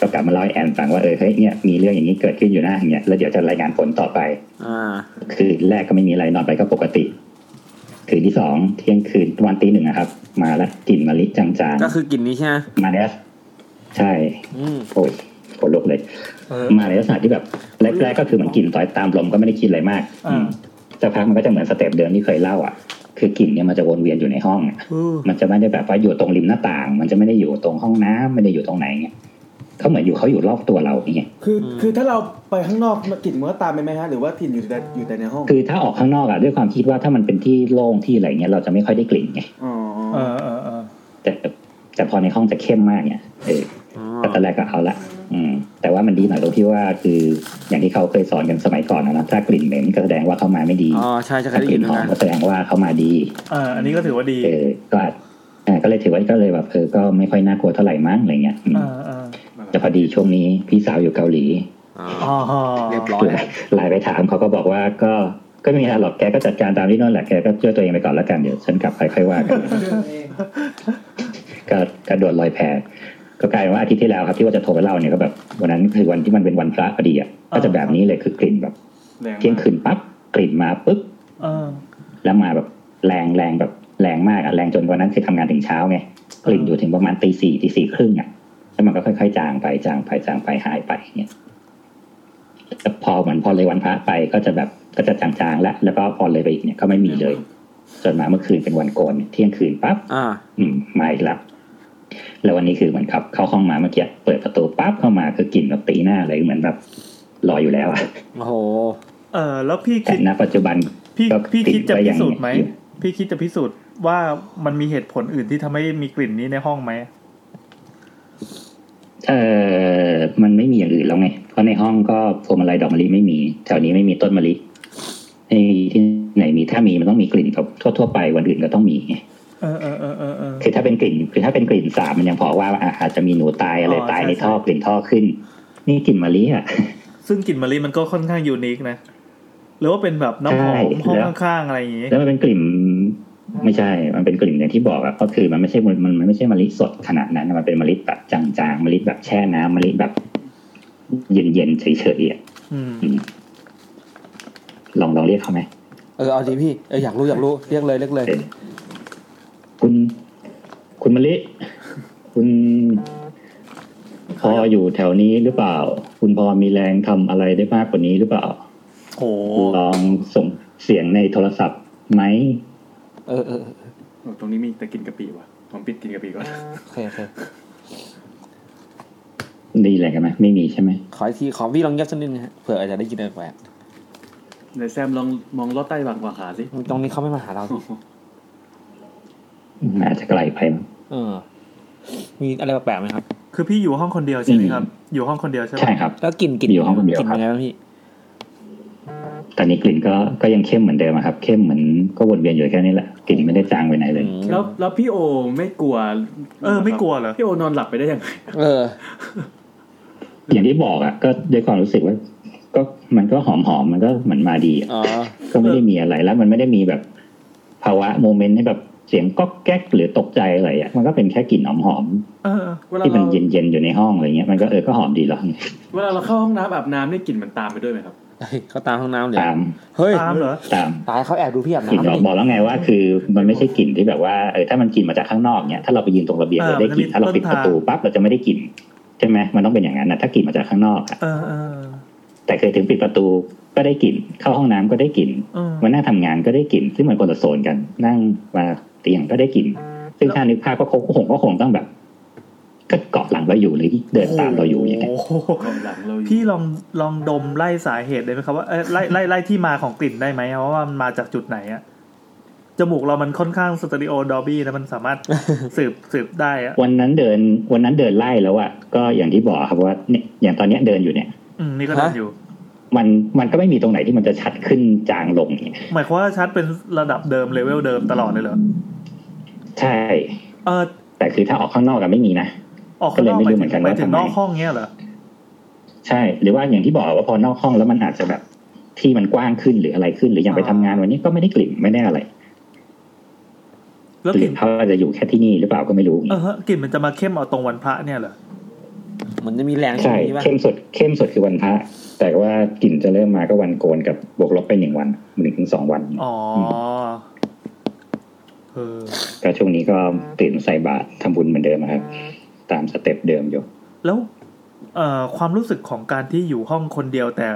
ก็กลับมาเล่าให้แอนฟังว่าเออเฮ้ยเนี่ยมีเรื่องอย่างนี้เกิดขึ้นอยู่นะอย่างเงี้ยแล้วเดี๋ยวจะรายงานผลต่อไป อ่า คืนแรกก็ไม่มีอะไรนอนไปก็ปกติ คืนที่สองเที่ยงคืนประมาณตีหนึ่งอะครับ มาแล้วกลิ่นมะลิจางๆ ก็คือกลิ่นนี้ใช่ไหม มาในลักษใช่ อืม โอ้ยขนลุกเลย มาในลักษณะที่แบบแรกๆก็คือเหมือนกลิ่นต่อยตามลมก็ไม่ได้คิดอะไรมาก อ่า สักพักมันก็จะเหมือนสเต็ปเดิมที่เคยเล่าอ่ะ คือกลิ่นเนี่ยมันจะวนเวียนอยู่ในห้องอะมันจะไม่ได้แบบว่าอยู่ตรงริมหน้าต่าง มันจะไม่ได้อยู่ตรงห้องน้ำไม่ได้อยู่ตรงไหนเงี้ยเขาเหมือนอยู่เขาอยู่รอบตัวเราอย่างเงี้ย คือคือถ้าเราไปข้างนอกกลิ่นมันก็ตามไปไหมฮะหรือว่ากลิ่นอยู่แต่อยู่แต่ในห้อง คือถ้าออกข้างนอกอะด้วยความคิดว่าถ้ามันเป็นที่โล่งที่อะไรเงี้ยเราจะไม่ค่อยได้กลิ่นไง อ๋อ เออเออเออ แต่แต่พอในห้องจะเข้มมากเนี่ยเออก็ตอนแรกก็เอาละอืม แต่ว่ามันดีหน่อยตรงที่ว่าคืออย่างที่เขาเคยสอนกันสมัยก่อนนะนะถ้ากลิ่นเหม็นก็แสดงว่าเขามาไม่ดี อ๋อใช่ใช่เคย ถ้า ได้ ก ยิ ลิ่ น น เหมือหนกัอม น ก็แสดงว่าเขามาดี อ่า อันนี้ก็ถือว่าดี เออก็อาจอ่าก็เลยถือว่าก็เลยแบบเออก็ไม่ค่อยน่ากลัวเท่าไหร่มั้งอะไรเงี้ยอืม อ่าอ่า แต่พอดีช่วงนี้พี่สาวอยู่เกาหลี อ๋อ เรียบร้อยไลน์ไปถามเขาก็บอกว่าก็ก็ไม่มีอะไรหรอกแกก็จัดการตามที่โนั่นแหละแกก็ช่วยตัวเองไปก่อนแล้วกันเดี๋ยวฉันกลับไปค่อยว่ากันก็กระโดดลอยแพก็กลายเป็นว่าอาทิตย์ที่แล้วครับที่ว่าจะโทรไปเล่าเนี่ยก็แบบวันนั้นคือวันที่มันเป็นวันพระพอดีอ่ะก็จะแบบนี้เลยคือกลิ่นแบบ แรง เที่ยงคืนปั๊บกลิ่นมาปุ๊บ อ่า แล้วมาแบบแรงแรงแบบแรงมากอ่ะแรงจนวันนั้นคือทำงานถึงเช้าไงกลิ่นอยู่ถึงประมาณตีสี่ตีสี่ครึ่งอ่ะแล้วมันก็ค่อยๆจางไปจางไปจางไปหายไปเนี่ย แต่พอเหมือนพอเลยวันพระไปก็จะแบบก็จะจางๆแล้วแล้วก็พอเลยไปอีกเนี่ยก็ไม่มีเลย จนมาเมื่อคืนเป็นวันโกนเนี่ยเที่ยงคืนปั๊บ อ่า อืมมาอีกแล้วแล้ววันนี้คือเหมือนครับ เข้าห้องมาเมื่อกี้เปิดประตูปั๊บเข้ามาคือกลิ่นแบบตีหน้าเลยเหมือนแบบรออยู่แล้วอะ โอ้โห เออ แล้วพี่ แต่ คิด ณปัจจุบัน พี่ ก็ พี่คิดจะ ติว้ พิ อย่าง สูจน์ไหม พี่คิดจะพิสูจน์ว่ามันมีเหตุผลอื่นที่ทำให้มีกลิ่นนี้ในห้องไหม เออมันไม่มีอย่างอื่นแล้วไงเพราะในห้องก็พวงมาลัยดอกมะลิไม่มีแถวนี้ไม่มีต้นมะลิไอ้ที่ไหนมีถ้ามีมันต้องมีกลิ่นแบบทั่วๆไปวันอื่นก็ต้องมีไง เออเออเออเออเออ คือถ้าเป็นกลิ่น คือถ้าเป็นกลิ่นสาบมันยังพอว่าอ่ะอาจจะมีหนูตายอะไร อ๋อ ตาย ใช่ ในท่อ ใช่ กลิ่นท่อขึ้น นี่กลิ่นมะลิ [LAUGHS] อ่ะ ซึ่งกลิ่นมะลิมันก็ค่อนข้างยูนิคนะ หรือว่าเป็นแบบน้ำหอมใช่ห้อง แล้ว ข้างๆอะไรอย่างงี้ แล้วมันเป็นกลิ่นไม่ใช่ มันเป็นกลิ่นอย่างที่บอกอะก็คือมันไม่ใช่มันมันมันไม่ใช่มะลิสดขนาดนั้นอะมันเป็นมะลิแบบจางๆมะลิแบบแช่น้ำมะลิแบบ เย็นๆเฉยๆอะ อืม ลองลองเรียกเขาไหม เออเอาจริงพี่เอออยากรู้อยากรู้เรียกเลยเรียกเลย คุณ คุณมะลิ คุณ พออยู่แถวนี้หรือเปล่า คุณพอมีแรงทำอะไรได้มากกว่านี้หรือเปล่า โอ้ ลองส่งเสียงในโทรศัพท์ไหม เออเออ โอ้ตรงนี้มีแต่กินกะปิว่ะผมปิดกินกะปิก่อน โอเคโอเค ได้ยินอะไรกันไหมไม่มีใช่ไหม ขออีกทีขอพี่ลองเงียบสักนิดนึงฮะเผื่ออาจจะได้ยินอะไรแปลก ไหนแซมลองมองลอดใต้บางกว่าขาสิ ตรงนี้เขาไม่มาหาเรา อาจจะไกลไปมั้ง เออ มีอะไรแปลกๆไหมครับ คือพี่อยู่ห้องคนเดียวใช่ไหมครับ อยู่ห้องคนเดียวใช่ไหม ใช่ครับ แล้วกลิ่นกลิ่น อยู่ห้องคนเดียว กลิ่น ครับ เป็นไงบ้างพี่ ตอนนี้กลิ่นก็ก็ยังเข้มเหมือนเดิมอะครับ เข้มเหมือนก็วนเวียนอยู่แค่นี้แหละกลิ่นไม่ได้จางไปไหนเลย แล้วแล้วพี่โอไม่กลัว เออไม่กลัวเหรอ พี่โอนอนหลับไปได้ยังไง เออ อย่างที่บอกอ่ะ ก็ด้วยความรู้สึกว่า ก็มันก็หอมหอมๆมันก็เหมือนมาดีอะ อ๋อ ก็ไม่ได้มีอะไรแล้ว มันไม่ได้มีแบบ ภาวะโมเมนต์ให้แบบเสียงก๊อกแก๊กหรือตกใจอะไรอ่ะมันก็เป็นแค่กลิ่นหอมหอม เออ เวลา ที่มั เรา นเย็นเย็นๆอยู่ในห้องอะไรเงี้ยมันก็เออก็หอมดีแล้ว เวลาเราเข้าห้องน้ำอาบน้ำเนี่ยกลิ่นมันตามไปด้วยไหมครับ เขาตามห้องน้ำเลย ตาม เฮ้ย ตามเหรอ ตาม ตายเขาแอบดูพี่อาบ กลิ่น น้ำ ออกบอกแล้วไงว่าคือมันไม่ใช่กลิ่นที่แบบว่าเออถ้ามันกลิ่นมาจากข้างนอกเนี่ยถ้าเราไปยืนตรงระเบียง เออ เราได้กลิ่น มันจะมี ถ้าเราปิด ต้น ป ทาง ระตูปั๊บเราจะไม่ได้กลิ่นใช่ไหมมันต้องเป็นอย่างนั้นนะถ้ากลิ่นมาจากข้างนอกอะ เออเออ แต่เคยถึงปิดประตูก็ได้กลิ่นเข้าห้องน้ำก็ได้กลิ่น เออ มานั่งทำงานก็ได้กลิ่นซึ่งมันคนละโซนกัน นั่งมาเตียงก็ได้กลิ่นซึ่งถ้านึกภาพก็คงก็คงก็คงต้องแบบก็เกาะหลังเราอยู่หรือเดินตามเราอยู่อย่างเงี้ย โอ้โหพี่ลองลองดมไล่สาเหตุได้ไหมครับว่าเอ้ยไล่ไล่ไล่ที่มาของกลิ่นได้ไหมว่าว่ามันมาจากจุดไหนอะจมูกเรามันค่อนข้างสเตอริโอดอบี้นะมัน [LAUGHS] สามารถ สืบสืบได้อะ วันนั้นเดินวันนั้นเดินไล่แล้วอะก็อย่างที่บอกครับว่าเนี่ยอย่างตอนเนี้ยเดินอยู่เนี่ย อืมนี่ก็เดินอยู่ มันมันก็ไม่มีตรงไหนที่มันจะชัดขึ้นจางลงเนี่ย หมายความว่าชัดเป็นระดับเดิมเลเวลเดิมตลอดเลยเหรอ ใช่ เออ แต่คือถ้าออกข้างนอกก็ไม่มีนะ ออกข้างนอก ก็ไปเลยไม่รู้เหมื ถึ อง นกัน ไป ว่า ถึง ทำไม นอกห้องเนี้ยเหรอ ใช่ หรือว่าอย่างที่บอกว่าพอนอกห้องแล้วมันอาจจะแบบที่มันกว้างขึ้นหรืออะไรขึ้น หรืออย่างไปทำงานวันนี้ก็ไม่ได้กลิ่นไม่ได้อะไร แล้วกหรื ลิ่ อน เขาอาจจะอยู่แค่ที่นี่หรือเปล่าก็ไม่รู้ เออฮะกลิ่นมันจะมาเข้มเอาตรงวันพระเนี่ยเหรอ มันจะมีแรง ใช่ ตรงนี้ปะ เข้มสุดเข้มสุดคือวันพระแต่ว่ากลิ่นจะเริ่มมาก็วันโกนกับบวกลบไปหนึ่งวันหนึ่งถึงสองวัน อ๋อเออ ก็ช่วงนี้ก็ตื่นใส่บาตรทำบุญเหมือนเดิมนะครับ ตามสเต็ปเดิมอยู่ แล้วเอ่อความรู้สึกของการที่อยู่ห้องคนเดียวแต่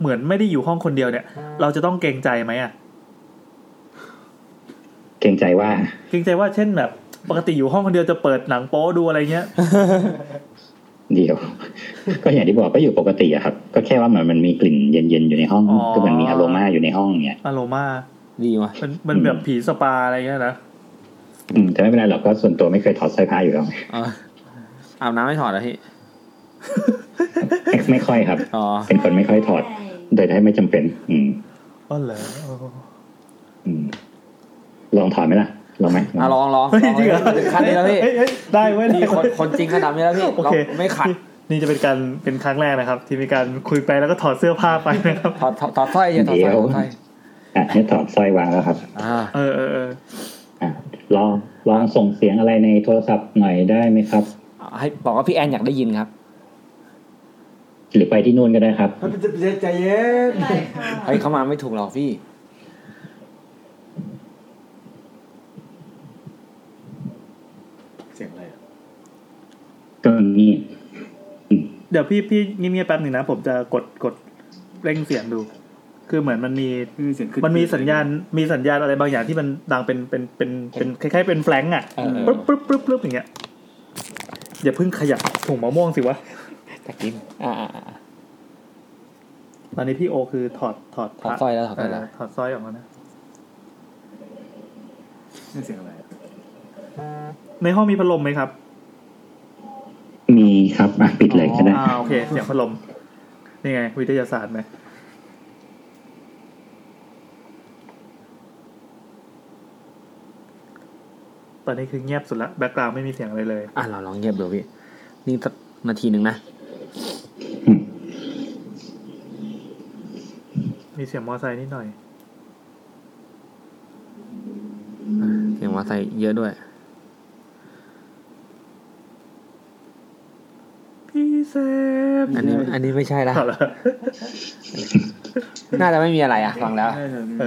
เหมือนไม่ได้อยู่ห้องคนเดียวเนี่ย เราจะต้องเกรงใจไหมอ่ะ เกรงใจว่า เกรงใจว่าเช่นแบบ ปกติอยู่ห้องคนเดียวจะเปิดหนังโป๊ดูอะไรเงี้ย เดียว [LAUGHS] ก็อย่างที่บอกก็อยู่ปกติอะครับ ก็แค่ว่าเหมือนมันมีกลิ่นเย็นๆอยู่ในห้อง อ๋อ คือมันมีอโรมาอยู่ในห้องเนี่ย อโรมา ดีว่ะ มันมันแบบผีสปาอะไรเงี้ยนะ อืมแต่ไม่เป็นไรหรอกก็ส่วนตัวไม่เคยถอดสร้อยพระอยู่แล้ว อ่ะ [LAUGHS] อาบน้ำไม่ถอดเหรอพี่ [LAUGHS] ไม่ไม่ค่อยครับเป็นคนไม่ค่อยถอด โดยที่ไม่จำเป็น อืม อ๋อเหรออ๋อ อืม ลองถอดไหมล่ะลองไหม อ่ะลองลอง เฮ้ยจริงเหรอ ถึงขั้นนี้แล้วพี่ เฮ้ยเฮ้ยได้เว้ยได้ มีคนคนจริงขนาดนี้แล้วพี่ โอ เรา เค ไม่ขัด นี่นี่จะเป็นการเป็นครั้งแรกนะครับ ที่มีการคุยไปแล้วก็ถอดเสื้อผ้าไปนะครับ ถอดถอดถอดสร้อยอย่าถอดสร้อย เดี๋ยว ถอดสร้อย อ่ะเนี่ยถอดสร้อยวางแล้วครับ อ่า เออเออเออ ลองลองส่งเสียงอะไรในโทรศัพท์หน่อยได้ไหมครับ ให้บอกว่าพี่แอนอยากได้ยินครับ หรือไปที่นู่นก็ได้ครับ ใจเย็น เฮ้ยเขามาไม่ถูกหรอกพี่ เสียงอะไรอะ ก็นี่ เดี๋ยวพี่พี่เงียบๆแป๊บหนึ่งนะผมจะกดกดเร่งเสียงดู คือเหมือนมันมี มีเสียงขึ้น มันมีสัญญาณมีสัญญาณอะไรบางอย่างที่มันดังเป็นเป็นเป็นเป็นคล้ายๆเป็นแฟลงก์อ่ะ เออ ปึ๊บปึ๊บปึ๊บปึ๊บอย่างเงี้ยอย่าเพิ่งขยับถุงมะม่วงสิวะ ตะกี้อ่าอ่าอ่า ตอนนี้พี่โอคือถอดถอด ถอดสร้อยแล้วถอดสร้อยแล้ว เถอดสร้อยออกมานะ นี่เสียงอะไรอะ ในห้องมีพัดลมไหมครับ มีครับอ่ะปิดเลยก็ได้ อ่าโอเคเสียงพัดลมนี่ไง วิทยาศาสตร์ไหม ตอนนี้คือเงียบสุดละแบ็กกราวไม่มีเสียงอะไรเลย อ่ะเราลองเงียบดูพี่ นี่สักนาทีหนึ่งนะ มีเสียงมอไซค์นิดหน่อย เสียงมอเตอร์ไซค์เยอะด้วย พี่เซฟ อันนี้อันนี้ไม่ใช่ละน่าจะไม่มีอะไรอ่ะฟังแล้ว เอ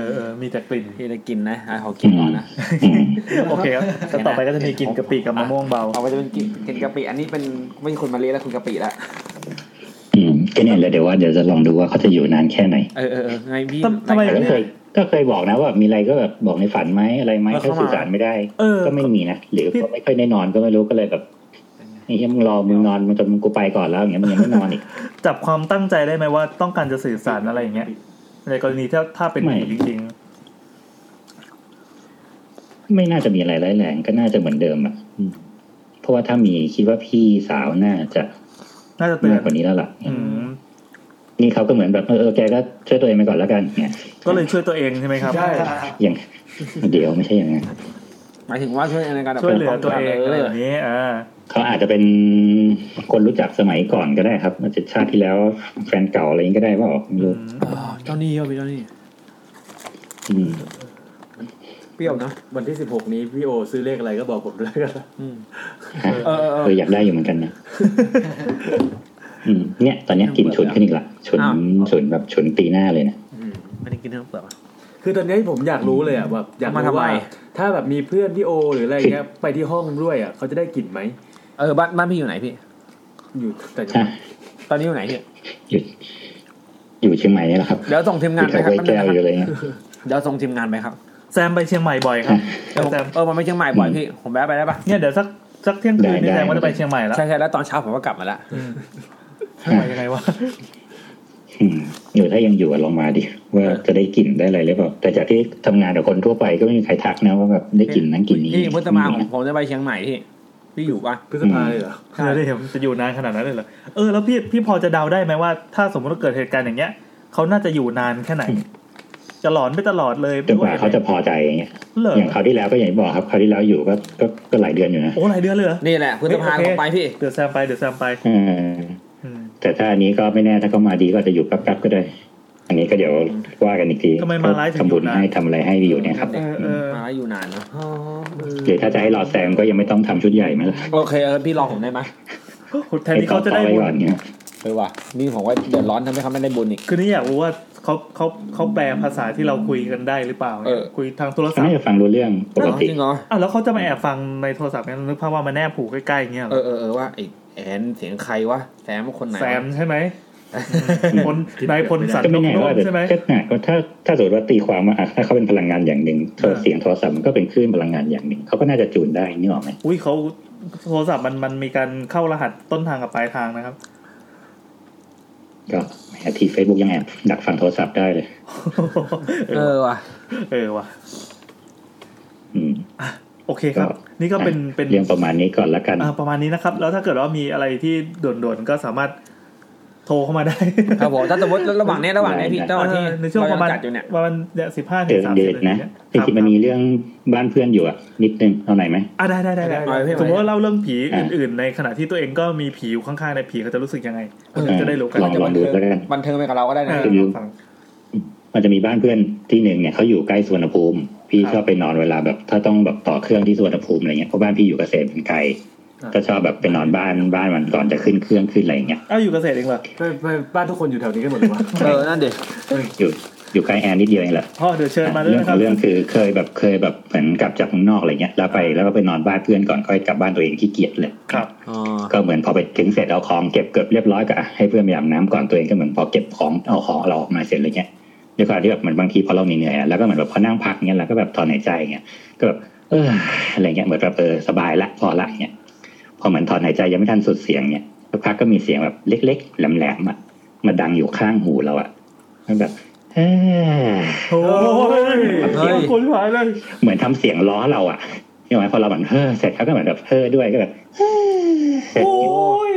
อเออมีแต่กลิ่น พี่จะกลินนะอ่ะขอกลินก่อนนะ โอเคครับแล้วต่อไปก็จะมีกลิ่นกะปิกับมะม่วงเบา เอาไปจะเป็นกินกินกะปิอันนี้เป็นไม่ใช่คุณมาเรียแล้วคุณกะปิละ อืมก็เนี่ยเลยเดี๋ยวว่าเดี๋ยวจะลองดูว่าเขาจะอยู่นานแค่ไหน เออเออเออไงพี่ ทำไมก็เคยก็เคยบอกนะว่ามีอะไรก็แบบบอกในฝันไหมอะไรไหม แล้ว ถ้า เข้ามา สื่อสารไม่ได้ เออ ก็ไม่มีนะหรือก็ไม่ค่อยได้นอนก็ไม่รู้ก็เลยแบบไอ้เหี้ยมึงรอมึงนอนมันจนมึงกูไปก่อนแล้วอย่างเงี้ยมันยังไม่นอน [LAUGHS] อีก จับความตั้งใจได้ไหมว่าต้องการจะสื่อสารอะไรอย่างเงี้ย ในกรณีถ้าถ้าเป็นผีจริง ไม่น่าจะมีอะไรร้ายแรงก็น่าจะเหมือนเดิมอ่ะอืมเพราะว่าถ้ามีคิดว่าพี่สาวน่าจะ ๆ น่าจะเตือ มาน กกว่านี้แล้วล่ะ อืม นี่เขาก็เหมือนแบบเออเออแกก็ช่วยตัวเองไปก่อนแล้วกันเนี่ย ก็เลยช่วยตัวเองใช่ไหมครับใช่ อย่าง [LAUGHS] เดี๋ยวไม่ใช่อย่างนั้น หมายถึงว่าช่วยในการดับ ช่วยเหลือตัวเอง เออ เขาอาจจะเป็นคนรู้จักสมัยก่อนก็ได้ครับอาจจะชาติที่แล้วแฟนเก่าอะไรอย่างนี้ก็ได้เปล่าไม่รู้ เจ้าหนี่เจ้าพี่เจ้าหนี่ อืม เปรี้ยวนะ วันที่สิบหกนี้พี่โอซื้อเลขอะไรก็บอกผมด้วยกันละ ฮะเอออยากได้อยู่เหมือนกันนะอืมเนี่ย ตอนเนี้ยกลินฉุนขึ้นอีกละฉุนฉุนแบบฉุนปีหน้าเลยนะ ไม่ได้กินเนื้อเปลือก คือตอนนี้ผมอยากรู้เลยอ่ะแบบอยาก เอามาทำ รู้ ไม ว่า ถ้าแบบมีเพื่อนพี่โอหรืออะไรเงี้ยไปที่ห้องด้วยอ่ะเขาจะได้กลิ่นไหม เออบ้านบ้านพี่อยู่ไหนพี่ อยู่แต่จังหวัด ตอนนี้อยู่ไหนพี่ อยู่เชียงใหม่นี่แหละครับ เดี๋ยวส่งทีมงานไปครับ แถวห้วยแก้วอยู่อะไรเงี้ย เดี๋ยวส่งทีมงานไปครับ แซมไปเชียงใหม่บ่อยครับ เดี๋ยวผมเออมันไปเชียงใหม่บ่อยพี่ผมแวะไปได้ปะ เนี่ยเดี๋ยวสักสักเที่ยงคืนนี่แซมก็จะไปเชียงใหม่แล้ว ใช่ใช่แล้วตอนเช้าผมก็กลับมาละ เชียงใหม่ยังไงวะ อืมอยู่ถ้ายังอยู่อะลองมาดิว่าจะได้กลิ่นได้อะไรหรือเปล่าแต่จากที่ทำงานกับคนทั่วไปก็ไม่มีใครทักนะว่าแบบได้กลิ่นนั้นกลิ่นนี้ พี่พฤษภาผมผมจะไปเชียงใหม่พี่พี่อยู่ปะ พฤษภาเลยเหรอ เออได้เห็นจะอยู่นานขนาดนั้นเลยเหรอเออแล้วพี่พี่พอจะเดาได้ไหมว่า ถ้าสมมติว่าเกิดเหตุการณ์อย่างเงี้ยเขาน่าจะอยู่นานแค่ไหน จะหลอนไปตลอดเลย จนกว่าเขาจะพอใจอย่างเงี้ย เหรอ อย่างคราวที่แล้วก็อย่างที่บอกครับคราวที่แล้วอยู่ก็ก็ก็หลายเดือนอยู่นะ โอ้หลายเดือนเลยเหรอ นี่แหละพฤษภา เฮ้ยโอ ผม เค ไปพี่ เดี๋ยวแซมไปเดี๋ยวแซมไป เออแต่ถ้าอันนี้ก็ไม่แน่ถ้าเขามาดีก็อาจจะอยู่แป๊บๆก็ได้ อันนี้ก็เดี๋ยวว่ากันอีกที ทำไมมาร้ายถึงอยู่ ทำบุญ นาน ให้ทำอะไรให้อยู่เนี่ยครับ มาแล้วอยู่นานนะ หรือถ้าจะให้รอแซมก็ยังไม่ต้องทำชุดใหญ่ไหมล่ะ โอเคเออพี่รอผมได้ไหม แทนที่เขาจะได้ ให้บุญต่อไว้ก่อนเนี่ย เออว่ะนี่ผมว่าเดือดร้อนทำให้เขาไม่ได้บุญอีก คือนี่อยากรู้ว่าเขาเขาเขาแปลภาษาที่เราคุยกันได้หรือเปล่า เออ คุยทางโทรศัพ น่า ท์ จะฟังรู้เรื่องปกจติริงเหรอ อ่ะแล้วเขาจะมาแอบฟังในโทรศัพท์เนี่ยนึกภาพว่ามาแนบผูใกล้ๆอย่างเงี้ยเหร เอ อ อเออเออว่าไอแอนเสียงใครวะแซมคนไหนวะ แซมใช่ [LAUGHS] ไหมพลนายพลสัน ก็ น ไม่ ก แน่ นุ่ ว่าม ใช่ไหม ก็น่ะก็ถ้าถ้าสมมติว่าตีความว่าอ่ะถ้าเขาเป็นพลังงานอย่างหนึ่งโทรเสียงโทรศัพท์มันก็เป็นคลื่นพลังงานอย่างหนึ่งเขาก็น่าจะจูนได้นี่หรอกไหม อุ้ยเขาโทรศัพท์มันมันมีการเข้ารหัสต้นทางกับปลายทาง [LAUGHS] นะครับ ก็แอดที่ Facebook ยังแอบดักฟังโทรศัพท์ได้เลย เออว่ะ เออว่ะ อืม โอเคครับ นี่ก็เป็นเป็น เรื่องประมาณนี้ก่อนละกัน อ่าประมาณนี้นะครับ แล้วถ้าเกิดว่ามีอะไรที่ด่วนๆก็สามารถโทรเข้ามาได้ ครับผมถ้าสมมติระหว่างเนี้ยระหว่างเนี้ยพี่ ได้ เจ้าหน้าที่ เออในช่วงประมาณ เจัดอยู่เนี่ย ประมาณเนี่ยสิบห้าถึงเดือน สาม เดื สิ อบ นนะจริงๆมันมีเรื่องบ้านเพื่อนอยู่อะนิดนึงเอาไหนอยไหม อ่ะได้ได้ได้ได้สมมติว่าเล่าเรื่องผีอื่นๆ ในขณะที่ตัวเองก็มีผีอยู่ข้างๆในยผีเขาจะรู้สึกยังไง เออ จะได้รู้กัน ลองลองดูแล้วกัน บันเทิงไปกับเราก็ได้นะ คือมันจะมีบ้านเพื่อนที่หนึ่งเนี่ยเขาอยู่ใกล้สุวรรณภูมิ พี่ชอบไปนอนเวลาแบบ ถ้าต้องแบบต่อเครื่องที่สุวรรณภูมิอะไรเงี้ยเพราะบ้านพี่อยู่เกษตรเป็นไกลก็ชอบแบบไปนอนบ้านบ้านมันก่อนจะขึ้นเครื่องขึ้นอะไรเงี้ย เอ้าอยู่เกษตรเองเหรอ ไปไปบ้านทุกคนอยู่แถวนี้กันหมดเลยวะ เออนั่นเด็ก อยู่อยู่ใกล้แอร์นิดเดียวเองแหละ พ่อเดี๋ยวเชิญมาด้วย เรื่อง นะ ข ค อ รั ง บ เรื่องคือเคยแบบเคยแบบเหมือนกลับจากข้างนอกอะไรเงี้ยแล้วไปแล้วก็ไปนอนบ้านเพื่อนก่อนค่อยกลับบ้านตัวเองขี้เกียจเลย ครับ ก็เหมือนพอไปถึงเสร็จเอาของเก็บเกือบเรียบร้อยก็อ่ะให้เพื่อนไปอาบน้ำก่อนตัวเองก็เหมือนพอเก็บของเอาของเราออกมาเสร็จอะไรเงี้ยด้วยความที่แบบเหมือนบางทีพอเราเหนื่อยๆอ่ะแล้วก็เหมือนแบบพอนั่งพักเงี้ยแล้วก็แบบถอนหายใจเงี้ยก็แบบเอออะไรเงี้ยเหมือนแบบเออสบายละพอละเงี้ยพอเหมือนถอนหายใจยังไม่ทันสุดเสียงเงี้ยสักพักก็มีเสียงแบบเล็ก ๆแหลมๆอ่ะมาดังอยู่ข้างหูเราอ่ะมันแบบ โอ้ย เฮ้ย คนหายเลย เหมือนทำเสียงล้อเราอะใช่ไหมพอเราแบบเฮ้อเสร็จเขาก็เหมือนแบบเฮ้อด้วยก็แบบ โอ้ย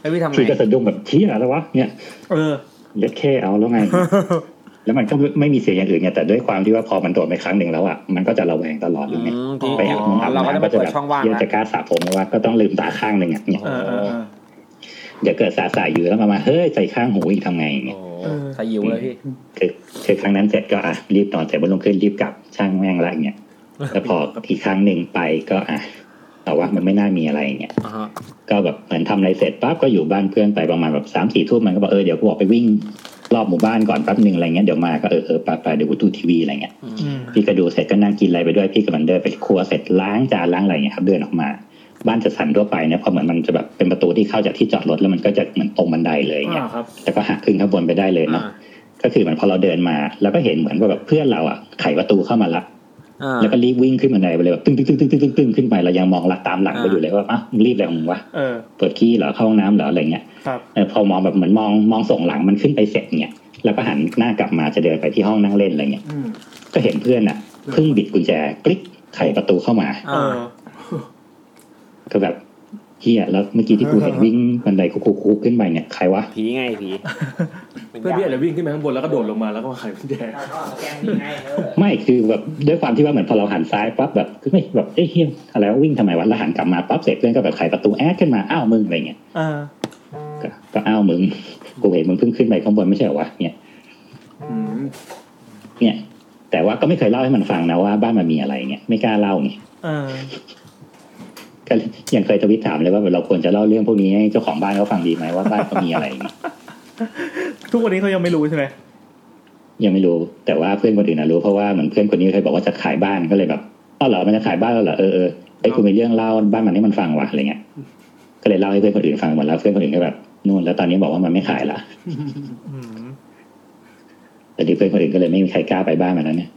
แล้วพี่ทำไง พี่ก็สะดุ้งแบบชี้อะไรวะเนี่ย เออ [LAUGHS] ยัดเข้เอาแล้วไง แล้วมันก็ไม่มีเสียงอย่างอื่นไงแต่ด้วยความที่ว่าพอมันโดนไปครั้งหนึ่งแล้วอ่ะมันก็จะระแวงตลอดเลยไง จริง ไปอาบน้ำอาบ เราก็จะไม่น้ำก็จะ เปิ แบ ด บ ช่องว่าง เดี๋ยว นะ จะกล้าสระผมว่าก็ต้องลืมตาข้างหนึ่งอ่ะเนี่ยเดี๋ยวเกิดสาสายอยู่แล้วมาเฮ้ยใส่ข้างหูอีกทำไงอย่างเงี้ย ใส่ยิวเลยพี่ คือคือครั้งนั้นเสร็จก็อ่ะรีบนอนแต่บนลงขึ้นรีบกลับช่างแม่งละอย่างเงี้ยแล้วพออีกครั้งหนึ่งไปก็อ่ะแต่ว่ามันไม่น่ามีอะไรอย่างเงี้ยก็แบบเหมือนทำอะไรเสร็จปั๊บก็อยู่บ้านเพื่อนไปประมาณแบบสามสี่ทุ่มมันก็บอกเออเดี๋ยวกูออกไปวิ่งรอบหมู่บ้านก่อนแป๊บหนึ่งอะไรเงี้ยเดี๋ยวมาก็เออเออไปไปเดี๋ยวกูดูทีวีอะไรเงี้ยพี่ก็ดูเสร็จก็นั่งกินอะไรไปด้วยพี่ก็เหมือนเดินไปครัวเสร็จล้างจานล้างอะไรเงี้ยครับเดินออกมา บ้านจัดสรรทั่วไปเนี่ยพอเหมือนมันจะแบบเป็นประตูที่เข้าจากที่จอดรถแล้วมันก็จะเหมือนตรงบันไดเลยอย่างเงี้ย ครับ แล้วก็หักขึ้นข้างบนไปได้เลยเนาะ ก็คือเหมือนพอเราเดินมา แล้วก็เห็นเหมือนว่าแบบเพื่อนเราอ่ะไขประตูเข้ามาละ แล้วก็รีบวิ่งขึ้นบันไดไปเลยแบบตึ้งตึ้งตึ้งตึ้งตึ้งตึ้งตึ้งขึ้นไปเรายังมองหลักตามหลังไปอยู่เลยว่าอ่ะมึงรีบอะไรของมึงวะ เออ เปิดขี้เหรอเข้าห้องน้ำเหรออะไรเงี้ย ครับ เออพอมองแบบเหมือนมองมองส่งหลังมันขึ้นไปเสร็จเนี่ยแล้วก็หันหน้ากลับมาจะเดินไปที่ห้องนั่งเล่นอะไรเงี้ย อืม ก็เห็นเพื่อนอ่ะเพิ่งบิดกุญแจกลิกไขประตูเข้ามา เออ ก็แบบเฮียแล้วเมื่อกี้ที่กูเห็นวิ่งบันไดคุกคุกขึ้นไปเนี่ยใครวะ ผีไงผี เพื่อนพี่อาจจะวิ่งขึ้นไปข้างบนแล้วก็โดดลงมาแล้วก็มาไขกุญแจ ไม่คือแบบด้วยความที่ว่าเหมือนพอเราหันซ้ายปั๊บแบบคือไม่แบบเอ้ยเฮียอะไรวะวิ่งทำไมวะแล้วหันกลับมาปั๊บเสร็จเพื่อนก็แบบไขประตูแอดขึ้นมาอ้าวมึงอะไรเงี้ย เออ ก็ก็อ้าวมึงกูเห็นมึงเพิ่งขึ้นไปข้างบนไม่ใช่เหรอวะเนี่ยเนี่ย แต่ว่าก็ไม่เคยเล่าให้มันฟังนะว่าบ้านมันมีอะไรเงี้ยไม่กล้าเล่าไง เออ ก็ยังเคยทวิตถามเลยว่าเราควรจะเล่าเรื่องพวกนี้ให้เจ้าของบ้านเขาฟังดีไหมว่าบ้านเขามีอะไรเงี้ย ทุกวันนี้เขายังไม่รู้ใช่ไหม ยังไม่รู้ แต่ว่าเพื่อนคนอื่นนะรู้เพราะว่าเหมือนเพื่อนคนนี้เคยบอกว่าจะขายบ้านก็เลยแบบอ้าวเหรอมันจะขายบ้านแล้วเหรอเออเออไอ้ยกูมีเรื่องเล่าบ้านมันให้มันฟังวะอะไรเงี้ย ก็เลยเล่าให้เพื่อนคนอื่นฟังหมดแล้วเพื่อนคนอื่นก็แบบนู่นแล้วตอนนี้บอกว่ามันไม่ขายละแต่ดีเพื่อนคนอื่นก็เลยไม่มีใครกล้าไปบ้านมันแล้วเนี่ย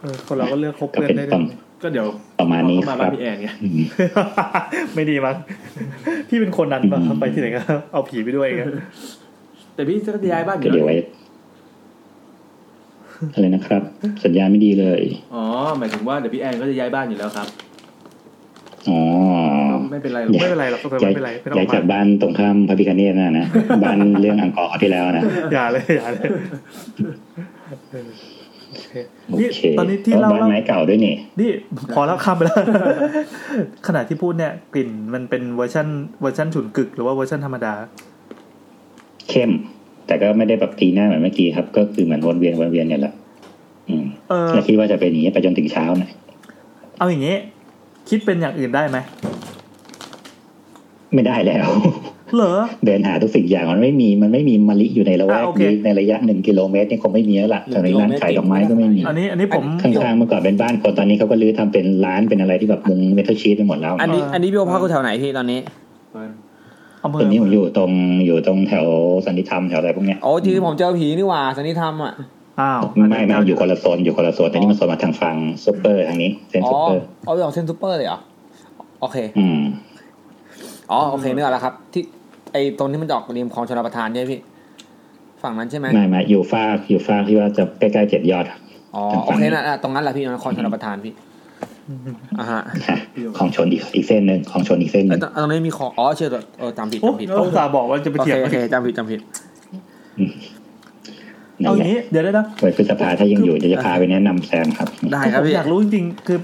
เออคนเราก็เลือกคบเพื่อนได้ด้วยก็เดี๋ยว ประมาณนี้ เอเข้ ค บ้า รับ นพี่แอนไง [LAUGHS] ไม่ดีมั้งพี่เป็นคนนั้นป่ะไปที่ไหนก็ [LAUGHS] เอาผีไปด้วยไง แต่พี่จะย้ายบ้านอ ก็ ยู่ เดี๋ยว แล้ว ไว้อะไรนะครับ สัญญาณไม่ดีเลย อ๋อหมายถึงว่าเดี๋ยวพี่แอนก็จะย้ายบ้านอยู่แล้วครับ อ๋อ ไม่เป็นไรหรอก ย้าย ไม่เป็นไร [LAUGHS] หรอกก็ไม่เป็นไรไม่ต้อง ย้ายจากบ้านตรงข้ามพระพิคเนต [LAUGHS] นะนะบ้านเรื่องอังกอร์ที่แล้วนะ อย่าเลย [LAUGHS] อย่าเลยเออโอเค โอ นี่ เค ตอนนี้ที่เรา บ้าน เล่า ไม้เก่าด้วยนี่ นี่พอแล้วคำไปแล้ว [LAUGHS] ขณะที่พูดเนี่ย กลิ่นมันเป็นเวอร์ชันเวอร์ชันฉุนกึก หรือว่าเวอร์ชันธรรมดา เข้ม แต่ก็ไม่ได้แบบตีหน้าเหมือนเมื่อกี้ครับ ก็คือเหมือนวนเวียนวนเวียนเนี่ยแหละอืม เออ แล้วคิดว่าจะเป็นอย่างนี้ไปจนถึงเช้านะ เอาอย่างนี้ คิดเป็นอย่างอื่นได้ไหม ไม่ได้แล้ว [LAUGHS] เหรอ เดินหาทุกสิ่งอย่างมันไม่มีมันไม่มีมะลิอยู่ในละแว อ่ะ ก โอเค นี้ในระยะหนึ่งกิโลเมตรนี่คงไม่มีแล้วล่ะแถวนี้ร้านขายดอกไม้ก็ไม่มี อันนี้ อันนี้ผม ข้างๆเมื่อก่อนเป็นบ้านคนตอนนี้เขาก็รื้อทำเป็นร้านเป็นอะไรที่แบบมุงเมทัลชีตไปหมดแล้ว อันนี้อันนี้พี่โอภาคกูแถวไหนพี่ตอนนี้ ตอนนี้ผมอยู่ตรงอยู่ตรงแถวสันติธรรมแถวอะไรพวกเนี้ย โอ้จริงผมเจอผีนี่หว่าสันนิธรรมอ่ะ อ้าว ไม่ไม่อยู่คนละโซนอยู่คนละโซนแต่นี่มันโซนมาทางฝั่งซุปเปอร์ทางนี้เซน อ๋อ ซุปเปอร์ เอาไปออกเส้นซูเปอร์เลยเหรอ โอเค อืม อ๋อโอเคเนื้ออกแล้วครับ ที่ไอ้ตรงที่มันจะออกริมคลองชลประทานใช่ไหมพี่ ฝั่งนั้นใช่ไหม ไม่ไม่อยู่ฟากอยู่ฟากที่ว่าจะใกล้ๆเจ็ดยอดครับ อ๋อโอเคนะน่ะตรงนั้นแหละพี่ตรงนั้นคลองชลประทานพี่อ่าฮะ [LAUGHS] ของชนอีกอีกเส้นหนึ่งของชนอีกเส้นห เอ้ยนึ่ง ตรงตรงนี้มีคลองอ๋อเชื่อตัวเออจำผิดจำผิด โอ้ยอุตส่าห์บอกว่าจะไปเถียง โอเคโอคจำผิดจำผิด นั่ เอา น อ แหละ ย่างนี้ เดี๋ยวได้นะ ไว้พฤษภาถ้ายังอยู่เดี๋ยวจะพาไปแนะนำแซมครับ คือผมอยากรู้จริงๆ คือ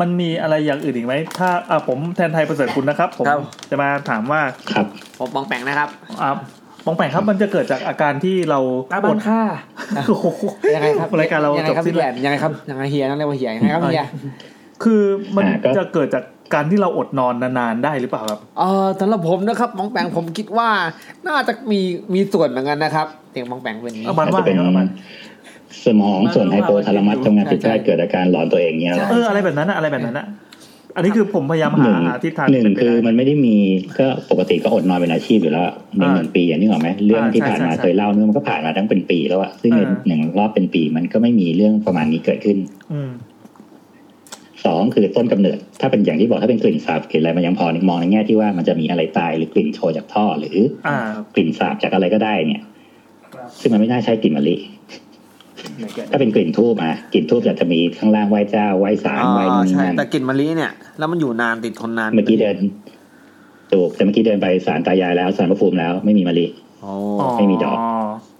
มันมีอะไรอย่างอื่นอีกไหม ถ้าอ่ะผมแทนไทยประเสริฐคุณนะครับ ผมจะมาถามว่า ครับ ผมปองแปงนะครับ อ่ะปองแปงครับ มันจะเกิดจากอาการที่เรา ตาบอดค่ะ โอ้โห ยังไงครับ รายการเรา ยังไง จบ ครับ สิ้น พี่แอ แล้ว นยังไงครับยังไงเฮียนั่นเรียกว่าเฮียยังไงครับเฮีย คือมัน อ่าก็ จะเกิดจากการที่เราอดนอนนานๆได้หรือเปล่าครับ เออสำหรับผมนะครับมองแปงผมคิดว่า น่าจะมีมีส่วนเหมือนกันนะครับเสียงมองแปงเป็นอย่างนี้ อาจจะเป็นสมองส่วนไฮโปทาลามัสทำงานผิดพลาดเกิดอาการหลอนตัวเองเนี้ยหรอ เอออะไรแบบนั้นอะอะไรแบบนั้นอะอันนี้คือผมพยายาม ห หา นึ่ง หาทิศทาง หนึ่งคือมันไม่ได้มีก็ปกติก็อดนอนเป็นอาชีพอยู่แล้วในหนึ่งปีอย่างนี้หรอกไหมเรื่องที่ผ่านมา ใช่ใช่ เคยเล่าเนี่ยมันก็ผ่านมาทั้งเป็นปีแล้วอะซึ่งในหนึ่งรอบเป็นปีมันก็ไม่มีเรื่องประมาณนี้เกิดขึ้น อืม สองคือต้นกำเนิด ถ้าเป็นอย่างที่บอกถ้าเป็นกลิ่นสาบกลิ่นอะไรมันยังพอนึกมองในแง่ที่ว่ามันจะมีอะไรตายหรือกลิ่นโชยจากท่อหรือ อ่า กลิ่นสาบจากอะไรก็ได้เนี่ย ซึ่งมันไม่น่าใช่กลิ่นมะลิ ถ้าเป็นกลิ่นทูบอ่ะกลิ่นทูบจะมีข้างล่างไหว้เจ้าไหว้สาร อ๋ ไหว้ อ นู่น ใช่ นั่น แต่กลิ่นมะลิเนี่ย แล้วมันอยู่นานติดทนนาน เมื่อกี้เดินถูกแต่เมื่อกี้เดินไปสารตายายแล้วสารพระภูมิแล้วไม่มีมะลิ อ๋อ ไม่มีดอก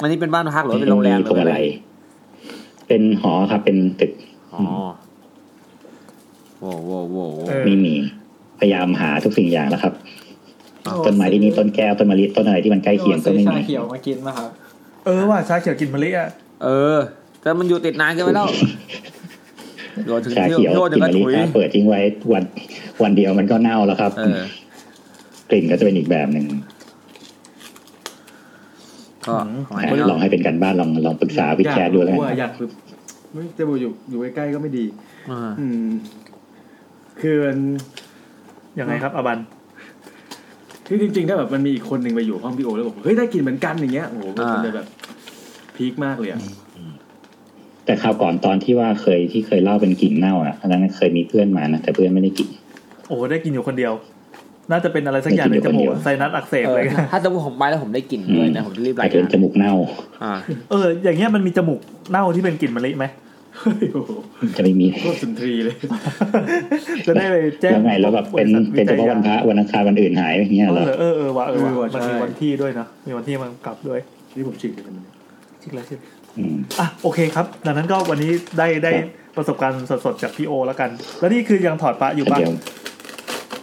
อันนี้เป็นบ้านพักหรือว่าเป็นโรงแรมห พวกอะไร เป็นหอครับ เป็นตึก อ๋อโว้โว้โว้โว้ ไม่มี พยายามหาทุกสิ่งอย่างแล้วครับ ต้นไม้ที่นี่ต้นแก้วต้นมะลิต้นอะไรที่มันใกล้เคียงก็ไม่มี เขียวมากินมาครับ เออว่ะชาเขียวกินมะลิอ่ะ เออ แต่มันอยู่ติดนานเกันไปแล้วโดนถึง ชา เที่ยว เขียว โยนถึ ก ง ลิ่น กระถุมะลิย ถ้าเปิดทิ้งไว้วันวันเดียวมันก็เน่าแล้วครับ เออ กลิ่นก็จะเป็นอีกแบบหนึ่ง ก็ ลองให้เป็นกันบ้านลองลองปรึกษาวิทยาดูแล้ว ว่า กัน อยากคือไม่จะบอกอยู่อยู่ใกล้ๆก็ไม่ดี อ่า อืม คือมัน ยังไงครับอบัน คือจริงๆ ถ้าแบบมันมีอีกคนหนึ่งไปอยู่ห้องพี่โอแล้วบอกเฮ้ยได้กลินเหมือนกันอย่างเงี้ยโอ้โหมันจะแบบพีคมากเลยอะ แต่คราวก่อนตอนที่ว่าเคยที่เคยเล่าเป็นกลิ่นเน่าอ่ะอันนั้นเคยมีเพื่อนมานะแต่เพื่อนไม่ได้กลิ่น โอ้ได้กินอยู่คนเดียว น่าจะเป็นอะไรสักอย่างในจมูกไซนัสอักเสบอะไรเงี้ย [LAUGHS] ถ้าสมมติผมไปแล้วผมได้กลิ่นด้วยนะผมจะรีบราย อาจจะ งา เป็น นจมูกเน่า อ่า เออ อย่างเงี้ยมันมีจมูกเน่าที่เป็นกลิ่นมะลิ [LAUGHS] ไหม จะไม่มี โคตรสุนทรีเลย จะได้ไปแจ้ง แล้วไงแล้วแบบเป็นเป็นเฉพาะวันพระวันอังคารวันอื่นหายอย่างเงี้ย เอ เหรอ อเออเออว่ะเออ เออ ว่ะ ว่ะ มันมี ใช่ วันที่ด้วยเนอะมีวันที่มันกลับด้วย นี่ผมฉีกเลยมัน จริงแล้วใช่ไหมอ่ะโอเคครับ ดังนั้นก็วันนี้ได้ได้ประสบการณ์สดๆจากพี่โอแล้วกัน แล้วนี่คือยังถอดปะอยู่ปะ เดี๋ยว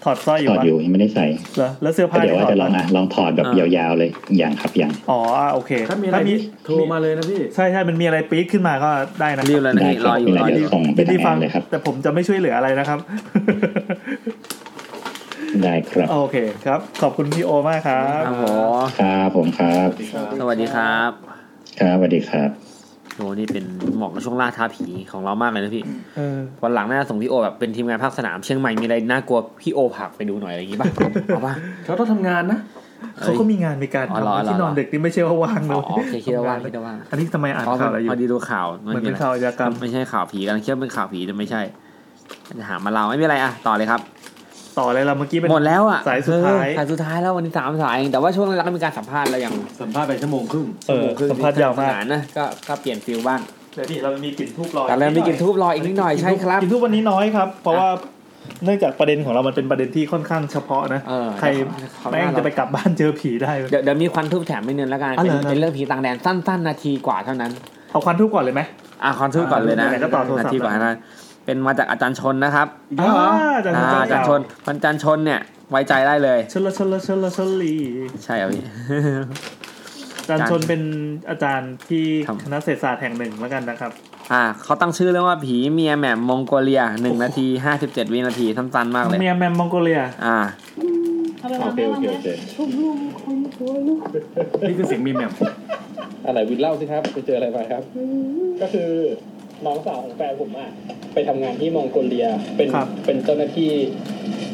ถอดสร้อยอยู่ ถอด ปะ อยู่ยังไม่ได้ใส่ เหรอแล้วเสื้อผ้า ก็เดี๋ยว ที่ ว่า ถอด จะลอง ปะ อ่ะลองถอดแบบ อ่ะ ยาวๆเลยอย่างครับอย่าง อ๋ออ่ะโอเค ถ้ามีอะไรโทรมาเลยนะพี่ ใช่ใช่มันมีอะไรปี๊ดขึ้นมาก็ได้นะคบ รีบเลยนะพี่รออยู่ ได้คบ รออยู่ นดี ส่งไป ยิน ทา ดี ง ฟั แอง มเลยครับ แต่ผมจะไม่ช่วยเหลืออะไรนะครับ ได้ครับ โอเคครับ ขอบคุณพี่โอมากครับ ครับผม ครับผมครับ สวัสดีครับ ครับสวัสดีครับ โหนี่เป็นเหมาะกับช่วงล่าท้าผีของเรามากเลยนะพี่ เออ วันหลังน่าจะส่งพี่โอแบบเป็นทีมงานภาคสนามเชียงใหม่มีอะไรน่ากลัวพี่โอผักไปดูหน่อยอะไรอย่างงี้ป่ะ เอาป่ะ เขาต้องทำงานนะ เขาก็มีงานมีการ อ๋อเหรอ ทำที่นอน เหรอ ดึกนี่ไม่ใช่ว่าว่างเลย อ๋อโอเคคิดว่าว่างคิดว่าว่าง อันนี้ทำไมอ่านข่าวอะไรอยู่ พอดีดูข่าวไ เหมือนเป็นข่าวอาชญากรรม ไม่ใช่ข่าวผีกันคิดว่าเป็นข่าวผีแต่ไม่ใช่จะหามาเราไม่เป็นไรอ่ะต่อเลยครับ ต่อเลยเราเมื่อกี้เป็น หมดแล้วอ่ะ สายสุดท้าย เออสายสุดท้ายแล้ววันนี้สามสายเองแต่ว่าช่วงแรกๆก็มีการสัมภาษณ์เราอย่าง สัมภาษณ์ไปชั่วโมงครึ่ง เออสัมภาษณ์ยาวมาก สนนนะก็ก็เปลี่ยนฟิลบ้าง เดี๋ยวนี่เรามีกลิ่นทูบลอย แต่เรามีกลิ่นทูบลอยอีกนิดหน่อยใช่ครับ กลิ่นทูบวันนี้น้อยครับ เพราะว่าเนื่องจากประเด็นของเรามันเป็นประเด็นที่ค่อนข้างเฉพาะนะ เออ ใคร เขา แม่ง น่ารัก จะไปกลับบ้านเจอผีได้ เดี๋ยวเดี๋ยวมีควันทูบแถมไม่เนินแล้วกัน อ๋อ เป็ เหร น อ เป็นเรื่องผีต่างแดนสั้นๆนาทีกว่าเท่านั้น เอาควันทูบก่อนเลยไหม อ่ะคอนทูตก่อนเลยนะ อ่าไหนๆก็ต่อโทรศัพท์ นาทีกว่านะเป็นมาจากอาจารย์ชนนะครับ อ่าอาจารย์ชน อ่อาจารย์ชนอาจารย์ชนเนี่ย ไว้ใจได้เลย ชลชลชลชลี ใช่เหรอพี่ อาจารย์ชนเป็นอาจารย์ที่ ครับ คณะเศรษฐศาสตร์แห่งหนึ่งแล้วกันนะครับ อ่าเขาตั้งชื่อเรื่องว่าผีเมียแหม่มมองโกเลียหนึ่งนาทีห้าสิบเจ็ดวินาทีสั้นๆมากเลย เมียแมมมองโกเลีย อ่า โอเคโอเคโอเค ชุมนุมคนทั่วโลก นี่คือเสียงมีแมม อะไรวินเล่าสิครับไปเจออะไรมาครับ ก็คือน้องสาวของแฟนผมอ่ะไปทำงานที่มองโกเลีย เป็นเป็นเจ้าหน้าที่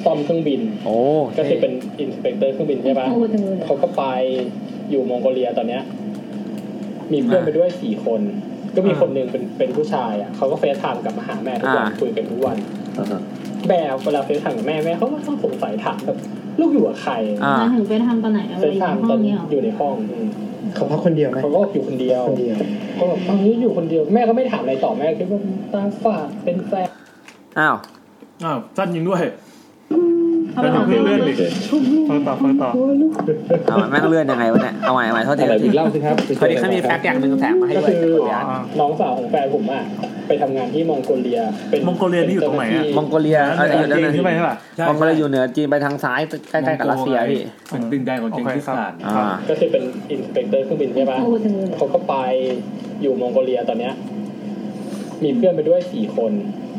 ซ่อมเครื่องบิน โอ้ ก็คือเป็นอินสเปกเตอร์เครื่องบินใช่ปะเขาก็ไปอยู่มองโกเลียตอนเนี้ย มีเพื่อนไปด้วยสี่คน ก็มีคนหนึ่งเป็นเป็นผู้ชายอ่ะเขาก็เฟซไทม์กลับมาหาแม่ทุกวัน อ่า คุยกันทุกวัน แบบเวลาเฟซไทม์กับแม่แม่เขาก็ต้องสงสัยถามแบบลูกอยู่กับใคร แล้วหนูไปทำตอนไหนอะไร เซน อยู่ ทาม ห้ ต อ อน ง นี้ เนี้ยเหรอ อยู่ในห้องเขาพักคนเดียวไหมเขาก็อยู่คนเดียวเขาแบบตอนนี้อยู่คนเดียว แม่ก็ไม่ถามอะไรต่อแม่คิดว่าตาฝาดเป็นแฟน อ้าว อ้าวสั้นยิงด้วย แล้วหนูเพิ่งเลื่อนดิฟังต่อฟังต่อ เอาแม่งเลื่อนยังไงวะเนี่ยเอาใหม่เอาใหม่โทษที อะไรวินเล่าสิครับ พอดีเขามีแฟกต์อย่างหนึ่งแถมมาให้ ก็ ด้วย คือน้องสาวของแฟนผมอ่ะไปทำงานที่มองโกเลีย เป็น มองโกเลียนี่อยู่ตรงไหนอะ มองโกเลีย เหนือจีนขึ้นไปใช่ปะ มองโกเลียอยู่เหนือจีนไปทางซ้ายใกล้ๆกับรัสเซียพี่ เป็นดินแดนของเจงกิสข่าน อ่า ก็คือเป็นอินสเปกเตอร์เครื่องบินใช่ปะเขาก็ไปอยู่มองโกเลียตอนเนี้ยมีเพื่อนไปด้วยสี่คน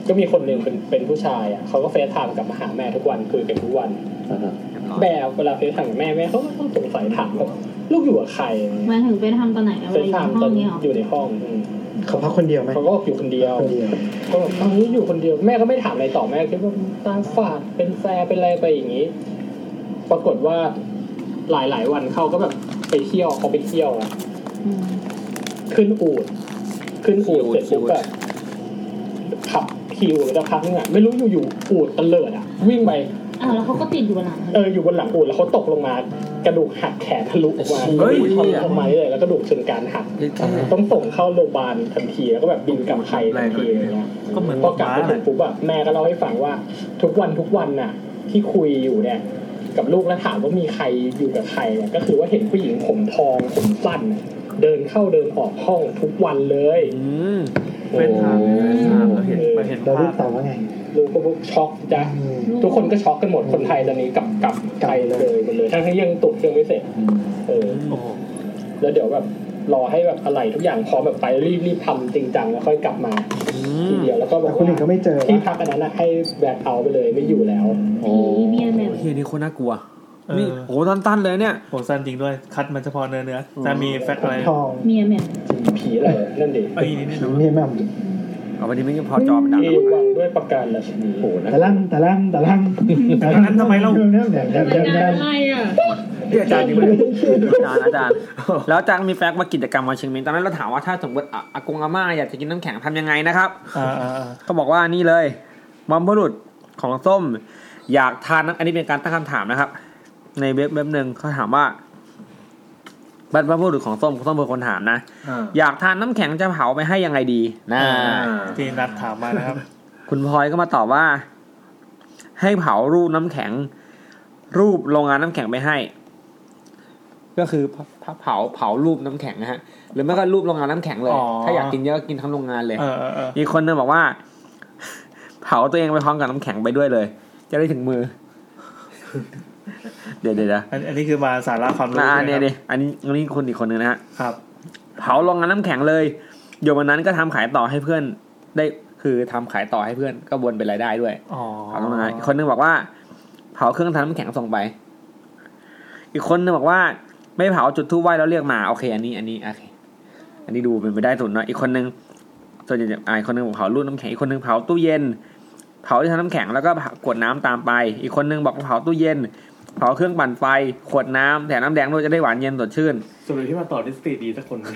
ก็มีคนหนึ่งเป็นเป็นผู้ชายอ่ะเขาก็เฟซไทม์กลับมาหาแม่ทุกวันคุยกันทุกวัน แบบเวลาเฟซไทม์กับแม่แม่เขาก็ต้องสงสัยถามว่าลูกอยู่กับใคร หมายถึงไปทำตอนไหนอะไร เฟอซยู่ ไทม์ ห้ ต อ อน ง นี้ เนี้ยเหรอ อยู่ในห้องอืม เขาพักคนเดียวไหม เขาก็อยู่คนเดียวเขาแบบตอนนี้อยู่คนเดียวแม่ก็ไม่ถามอะไรต่อแม่คิดว่าตาฝาดเป็นแฟร์เป็นอะไรไปอย่างนี้ ปรากฏว่าหลายหลายๆวันเขาก็แบบไปเที่ยวเขาไปเที่ยวอะขึ้นอูดขึ้นอูดเสร็จปุ๊บแบบขับคิวจะพักนึงอะไม่รู้อยู่ๆอูดตะเลิดอะวิ่งไป อ้าวแล้วเขาก็ติดอยู่บนหลัง เอออยู่บนหลังอูดแล้วเขาตกลงมากระดูกหักแขนทะลุออกมา เฮ้ย ทะลุออกมาเลยแล้วกระดูกเชิงกรานหักต้องส่งเข้าโรงพยาบาลทันทีแล้วก็แบบบินกลับไทยทันทีอะไรเลย ก็เหมือน พอกลับไปถึงปุ๊บอะแม่ก็เล่าให้ฟังว่า ทุกวันทุกวันน่ะ ที่คุยอยู่เนี่ย กับลูกแล้วถามว่ามีใครอยู่กับใครเนี่ยก็คือว่าเห็นผู้หญิงผมทองผมสั้นน่ะ เดินเข้าเดินออกห้องทุกวันเลย เป็นทางเป็นทางเราเห็นเราเห็นภาพ ลูกก็ช็อกจ้ะทุกคนก็ช็อกกันหมดคนไทยตอนนี้กลับกลับไทยเลยหมดเลยทั้งที่ยังตุกเครื่องไม่เสร็จเออแล้วเดี๋ยวแบบรอให้แบบอะไรทุกอย่างพร้อมแบบไปรีบรีบทำจริงจังแล้วค่อยกลับมาทีเดียวแล้วก็บอกคนอื่นก็ไม่เจอที่พักอันนั้นนะให้แบกเอาไปเลยไม่อยู่แล้ว โอ้เฮียนี่โคนน่ากลัวนี่โอ้ตันๆเลยเนี่ย โหสั้นจริงด้วย คัดมันเฉพาะเนื้อเนื้อแต่มีแฟกต์อะไร เมียแม่ ผีอะไรนั่นดิ ไอ้นี่นี่ นี่แม่ เอาวันนี้ไม่ยังพอจอมันดัง เอวังด้วยประการละชนีโอ้ ตะลั่งตะลั่งตะลั่ง ตะลั่งทำไมเรา อะไรอ่ะ พี่อาจารย์จริงไหมอาจารย์อาจาร [LAUGHS] ย์ แล้วอาจารย์มีแฟกต์ว่ากิจกรรมวันเชียงใหม่ตอนนั้นเราถามว่าถ้าสมมติอ่ะอากงอาม่าอยากจะกินน้ำแข็งทำยังไงนะครับ ก็บอกว่านี่เลยมัมพรุษของส้ม อยากทานน้ำอันนี้เป็นการตั้งคำถามนะครับ ในเว็บเว็บหนึ่งเขาถามว่าบรรพบุรุษของส้มส้มเป็นคนถามนะ อยากทานน้ำแข็งจะเผาไปให้ยังไงดีนะ ที่นัดถามมานะครับ คุณพลอยก็มาตอบว่า ให้เผารูปน้ำแข็ง รูปโรงงานน้ำแข็งไปให้ ก็คือเผาเผารูปน้ำแข็งนะฮะ หรือไม่ก็รูปโรงงานน้ำแข็งเลย อ๋อ ถ้าอยากกินเยอะก็กินทั้งโรงงานเลย เออเออเออ มีคนหนึงบอกว่า เผาตัวเองไปพร้อมกับน้ำแข็งไปด้วยเลย จะได้ถึงมือ เดี๋ยวเดี๋ยวนะ อันอันนี้คือมาสาระความรู้ อ่า ใช่ไหม เนี่ยเนี่ครับ ยอันนี้อันนี้คนอีกคนหนึ่งนะฮะ ครับ เผาโรงงานน้ำแข็งเลยโยมวันนั้นก็ทำขายต่อให้เพื่อน ได้คือทำขายต่อให้เพื่อนก็วนเป็นรายได้ด้วย อ๋อ เผาโรงงานอีกคนหนึงบอกว่า เผาเครื่องทำน้ำแข็งส่งไป อีกคนหนึงบอกว่า ไม่เผาจุดทูบไหว้แล้วเรียกหมาโอเค อันนี้อันนี้โอเค อันนี้ดูเป็นไปได้สุดเนอะอีกคนนึงส่วนใหญ่จะอ่าอีกคนนึงบอกเผารูดน้ำแข็งอีกคนนึงเผาตู้เย็น เผาที่ทำน้ำแข็งแล้วก็กวดน้ำตามไป อีกคนนึงบอกเผาตู้เย็น เผาเครื่องปั่นไฟขวดน้ำแต่น้ำแดงด้วยจะได้หวานเย็นสดชื่น สรุปที่มาต่อดิสติดีสักคนห [LAUGHS] นึ่ง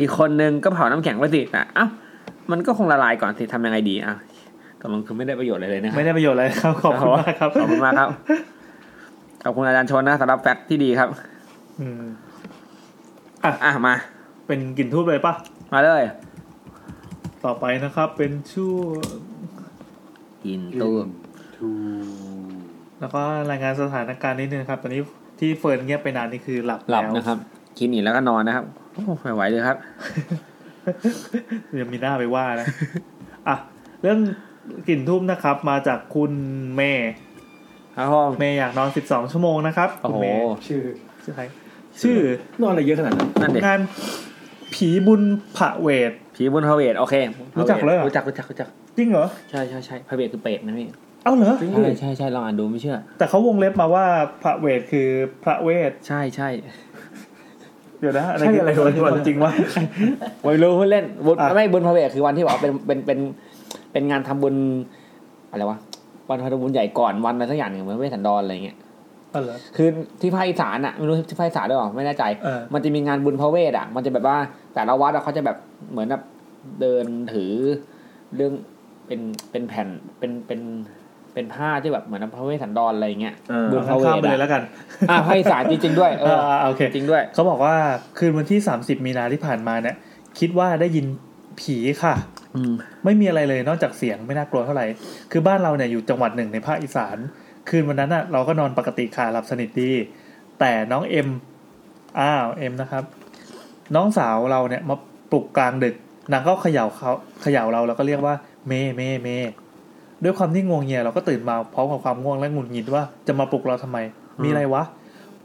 อีกคนนึงก็เผาน้ำแข็งไปสิอ่ะเอ้ามันก็คงละลายก่อนสิทำยังไงดีอ่ะตกลงคือไม่ได้ประโยชน์อะไรเลยนะ [LAUGHS] ไม่ได้ประโยชน์อะไรครับ ขอบคุณมากครับ ขอบคุณมากครับขอบคุณอาจารย์ชนนะสำหรับแฟกต์ที่ดีครับ อืม อ่ะมา เป็นกลิ่นทูบเลยปะ มาเลย ต่อไปนะครับ เป็นช่วง กินตู้ม แล้วก็รายงานสถานการณ์นิดนึงครับ ตอนนี้ที่เฟิร์นเงียบไปนานนี่คือหลับ หลับ แล้ว นะครับ กินอีกแล้วก็นอนนะครับโอ้ไม่ไหวเลยครับ เดี๋ [LAUGHS] ยวมีหน้าไปว่านะ อ่ะเรื่องกลิ่นทูบนะครับ มาจากคุณเมย์ ครับผม เมย์อยากนอน 12 ชั่วโมงนะครับ โอ้ คุณ โห เมย์ ชื่อ ชื่อใครชื่อ นอนอะไรเยอะขนาดนั้น นั่นเด็ก งานผีบุญผะเวท ผีบนพระเวทโอเค รู้จักเลยเหรอ รู้จักรู้จักรู้จัก จริงเหรอ ใช่ใช่ใช่พระเวทคือเป็ดนะพี่ เอ้าเหรอ ใช่ใช่ใช่ลองอ่านดูไม่เชื่อ แต่เขาวงเล็บมาว่าพระเวทคือพระเวท ใช่ใช่ เดี๋ยวนะ ใช่อะไร ว วะ ะจริงวะ ไม่รู้เพื่อนเล่นบุญ อ่ะ ไม่บุญพระเวทคือวันที่บอกว่าเป็นเป็นเป็นเป็นงานทำบุญอะไรวะวันทำบุญใหญ่ก่อนวันอะไรสักอย่างหนึ่งเหมือนไม่สันดอนอะไรเงี้ย เออเหรอ คือที่ภาคอีสานอ่ะไม่รู้ที่ภาคอีสานด้วยหรอไม่แน่ใจ เออ มันจะมีงานบุญพระเวทอ่ะ มันจะแบบว่าแต่ละวัดอะเขาจะแบบเหมือนแบบเดินถือเรื่องเป็นเป็นแผ่นเป็นเป็นเป็นผ้าที่แบบเหมือนพระเวสสันดรอะไรเงี้ยบุญพระเว ข้าม ท ไปเลยแล้ว อะ กัน อ่ะภาคอีสานจริงๆ [LAUGHS] ด้วยเออ อ่าโอเค จริงด้วย เขาบอกว่าคืนวันที่ 30 มีนาที่ผ่านมาเนี่ย คิดว่าได้ยินผีค่ะ อืม ไม่มีอะไรเลยนอกจากเสียงไม่น่ากลัวเท่าไหร่ คือบ้านเราเนี่ยอยู่จังหวัดหนึ่งในภาคอีสาน คืนวันนั้นอ่ะเราก็นอนปกติค่ะหลับสนิทดี แต่น้องเอ็ม อ้าวเอ็มนะครับ น้องสาวเราเนี่ยมาปลุกกลางดึก นางก็เขย่าเขาเขย่าเราแล้วก็เรียกว่าเมเมเมด้วยความที่งวงเงียเราก็ตื่นมาพร้อมกับความง่วงและหงุดหงิดว่าจะมาปลุกเราทำไม มีอะไรวะ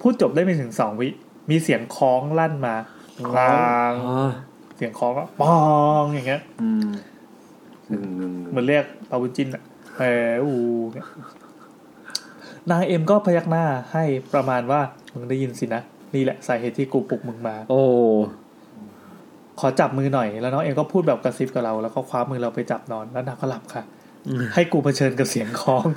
พูดจบได้ไม่ถึงสองวิ มีเสียงคล้องลั่นมาคลางเสียงคล้องก็ปองอย่างเงี้ย เหมือนเรียกปาวุญจินอะแหมอูเนี่ยนางเอ็มก็พยักหน้าให้ประมาณว่า มึงได้ยินสินะ นี่แหละสาเหตุที่กูปลุกมึงมา โอ้ ขอจับมือหน่อย แล้วน้องเอ็มก็พูดแบบกระซิบกับเรา แล้วก็คว้ามือเราไปจับนอน แล้วนางก็หลับค่ะ ให้กูเผชิญกับเสียงคล้อง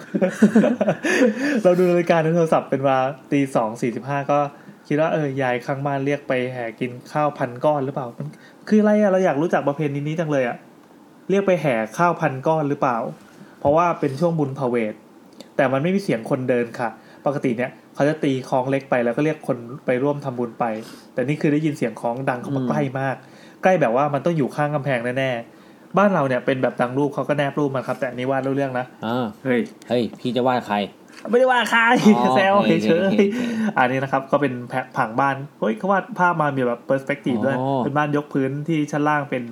[LAUGHS] เราดูนาฬิกาในโทรศัพท์เป็นเวลาตีสองสี่สิบห้าก็ คิดว่าเออยายข้างบ้านเรียกไปแห่กินข้าวพันก้อนหรือเปล่ามันคืออะไรอะเราอยากรู้จักประเพณีนี้จังเลยอะเรียกไปแห่ข้าวพันก้อนหรือเปล่า เพราะว่าเป็นช่วงบุญพเวท แต่มันไม่มีเสียงคนเดินค่ะ ปกติเนี่ยเขาจะตีคล้องเล็กไปแล้วก็เรียกคนไปร่วมทำบุญไป แต่นี่คือได้ยินเสียงคล้องดังเข้ามาใกล้มาก ใกล้แบบว่ามันต้องอยู่ข้างกำแพงแน่ๆ บ้านเราเนี่ยเป็นแบบดังรูปเขาก็แนบรูปมาครับ แต่อันนี้วาดรู้เรื่องนะ เฮ้ยเฮ้ยพี่จะวาดใคร ไม่ได้ว่าใคร อ๋อ แซว โอเค เฉ โอย เคโอเค ๆอันนี้นะครับก็เป็นแผผังบ้านเฮ้ยเขาวาดภาพมามีแบบเปอร์สเปกทีฟด้วย อ๋อ เป็นบ้านยกพื้นที่ชั้นล่างเป็น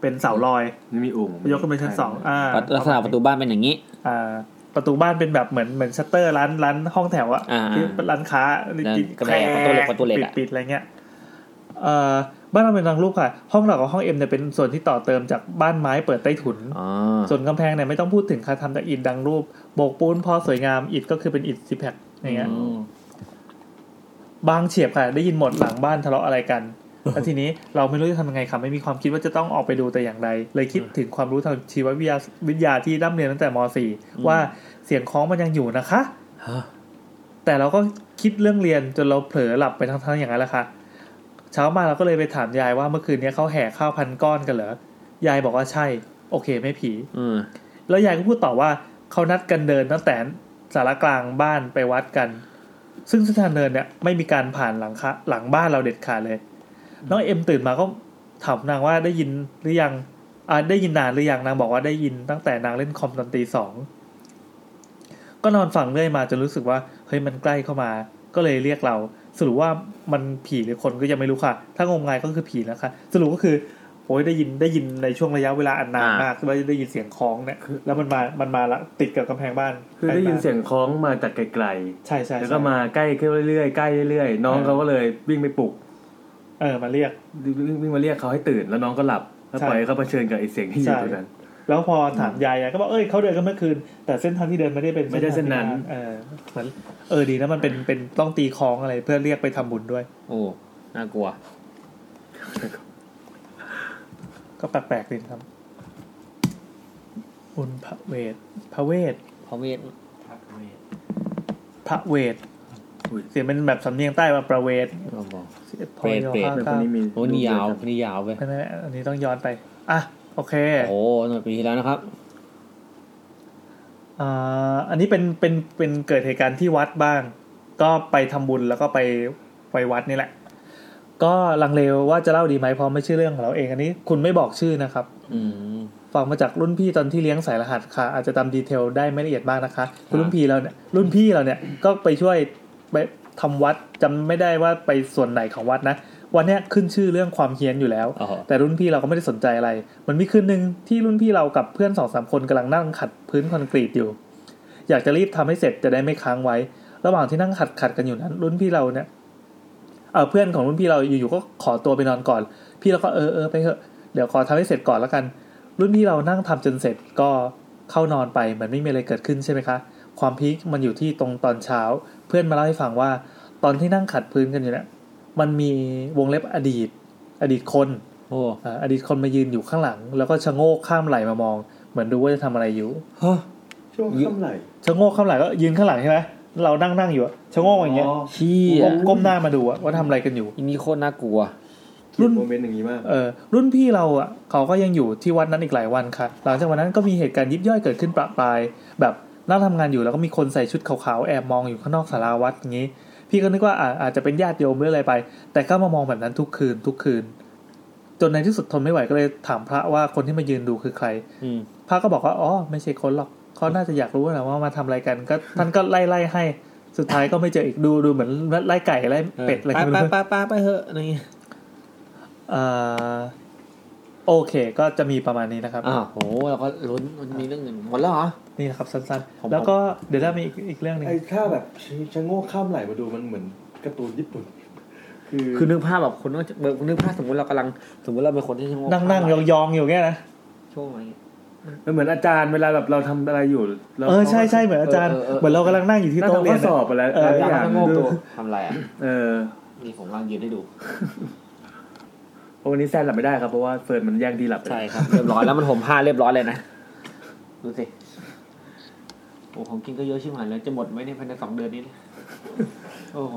เป็นเสาลอย มีโอ่ง ยกขึ้นไปชั้นสองอ่า ลักษณะประตูบ้านเป็นอย่างนี้ อ่าประตูบ้านเป็นแบบเหมือนเหมือนชัตเตอร์ร้านร้านห้องแถวอะ อ่า ที่ร้านค้า ร้านกระแดะ แค ประตูเหล็กประตูเหล็กอะ ปิดปิดอะไรเงี้ยเอ่อบ้านเราเป็นรังรูปค่ะ ห้องเรากับห้องเอ็มเนี่ยเป็นส่วนที่ต่อเติมจากบ้านไม้เปิดใต้ถุน ส่วนกำแพงเนี่ยไม่ต้องพูดถึงค่ะทำจากอิฐดังรูปโบกปูนพอสวยงามอิฐก็คือเป็นอิฐซิแพคอย่างเงี้ยบางเฉียบค่ะ ได้ยินหมดหลังบ้านทะเลาะอะไรกัน แล้วทีนี้เราไม่รู้จะทำยังไงค่ะไม่มีความคิดว่าจะต้องออกไปดูแต่อย่างใดเลยคิดถึงความรู้ทางชีววิทยาวิทยาที่ร่ำเรียนตั้งแต่ม .4 ว่าเสียงคล้องมันยังอยู่นะคะ แต่เราก็คิดเรื่องเรียนจนเราเผลอหลับไปทั้งๆอย่างนั้นแหละค่ะ เช้ามาเราก็เลยไปถามยายว่าเมื่อคืนเนี้ยเขาแห่ข้าวพันก้อนกันเหรอ ยายบอกว่าใช่ โอเคไม่ผีแล้วยายก็พูดต่อว่าเขานัดกันเดินตั้งแต่สารกลางบ้านไปวัดกัน ซึ่งเส้นทางเดินเนี่ยไม่มีการผ่านหลังคะหลังบ้านเราเด็ดขาดเลย น้องเอ็มตื่นมาก็ถามนางว่าได้ยินหรือยังอ่าได้ยินนานหรือยังนางบอกว่าได้ยินตั้งแต่นางเล่นคอมตอนตีสอง ก็นอนฟังเรื่อยมาจนรู้สึกว่าเฮ้ยมันใกล้เข้ามา ก็เลยเรียกเรา สรุปว่ามันผีหรือคนก็ยังไม่รู้ค่ะ ถ้างมงายก็คือผีแล้วค่ะ สรุปก็คือโอ้ยได้ยินได้ยินในช่วงระยะเวลาอันนานมากว่าได้ยินเสียงคล้องเนี่ยแล้วมันมามันมาละติดกับกำแพงบ้าน คือได้ยินเสียงคล้องมาจากไกลๆ ใช่ใช่ แล้วก็มาใกล้ขึ้นเรื่อยๆใกล้เรื่อยๆน้องเขาก็เลยวิ่งไปปลุก เออมาเรียก วิ่งมาเรียกเขาให้ตื่นแล้วน้องก็หลับแล้ว ใช่ ปล่อยให้เขาเผชิญกับไอ้เสียงที่อยู่ตรงนั้น แล้วพอถามยายยายก็บอกเอ้ยเขาเดินกันเมื่อคืน แต่เส้นทางที่เดินไม่ได้เป็น ไม่ได้เส้นนั้น เออเหมือนเออดีนะมันเป็นเป็นต้องตีคล้องอะไรเพื่อเรียกไปทำบุญด้วย โอ้น่ากลัว ก็แปลกๆดีครับ บุญพระเวทพระเวท พระเวท พระเวทเสียงเป็นแบบสำเนียงใต้ว่าประเวทพเปอรต ยอ เปรต ข้างๆ โอ้นี่ยาวนี่ยาวไป ไม่ไม่อันนี้ต้องย้อนไป อ่ะ โอเค โอ้หน่อยปีที่แล้วนะครับ อ่าอันนี้เป็นเป็นเป็นเกิดเหตุการณ์ที่วัดบ้าง ก็ไปทำบุญแล้วก็ไปไปวัดนี่แหละ ก็ลังเลว่าจะเล่าดีไหมเพราะไม่ใช่เรื่องของเราเองอันนี้คุณไม่บอกชื่อนะครับ อืม ฟังมาจากรุ่นพี่ตอนที่เลี้ยงสายรหัสค่ะ อาจจะจำดีเทลได้ไม่ละเอียดมากนะคะคุณรุ่นพี่เราเนี่ยรุ่นพี่เราเนี่ยก็ไปช่วยไปทำวัดจำไม่ได้ว่าไปส่วนไหนของวัดนะวันเนี้ยขึ้นชื่อเรื่องความเฮี้ยนอยู่แล้ว แต่รุ่นพี่เราก็ไม่ได้สนใจอะไร มันมีคืนหนึ่งที่รุ่นพี่เรากับเพื่อนสองสามคนกำลังนั่งขัดพื้นคอนกรีตอยู่ อยากจะรีบทำให้เสร็จจะได้ไม่ค้างไว้ ระหว่างที่นั่งขัดขัดกันอยู่นั้น รุ่นพี่เราเนี่ยเออเพื่อนของรุ่นพี่เราอยู่ๆก็ขอตัวไปนอนก่อน พี่เราก็เออเออไปเถอะเดี๋ยวขอทำให้เสร็จก่อนแล้วกัน รุ่นพี่เรานั่งทำจนเสร็จก็เข้านอนไปเหมือนไม่มีอะไรเกิดขึ้นใช่ไหมคะ ความพีคมันอยู่ที่ตรงตอนเช้า เพื่อนมาเล่าให้ฟังว่า ตอนที่นั่งขัดพื้นกันอยู่เนี่ยมันมีวงเล็บอดีต อดีตคน โอ้ อดีตคนมายืนอยู่ข้างหลัง แล้วก็ชะโงกข้ามไหลมามอง เหมือนดูว่าจะทำอะไรอยู่ ช่วงค่ำไหล ชะโงกข้างหลังก็ยืนข้างหลังใช่ไหมเรานั่งนั่งอยู่อะชะโงกอย่างเงี้ย อ๋อ ชี้ ย ก้มหน้ามาดูอะว่าทำอะไรกันอยู่ นี่โคตรน่ากลัว รุ่น โมเมนต์อย่างนี้มาก เออรุ่นพี่เราอ่ะเขาก็ยังอยู่ที่วัดนั้นอีกหลายวันค่ะ หลังจากวันนั้นก็มีเหตุการณ์ยิบย่อยเกิดขึ้นประปราย แบบนั่งทำงานอยู่แล้วก็มีคนใส่ชุดขาวๆแอบมองอยู่ข้างนอกศาลาวัดอย่างงี้ พี่ก็นึกว่าอ่ะอาจจะเป็นญาติโยมหรืออะไรไป แต่ก็มามองแบบนั้นทุกคืนทุกคืน จนในที่สุดทนไม่ไหวก็เลยถามพระว่าคนที่มายืนดูคือใคร อืม พระก็บอกว่าอ๋อไม่ใช่คนหรอกเขาน่าจะอยากรู้แหละว่ามาทำอะไรกันก็ท่านก็ไล่ไล่ให้สุดท้ายก็ไม่เจออีกดูดูเหมือนไล่ไก่ไล่เป็ดอะไรกัน ไป ไม่รู้ ไปไปไปเหอะอะไรเงี้ย เอ่อโอเคก็จะมีประมาณนี้นะครับ อ้าวโหเราก็ลุ้นมันมีเรื่องอื่นหมดแล้วเหรอ นี่นะครับสั้น ผม ๆ แล้วก็เดี๋ยวเรามีอีกอีกเรื่องหนึ่ง ไอ้ถ้าแบบชะโงกข้ามไหลมาดูมันเหมือนการ์ตูนญี่ปุ่น คือ คือนึกภาพแบบคนต้องเบอร์นึกภาพสมมติเรากำลังสมมติเราเป็นคนที่ช่ว นั่งนั่งยองๆอยู่แค่นะ ช่วงไหน มันเหมือนอาจารย์เวลาแบบเราทำอะไรอยู่แล้ว เออใช่ใช่เหมือนอาจารย์ เ เหมือนเรากำลังนั่งอยู่ที่โต๊ะเรียน นั่งทำข้อสอบอะไร เออ หลายอย่าง โงกตัวทำอะไรอ่ะ เออ นี่ผมลองยืนให้ดู เพราะวันนี้แซนหลับไม่ได้ครับเพราะว่าเฟิร์นมันแย่งที่หลับ ใช่ครับเรียบร้อยแล้วมันห่มผ้าเรียบร้อยเลย [LAUGHS] นะ ดูสิ โอ้ของกินก็เยอะชิบหายแล้วจะหมดไหมเนี่ยภายในสองเดือนนี้ [LAUGHS] เนี่ยโอ้โห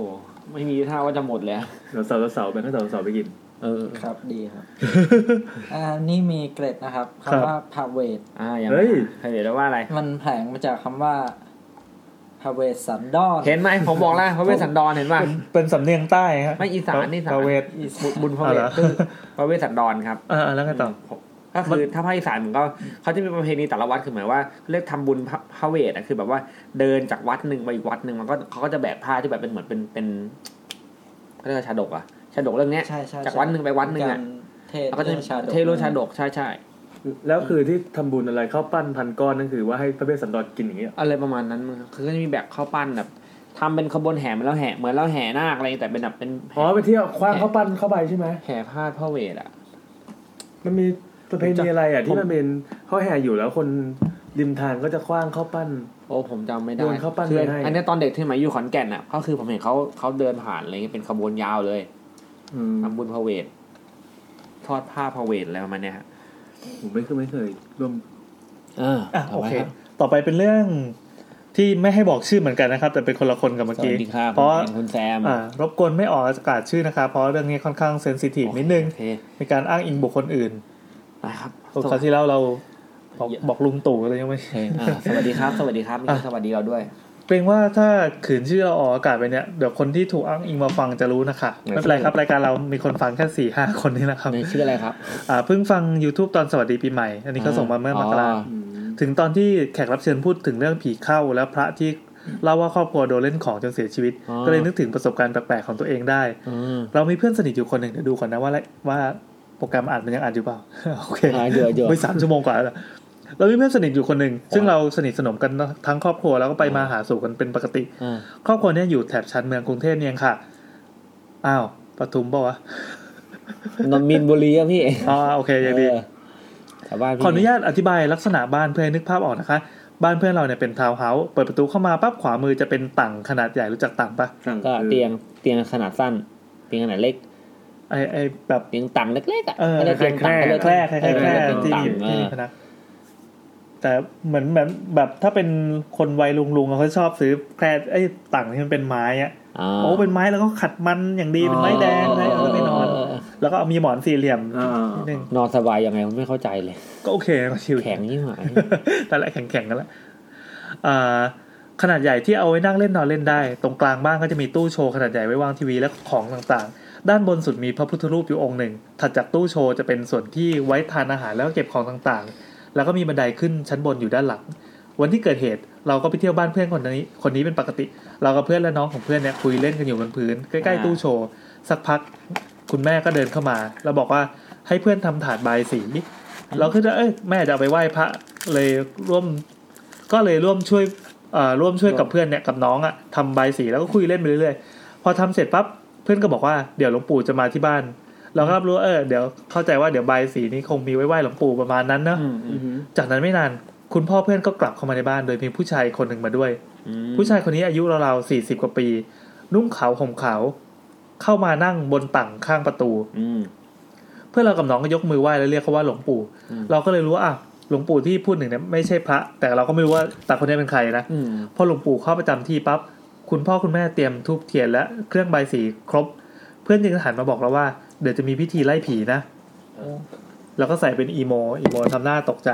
ไม่มีท่าว่าจะหมดเลยอะ เดี๋ยวเสาร์เสาร์ไปก็เสาร์เสาร์ไปกิน เออ ครับ ดี [LAUGHS] ครับ อ่านี่มีเกร็ดนะครับ ครับ คำว่าพาเวท อ่าอย่าง เฮ้ย เดี๋ยวว่าอะไร มันแผลงมาจากคำว่าพาเวทสันดอน เห็นไหมผมบอกแล้วพระเวสสันดรเห็นป่ะ เป็นสำเนียงใต้ฮะ ไม่อีสานนี่สาน ประเวท บุญพระเวท อ๋อเหรอ คือพระเวสสันดรครับ อ่าแล้วไงต่อ ก็คือถ้าภาคอีสานมันก็เขาจะมีประเพณีแต่ละวัดคือหมายว่าเรียกทำบุญพระพระเวทอะคือแบบว่าเดินจากวัดหนึ่งไปอีกวัดหนึ่งมันก็เขาก็จะแบกผ้าที่แบบเป็นเหมือนเป็นเป็นเขาเรียกว่าชาดกอะชาดกเรื่องเนี้ย ใช่ใช่ จากวัดหนึ่งไปวัดหนึ่งอะ เทศน์ แล้วก็จะ เรื่องชาดก เทศน์เรื่องชาดกใช่ใช่ แล้วคือที่ทำบุญอะไรข้าวปั้นพันก้อนนั่นคือว่าให้พระเวสสันดรกินอย่างเงี้ย อะไรประมาณนั้นมั้งคือก็จะมีแบบข้าวปั้นแบบทำเป็นขบวนแห่เหมือนเราแห่เหมือนเราแห่นาคอะไรแต่เป็นแบบเป็น อ๋อไปเที่ยวคว้างข้าวปั้นเข้าไปใช่ไหม แห่ผ้าพระเวทอะ มันมีประเพณีอะไรอ่ะที่มันเป็นเขาแห่อยู่แล้วคนริมทางก็จะคว้างข้าวปั้น โอ้ผมจำไม่ได้ โยนข้าวปั้น คือ ไปให้ อันเนี้ยตอนเด็กที่หมายอยู่ขอนแก่นอะก็คือผมเห็นเขาเขาเดินผ่านอะไรเงี้ยเป็นขบวนยาวเลยทำบุญพระเวททอดผ้าพระเวทอะไรประมาณเนี้ยฮะ ผมไม่เคยไม่เคยร่วม อ่ะโอเค ต่อไปเป็นเรื่องที่ไม่ให้บอกชื่อเหมือนกันนะครับ แต่เป็นคนละคนกับเมื่อกี้ สวัสดีครับ เพราะ ผมเป็นคุณแซม อ่ารบกวนไม่ออกอากาศชื่อนะครับ เพราะเรื่องนี้ค่อนข้างเซนซิทีฟนิดนึงมีการอ้างอิงบุคคลอื่น นะครับ คราวที่แล้วเราบอกบอกลุงตู่เลยยังไม่ใช่ อ่าสวัสดีครับ สวัสดีครับมีคนสวัสดีเราด้วย เกรงว่าถ้าขืนชื่อเราออกอากาศไปเนี่ยเดี๋ยวคนที่ถูกอ้างอิงมาฟังจะรู้นะคะ ไม่เป็นไรครับ รายการเรามีคนฟังแค่สี่ห้าคนนี่นะครับ ชื่ออะไรครับ อ่าเพิ่งฟัง YouTube ตอนสวัสดีปีใหม่ อันนี้เขาส่งมาเมื่อมกรา อ๋อ ถึงตอนที่แขกรับเชิญพูดถึงเรื่องผีเข้า และพระที่เล่าว่าครอบครัวโดนเล่นของจนเสียชีวิต อ๋อ ก็เลยนึกถึงประสบการณ์แปลกๆของตัวเองได้ เรามีเพื่อนสนิทอยู่คนหนึ่งเดี๋ยวดูก่อนนะว่าละว่าโปรแกรมอ่านมันยังอ่านอยู่เปล่า [LAUGHS] โอเค อ่านอยู่อ่านอยู่ ไสามชั่วโมงกว่าแล้ว เรามีเพื่อนสนิทอยู่คนหนึ่งซึ่งเราสนิทสนมกันทั้งครอบครัวแล้วก็ไปมาหาสู่กันเป็นปกติ ครอบครัวเนี้ยอยู่แถบชานเมืองกรุงเทพเนี่ยเองค่ะ อ้าวปทุมเปล่าวะ นนมินบุรีอะพี่ อ๋อโอเคอย่างดี ชาวบ้านพี่ ขออนุญาตอธิบายลักษณะบ้านเพื่อให้นึกภาพออกนะคะ บ้านเพื่อนเราเนี่ยเป็นทาวน์เฮาส์เปิดประตูเข้ามาปั๊บขวามือจะเป็นต่างขนาดใหญ่รู้จักต่างปะ ก็เตียงเตียงขนาดสั้นเตียงขนาดเล็ก ไอไอแบบ เตียงต่างเล็กๆอะ เออ ไม่ได้เตียงต่าง แคร่แคร่แคร่แคร่แคร่ เออ ที่ เตียงต่าง มี เอ ที่ อ มีพนักแต่เหมือนแบบแบบถ้าเป็นคนวัยลุงลุงๆอะเขาชอบซื้อแคร่ไอ้ต่างที่มันเป็นไม้อะโอ้เป็นไม้แล้วก็ขัดมันอย่างดีเป็นไม้แดงนะแล้วก็ไปนอน แล้วก็เอามีหมอนสี่เหลี่ยมนิดนึง นอนสบายยังไงผมไม่เข้าใจเลย ก็โอเคก็ชิว แข็งยิ่งหาย [LAUGHS] แต่นแหละแข็งๆกันแหละอ่าขนาดใหญ่ที่เอาไว้นั่งเล่นนอนเล่นได้ ตรงกลางบ้านก็จะมีตู้โชว์ขนาดใหญ่ไว้วางทีวีและของต่างๆ ด้านบนสุดมีพระพุทธรูปอยู่องค์หนึ่ง ถัดจากตู้โชว์จะเป็นส่วนที่ไว้ทานอาหารแล้วก็เก็บของต่างๆ แล้วก็มีบันไดขึ้นชั้นบนอยู่ด้านหลัง วันที่เกิดเหตุเราก็ไปเที่ยวบ้านเพื่อนคนนี้ คนนี้เป็นปกติ เรากับเพื่อนและน้องของเพื่อนเนี่ยคุยเล่นกันอยู่บนพื้นใกล้ๆตู้โชว์สักพัก คุณแม่ก็เดินเข้ามา แล้วบอกว่าให้เพื่อนทำถาดใบายสี เราก็จะเอ้ยแม่จะเอาไปไหว้พระเลยร่วม ก็เลยร่วมช่วยเอ่อร่วมช่วยกับเพื่อนเนี่ยกับน้องอะทำใบายสีแล้วก็คุยเล่นไปเรื่อยๆพอทำเสร็จปั๊บเพื่อนก็บอกว่าเดี๋ยวหลวงปู่จะมาที่บ้าน เราก็รับรู้ว่าเออเดี๋ยวเข้าใจว่าเดี๋ยวใบายสีนี้คงมีไว้ไหว้หลวงปู่ประมาณนั้นเนอะจากนั้นไม่นานคุณพ่อเพื่อนก็กลับเข้ามาในบ้าน โดยมีผู้ชายคนหนึ่งมาด้วย ผู้ชายคนนี้อายุราวๆสี่สิบกว่าปี นุ่งขาวห่มขาว เข้ามานั่งบนตั่งข้างประตู เพื่อนเรากับน้องก็ยกมือไหว้แล้วเรียกเขาว่าหลวงปู่ เราก็เลยรู้ว่าอ่ะหลวงปู่ที่พูดหนึ่งเนี่ยไม่ใช่พระ แต่เราก็ไม่รู้ว่าแต่คนนี้เป็นใครนะพอหลวงปู่เข้าประจำที่ปั๊บคุณพ่อคุณแม่เตรียมทูบเทียนและเครื่องใบายสีครบ เพื่อนจึงหันมาบอกเราว่าเดี๋ยวจะมีพิธีไล่ผีนะ แล้วก็ใส่เป็นอีโมอีโมทำหน้าตกใจ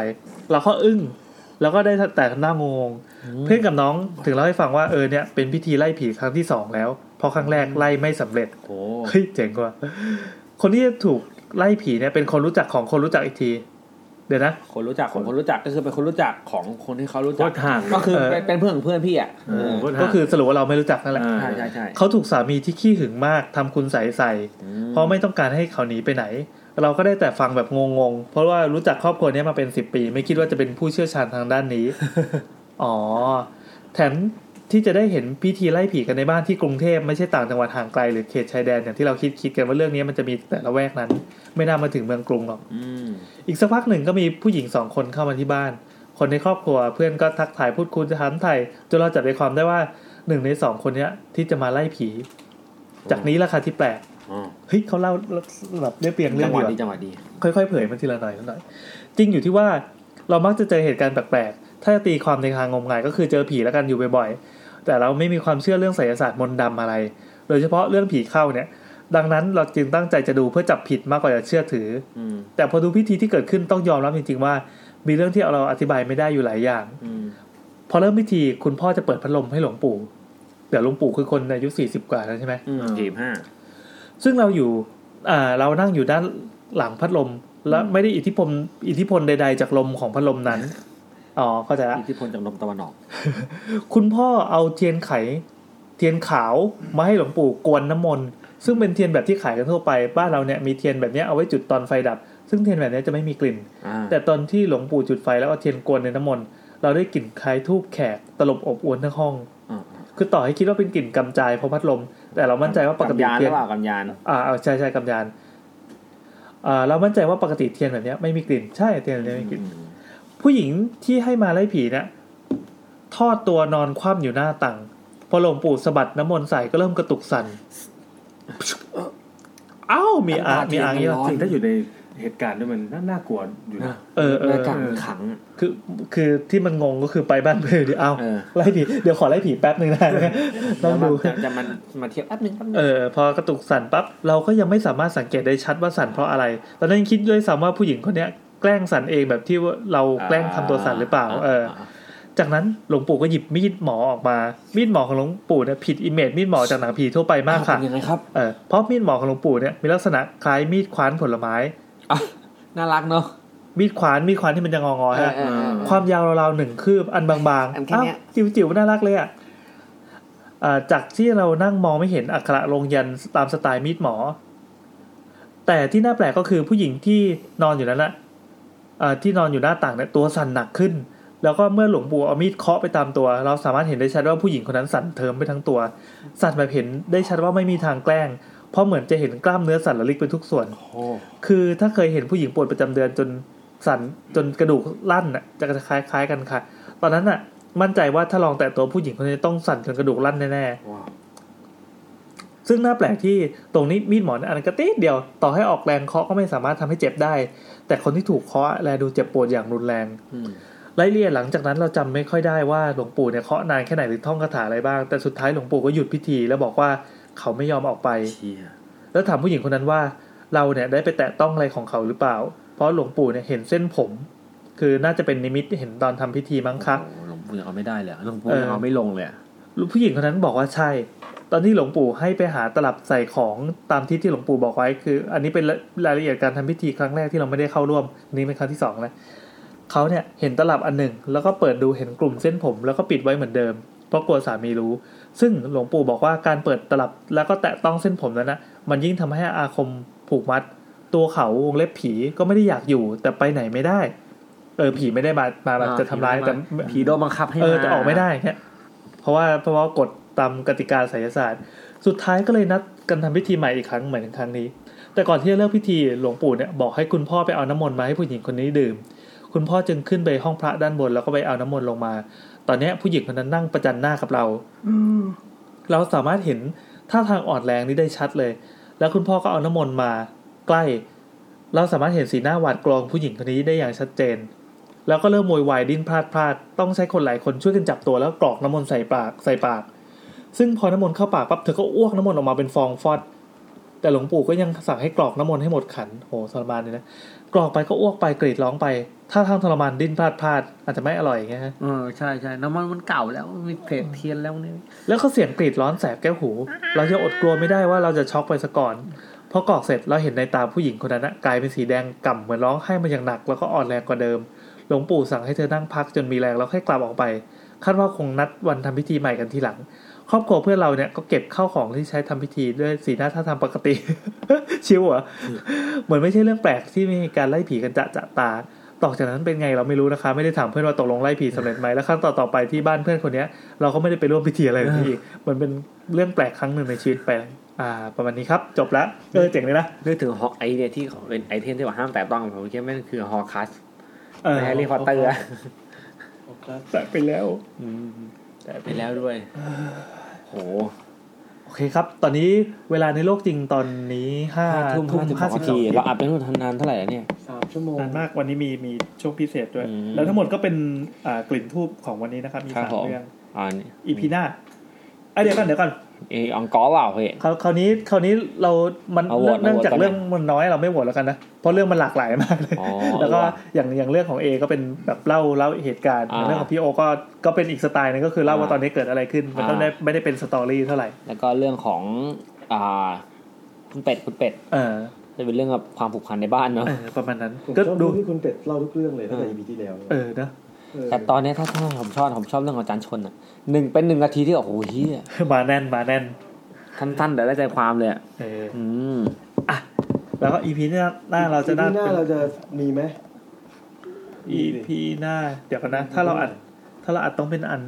เราก็อึ้ง แล้วก็ได้แต่ทำหน้างงๆเพื่อนกับน้องถึงเล่าให้ฟังว่าเออเนี่ยเป็นพิธีไล่ผีครั้งที่สองแล้วเพราะครั้งแรกไล่ไม่สำเร็จเฮ้ยเจ๋งกว่า คนที่ถูกไล่ผีเนี่ยเป็นคนรู้จักของคนรู้จักอีกที เดี๋ยวนะ คนรู้จักของคนรู้จักก็คือเป็นคนรู้จักของคนที่เขารู้จัก โคตรห่าง ก็คือ เออ เป็นเป็นเพื่อนของเพื่อนพี่อ่ะเออ ก็คือสรุปว่าเราไม่รู้จักนั่นแหละ ใช่ใช่ใช่ เขาถูกสามีที่ขี้หึงมากทำคุณใส่ใส่เพราะไม่ต้องการให้เขาหนีไปไหน เราก็ได้แต่ฟังแบบงงๆ เพราะว่ารู้จักครอบครัวเนี้ยมาเป็นสิบปี ไม่คิดว่าจะเป็นผู้เชี่ยวชาญทางด้าน [LAUGHS] นี้ อ๋อ แถมที่จะได้เห็นพิธีไล่ผีกันในบ้านที่กรุงเทพไม่ใช่ต่างจังหวัดห่างไกลหรือเขตชายแดนอย่างที่เราคิดคิดกันว่าเรื่องนี้มันจะมีแต่ละแวกนั้น ไม่น่ามาถึงเมืองกรุงหรอก อีกสักพักหนึ่งก็มีผู้หญิงสองคนเข้ามาที่บ้าน คนในครอบครัวเพื่อนก็ทักทายพูดคุยจะถามไทยจนเราจับใจความได้ว่าหนึ่งในสองคนเนี้ยที่จะมาไล่ผี จากนี้ราคาที่แปลกเฮ้ยเขาเล่าแบบเรียบเรียงเรื่อ จั ง งหวะ ว่า ดีจังหวะดี ค่อยๆ เผยมันทีละหน่อยละหน่อย จริงอยู่ที่ว่าเรามักจะเจอเหตุการณ์แปลกๆ ถ้าจะตีความในทางงมงายก็คือเจอผีแล้วกันอยู่บ่อยๆ แต่เราไม่มีความเชื่อเรื่องไสยศาสตร์มนต์ดำอะไร โดยเฉพาะเรื่องผีเข้าเนี่ย ดังนั้นเราจึงตั้งใจจะดูเพื่อจับผิดมากกว่าจะเชื่อถือ แต่พอดูพิธีที่เกิดขึ้นต้องยอมรับจริงๆว่า มีเรื่องที่เราอธิบายไม่ได้อยู่หลายอย่าง พอเริ่มพิธีคุณพ่อจะเปิดพัดลมให้หลวงปู่ เดี๋ยวหลวงปู่คือคนอายุสี่สิบกว่าแล้วใช่ไหม สี่ห้า ซึ่งเราอยู่อ่าเรานั่งอยู่ด้านหลังพัดลม และไม่ได้อิทธิพลอิทธิพลใด ๆ จากลมของพัดลมนั้น อ๋อเข้าใจละ อิทธิพลจากลมตะวันออก คุณพ่อเอาเทียนไข เทียนขาวมาให้หลวงปู่กวนน้ำมนต์ซึ่งเป็นเทียนแบบที่ขายกันทั่วไป บ้านเราเนี่ยมีเทียนแบบเนี้ยเอาไว้จุดตอนไฟดับ ซึ่งเทียนแบบเนี้ยจะไม่มีกลิ่น แต่ตอนที่หลวงปู่จุดไฟแล้วเอาเทียนกวนในน้ำมนต์เราได้กลิ่นคล้ายทูบแขกตลบอบอวนทั้งห้อง อ่า คือต่อให้คิดว่าเป็นกลิ่นกำจายเพราะพัดลม แต่เรามั่นใจว่าปกติ กำยานห เที รื ย อน เปล่ากำยาน อ่าเอาใช่ใช่กำยานอ่าเรามั่นใจว่าปกติเทียนแบบเนี้ยไม่มีกลิ่น ใช่เทียนแบบเนี้ยไม่มีกลิ่น ผู้หญิงที่ให้มาไล่ผีเนี่ยทอดตัวนอนคว่ำอยู่หน้าตังพอหลวงปู่สะบัดน้ำมนต์ใส่ก็เริ่มกระตุก [COUGHS] สั่นเอ้ามีอามีอาเยอะ จริงถ้าอยู่ในเหตุการณ์ด้วยมันน่าน่ากลัวอยู่นะ เออเออ หน้าต่างขัง คือคือที่มันงงก็คือไปบ้านเพื่อนดิเอ้าไล่ผีเดี๋ยวขอไล่ผีแป๊บหนึ่ง [LAUGHS] นะลองดู จะจะมันมาเทียบแป๊บนึงแป๊บนึง เออพอกระตุกสั่นปั๊บเราก็ยังไม่สามารถสังเกตได้ชัดว่าสั่นเพราะอะไรตอนนั้นยังคิดด้วยซ้ำว่าผู้หญิงคนเนี้ยแกล้งสั่นเองแบบที่ว่าเราแกล้งทำตัวสั่นหรือเปล่า เออ จากนั้นหลวงปู่ก็หยิบมีดหมอออกมา มีดหมอของหลวงปู่เนี่ยผิดอิมเมจมีดหมอจากหนังผีทั่วไปมากค่ะ ยังไงครับ เออเพราะมีดหมอของหลวงปู่เนี่ยมีลักษณะคล้ายมีดคว้านผลไม้ น่ารักเนาะ มีดขวานมีดขวานที่มันจะงองอๆฮะ เออเออเออ ความยาวราวๆหนึ่งคืบอันบางๆ อันแค่ อ้าว เนี้ย จิ๋วจิ๋วๆน่ารักเลยอ่ะเอ่อจากที่เรานั่งมองไม่เห็นอักขระลงยันต์ตามสไตล์มีดหมอ แต่ที่น่าแปลกก็คือผู้หญิงที่นอนอยู่นั้นแหละเอ่อที่นอนอยู่หน้าต่างเนี่ยตัวสั่นหนักขึ้น แล้วก็เมื่อหลวงปู่เอามีดเคาะไปตามตัว เราสามารถเห็นได้ชัดว่าผู้หญิงคนนั้นสั่นเทิมไปทั้งตัว สั่นแบบเห็นได้ชัดว่าไม่มีทางแกล้ง เพราะเหมือนจะเห็นกล้ามเนื้อสั่นระลิกไปทุกส่วน คือถ้าเคยเห็นผู้หญิงปวดประจำเดือนจนสั่นจนกระดูกลั่นน่ะจะคล้ายคล้ายๆกันค่ะ ตอนนั้นน่ะ มั่นใจว่าถ้าลองแตะตัวผู้หญิงคนนี้ต้องสั่นจนกระดูกลั่นแน่ๆซึ่งน่าแปลกที่ตรงนี้มีดหมอนอันนนกระติดเดียวต่อให้ออกแรงเคาะก็ไม่สามารถทำให้เจ็บได้ แต่คนที่ถูกเคาะแลดูเจ็บปวดอย่างรุนแรง ไล่เลี่ยหลังจากนั้นเราจำไม่ค่อยได้ว่าหลวงปู่เนี่ยเคาะนานแค่ไหนหรือท่องคาถาอะไรบ้าง แต่สุดท้ายหลวงปู่ก็หยุดพิธีแล้วบอกว่าเขาไม่ยอมออกไป แล้วถามผู้หญิงคนนั้นว่า เราเนี่ยได้ไปแตะต้องอะไรของเขาหรือเปล่า เพราะหลวงปู่เนี่ยเห็นเส้นผม คือน่าจะเป็นนิมิตเห็นตอนทำพิธีมั้งคะ หลวงปู่ยังเอาไม่ได้เลยอะหลวงปู่ เออ ยังเอาไม่ลงเลยอะ ผู้หญิงคนนั้นบอกว่าใช่ ตอนที่หลวงปู่ให้ไปหาตลับใส่ของตามที่ที่หลวงปู่บอกไว้ คือ อันนี้เป็นรายละเอียดการทำพิธีครั้งแรกที่เราไม่ได้เข้าร่วมอันนี้เป็นครั้งที่สองแล้วเขาเนี่ยเห็นตลับอันหนึ่ง แล้วก็เปิดดูเห็นกลุ่มเส้นผม แล้วก็ปิดไว้เหมือนเดิม เพราะกลัวสามีรู้ ซึ่งหลวงปู่บอกว่าการเปิดตลับแล้วก็แตะต้องเส้นผมนั้นนะมันยิ่งทำให้อาคมผูกมัด ตัวเขาวงเล็บผีก็ไม่ได้อยากอยู่ แต่ไปไหนไม่ได้ เออผีไม่ได้มามาแบบจะทำร้ายแต่ ผีโดนบังคับให้ เออ มา แต่ออกไม่ได้เนี่ยเพราะว่าเพราะว่ากฎตามกติกาไสยศาสตร์ สุดท้ายก็เลยนัดกันทำพิธีใหม่อีกครั้งเหมือนครั้งนี้ แต่ก่อนที่จะเลิกพิธีหลวงปู่เนี่ยบอกให้คุณพ่อไปเอาน้ำมนต์มาให้ผู้หญิงคนนี้ดื่ม คุณพ่อจึงขึ้นไปห้องพระด้านบนแล้วก็ไปเอาน้ำมนต์ลงมา ตอนเนี้ยผู้หญิงคนนั้นนั่งประจันหน้ากับเรา เราสามารถเห็นท่าทางอ่อนแรงนี้ได้ชัดเลย แล้วคุณพ่อก็เอาน้ำมนต์มาใกล้ เราสามารถเห็นสีหน้าหวาดกลัวของผู้หญิงคนนี้ได้อย่างชัดเจน แล้วก็เริ่มโวยวายดิ้นพลาดพลาดต้องใช้คนหลายคนช่วยกันจับตัวแล้วกรอกน้ำมนต์ใส่ปากใส่ปาก ซึ่งพอน้ำมนต์เข้าปากปั๊บเธอก็อ้วกน้ำมนต์ออกมาเป็นฟองฟอด แต่หลวงปู่ก็ยังสั่งให้กรอกน้ำมนต์ให้หมดขันโหทรมานเลยนะกรอกไปก็อ้วกไปกรีดร้องไปท่าทางทรมานดิ้นพลาดพลาดอาจจะไม่อร่อยอย่างเงี้ยฮะ เออใช่ใช่น้ำมันมันเก่าแล้วมีเพจเทียนแล้วเนี่ย แล้วก็เสียงกรีดร้อนแสบแก้วหู เราจะอดกลัวไม่ได้ว่าเราจะช็อกไปซะก่อน พอกรอกเสร็จเราเห็นในตาผู้หญิงคนนั้นนะกลายเป็นสีแดงก่ำเหมือนร้องไห้มาอย่างหนักแล้วก็อ่อนแรงกว่าเดิม หลวงปู่สั่งให้เธอนั่งพักจนมีแรงแล้วค่อยกลับออกไป คาดว่าคงนัดวันทำพิธีใหม่กันทีหลัง ครอบครัวเพื่อนเราเนี่ยก็เก็บข้าวของที่ใช้ทำพิธีด้วยสีหน้าท่าทางปกติ [LAUGHS] ชิวเหรอ เหมือนไม่ใช่เรื่องแปลกที่มีการไล่ผีกันจะจะตา ต่อจากนั้นเป็นไงเราไม่รู้นะคะ ไม่ได้ถามเพื่อนว่าตกลงไล่ผีสำเร็จไหมแล้วครั้งต่อๆไปที่บ้านเพื่อนคนเนี้ย เราก็ไม่ได้ไปร่วมพิธีอะไรแบบนี้อีกมันเป็นเรื่องแปลกครั้งหนึ่งในชีวิตไปอ่า ประมาณนี้ครับ จบละเออเจ๋งเลยนะ นึกถึงฮอกไอเนี่ยที่เขาเป็นไอเทมที่ว่าห้ามแตะต้องผมคิดว่ามันคือฮอคัส เออ ในแฮร์รี่พอตเตอร์อะ แตะไปแล้ว แตะไปแล้วด้วย โห โอเคครับ ตอนนี้เวลาในโลกจริงตอนนี้ห้า ทุ่ม ทุ่ม ห้า ห้าสิสิบบ ส ส อ อง ง เราอัดไปทั้งหมดนานเท่าไหร่อะเนี่ย สามชั่วโมงนานมากวันนี้มีมีช่วงพิเศษด้วย แล้วทั้งหมดก็เป็นอ่ากลิ่นทูบของวันนี้นะครับมี ครับ สาม ผม เรื่อง อ่านี่ อีพีหน้าอ่ะเดี๋ยวก่อนเดี๋ยวก่อน เออองกอเปล่าเฮ้ย คราวคราวนี้คราวนี้เรามัน เอาโหวต เนื่องจาก เอาโหวต เรื่องมันน้อยเราไม่โหวตแล้วกันนะเพราะเรื่องมันหลากหลายมากเลย อ๋อ แล้วก็ เอาว่ะ อย่างอย่างเรื่องของเอก็เป็นแบบเล่าเล่าเหตุการณ์ อ่า เรื่องของพี่โอก็ก็เป็นอีกสไตล์หนึงก็คือเล่าว่า อ่า ตอนนี้เกิดอะไรขึ้น มันก็ อ่า ได้ไม่ได้เป็นสตอรี่เท่าไหร่ แล้วก็เรื่องของ อ่า คุณเป็ดคุณเป็ด เออ จะเป็นเรื่องกับความผูกพันในบ้านเนาะ ประมาณนั้น ผมชอบดูที่คุณเป็ดเล่าทุกเรื่องเลยตั้งแต่ EP ที่แล้ว เออนะ แต่ตอนเนี้ยถ้าถ้าผมชอบผมชอบเรื่องของอาจารย์ชนอ่ะหนึ่งเป็นหนึ่งนาทีที่โอ้โหเฮีย มาแน่นมาแน่น ท่านๆแต่ได้ใจความเลยอะ เออ อืม แล้วก็อีพีหน้าหน้าเราจะน่า หน้า เป็น เราจะมีไหม EP หน้า เดี๋ยวกันนะ ถ้าเราอัด ถ้าเราอัดต้องเป็นอัน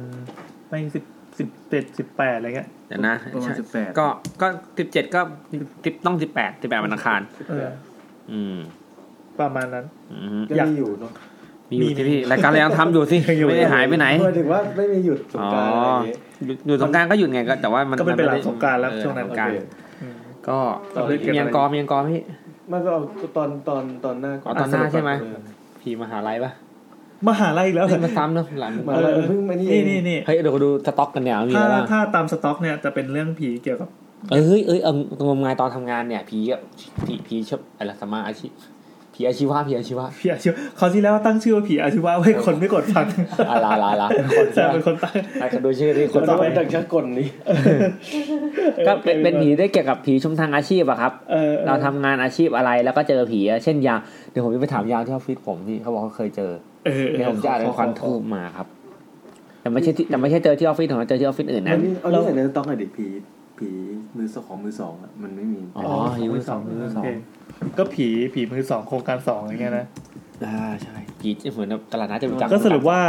ไม่สิบสิบเจ็ดสิบแปดอะไรเงี้ย เดี๋ยวนะ ประมาณ ใช่ 18 ก็ก็สิบเจ็ดก็สิบต้องสิบแปดสิบแปดวันอังคาร เออ อืม ประมาณนั้น อืม ก็มีอยู่เนาะ มีอยู่ที่พี่รายการเรายังทำอยู่สิไม่ได้หายไปไหน มายถึงว่าไม่มีหยุดสง อ๋อก รารอะไรอย่างเงี้ย หยุดหยุดสงกรารก็หยุดไงก็แต่ว่ามัน ก็เป็น มั หลั ไม่ ง ได้ สงกรารแล้ว เออ ช่วงนั้น สกราร โอเค ก็ ต่อเรื่องเกี่ยว มี กัยับอะไรงกอมียังกอพี่ มันก็เอาตอนตอนตอนหน้าก่ อ๋อตอนหน้าใช่ไหม เออ พี่มหาลัยปะ มหาลัยอีกแล้วเหรอ มาซ้ำเนาะหลัง มาแล้วเพิ่งมานี่ นี่ เอง นี่นี่ เฮ้ยเดี๋ยวดูสต็อกกันเนี่ยมี ถ้า อะไรบ้าง ถ้าตามสต็อกเนี่ยจะเป็นเรื่องผีเกี่ยวกับ [LAUGHS] เอ้ยเฮ้ยเอ้ยเอมงมงายตอนทำงานเนี่ยผีอะผีผีชอบอะไรสมมาอาชีพผีอาชีวะผีอาชีวะ ผีอาชีวะเขาวที่แล้วตั้งชื่อว่าผีอาชีวะไว้คนไม่กดฟัง อะลาลาลา แต่เป็นคนตั้ง ใครก็ดูชื่อที่ค คน น ต่ ต่ อ อ ไป ไป ดังชักกลนี่ ก็เป็นเป็นผีได้เกี่ยวกับผีชมทางอาชีพอะครับ เออ เราทำงานอาชีพอะไรแล้วก็เจอผีอะเช่นยามเดี๋ยวผมจะไปถามยามที่ออฟฟิศผมพี่เขาบอกเขาเคยเจอ เออ เดี๋ยวผมจะอ่านเป็นควันทูบมาครับ แต่ไม่ใช่ที่แต่ไม่ใช่เจอที่ออฟฟิศของเราเจอที่ออฟฟิศอื่น อั นะ นนี้เอาที่ใส่ในสต็อกหน่อยดิผีผีมือสองของมือสองอะมันไม่มี อ๋ออยู่มือสองมือสอง โเคก็ผีผีมือสองโครงการสองอย่างเงี้ยนะ อ่าใช่ผีเหมือนตลาดนัดจะจั ก็สรุปว่า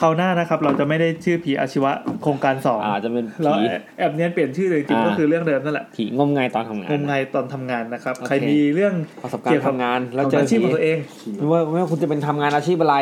คราวหน้านะครับ เราจะไม่ได้ชื่อผีอาชีวะโครงการสอง อ่าจะเป็น เรา ผี แอบเนี้ยเปลี่ยนชื่อเลยจริงๆ อ่า ก็คือเรื่องเดิมนั่นแหละ ผีงมงายตอนทำงาน งมงายตอนทำงานนะครับ โอเค ใครมีเรื่อง ประสบการณ์ทำงานแล้วเจอ อาชีพของตัวเอง ไม่ว่าไม่ว่าคุณจะเป็นทำงานอาชีพอะไร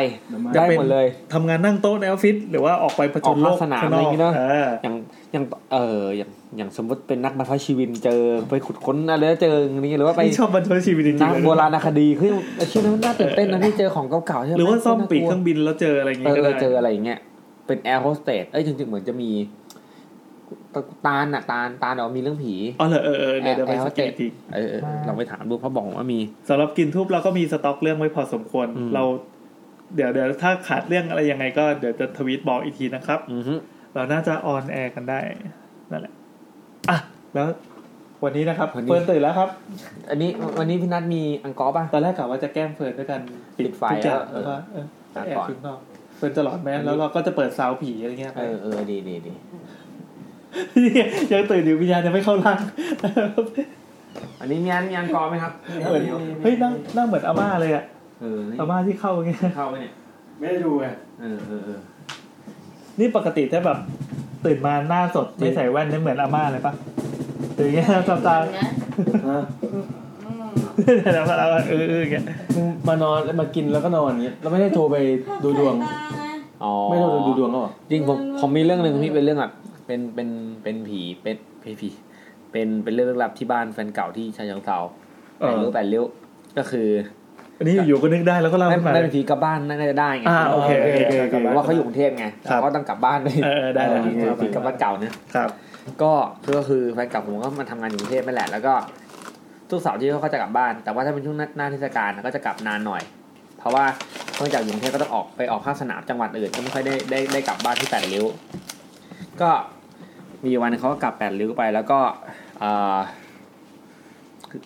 ได้หมดเลย ทำงานนั่งโต๊ะในออฟฟิศหรือว่าออกไปผจ ออก ญโล ภาค ก สนาม ข้าง อะ น ไรอ อย่าง ก งี้เนาะ เออ อย่างอย่างเอออย่างอย่างสมมติเป็นนักบรรพชีวินเจอไปขุดค้นอะไรแล้วเจออย่างนี้หรือว่าไป นี่ชอบบันทึกชีวิตจริงๆ นัก เลยนะ โบราณคดีเฮ้ยอาชีพนั้นน่าตื่นเต้นนะที่เจอของเก่าๆใช่ไหม หรือว่าซ่อมปีกเครื่องบินแล้วเจออะไรอย่าง เอ งี้ อ ก็ เอ ได้ อเจออะไรอย่างเงี้ย เป็นแอร์โฮสเตสเอ้ยจริงๆ เหมือนจะมีตตาลน่ะตาลตาลเดี๋ยวมีเรื่องผี อ๋อเหรอเออเออ แอ เดี๋ยวเดี๋ยวไป ร์โฮ ส สเต เก็ ส ตอีก เออเออเราไปถามดูเพราะบอกว่ามี สำหรับกินทุบเราก็มีสต็อกเรื่องไว้พอสมควร อืม เรา เดี๋ยวเดี๋ยวถ้าขาดเรื่องอะไรยังไงก็เดี๋ยวจะทวีตบอกอีกทีนะครับ อือฮึ เราน่าจะออนแอร์กันได้นั่นแหละอ่ะแล้ววันนี้นะครับ วัน เฟิ นี้ ร์นตื่นแล้วครับ อันนี้วันนี้พี่นัทมีอังกอร์ป่ะ ตอนแรกกะว่าจะแกล้งเฟิร์นด้วยกัน ปิดไฟ ทุกอย่าง แล้วเออตัแล้วก็เออด แอบ ก่อน ขึ้นนอกเฟิร์นจะหลอดแมสแล้วเราก็จะเปิดซาวผีอะไรเงี้ยไป เออเออดีดีดี เนี่ยยังตื่นอยู่วิญญาณยังไม่เข้าร่าง อันนี้มีอันมีอังกอร์ไหมครับ เหมือนเฮ้ยนั่งนั่งเหมือนอาม่าเลยอะ เออนี่ อาม่าที่เข้าอย่างเงี้ย เข้าไปเนี่ย ไม่ได้ดูไง เออเออเออ นี่ปกติถ้าแบบตื่นมาหน้าสดไม่ใส่แว่นนี่เหมือนอาม่าเลยปะตื่นอย่างเงี้ยตาตา ฮะ เดี๋ยวเราเออเอออย่างเงี้ย มึงมานอนแล้วมากินแล้วก็นอนอย่างเงี้ยเราไม่ได้โทรไปดูดวง อ๋อ ไม่ได้โทรดูดวงแล้วเหรอ จริงผมผมมีเรื่องหนึ่งพี่เป็นเรื่องแบบเป็นเป็นเป็นผีเป็นเป็นผีเป็นเป็นเรื่องลึกลับที่บ้านแฟนเก่าที่ชายงเซาแปดริ้วแปดริ้วก็คือ อันนี้อยู่ๆก็นึกได้แล้วก็เล่า ไม่ ขึ้นมา ไม่ เล เป็ ย นผีกลับบ้านนั่นก็จะได้ไง อ่าโอเคโอเคโอเค เพราะว่าเขาอยู่กรุงเทพไง ครับ เขาต้องกลับบ้านไป เออได้ได้ เออ ครับ ผีกลับบ้านเก่าเนี่ย ครับ ก็ก็คือแฟนเก่าผมก็มาทำงานอยู่กรุงเทพนั่นแหละแล้วก็ทุกเสาร์ที่เขาก็จะกลับบ้าน แต่ว่าถ้าเป็นช่วงหน้าหน้าเทศกาลก็จะกลับนานหน่อย เพราะว่าเนื่องจากอยู่กรุงเทพก็ต้องออกไปออกข้างสนามจังหวัดอื่นก็ไม่ค่อยได้ได้ได้กลับบ้านที่แปดริ้ว ก็มีวันหนึ่งเขาก็กลับแปดริ้วไปแล้วก็เอ่อ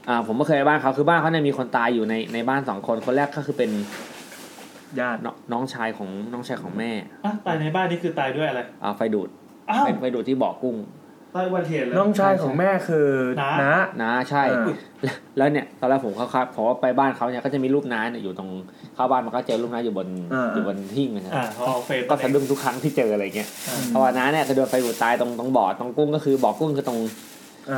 อ่าผมก็เคยไปบ้านเขาคือบ้านเขาเนี่ยมีคนตายอยู่ในในบ้านสองคนคนแรกก็คือเป็นญาตินน้องชายของน้องชายของแม่ อ่ะตายในบ้านนี่คือตายด้วยอะไร อ่าไฟดูด อ้าว ไฟไฟดูดที่บ่อกุ้ง ตายวันเหตุเลย น้องชายของแม่คือ น้า น้า นะใช่ อ่า แล้วแล้วเนี่ยตอนแรกผมเขาครับเพราะว่าไปบ้านเขาเนี่ยก็จะมีรูปน้าเนี่ยอยู่ตรงเข้าบ้านมันก็เจอรูปน้าอยู่บนอยู่บนหิ้งนะครับ อ่าพอเอาเฟรม ก็สะดุ้งทุกครั้งที่เจออะไรเงี้ยเพราะว่าน้าเนี่ยจะโดนไฟดูดตายตรงตรงบ่อตรงกุ้งก็คือบ่อกุ้งคือตรง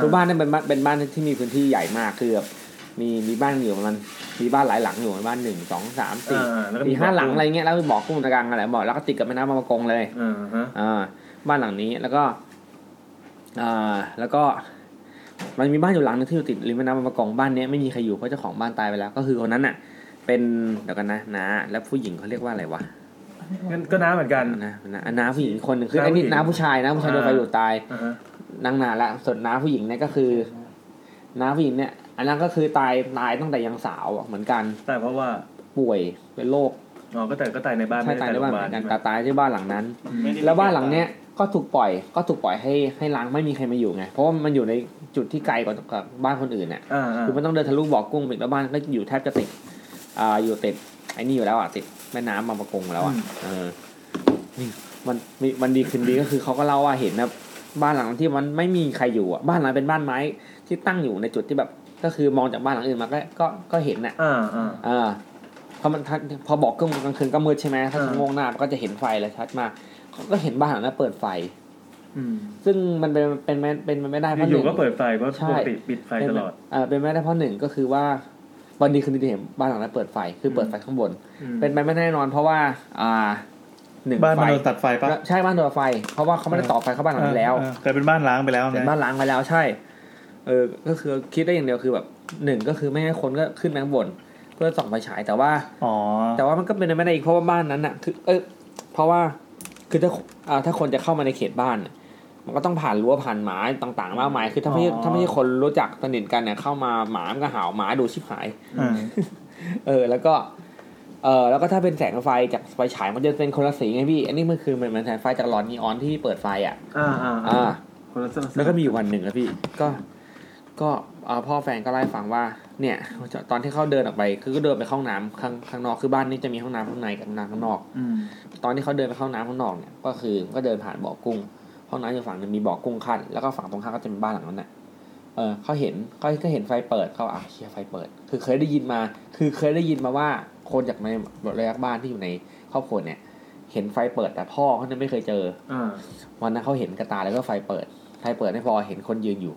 คือบ้านเนี่ยเป็นบ้านเป็นบ้านที่มีพื้นที่ใหญ่มากคือแบบมีมีบ้านอยู่ประมันมีบ้านหลายหลังอยู่บ้านหนึ่งสองสามสี่ อ่าแล้วก็มี มีห้า บ่อกุ้ง หลังอะไรเงี้ยแล้วมีบ่อกุ้งตะกลางอะไรบ่อแล้วก็ติดกับแม่น้ำบางประกงเลย อ่าฮะ อ่าบ้านหลังนี้แล้วก็อ่าแล้วก็มันมีบ้านอยู่หลังนึงที่อยู่ติดริมแม่น้ำบางประกงบ้านเนี้ยไม่มีใครอยู่เพราะเจ้าของบ้านตายไปแล้ว ก็คือคนนั้นน่ะ เป็นเดี๋ยวกันนะนาแล้วผู้หญิงเขาเรียกว่าอะไรวะ งั้นก็น้าเหมือนกัน นะนะน้าผู้หญิงอีกคนหนึ่งคือ น้า ไอ้ผู้นี่หญิง น้าผู้ชายน้าผู้ชายโดน อ่า ไฟดูดตาย อ่าฮะ นั่งนานละส่วนน้าผู้หญิงเนี่ยก็คือน้าผู้หญิงเนี่ย อันนั้นก็คือตายตายตั้งแต่ยังสาวอะเหมือนกัน แต่เพราะว่า ป่วยเป็นโรค อ๋อก็แต่ก็ตายในบ้าน ใช่ ไม่ได้ ตาย ตายในโรในงพ บ้ายาบาลนเหมือนกัใช่นไหม แต่ตายที่บ้านหลังนั้น อืม แล้วบ้านหลังเนี้ย ก็ถูกปล่อย ก็ถูกปล่อยให้ให้ล้างไม่มีใครมาอยู่ไง เพราะว่ามันอยู่ในจุดที่ไกลกว่ากับบ้านคนอื่นเนี่ยคือมันต้องเดินทะลุบ่อกุ้งไปอีกแล้วบ้านก็อยู่แทบจะติดอ่าอยู่ติดไอ้นี่อยู่แล้วอ่ะติดแม่น้ำบางประกงแล้วอ่ะเออนี่มันมีมันดีคืนดีก็คือเขาก็เล่าว่าเห็นนะบ้านหลังที่มันไม่มีใครอยู่อ่ะบ้านหลังเป็นบ้านไม้ที่ตั้งอยู่ในจุดที่แบบ ก็คือมองจากบ้านหลังอื่นมาก็ก็ก็เห็นน่ะ อ่าอ่า อ่า พอมันทัดพอบอกกลางกลางคืนก็มืดใช่ไหมถ้าชะโงงหน้ามันก็จะเห็นไฟเลยชัดมากก็เห็นบ้านหลังนั้นเปิดไฟ ซึ่งมันเป็นเป็นไม่เป็นไปไม่ได้เพราะห อ นึ่ ยู่ ง ๆก็เปิดไฟเพราะป ใช่ กติปิดไฟตลอด เป็นเอ่อเป็นไม่ได้เพราะหนึ่งก็คือว่าวันดีคืนดีเห็นบ้านหลังนั้นเปิดไฟคือเปิดไฟข้างบน อืม เป็นไปไม่แน่นอนเพราะว่า อ่าหนึ่ง บ้านมัน ไฟ โดนตัดไฟปะ ใช่บ้านโดนตัดไฟ เพราะว่าเขาไม่ได้ต่อไฟเข้าบ้านหลังนั้นแล้ว เออเออเกิดเป็นบ้านล้างไปแล้ว เป็นบ้านล้างไปแล้วใช่ เออ ก็คือคิดได้อย่างเดียวคือแบบหนึ่งก็คือไม่ให้คนก็ขึ้นไปข้างบน เพื่อส่องไฟฉายแต่ว่า อ๋อ แต่ว่ามันก็เป็นไปไม่ได้อีกเพราะว่าบ้านนั้นอ่ะคือเออเพราะว่าคือถ้าอ่าถ้าคนจะเข้ามาในเขตบ้านน่ะมันก็ต้องผ่านรั้วผ่านหมาต่างๆมากมายคือถ้าไม่ใช่ อ๋อ ถ้าไม่ใช่คนรู้จักสนิทกันเนี่ยเข้ามาหมามันก็เห่าหมาดูชิบหาย อ่า เออแล้วก็เออแล้วก็ถ้าเป็นแสงไฟจากไฟฉายมันจะเป็นคนละสีไงพี่ อันนี้มันคือมันเป็นแสงไฟจากหลอดนีออนที่เปิดไฟอ่ะ อ่าอ่า อ่า คนละส แล้วก็มีอยู่วันหนึ่งครับพี่ ก็ ก็อ่าพ่อแฟนก็เล่าให้ฟังว่า เนี่ย ตอนที่เขาเดินออกไป คือก็เดินไปเข้าห้องน้ำข้างข้างนอก คือบ้านนี้จะมีห้องน้ำข้างในกับห้องน้ำข้างนอก อืม ตอนที่เขาเดินไปเข้าห้องน้ำข้างนอกเนี่ย ก็คือก็เดินผ่านบ่อกุ้ง ห้องน้ำอยู่ฝั่งหนึงมีบ่อกุ้งขั้น แล้วก็ฝั่งตรงข้ามก็จะเป็นบ้านหลังนั้นน่ะ เออเขาเห็นเขาก็เห็นไฟเปิดเขาอ่ะเชียไฟเปิด คือเคยได้ยินมา คือเคยได้ยินมาว่าคนจากในระยะบ้านที่อยู่ในครอบครัวเนี่ย เห็นไฟเปิดแต่พ่อเขาเนี่ยไม่เคยเจอ อ่า วันนั้นเขาเห็นกระตาแล้วก็ไฟเปิด ไฟเปิดไม่พอเห็นคนยืนอยู่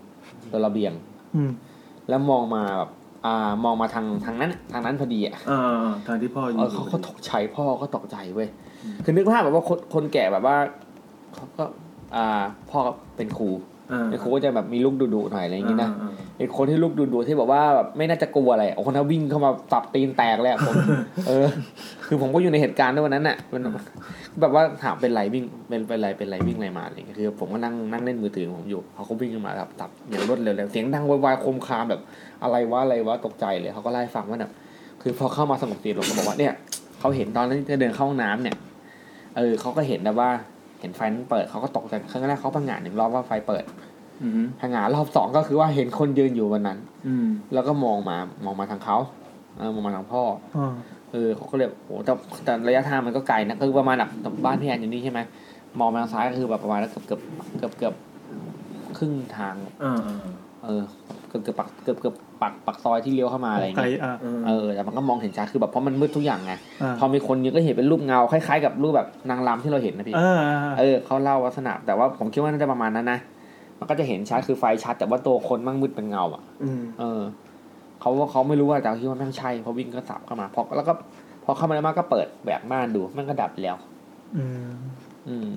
บนระเบียง อืม แล้วมองมาแบบอ่ามองมาทางทางนั้นทางนั้นพอดีอ่ะ อ่าทางที่พ่ออยู่ เออเขาเขาตกใจพ่อก็ตกใจเว้ยคือนึกภาพแบบว่าคนคนแก่แบบว่าเขาก็อ่าพ่อเป็นครู อ่า เป็นครูก็จะแบบมีลูกดุดุๆหน่อยอะไรอย่างงี้นะ อ่า ไอ้คนที่ลูกดุดุๆที่บอกว่าแบบไม่น่าจะกลัวอะไรโอ้คนนั้นวิ่งเข้ามาตับตีนแตกเลยอะผม เออ คือผมก็อยู่ในเหตุการณ์ด้วยวันนั้นน่ะมันแบบว่าถามเป็นไรวิ่งเป็นเป็นไรเป็นไรวิ่งอะไรมาอะไรอย่างเงี้ยคือผมก็นั่งนั่งเล่นมือถือของผมอยู่เขาก็วิ่งขึ้นมาแบบตับอย่างรวดเร็วเลยเสียงดังวายๆโคมคามแบบ อะไรวะอะไรวะตกใจเลยเขาก็ไล่าให้ฟังว่าแบบคือพอเข้ามาสงบสติเราก็บอกว่าเนี่ยเขาเห็นตอนนั้นที่เดินเข้าห้องน้ำเนี่ย เออเขาก็เห็นนะว่าเห็นไฟนั้นเปิดเขาก็ตกใจครั้งแรกเขาพังงานหนึ่งรอบว่าไฟเปิด อืม พังงานรอบสองก็คือว่าเห็นคนยืนอยู่วันนั้น อืม แล้วก็มองมามองมาทางเขาเออมองมาทางพ่อ อ่า เออเขาก็เลยโอ้แต่แต่ระยะทางมันก็ไกลนะก็คือประมาณแบบบ้านพี่แอนอยู่นี่ใช่ไหมมองไปทางซ้ายก็คือแบบประมาณเกือบเกือบเกือบเกือบครึ่งทาง อ่า เออเกือบเกือบปักเกือบเกือบปักปักซอยที่เลี้ยวเข้ามาอะไรอย่างเงี้ย ไกลอ่ะเออ เออแต่มันก็มองเห็นชัดคือแบบเพราะมันมืดทุกอย่างไง อ่า พอมีคนยืนก็เห็นเป็นรูปเงาคล้ายๆกับรูปแบบนางรำที่เราเห็นนะพี่ เออ เออเขาเล่าลักษณะแต่ว่าผมคิดว่าน่าจะประมาณนั้นนะมันก็จะเห็นชัดคือไฟชัด แต่ว่าตัวคนมั่งมืดเป็นเงาอ่ะ อืม เออเขาว่าเขาไม่รู้ว่าแต่คิดว่าแม่งใช่เพราะวิ่งก็สับเข้ามาพอแล้วก็พอเข้ามาแล้วมากก็เปิดแบบม่านดูมันก็ดับแล้ว อืม อืม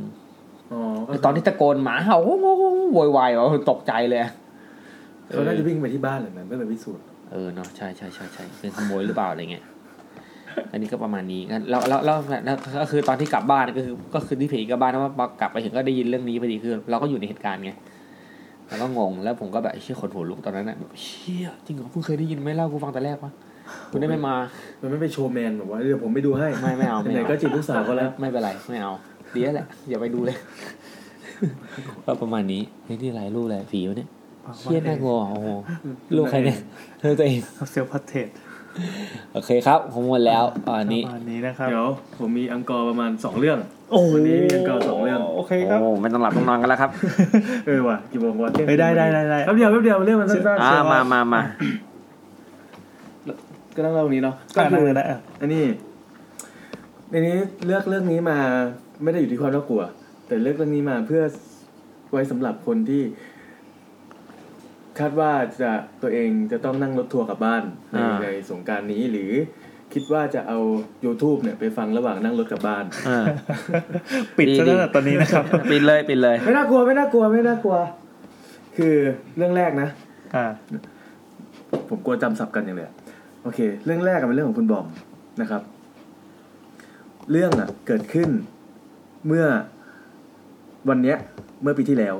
อ๋อก็ ตอนที่ตะโกนหมาเห่าโว้ยโว้ยโว้ยโวยวายเราตกใจเลย เขาน่าจะวิ่งไปที่บ้านหลังนั้นเพื่อไปพิสูจน์ เออเนาะใช่ใช่ใช่ใช่เป็นขโมยหรือเปล่าอะไรเงี้ยอันนี้ก็ประมาณนี้งั้นแล้วแล้วแล้วแล้วก็คือตอนที่กลับบ้านก็คือก็คือที่ผีกลับบ้านนะว่าพอกลับไปถึงก็ได้ยินเรื่องนี้พอดีคือ เราก็อยู่ในเหตุการณ์ไงแล้วก็งงแล้วผมก็แบบเชี่ยขนหัวลุกตอนนั้นน่ะแบบเชี่ยจริงเหรอเพิ่งเคยได้ยินไหมเล่ากูฟังแต่แรกวะกูได้ไม่มา มันไม่ไปโชว์แมนบอกว่าเดี๋ยวผมไปดูให้ ไม่ไม่เอาไม่ ไหน เอา ๆก็จีบลูกสาวเขาแล้ว ไม่เป็นไรไม่เอาดีแล้วแหละอย่าไปดูเลย ก็ประมาณนี้นี่ที่ไรรูปอะไรผีวะเนี่ยเชี่ยน่ากลัวโอ้โหลูกใครเนี่ยเธอตัวเอง เซลพัทเทส โอเคครับผมหมดแล้วอันนี้ อันนี้นะครับ เดี๋ยวผมมีอังกอร์ประมาณสองเรื่อง โอ้โห วันนี้มีอังกอร์สองเรื่อง โอเคครับ โอ้ไม่ต้องหลับต้องนอนกันแล้วครับ เออว่ะกี่โมงวะเที่ยง เอ้ยได้ได้ได้ได้ แป๊บเดียวแป๊บเดียวเรื่องมันสั้น อ่ามามามา ก็ต้องเล่าวันนี้เนาะ ก็นั่งเลยนะ อันนี้ในนี้เลือกเรื่องนี้มาไม่ได้อยู่ที่ความน่ากลัว แต่เลือกเรื่องนี้มาเพื่อไว้สำหรับคนที่ คาดว่าจะตัวเองจะต้องนั่งรถทัวร์กลับบ้านใน อ่า ในสงกรารนี้หรือคิดว่าจะเอา YouTube เนี่ย ไปฟังระหว่างนั่งรถกลับบ้าน เออ ปิดซะตั้งแต่ตอนนี้นะครับ ปิดเลยปิดเลย ไม่น่ากลัวไม่น่ากลัวไม่น่ากลัว คือเรื่องแรกนะ อ่า ผมกลัวจำสับกันอย่างเลยอะโอเค เรื่องแรกอะเป็นเรื่องของคุณบอมนะครับ เรื่องอะเกิดขึ้นเมื่อวันเนี้ย เมื่อปีที่แล้ว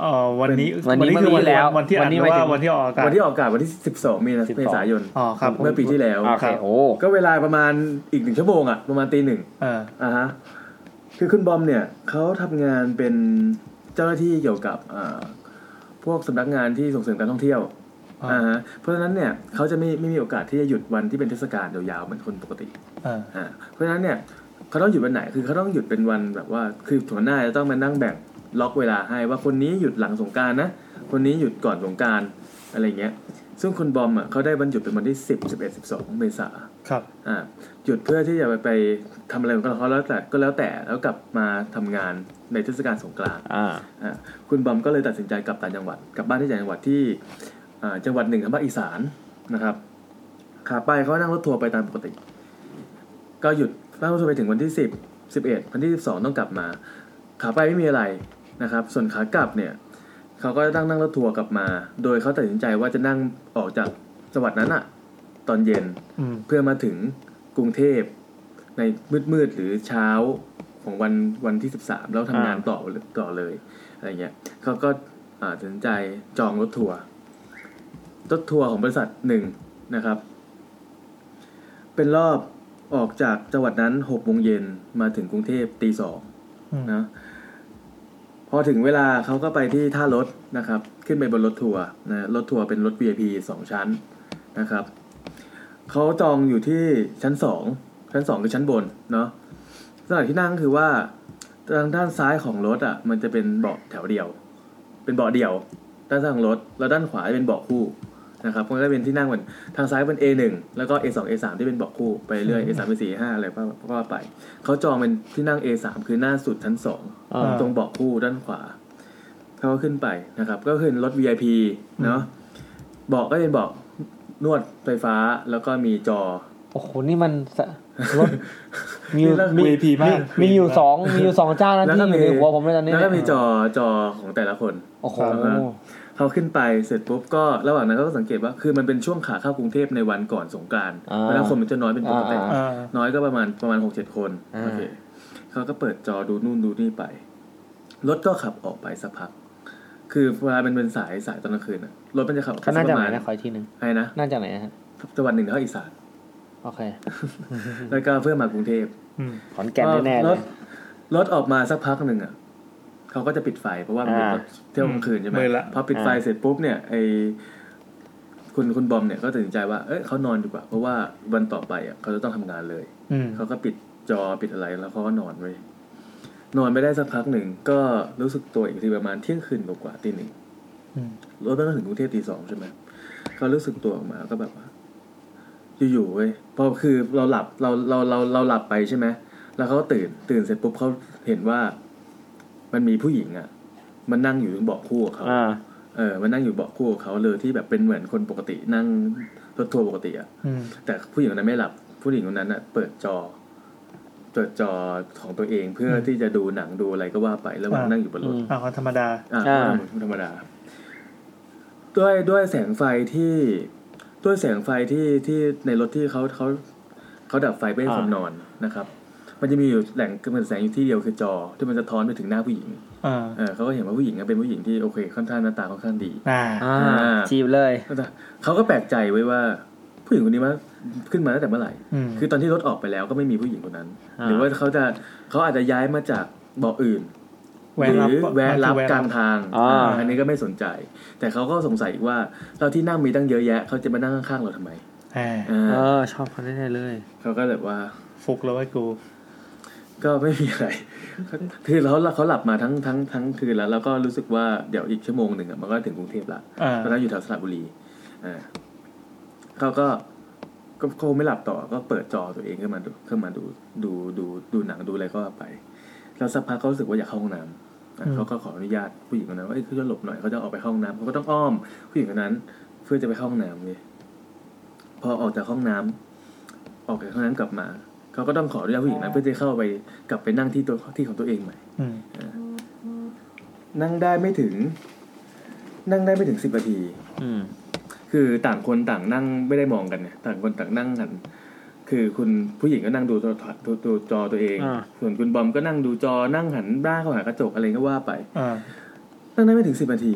เอ่อวันนี้ วันนี้ คือ วันนี้แล้ว วันที่ วั อั น น นี้หนี้มายถึ ว่าง วันที่ออกอากาศ วันที่ออกอากาศวันที่สิบสองมีนาเมษายน อ๋อครับ เมื่อปีที่แล้ว โอเค ครับ โอ้ ก็เวลาประมาณอีกหนึ่งชั่วโมงอะประมาณตีหนึ่ง เออ อ่าฮะ คือคุณบอมเนี่ยเขาทำงานเป็นเจ้าหน้าที่เกี่ยวกับอ่าพวกสำนักงานที่ส่งเสริมการท่องเที่ยวอ่าฮะเพราะฉะนั้นเนี่ยเขาจะไม่ไม่มีโอกาสที่จะหยุดวันที่เป็นเทศกาลยาวๆเหมือนคนปกติ อ่า อ่าเพราะฉะนั้นเนี่ยเขาต้องหยุดวันไหนคือเขาต้องหยุดเป็นวันแบบว่า คือหัวหน้าจะต้องมานั่งแบ่งล็อกเวลาให้ว่าคนนี้หยุดหลังสงกรารนะคนนี้หยุดก่อนสงกรารอะไรเงี้ย ซึ่งคุณบอมอ่ะเขาได้วันหยุดเป็นวันที่สิบสิบเอ็ดสิบสองเมษา ครับ อ่าหยุดเพื่อที่จะไปไปทำอะไรของเขาแล้วแต่ก็แล้วแต่แล้วกลับมาทำงานในเทศกาลสงกรานต์ อ่า อ่าคุณบอมก็เลยตัดสินใจกลับต่างจังหวัดกลับบ้านที่ต่างจังหวัดที่อ่าจังหวัดหนึ่งของภาคอีสานนะครับขาไปเขานั่งรถทัวร์ไปตามปกติ ก็หยุดนั่งรถทัวร์ไปถึงวันที่สิบสิบเอ็ดวันที่สิบสองต้องกลับมา ขาไปไม่มีอะไรนะครับ ส่วนขากลับเนี่ย เขาก็จะตั้งนั่งรถทัวร์กลับมา โดยเขาตัดสินใจว่าจะนั่งออกจากจังหวัดนั้นอะตอนเย็น อืม เพื่อมาถึงกรุงเทพในมืดๆหรือเช้าของวันวันที่สิบสามแล้วทำงาน อ่า ต่อต่อเลยอะไรเงี้ยเขาก็อ่าตัดสินใจจองรถทัวร์รถทัวร์ของบริษัทหนึ่งนะครับ เป็นรอบออกจากจังหวัดนั้นหกโมงเย็นมาถึงกรุงเทพตีสอง นะพอถึงเวลาเขาก็ไปที่ท่ารถนะครับ ขึ้นไปบนรถทัวร์นะรถทัวร์เป็นรถ VIP สองชั้นนะครับเขาจองอยู่ที่ชั้นสองชั้นสองคือชั้นบนเนาะสถานที่นั่งคือว่าทางด้านซ้ายของรถอ่ะ มันจะเป็นเบาะแถวเดียว เป็นเบาะเดียว ด้านซ้ายของรถ แล้วด้านขวาจะเป็นเบาะคู่นะครับมันก็จะเป็นที่นั่งเหมือนทางซ้ายเป็น A1 แล้วก็ A2 A3 ที่เป็นเบาะคู่ไปเรื่อย A3 A4 A5 อะไรก็ว่าไป เขาจองเป็นที่นั่ง A3 คือหน้าสุดชั้นสอง อ่า ตรงเบาะคู่ด้านขวา เขาก็ขึ้นไปนะครับ ก็ขึ้นรถ VIP เนาะเบาะก็เป็นเบาะนวดไฟฟ้าแล้วก็มีจอ โอ้โหนี่ [LAUGHS] มันสะรถ มี นี่เลิก มี VIP มาก มีอยู่สองมีอยู่สองเจ้านั้นที่อยู่ในหัวผมเลยตอนนี้ แล้วก็มีจอจอของแต่ละคน โอ้โห ครับเขาขึ้นไปเสร็จปุ๊บก็ระหว่างนั้นก็สังเกตว่าคือมันเป็นช่วงขาเข้ากรุงเทพในวันก่อนสงกรานต์ อ่า เพราะฉะนั้นคนมันจะน้อยเป็นปกติ อ่า น้อยก็ประมาณประมาณหกเจ็ดคนโอเคเขาก็เปิดจอดูนู่นดูนี่ไป รถก็ขับออกไปสักพัก คือเวลามันเป็นสายสายตอนกลางคืนอะรถมันจะขับออกไป เขา สั น่าก ป จะ ระ ไหน มาณ นะขออีกทีหนึ่ง ไอ้นะ น่าจะไหนนะฮะ จังหวัดหนึ่งเขาอีสาน โอเค [LAUGHS] แล้วก็เพื่อมากรุงเทพ อืมขอนแก่นแน่ๆเลย รถรถออกมาสักพักหนึ่งอ่ะเขาก็จะปิดไฟเพราะว่ามันเป็น อ่าร ถเที่ยวกลางคืนใช่ไหม มืดละ พอปิดไฟ อ่า เสร็จปุ๊บเนี่ยไอคุณคุณบอมเนี่ยก็ตัดสินใจว่าเอ้ยเขานอนดีกว่า เพราะว่าวันต่อไปอ่ะเขาจะต้องทำงานเลย อืม เขาก็ปิดจอปิดอะไรแล้วเขาก็นอนไปนอนไปได้สักพักหนึ่งก็รู้สึกตัวอีกทีประมาณเที่ยงคืนกว่าๆตีหนึ่ง อืม รถต้องถึงกรุงเทพตีสองใช่ไหมเขารู้สึกตัวออกมาก็แบบว่า อยู่ๆเว้ยพอคือเราหลับเราเราเราเราหลับไปใช่ไหมแล้วเขาตื่นตื่นเสร็จปุ๊บเขาเห็นว่ามันมีผู้หญิงอ่ะ มันนั่งอยู่ตรงเบาะคู่กับเขาเออ มันนั่งอยู่เบาะคู่กับเขาเลยที่แบบเป็นเหมือนคนปกติ นั่งรถทัวร์ปกติอ่ะ อืม แต่ผู้หญิงคนนั้นไม่หลับ ผู้หญิงคนนั้นน่ะเปิดจอ เปิดจอของตัวเองเพื่ออ ม ที่จะดูหนังดูอะไรก็ว่าไประหว่างนั่งอยู่บนรถ อ่าเขาธรรมดา อ่าธรรมดา ด้วยด้วยแสงไฟที่ด้วยแสงไฟที่ที่ในรถที่เขาเขาเขาดับไฟไม่ให้คน อ่าน น อนนะครับ มันจะมีอยู่แหล่งเหมือนแสงอยู่ที่เดียวคือจอ ที่มันจะท้อนไปถึงหน้าผู้หญิง อ่า เออเขาก็เห็นว่าผู้หญิงอะเป็นผู้หญิงที่โอเคค่อนข้างหน้าตาค่อนข้างดี อ่า อ่า จีบเลย เขาก็แปลกใจไว้ว่า ผู้หญิงคนนี้มาขึ้นมาตั้งแต่เมื่อไหร่ อืม คือตอนที่รถออกไปแล้วก็ไม่มีผู้หญิงคนนั้น อ่า หรือว่าเขาจะเขาอาจจะย้ายมาจากเบาะอื่น แวะ ห รับ รือแวะรับ แวะรับ กลางทาง อ่า อันนี้ก็ไม่สนใจ แต่เขาก็สงสัยอีกว่าเราที่นั่งมีตั้งเยอะแยะเขาจะมานั่งข้างๆเราทำไม แหม อ่า เออชอบเขาแน่ๆเลย เขาก็แบบว่า ฟุกแล้วไอ้กู ก็ไม่มีอะไร [LAUGHS] คือเขาเขาหลับมาทั้งทั้งทั้งคืนแล้ว แล้วก็รู้สึกว่าเดี๋ยวอีกชั่วโมงหนึ่งอะมันก็ถึงกรุงเทพละ อ่า ตอนนั้นอยู่แถวสระบุรีอ่าเขาก็ก็คงไม่หลับต่อ ก็เปิดจอตัวเองขึ้นมาดูขึ้นมาดูดูดูดูหนังดูอะไรก็ว่าไป แล้วสักพักเขารู้สึกว่าอยากเข้าห้องน้ำอ่ะ อืม เขาก็ขออนุญาตผู้หญิงคนนั้นว่าเอ้ยเขาจะหลบหน่อยเขาจะออกไปเข้าห้องน้ำเขาก็ต้องอ้อม ผู้หญิงคนนั้น เพื่อจะไปเข้าห้องน้ำเลยพอออกจากห้องน้ำออกจากห้องน้ำกลับมาเขาก็ต้องขออนุญาตผู้หญิงนั้นเพื่อจะเข้าไปกลับไปนั่งที่ตัวที่ของตัวเองใหม่ อืม นั่งได้ไม่ถึง นั่งได้ไม่ถึงสิบนาที คือต่างคนต่างนั่งไม่ได้มองกันเนี่ยต่างคนต่างนั่งกัน คือคุณผู้หญิงก็นั่งดูโทรทัศน์ดูดูจอตัวเอง อ่า ส่วนคุณบอมก็นั่งดูจอนั่งหันบ้าเข้าหากระจกอะไรก็ว่าไป อ่า นั่งได้ไม่ถึงสิบนาที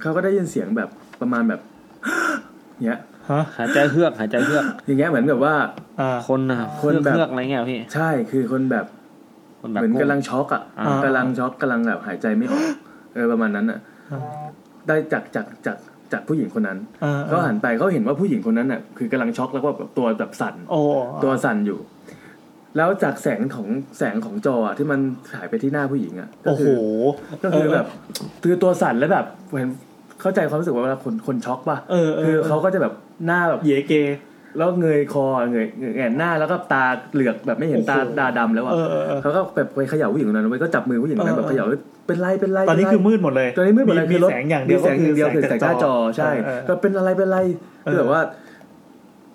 เขาก็ได้ยินเสียงแบบประมาณแบบ [GASPS] เนี้ย หายใจเฮือกหายใจเฮือก อย่างเงี้ยเหมือนแบบว่า คนนะ คนแบบ เฮือกๆอะไรเงี้ยพี่ ใช่คือคนแบบ มัน เห แบบ มือนกำลังช็อกอ่ะ อ่าก ำลังช็อกกำลังแบบหายใจไม่ออกเออประมาณนั้นอ่ะ ได้จากจากจากจากผู้หญิงคนนั้น อ่าอ่า เขาหันไปเขาเห็นว่าผู้หญิงคนนั้นอ่ะ คือกำลังช็อกแล้วก็แบบตัวแบบสั่น โอ้ ตัวสั่นอยู่ แล้วจากแสงของแสงของจออะที่มันฉายไปที่หน้าผู้หญิงอ่ะก็ โอ้ คื โห ก็คือแบบคือตัวสั่นแล้วแบบเหมือนเข้าใจความรู้สึกว่าเวลาคนคนช็อกป่ะ เออเออ คือเขาก็จะแบบหน้าแบบ เยเก แล้วเงยคอเงยเงยแอนหน้าแล้วก็ตาเหลือกแบบไม่เห็นตาตาดำแล้วอ่ะ เออเออเออ เขาก็แบบไปเขย่าผู้หญิงคนนั้นไว้ก็จับมือผู้หญิงคนนั้น เอ แบ อเอบอ เขย่าเป็นไรเป็นไร ตอนนี้ เป็ คื ไร อมืดหมดเลย ตอนนี้มืดหมดเลย มี คือรถ แสงอย่างเดียว มีแสงอย่างเดียวคือแสงหน้าจอใช่ เออ ก็เป็นอะไรเป็นอะไร เออ คือแบบว่า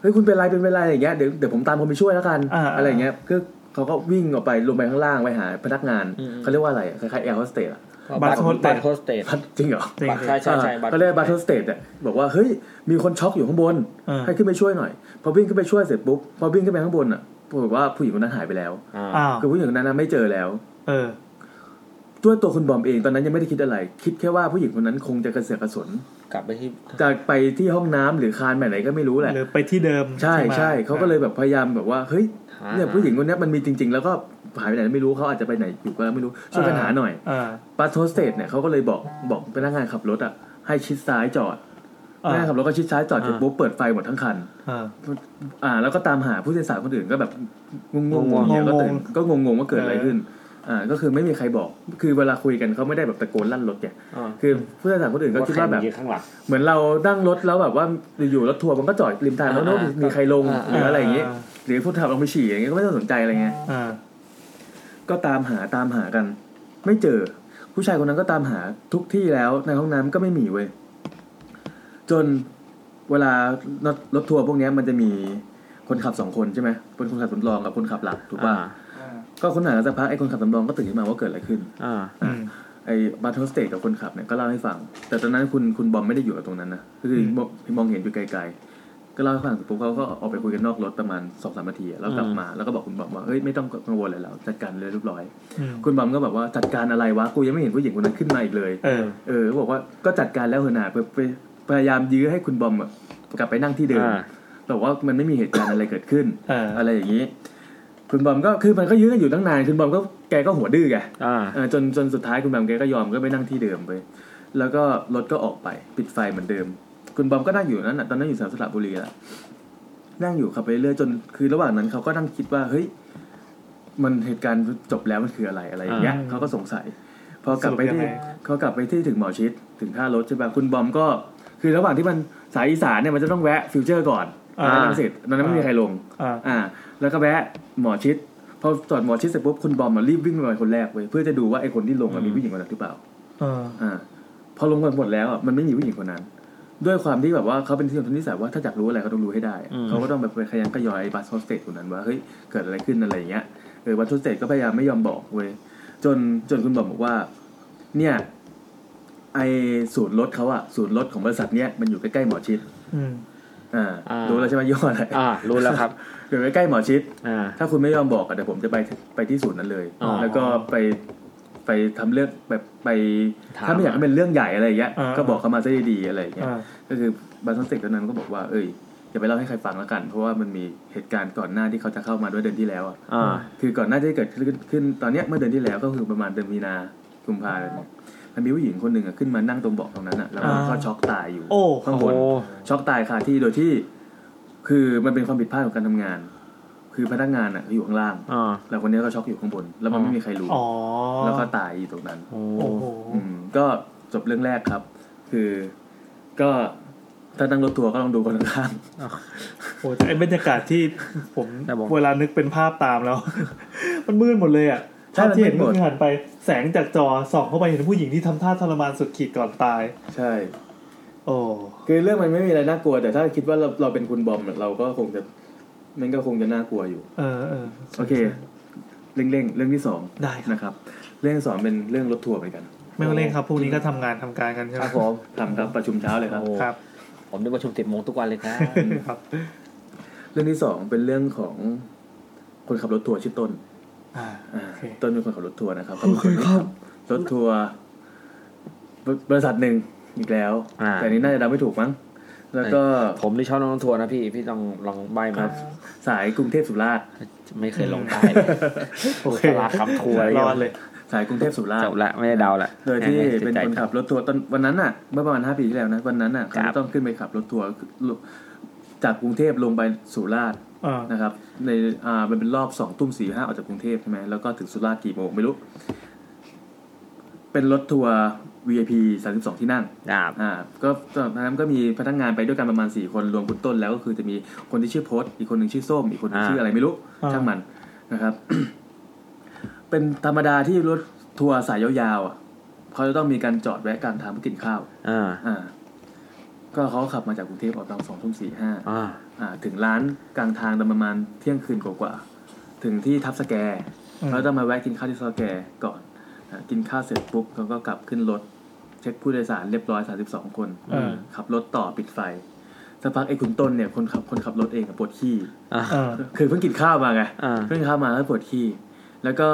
เฮ้ยคุณเป็นไรเป็นเป็นไรอะไรอย่างเงี้ยเดี๋ยวเดี๋ยวผมตามคนไปช่วยแล้วกัน อ่า อะไรอย่างเงี้ยคือเขาก็วิ่งออกไปลงไปข้างล่างไปหาพนักงานเขาเรียกว่าอะไรอะคล้ายๆแอร์โฮสเตสอะ บัตรโฮสเตสบัตรโฮสเตส จริงเหรอ จริงใช่ใช่ใช่บัตร เขาเรียกบัตรโฮสเตสอะบอกว่าเฮ้ยมีคนช็อกอยู่ข้างบน อ่า ให้ขึ้นไปช่วยหน่อย พอวิ่งขึ้นไปช่วยเสร็จปุ๊บพอวิ่งขึ้นไปข้างบนอะปรากฏว่าผู้หญิงคนนั้นหายไปแล้ว อ้าว คือผู้หญิงคนนั้นนะไม่เจอแล้ว เออ ด้วยตัวคุณบอมเองตอนนั้นยังไม่ได้คิดอะไร คิดแค่ว่าผู้หญิงคนนั้นคงจะกระเสือกกระสน กลับไปที่ จะไปที่ห้องน้ำหรือคานแบบไหนก็ไม่รู้แหละ หรือไปที่เดิม ใช่ ที่มา ใช่เขาก็เลยแบบพยายามแบบว่าเฮ้ย หา เนี่ยผู้หญิงคนเนี้ยมันมีจริง ๆ แล้วก็หายไปไหนไม่รู้เขาอาจจะไปไหนอยู่ก็ไม่รู้ช่วยกันหาหน่อย อ่า ปาโทสเตดเนี่ยเขาก็เลยบอกบอกพนักงานขับรถอ่ะให้ชิดซ้ายจอดพ อ่า นักงานขับรถก็ชิดซ้ายจอดเสร็จปุ๊บเปิดไฟหมดทั้งคัน อ่า อ่า แล้วก็ตามหาผู้โดยสารคนอื่นก็แบบงงๆ งงๆ เหี่ยวก็ตื่น งงๆ ก็งงๆว่าเกิดอะไร เออ ขึ้น อ่า ก็คือไม่มีใครบอก คือเวลาคุยกันเขาไม่ได้แบบตะโกนลั่นรถไงคือผู้โดยสารคนอื่นก็คิดว่าแบบ ใรมีข้างหลัง เหมือนเรานั่งรถแล้วแบบว่าอยู่ๆรถทัวร์มันก็จอดริมทางแล้วโน้ม อ่ามี มีใครลง อ่า หรืออะไรอย่างงี้ อ่า หรือผู้ขับลงไปฉี่อย่างเงี้ยก็ไม่ต้องสนใจอะไรเงี้ยก็ตามหาตามหากัน ไม่เจอ ผู้ชายคนนั้นก็ตามหาทุกที่แล้วในห้องน้ำก็ไม่มีเว้ยจนเวลารถรถทัวร์พวกเนี้ยมันจะมีคนขับสองคนใช่ไหมเป็นคนขับสำรองกับคนขับหลักถูกป่ะก็คนหากันสักพักไอ้คนขับสำรองก็ตื่นขึ้นมาว่าเกิดอะไรขึ้น อ่า ไอ้บัตโทสเตกกับคนขับเนี่ยก็เล่าให้ฟัง แต่ตอนนั้นคุณคุณบอมไม่ได้อยู่กับตรงนั้นนะก็คือมองมองเห็นอยู่ไกลๆ ก็เล่าให้ฟังเสร็จปุ๊บเขาก็ออกไปคุยกันนอกรถประมาณสองสามนาทีอะแล้วกลับ อืม มาแล้วก็บอกคุณบอมว่าเฮ้ยไม่ต้องกังวลอะไรแล้วจัดการเลยเรียบร้อย อืม คุณบอมก็แบบว่าจัดการอะไรวะกูยังไม่เห็นผู้หญิงคนนั้นขึ้นมาอีกเลย เออ เออบอกว่าก็จัดการแล้วเหอะนาไปไปพยายามยื้อให้คุณบอมอะกลับไปนั่งที่เดิมบอกว่ามันไม่มีเหตุการณ์อะไรเกิดขึ้นอะไรอย่างนี้ คุณบอมก็คือมันก็ยื้อกันอยู่ตั้งนานคุณบอมก็แกก็หัวดื้อไงเออจนจนสุดท้ายคุณบอมแกก็ยอมก็ไปนั่งที่เดิมไปแล้วก็รถก็ออกไปปิดไฟเหมือนเดิม คุณบอมก็นั่งอยู่นั่นน่ะตอนนั้นอยู่แถวสระบุรีละนั่งอยู่ขับไปเรื่อยจนคือระหว่างนั้นเขาก็นั่งคิดว่าเฮ้ยมันเหตุการณ์จบแล้วมันคืออะไรอะไรอย่างเงี้ย อ่า เขาก็สงสัย พอกลับไป สรุปยัง ที่ ไง เขากลับไปที่ถึงหมอชิดถึงท่ารถใช่ปะคุณบอมก็คือระหว่างที่มันสายอีสานเนี่ยมันจะต้องแวะฟิวเจอร์ก่อนแล้วก็ลังสิตตอนนั้นไม่มีใครลง อ่า อ่าแล้วก็แวะหมอชิดพอจอดหมอชิดเสร็จปุ๊บคุณบอมมารีบวิ่งไปคนแรกเว้ยเพื่อจะดูว่าไอ้คนที่ลงอะมีผู้หญิงคนนั้นหรือเปล่า อ่า อ่า พอลงกันหมดแล้วอะมันไม่มีผู้หญิงคนนั้น ด้วยความที่แบบว่าเขาเป็นที่ของทนิสัยว่าถ้าอยากรู้อะไรเขาต้องรู้ให้ได้อะ อืม เขาก็ต้องแบบไปขยันขยอยไอ้บัสโฮสเตสคนนั้นว่าเฮ้ยเกิดอะไรขึ้นอะไรอย่างเงี้ยเออบัสโฮสเตสก็พยายามไม่ยอมบอกเว้ยจนจนคุณบอมบอกว่า เนี่ย ไอศูนย์รถเขาอะศูนย์รถของบริษัทเนี้ยมันอยู่ใกล้ๆหมอชิด อืม อ่ารู้แล้วใช่ไหมย่ออะไร อ่ารู้แล้วครับ เดี๋ยวใกล้ๆหมอชิด อ่า ถ้าคุณไม่ยอมบอกอะเดี๋ยวผมจะไปไปที่ศูนย์นั้นเลย อ๋อ แล้วก็ไปไปทำเรื่องแบบไป ถาม ถ้าไม่อยากให้เป็นเรื่องใหญ่อะไรอย่างเงี้ย อ่า ก็บอกเขามาซะดีๆอะไรอย่างเงี้ย อ่า ก็คือบาสเซ็กตอนนั้นก็บอกว่าเอ้ยอย่าไปเล่าให้ใครฟังแล้วกัน เพราะว่ามันมีเหตุการณ์ก่อนหน้าที่เขาจะเข้ามาด้วยเดือนที่แล้วอะ อ่า คือก่อนหน้าที่เกิดขึ้นขึ้นตอนเนี้ยเมื่อเดือนที่แล้วก็คือประมาณเดือนมีนาคุมภาพันธ์เนี่ยมันมีผู้หญิงคนหนึ่งอะขึ้นมานั่งตรงเบาะตรงนั้นอะแล้วมันก็ อ่า ช็อกตายอยู่ โอ้ ข้างบนช็อกตายคาที่โดยที่ คือมันเป็นความผิดพลาดของการทำงาน คือพนักงานอ่ะเขาอยู่ข้างล่าง อ่า แล้วคนนี้ก็ช็อกอยู่ข้างบน แล้วมันไม่มีใครรู้ อ๋อ แล้วก็ตายอยู่ตรงนั้น โอ้โห อืมก็จบเรื่องแรกครับ คือก็ถ้านั่งรถทัวร์ก็ลองดูคนข้างๆ โอ้แต่ไอ้บรรยากาศที่ผมเวลานึกเป็นภาพตามแล้ว [LAUGHS] มันมืดหมดเลยอ่ะ ใช่ ภาพที่ มันมื เห็ ด นก็หมดคือหันไป แสงจากจอส่องเข้าไปเห็นผู้หญิงที่ทำท่าทรมานสุดขีดก่อนตาย ใช่ โอ้ คือเรื่องมันไม่มีอะไรน่ากลัว แต่ถ้าคิดว่าเราเราเป็นคุณบอมเนี่ยเราก็คงจะมันก็คงจะน่ากลัวอยู่ เออเออ โอเคเร่งๆเรื่องที่สอง ได้ นะครับ เรื่องที่สองเป็นเรื่องรถทัวร์เหมือนกัน ไม่ต้องเร่งครับพรุ่งนี้ก็ทำงานทำการกันใช่ไหม ครับผมทำครับประชุมเช้าเลยครับ ครับ ผมได้ประชุมสิบโมงทุกวันเลย [LAUGHS] ครับ เรื่องที่สองเป็นเรื่องของคนขับรถทัวร์ชื่อต้น อ่า อ่าต้นเป็นคนขับรถทัวร์นะครับขัรถทัวร์บริษัทหนึ่งอีกแล้ว แต่อันนี้น่าจะเดาไม่ถูกมั้ง แล้วก็ ผมที่ชอบน้องทัวร์นะพี่ พี่ต้องลองใบมา สายกรุงเทพสุราษฎร์ ไม่เคยลงใต้เลยโอเคลาคำทัวร์ รอดเลย สายกรุงเทพสุราษฎร์ จบละไม่ได้เดาละ โดยที่ แหม่ เป็น ใจ คนขับรถทัวร์ตอนวันนั้นน่ะเมื่อประมาณห้าปีที่แล้วนะวันนั้นน่ะเขาต้องขึ้นไปขับรถทัวร์จากกรุงเทพลงไปสุราษฎร์ อ่า นะครับ ในอ่ามันเป็นรอบสองทุ่มสี่ห้าออกจากกรุงเทพใช่ไหมแล้วก็ถึงสุราษฎร์กี่โมงไม่รู้ เป็นรถทัวร์ VIP 32 ที่นั่งอ่า ก็ตอนนั้นก็มีพนักงานไปด้วยกันประมาณ 4 คนรวมคุณต้นแล้วก็คือจะมีคนที่ชื่อโพสต์อีกคนหนึ่งชื่อส้ม อีกคนหนึ่ง อ่า ชื่ออะไรไม่รู้ ช่างมันนะครับ [COUGHS] เป็นธรรมดาที่รถทัวร์สายยาวๆอ่ะเขาจะต้องมีการจอดแวะกลางทางเพื่อกินข้าว อ่า อ่า ก็เขาขับมาจากกรุงเทพออกตอนสองทุ่มสี่ห้า อ่า อ่า ถึงร้านกลางทางตอนประมาณเที่ยงคืนกว่าๆถึงที่ทับสแก อืม เขาต้องมาแวะกินข้าวที่ทับสแกก่อนอ่ากินข้าวเสร็จปุ๊บเขาก็กลับขึ้นรถ เช็คผู้โดยสารเรียบร้อยสามสิบสองคน อ่า ขับรถต่อปิดไฟสักพักไอ้คุณต้นเนี่ยคนขับคนขับรถเองอะปวดขี้คือเพิ่งกินข้าวมาไงเพิ่งกินข้าวมาแล้วปวดขี้แล้วก็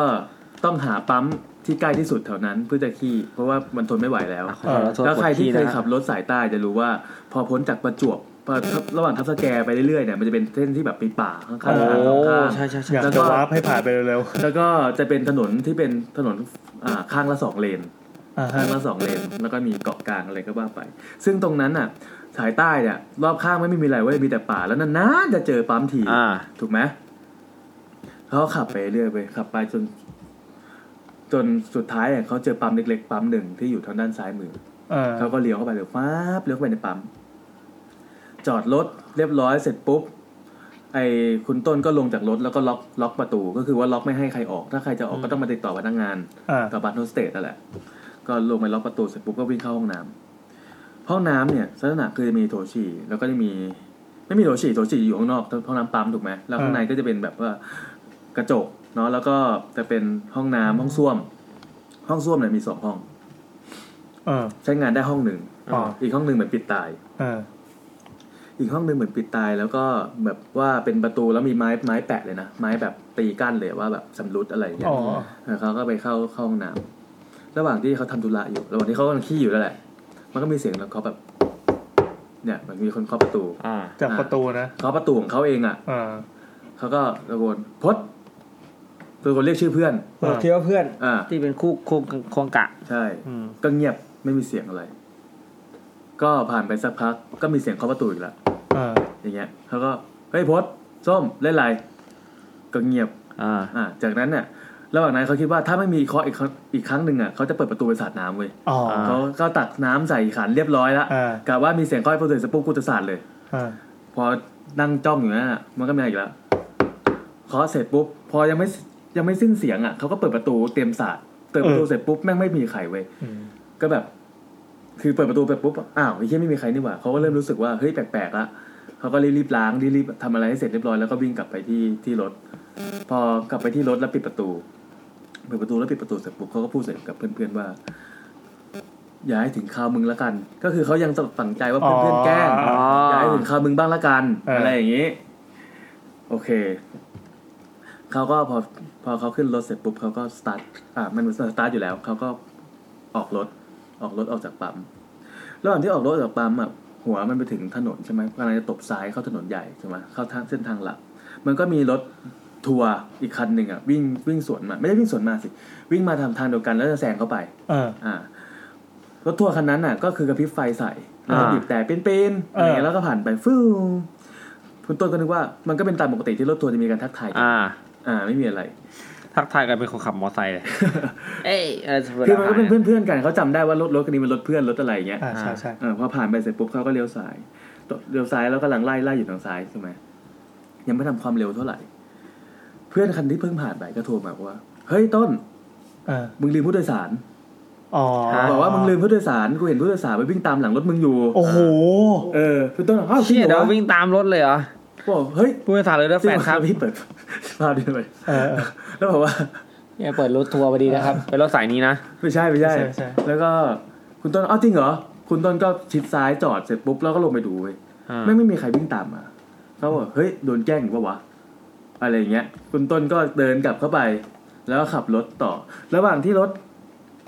ต้องหาปั๊มที่ใกล้ที่สุดแถวนั้นเพื่อจะขี้เพราะว่ามันทนไม่ไหวแล้ว ขอโทษ แล้วใครที่เคย ปวดขี้นะ ขับรถสายใต้จะรู้ว่า พอพ้นจากประจวบพอระหว่างทับสแกไปเรื่อยๆเนี่ยมันจะเป็นเส้นที่แบบเป็นป่าข้างๆทางสองข้าง ใช่ใช่ใช่อยากจะวาร์ปให้ผ่านไปเร็ว แล้วก็จะเป็นถนนที่เป็นถนนอ่าข้างละสองเลน อ่าฮะ ข้างละสองเลนแล้วก็มีเกาะกลางอะไรก็ว่าไป ซึ่งตรงนั้นน่ะ สายใต้เนี่ยรอบข้างไม่มีอะไรเว้ยมีแต่ป่าแล้วนานๆจะเจอปั๊มทีถูกไหมเขาขับไปเรื่อยไปขับไปจน จนสุดท้ายอะเขาเจอปั๊มเล็กๆปั๊มหนึ่งที่อยู่ทางด้านซ้ายมือ เออ เขาก็เลี้ยวเข้าไปเลยฟ้าบเลี้ยวเข้าไปในปั๊ม จอดรถเรียบร้อยเสร็จปุ๊บ ไอ้คุณต้นก็ลงจากรถแล้วก็ล็อกล็อกประตู ก็คือว่าล็อกไม่ให้ใครออก ถ้าใครจะออกก็ต้องมาติดต่อพนักงาน อ่า ต่อบัตรโฮสเตสนั่นแหละ ก็ลงไปล็อกประตูเสร็จปุ๊บก็วิ่งเข้าห้องน้ำห้องน้ำเนี่ยลักษณะคือจะมีโถฉี่แล้วก็จะมี ไม่มีโถฉี่โถฉี่อยู่ข้างนอกห้องน้ำปั๊มถูกไหมแล้วข้างในก็จะเป็นแบบว่ากระจกเนาะแล้วก็จะเป็นห้องน้ำห้องส้วม ห้องส้วมเนี่ยมีสองห้อง เออ ใช้งานได้ห้องหนึ่ง อ๋อ อีกห้องหนึ่งเหมือนปิดตาย เออ อีกห้องหนึ่งเหมือนปิดตาย แล้วก็แบบว่าเป็นประตูแล้วมีไม้ไม้แปะเลยนะ ไม้แบบตีกั้นเลยว่าแบบสำรุดอะไรอย่างเงี้ย อ๋อ เออเขาก็ไปเข้าเข้าห้องน้ำระหว่างที่เขาทำธุระอยู่ ระหว่างที่เขากำลังขี้อยู่นั่นแหละ มันก็มีเสียงแล้วเขาะแบบ เนี่ย มันมีคนเคาะประตู จากประตูนะ เคาะประตูของเขาเองอ่ะ เออ เขาก็ตะโกนพดตะโกนเรียกชื่อเพื่อน เออ คิดว่าเพื่อนที่เป็นคู่คู่ควงกะ ใช่ อืม ก็เงียบไม่มีเสียงอะไร ก็ผ่านไปสักพัก ก็มีเสียงเคาะประตูอีกแล้ว เออ อย่างเงี้ยเขาก็เฮ้ยพศส้มเล่นไรก็เงียบ อ่า อ่า จากนั้นเนี่ยระหว่างนั้นเขาคิดว่าถ้าไม่มีเคาะอีกครั้งอีกครั้งหนึ่งอ่ะเขาจะเปิดประตูไปสาดน้ำเว้ย อ๋อ เขาก็ตักน้ำใส่ขันเรียบร้อยแล้วกะว่ามีเสียงเคาะประตูเสร็จปุ๊บกูจะสาดเลย เออ พอนั่งจ้องอยู่นั่นน่ะมันก็ไมีอะไรอีกแล้วเคาะเสร็จปุ๊บ พอยังไม่ยังไม่สิ้นเสียงอ่ะเขาก็เปิดประตูเตรียมสาดเปิดประตู เออ เสร็จปุ๊บแม่งไม่มีใครเว้ย อืม ก็แบบ คือเปิดประตูไปปุ๊บ อ้าวไอ้เหี้ยไม่มีใครนี่หว่าเขาก็เริ่มรู้สึกว่า เฮ้ย แปลกๆละเขาก็รีบๆล้างรีบๆทำอะไรให้เสร็จเรียบร้อยแล้วก็วิ่งกลับไปที่ที่รถ พอกลับไปที่รถแล้วปิดประตู เปิดประตูแล้วปิดประตูเสร็จปุ๊บเขาก็พูดเสร็จกับเพื่อนๆว่า อย่าให้ถึงคราวมึงละกัน ก็คือเขายังฝังใจว่าเพื่อนๆแกล้ง อ๋ออ อย่าให้ถึงคราวมึงบ้างละกัน อะไรอย่างนี้ โอเค เขาก็พอพอเขาขึ้นรถเสร็จปุ๊บเขาก็สตาร์ทอ่ามันสตาร์ทอยู่แล้วเขาก็ออกรถ ออกรถออกจากปั๊มระหว่างที่ออกรถออกจากปั๊มอ่ะหัวมันไปถึงถนนใช่ไหมกำลังจะตบซ้ายเข้าถนนใหญ่ใช่ไหมเข้าทางเส้นทางหลัก มันก็มีรถทัวร์อีกคันหนึ่งอ่ะวิ่งวิ่งสวนมา ไม่ได้วิ่งสวนมาสิ วิ่งมาทางทางเดียวกันแล้วจะแซงเข้าไป เออ อ่ารถทัวร์คันนั้นน่ะ ก็คือกระพริบไฟใส่แล้วก็ อ่า บีบแต่เป็นๆอะไรเงี้ยแล้วก็ผ่านไปฟิวคุณต้นก็นึกว่ามันก็เป็นตามปกติที่รถทัวร์จะมีการทักทายกัน อ่า อ่า ไม่มีอะไร ทักทายกันเป็นคนขับมอเตอร์ไซค์เลย เอ้ยเอ่อเว คือ ลา มัน หา ก็ ย เป็นเพื่อนๆกันเขาจำได้ว่ารถรถคันนี้เป็นรถเพื่อนรถอะไรอย่างเงี้ย อ่าใช่ใช่ เออพอผ่านไปเสร็จปุ๊บเขาก็เลี้ยวซ้ายเลี้ยวซ้ายแล้วกำลังไล่ไล่อยู่ทางซ้ายใช่ไหมยังไม่ทำความเร็วเท่าไหร่ เพื่อนคันที่เพิ่งผ่านไปก็โทรมาบอกว่าเฮ้ยต้น เออ มึงลืมผู้โดยสาร อ๋อ บอกว่ามึงลืมผู้โดยสารกูเห็นผู้โดยสารไปวิ่งตามหลังรถมึงอยู่ โอ้โห เออคือต้นอ้าวจริเชี่งย หอ เดี๋ยววิ่งตามรถเลยเหรอ บอกเฮ้ย ผู้โดยสารเลยแล้วแฟนครับ พี่เปิดภาพด้วยไหมแล้วบอกว่า เนี่ยเปิดรถทัวร์พอดีนะครับเป็นรถสายนี้นะ ไม่ใช่ไม่ใช่ ไม่ใช่ไม่ใช่ แล้วก็คุณต้นอ้าวจริงเหรอ คุณต้นก็ชิดซ้ายจอดเสร็จปุ๊บแล้วก็ลงไปดูเว้ยไม่งไม่มีใครวิ่งตามมาเขาบอกเฮ้ยโดนแกล้งหรือเปล่าวะอะไรอย่างเงี้ย คุณต้นก็เดินกลับเข้าไป แล้วก็ขับรถต่อ ระหว่างที่รถ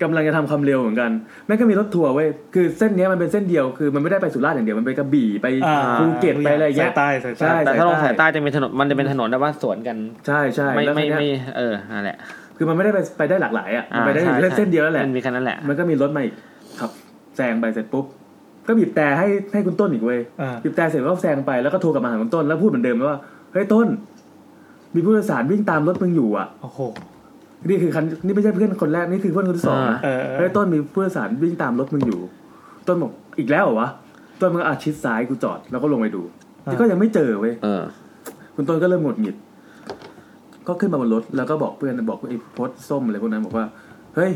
กำลังจะทำความเร็วเหมือนกัน แม่งก็มีรถทัวร์เว้ยคือเส้นเนี้ยมันเป็นเส้นเดียวคือมันไม่ได้ไปสุราษฎร์อย่างเดียวมันไปกระบี่ไป อ่า ภูเก็ตไปอะไรอย่างเงี้สายยใต้สายใต้ ช่ แต่ถ้าลงสาย ใต้ ใต้จะมีถนนมันจะเป็นถนนแต่ว่าสวนกัน ใช่ใช่ ไม่ แล้ว ไม่ คันเนี้ย ไม่เออนั่นแหละ คือมันไม่ได้ไปไปได้หลากหลายอ่ะมันไปได้ อ่าใช่ อยู่แค่เส้นเดียวนั่นแหละ มันมีแค่นั้นแหละ มันก็มีรถมาอีกขับแซงไปเสร็จปุ๊บก็บีบแต่ให้ให้คุณต้นอีกเว้ย อ่า บีบแต่เสร็จก็แซงไปแล้วก็โทรกลับมาหาคุณต้นแล้วพูดเหมือนเดิมว่าเฮ้ยต้น มีผู้โดยสารวิ่งตามรถมึงอยู่อ่ะ โอ้โห นี่คือคันนี่ไม่ใช่เพื่อนคนแรกนี่คือเพื่อนคนที่สองนะ อ่าเออเออ ไอ้ยต้นมีผู้โดยสารวิ่งตามรถมึงอยู่ ต้นบอกอีกแล้วเหรอวะต้นมันก็อาชิดซ้ายกูจอดแล้วก็ลงไปดูแต่ก็ยังไม่เจอเว้ยคุณต้นก็เริ่มหงุดหงิด ก็ขึ้นมาบนรถแล้วก็บอกเพื่อนบอกไอ้พดส้มอะไรพวกนั้นบอกว่าเฮ้ย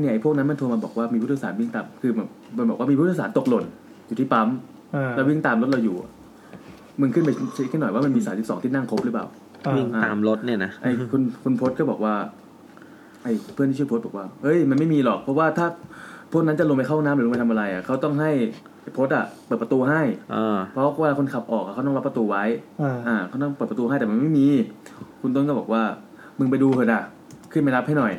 เนี่ยไอ้พวกนั้นมันโทรมาบอกว่ามีผู้โดยสารวิ่งตามคือแบบมันบอกว่ามีผู้โดยสารตกหล่น อยู่ที่ปั๊ม เออ แล้ววิ่งตามรถเราอยู่อะมึงขึ้นไปเช็คให้หน่อยว่ามันมีสามสิบสองที่นั่งครบหรือเปล่า วิ่งตามรถเนี่ยนะ ไอ้คุณคุณพจน์ก็บอกว่า ไอ้เพื่อนที่ชื่อพจน์บอกว่าเฮ้ยมันไม่มีหรอก เพราะว่าถ้าพวกนั้นจะลงไปเข้าน้ำหรือลงไปทำอะไรอ่ะเขาต้องให้ไอ้พจน์อ่ะเปิดประตูให้เพราะว่าคนขับออกอะเขาต้องล็อกประตูไว้ อ่า อ่าเขาต้องเปิดประตูให้แต่มันไม่มี คุณต้นก็บอกว่า มึงไปดูเถอะนะขึ้นไปรับให้หน่อย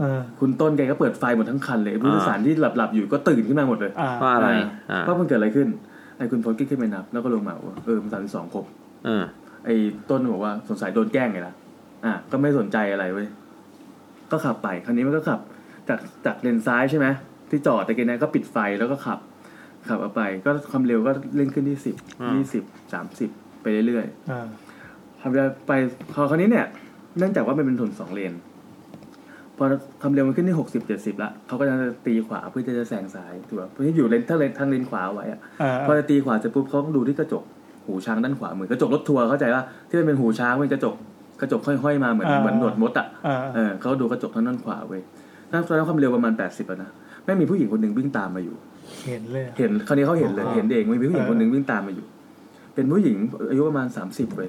เออ คุณต้นแกก็เปิดไฟหมดทั้งคันเลยผู้โดยสารที่หลับๆอยู่ก็ตื่นขึ้นมาหมดเลย อ่า ว่าอะไรอ่า ว่ามันเกิดอะไรขึ้นไอ้คุณพจน์ก็ขึ้นไปนับ แล้วก็ลงมาบอกว่าเออมันสามสิบสองครบ เออ ไอ้ต้นบอกว่าสงสัยโดนแกล้งไงล่ะ อ่ะก็ไม่สนใจอะไรเว้ย ก็ขับไป คราวนี้มันก็ขับ จากจากเลนซ้ายใช่ไหมที่จอดตะกี้นะก็ปิดไฟแล้วก็ขับ ขับออกไป ก็ความเร็วก็เร่งขึ้นที่สิบ อ่า ยี่สิบสามสิบไปเรื่อย เออ ๆขับไปพอคราวนี้เนี่ยเนื่องจากว่ามันเป็นถนนสองเลน พอความเร็วมันขึ้นที่หกสิบเจ็ดสิบละเขาก็จะตีขวาเพื่อที่จะแซงซ้ายถูกป่ะเพื่อที่อยู่เลนถ้าเลนทางเลนขวาเอาไว้อะ อ่า พอจะตีขวาเสร็จปุ๊บเขาต้องดูที่กระจกหูช้างด้านขวาเหมือนกระจกรถทัวร์เข้าใจว่าที่มันเป็นหูช้างเป็นกระจกกระจกค่อยๆมาเหมือน อ่า เหมือนหนวดมดอ่ะ เออ เออเขาดูกระจกทางด้านขวาเว้ยนั่นตอนนั้นความเร็วประมาณ 80อะนะแม่งมีผู้หญิงคนหนึ่งวิ่งตามมาอยู่ เห็นเลยอะ เห็นคราวนี้เขาเห็นเลย อ๋อ เห็นเองมีผู้หญิง เออ คนหนึ่งวิ่งตามมาอยู่ เป็นผู้หญิงอายุประมาณ 30เว้ย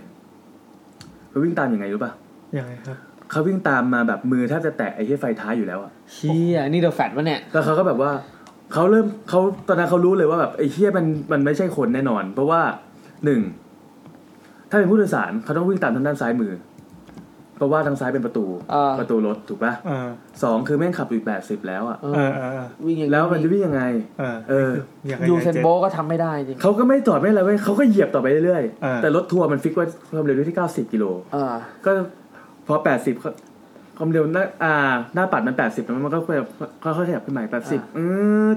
เขาวิ่งตามยังไงรู้ป่ะ ยังไงครับ เขาวิ่งตามมาแบบมือแทบจะแตะไอ้เหี้ยไฟท้ายอยู่แล้วอ่ะ เชี่ยนี่เดอะแฟตวะเนี่ย แล้วเขาก็แบบว่าเขาเริ่มเขาตอนนั้นเขารู้เลยว่าแบบไอ้เฮียมันมันไม่ใช่คนแน่นอน เพราะว่าหนึ่งถ้าเป็นผู้โดยสารเขาต้องวิ่งตามทางด้านซ้ายมือ เพราะว่าทางซ้ายเป็นประตูประตูรถถูกปะ เออ สองคือแม่งขับอยู่แปดสิบแล้วอ่ะ เออเออ แล้วมันจะวิ่งยังไง เออ เออ อย่าง ยู ไง เซนโบ โบก็ทำไม่ได้จริง เขาก็ไม่จอดไม่อะไรเว้ยเขาก็เหยียบต่อไปเรื่อย เออ ๆแต่รถทัวร์มันฟิกไว้ความเร็วไว้ที่เก้าสิบกิโล เออ ก็พอแปดสิบความเร็วหน้าอ่า หน้าปัดมันแปดสิบมันก็ค่อยค่อยๆขยับขึ้นมาแปดสิบอือ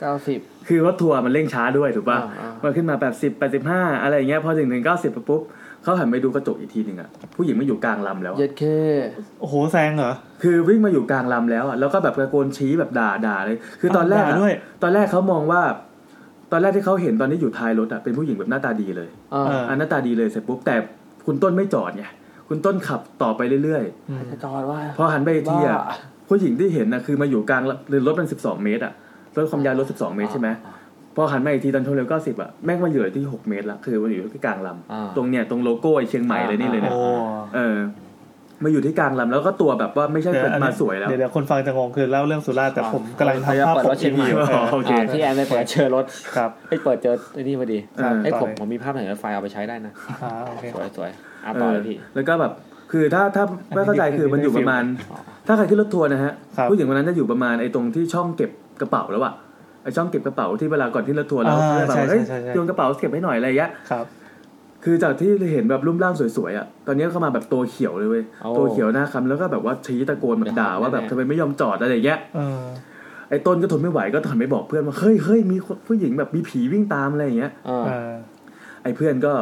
เก้าสิบ คือรถทัวร์มันเร่งช้าด้วยถูกป่ะ อ่า มันขึ้นมาแปดสิบแปดสิบห้าอะไรอย่างเงี้ยพอถึงถึงเก้าสิบปุ๊บเขาหันไปดูกระจกอีกทีหนึ่งอ่ะผู้หญิงมาอยู่กลางลำแล้วอะ เย็ดเค โอ้โหแซงเหรอ คือวิ่งมาอยู่กลางลำแล้วอ่ะแล้วก็แบบตะโกนชี้แบบด่าด่าเลย คือตอนแรก ด่า อะ ด้วย ตอนแรกเขามองว่า ตอนแรกที่เขาเห็นตอนที่อยู่ท้ายรถอ่ะเป็นผู้หญิงแบบหน้าตาดีเลย เออ อันหน้าตาดีเลยเสร็จปุ๊บแต่คุณต้นไม่จอดไงคุณต้นขับต่อไปเรื่อย จะจอดว่า ๆ พอหันไปอีกทีอ่ะ บ้า ผู้หญิงที่เห็นนะคือมาอยู่กลางหรือรถมันสิบสองเมตรอ่ะรถความยาวรถสิบสองเมตรใช่ไหมพอหันมาอีกทีตอนทนเร็วเก้าสิบอ่ะแม่งมาอยู่ที่หกเมตรละคือมันอยู่ที่กลางลำตรงเนี้ยตรงโลโก้ไอ้เชียงใหม่เลยนี่เลยเนี่ย โอ้ เออมาอยู่ที่กลางลำแล้วก็ตัวแบบว่าไม่ใช่ เดี๋ย เกิ ว ด อัน มา นี้ สวยแล้ว เดี๋ยวเดี๋ยวคนฟังจะงงคือเล่าเรื่องสุราษฎร์แต่ผมกำลังทำภาพ เปิด ป ร ก ถเชียงใหม่ อีกที โอเค อ่าที่แอนไปเปิดเชิญรถ ครับ ไปเปิดเจอไอ้นี่พอดี เออ ไอ้ผม ต่อเลย ผมมีภาพถ่ายรถไฟเอาไปใช้ได้นะ อ่าโอเค สวยสวยอ่ะต่อเลยพี่ เออแล้วก็แบบคือถ้าถ้าไม่เข้าใจคือมันอยู่ประมาณ ถ้าใครขึ้นรถทัวร์นะฮะ ครับ ผู้หญิงคนนั้นจะอยู่ประมาณไอ้ตรงที่ช่องเก็บกระเป๋าแล้วอะไอ้ช่องเก็บกระเป๋าที่เวลาก่อนที่รถทัวร์เรา อ่า เพื่อนแบบ ใช่ ว่าเฮ้ย ใช่ใช่ โยนกระเป๋าเก็บให้หน่อยอะไรอย่างเงี้ย ครับ คือจากที่เห็นแบบรูปร่างสวยๆอะตอนนี้เขามาแบบตัวเขียวเลยเว้ย โอ้ ตัวเขียวหน้าคำแล้วก็แบบว่าชี้ตะโกนแบบด่าว่าแบบทำไมไม่ยอมจอดอะไรอย่างเงี้ย เออ ไอ้ต้นก็ทนไม่ไหวก็ถอนไปบอกเพื่อนว่าเฮ้ยเฮ้ยมีคนผู้หญิงแบบมีผีวิ่งตามอะไรอย่างเงี้ย เออ ไอ้เพื่อนก็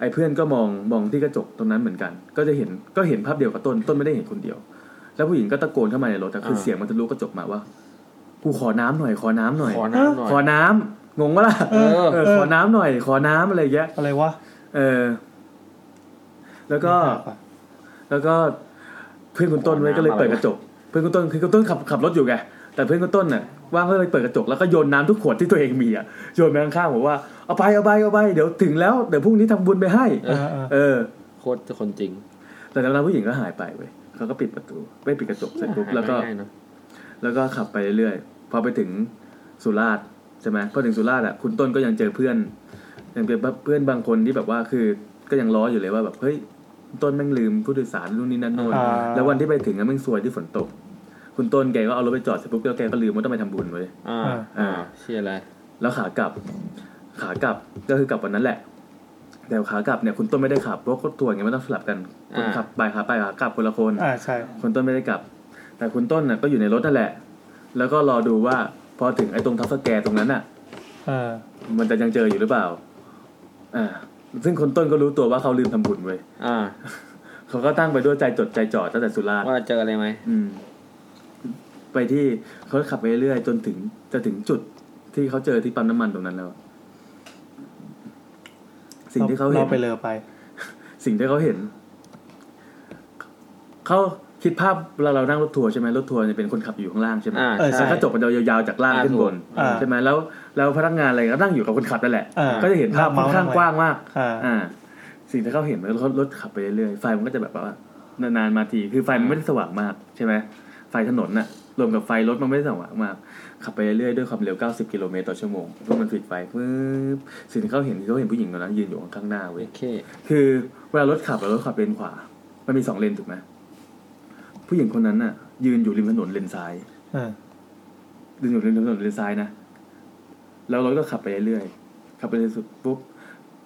ไอ้เพื่อนก็มองมองที่กระจกตรงนั้นเหมือนกัน ก็จะเห็นก็เห็นภาพเดียวกับต้นต้นไม่ได้เห็นคนเดียว แล้วผู้หญิงก็ตะโกนเข้ามาในรถแต่คือ อ่า เสียงมันจะรู้กระจกมาว่ากูขอน้ำหน่อยขอน้ำหน่อย ขอน้ำหน่อย ขอน้ำงงวะล่ะ เออ เออขอน้ำหน่อย ขอน้ำอะไรเงี้ย อะไรวะ เออ แล้วก็ แล้วก็เพื่อนคุณต้นเว้ยก็เลยเปิดกระจก เพื่อนคุณต้นคือคุณต้นขับขับรถอยู่ไงแต่เพื่อนคุณต้นน่ะว่างก็เลยเปิดกระจกแล้วก็โยนน้ำทุกขวดที่ตัวเองมีอ่ะโยนไปข้างๆบอกว่าเอาไปเอาไปเอาไปเดี๋ยวถึงแล้วเดี๋ยวพรุ่งนี้ทำบุญไปให้ เออเออ เออ โคตรจะคนจริง แต่จากนั้นผู้หญิงก็หายไปเว้ยเขาก็ปิดประตูไม่ปิดกระจกเสร็จปุ๊บแล้วก็ หายไปง่ายเนอะ แล้วก็ขับไปเรื่อยๆพอไปถึงสุราษฎร์ใช่ไหมพอถึงสุราษฎร์อ่ะคุณต้นก็ยังเจอเพื่อนยังเจอเพื่อนบางคนที่แบบว่าคือก็ยังล้ออยู่เลยว่าแบบเฮ้ยต้นแม่งลืมผู้โดยสารรุ่นนี้นั่นโน่น อ่า แล้ววันที่ไปถึงอะแม่งซวยที่ฝนตก คุณต้นแกก็เอารถไปจอดเสร็จปุ๊บแล้วแกก็ลืมว่าต้องไปทำบุญไว้ย อ่า อ่า เชื่ออะไร แล้วขากลับ ขากลับก็คือกลับวันนั้นแหละ แต่ขากลับเนี่ยคุณต้นไม่ได้ขับเพราะรถทัวร์ไงไม่ต้องสลับกันคน อ่า ขับไปขาไปขากลับคนละคน อ่าใช่ คุณต้นไม่ได้กลับ แต่คุณต้นน่ะก็อยู่ในรถนั่นแหละ แล้วก็รอดูว่าพอถึงไอ้ตรงทับสแกตรงนั้นน่ะ อ่า มันจะยังเจออยู่หรือเปล่า อ่า ซึ่งคนต้นก็รู้ตัวว่าเขาลืมทำบุญไว้ย อ่า เขาก็ตั้งไปด้วยใจจดใจจ่อตั้งแต่สุราษฎร์ ว่าเจออะไรไหม อืม ไปที่เขาขับไปเรื่อยจนถึงจะถึงจุดที่เขาเจอที่ปั๊มน้ำมันตรงนั้นแล้ว สิ่งที่เขาเห็น เราไปเลอไป สิ่งที่เขาเห็น เขาคิดภาพเราเรานั่งรถทัวร์ใช่ไหมรถทัวร์เนี่ยเป็นคนขับอยู่ข้างล่างใช่ไหม อ่าใช่ แล้วกระจกมันยาวๆจากล่าง อ่า ขึ้นบน ถูกอ่า ใช่ไหมแล้วแล้วพนักงานอะไรก็นั่งอยู่กับคนขับนั่นแหละ อ่า ก็จะเห็นภาพค่อนข้าง เมาส์ กว้างมากอ่า สิ่งที่เขาเห็นมันรถรถขับไปเรื่อยๆไฟมันก็จะแบบว่านานๆมาทีคือไฟมันไม่ได้สว่างมากใช่ไหมไฟถนนน่ะรวมกับไฟรถมันไม่ได้สว่างมาก ขับไปเรื่อยๆด้วยความเร็ว 90 กิโลเมตรต่อชั่วโมงเพื่อมันปิดไฟปึ๊บสิ่งที่เขาเห็นคือเขาเห็นผู้หญิงคนนั้นยืนอยู่ข้างๆหน้าเว้ยคือเวลารถขับอะรถขับเลนขวา มันมีสองเลนถูกไหมผู้หญิงคนนั้นน่ะ ยืนอยู่ริมถนนเลนซ้าย อ่า ดึงอยู่ริมถนนเลนซ้ายนะ แล้วรถก็ขับไปเรื่อยๆ ขับไปเรื่อยสุดปุ๊บ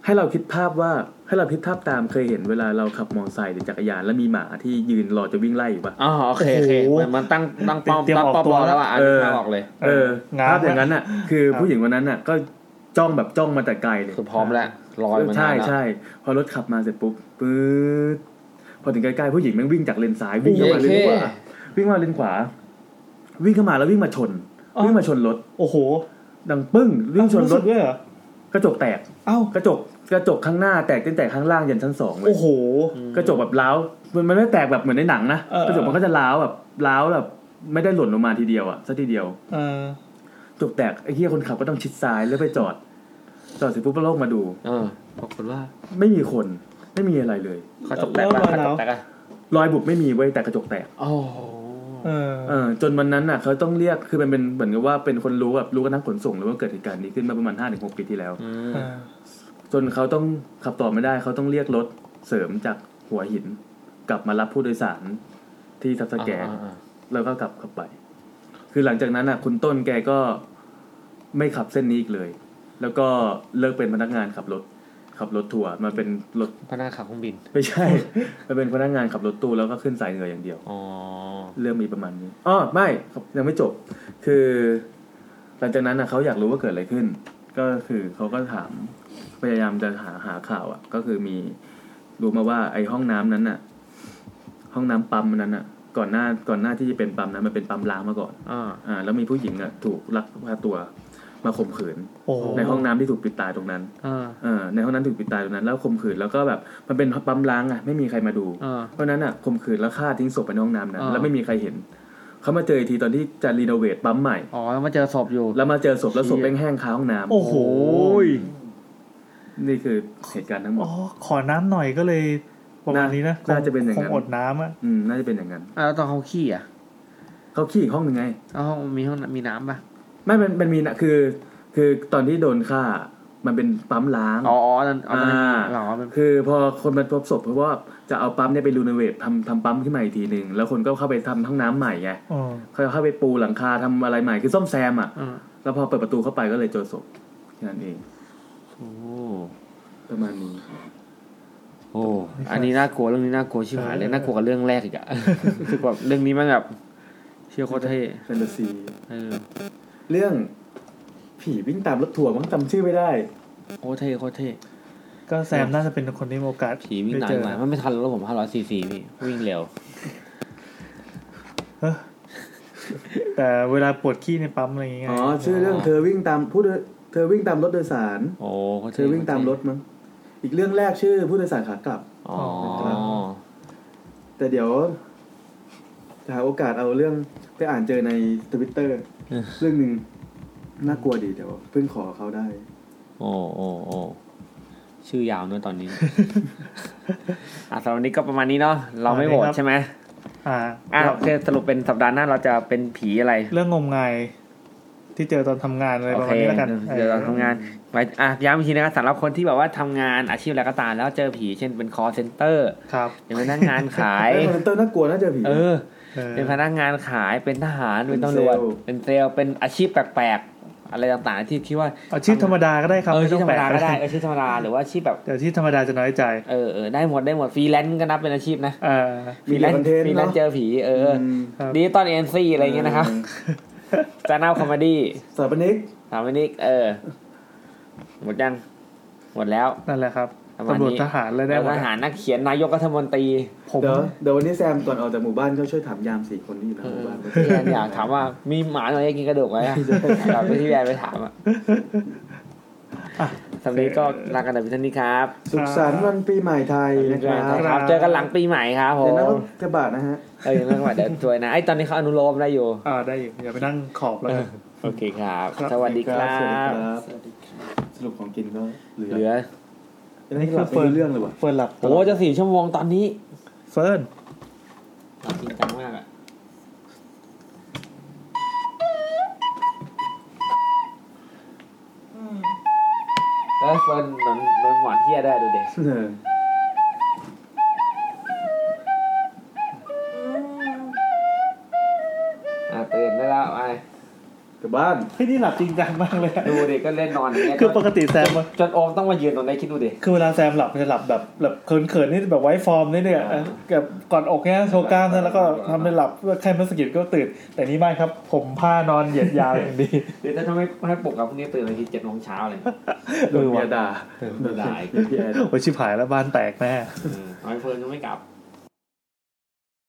ให้เราคิดภาพว่า ให้เราคิดภาพตามเคยเห็นเวลาเราขับมอเตอร์ไซค์หรือจักรยานแล้วมีหมาที่ยืนรอจะวิ่งไล่อยู่ปะ อ๋อโอเคโอเคมันมันตั้งตั้งป้อมตั้งป้อมรอแล้วอ่ะอันนี้มาบอกเลย เออภาพอย่างนั้นอ่ะ คือผู้หญิงคนนั้นอ่ะ ก็จ้องแบบจ้องมาแต่ไกลเลย คือพร้อมแล้วลอยมานานแล้ว ใช่ใช่พอรถขับมาเสร็จปุ๊บปื๊ดพอถึงใกล้ๆผู้หญิงแม่งวิ่งจากเลนซ้ายวิ่งเข้ามาเลนขวาวิ่งมาเลนขวา วิ่งเข้ามาแล้ววิ่งมาชน วิ่งมาชนรถ โอ้โห ดังปึ้งวิ่งชนรถ ด้วยเหรอ กระจกแตก เอ้า กระจก กระจกข้างหน้าแตกตั้งแต่ข้างล่างยันชั้นสองเลย โอ้โห กระจกแบบร้าว มันมันไม่ได้แตกแบบเหมือนในหนังนะ เออ กระจกมันก็จะร้าวแบบร้าวแบบไม่ได้หล่นลงมาทีเดียวอะซะทีเดียว เออ กระจกแตกไอ้เหี้ยคนขับก็ต้องชิดซ้ายแล้วไปจอด จอดเสร็จปุ๊บก็ลงมาดู เออปรากฏว่า ไม่มีคน ไม่มีอะไรเลย กระจกแตกปะแล้วรอยร้าวกระจกแตกอะ รอยบุบไม่มีเว้ยแต่กระจกแตก โอ้โห เออ เออจนวันนั้นน่ะเขาต้องเรียกคือมันเป็นเหมือนกับว่าเป็นคนรู้แบบรู้กันทั้งขนส่งเลยว่าเกิดเหตุการณ์นี้ขึ้นมาประมาณห้าถึงหกปีที่แล้ว อ่า จนเขาต้องขับต่อไม่ได้เขาต้องเรียกรถเสริมจากหัวหิน กลับมารับผู้โดยสารที่ทับสแก อ่าอ่าอ่า แล้วก็กลับขับไป คือหลังจากนั้นน่ะ คุณต้นแกก็ไม่ขับเส้นนี้อีกเลย แล้วก็เลิกเป็นพนักงานขับรถ ขับรถทัวร์มาเป็นรถ พนักงานขับเครื่องบิน ไม่ใช่ [LAUGHS] มาเป็นพนักงานขับรถตู้แล้วก็ขึ้นสายเหนืออย่างเดียวเรื่องมีประมาณนี้อ๋อไม่ครับยังไม่จบ คือ หลังจากนั้นนะเขาอยากรู้ว่าเกิดอะไรขึ้น ก็คือเขาก็ถามพยายามจะหาหาข่าวอ่ะ ก็คือมีรู้มาว่าไอ้ห้องน้ำนั้นน่ะ ห้องน้ำปั๊มนั้นน่ะ ก่อนหน้าก่อนหน้าที่จะเป็นปั๊มนั้นมันเป็นปั๊มล้างมาก่อนอ่า แล้วมีผู้หญิงอ่ะถูกลักพาตัวมาข่มขืน โอ้โห ในห้องน้ำที่ถูกปิดตายตรงนั้น อ่า เออในห้องนั้นถูกปิดตายตรงนั้นแล้วข่มขืนแล้วก็แบบมันเป็นปั๊มล้างอ่ะไม่มีใครมาดู อ่า เพราะฉะนั้นอ่ะข่มขืนแล้วฆ่าทิ้งศพไปในห้องน้ำนั้น อ่า แล้วไม่มีใครเห็นเขามาเจออีกทีตอนที่จะรีโนเวทปั๊มใหม่ อ๋อแล้วมาเจอศพอยู่ แล้วมาเจอศพแล้วศพแม่งแห้งคาห้องน้ำ โอ้โห นี่คือเหตุการณ์ทั้งหมด อ๋อ ขอน้ำหน่อยก็เลยประมาณนี้นะ น่าจะเป็นอย่างนั้น คงอดน้ำอ่ะ อืมน่าจะเป็นอย่างนั้น อ่ะแล้วตอนเขาขี้อ่ะ เขาขี้อีกห้องหนึ่งไง อ๋อห้องมีห้องน้ำมีน้ำป่ะ ไม่มันมันมีนะคือ คือตอนที่โดนฆ่า มันเป็นปั๊มล้าง อ๋ออ๋อนั่นอ๋อนั่น อ่า หรอมัน คือพอคนมาพบศพเพราะว่าจะเอาปั๊มเนี่ยไปรีโนเวททำทำปั๊มขึ้นมาอีกทีหนึ่งแล้วคนก็เข้าไปทำห้องน้ำใหม่ไง อ๋อ เขาเข้าไปปูหลังคาทำอะไรใหม่คือซ่อมแซมอ่ะ แล้วพอเปิดประตูเข้าไปก็เลยเจอศพแค่นั้นเอง โอ้ ประมาณนี้ โอ้อันนี้น่ากลัวเรื่องนี้น่ากลัวชิบหายเลยน่ากลัวกับเรื่องแรกอีกอ่ะ [LAUGHS] รู้สึกแบบเรื่องนี้มันแบบเชี่ยโคตรเท่ แฟนตาซี เออ เรื่องผีวิ่งตามรถทัวร์มั้งจำชื่อไม่ได้ โคตรเท่โคตรเท่ ก็แซมน่าจะเป็นคนที่มีโอกาส ผีวิ่งตามมามันไม่ทันแล้วผมห้าร้อยซีซีพี่วิ่งเร็ว แต่เวลาปวดขี้ในปั๊มอะไรอย่างเงี้ย อ๋อ ชื่อเรื่องเธอวิ่งตามผู้โดยเธอวิ่งตามรถโดยสาร โอ้เขา เธอวิ่งตามรถมั้ง อีกเรื่องแรกชื่อผู้โดยสารขากลับ อ๋อ นะครับแต่เดี๋ยวจะหาโอกาสเอาเรื่องไปอ่านเจอในทวิตเตอร์ เออ เรื่องหนึ่งน่ากลัวดีเดี๋ยวเพิ่งขอเขาได้ โอ้โอ้โอ้ชื่อยาวเนอะตอน [LAUGHS] นี้ อ่ะสำหรับวันนี้ก็ประมาณนี้เนาะเราไม่โหวตใช่ไหม อ่า อ่ะโอเคสรุปเป็นสัปดาห์หน้าเราจะเป็นผีอะไร เรื่องงมงายที่เจอตอนทำงานอะไร โอ ประ เค มาณนี้แล้วกัน เดี๋ยวเราทำงานไปอ่ะย้ำอีกทีนะครับสำหรับคนที่แบบว่าทำงานอาชีพอะไรก็ตามแล้วเจอผีเช่นเป็น call center ครับ เป็นพนักงานขาย เรื่องคอนเทนเตอร์น่ากลัวน่าจะผี เออ เป็นพนักงานขายเป็นทหารเป็นตำรวจเป็นเซลล์เป็นอาชีพแปลกๆอะไรต่างๆที่คิดว่า อาชีพธรรมดาก็ได้ครับ เอออาชีพ ไต้ ธรรมงแปล ดาก็ได้อาชีพธรรมดาหรือว่าอาชีพแบบ แต่อาชีพธรรมดาจะน้อยใจ เออเออได้หมดได้หมดฟรีแลนซ์ก็นับเป็นอาชีพนะ เออ ฟรีแลนซ์ freelance ฟรีแลนซ์เจอผีเออดิจิตอลเอ็นซีอะไรอย่างเงี้ยนะครับจานาคอมเมดี้ สถาปนิก สถาปนิกเออหมดยังหมดแล้ว นั่นแหละครับ ปะมาณ ตำรวจ นี้ ทหารเลยได้หมด ทหารนักเขียนนายกรัฐมนตรี เดี๋ยวเดี๋ยววันนี้แซมก่อนออกจากหมู่บ้านก็ช่วยถามยามสี่คนที่อยู่ในหมู่บ้าน พี่แอนอยากถามว่ามีหมาหน่อยจะกินกระดูกไหมอะแบบที่พี่แอนไปถามอะสำหรับนี้ก็ลากันแต่เพียงเท่านี้ครับ สุขสันต์วันปีใหม่ไทยนะค ค รั รั บบ เจอกันหลังปีใหม่ครับผ เดี๋ย ม วนั่งรถกระบะนะฮะ เออยังนั่งไหวเดี๋ยวช่วยนะไอ้ตอนนี้เขาอนุโลมได้อยู่ อ่าได้อยู่อย่าไปนั่งขอบแล้วกัน โอเคครับ สวัสดีครั สวัสดี บ ครับ สรุปของกินก็เหลือ เหลือ นี่คือเปิดเรื่องเลยวะ เฟิร์นหลับ โอ้จะสี่ชั่วโมงตอนนี้ เฟิร์น หลับจริงจังมากอะแล้วเฟิร์นนอนนอนหวานเที่ยได้ดูเด็ก เออ อ่ะตื่นได้แล้วไป กลับบ้าน เฮ้ยนี่หลับจริงจังมากเลย ดูดิก็เล่นนอนย่างเงี้ย คือปกติแซม จนโอมต้องมายืนตรงนี้คิดดูดิ คือเวลาแซมหลับมันจะหลับแบบแบบเขินๆนี่แบบไว้ฟอร์มนี่เนี่ยแบบกอดอกเนี้ยโชว์กล้ามนะแล้วก็ทำเป็นหลับแค่เมื่อสะกิดก็ตื่น แต่นี่ไม่ครับ ผมผ้านอนเหยียดยาวอย่างดี หรือถ้าทำให้ให้ปลุกกับพวกนี้ตื่นเลยทีเจ็ดโมงเช้าเลย โดนเมียด่า โดนด่าอีก เมียด่า โอ้ยชิบหายแล้วบ้านแตกแน่ น้อยเฟิร์นยังไม่กลับ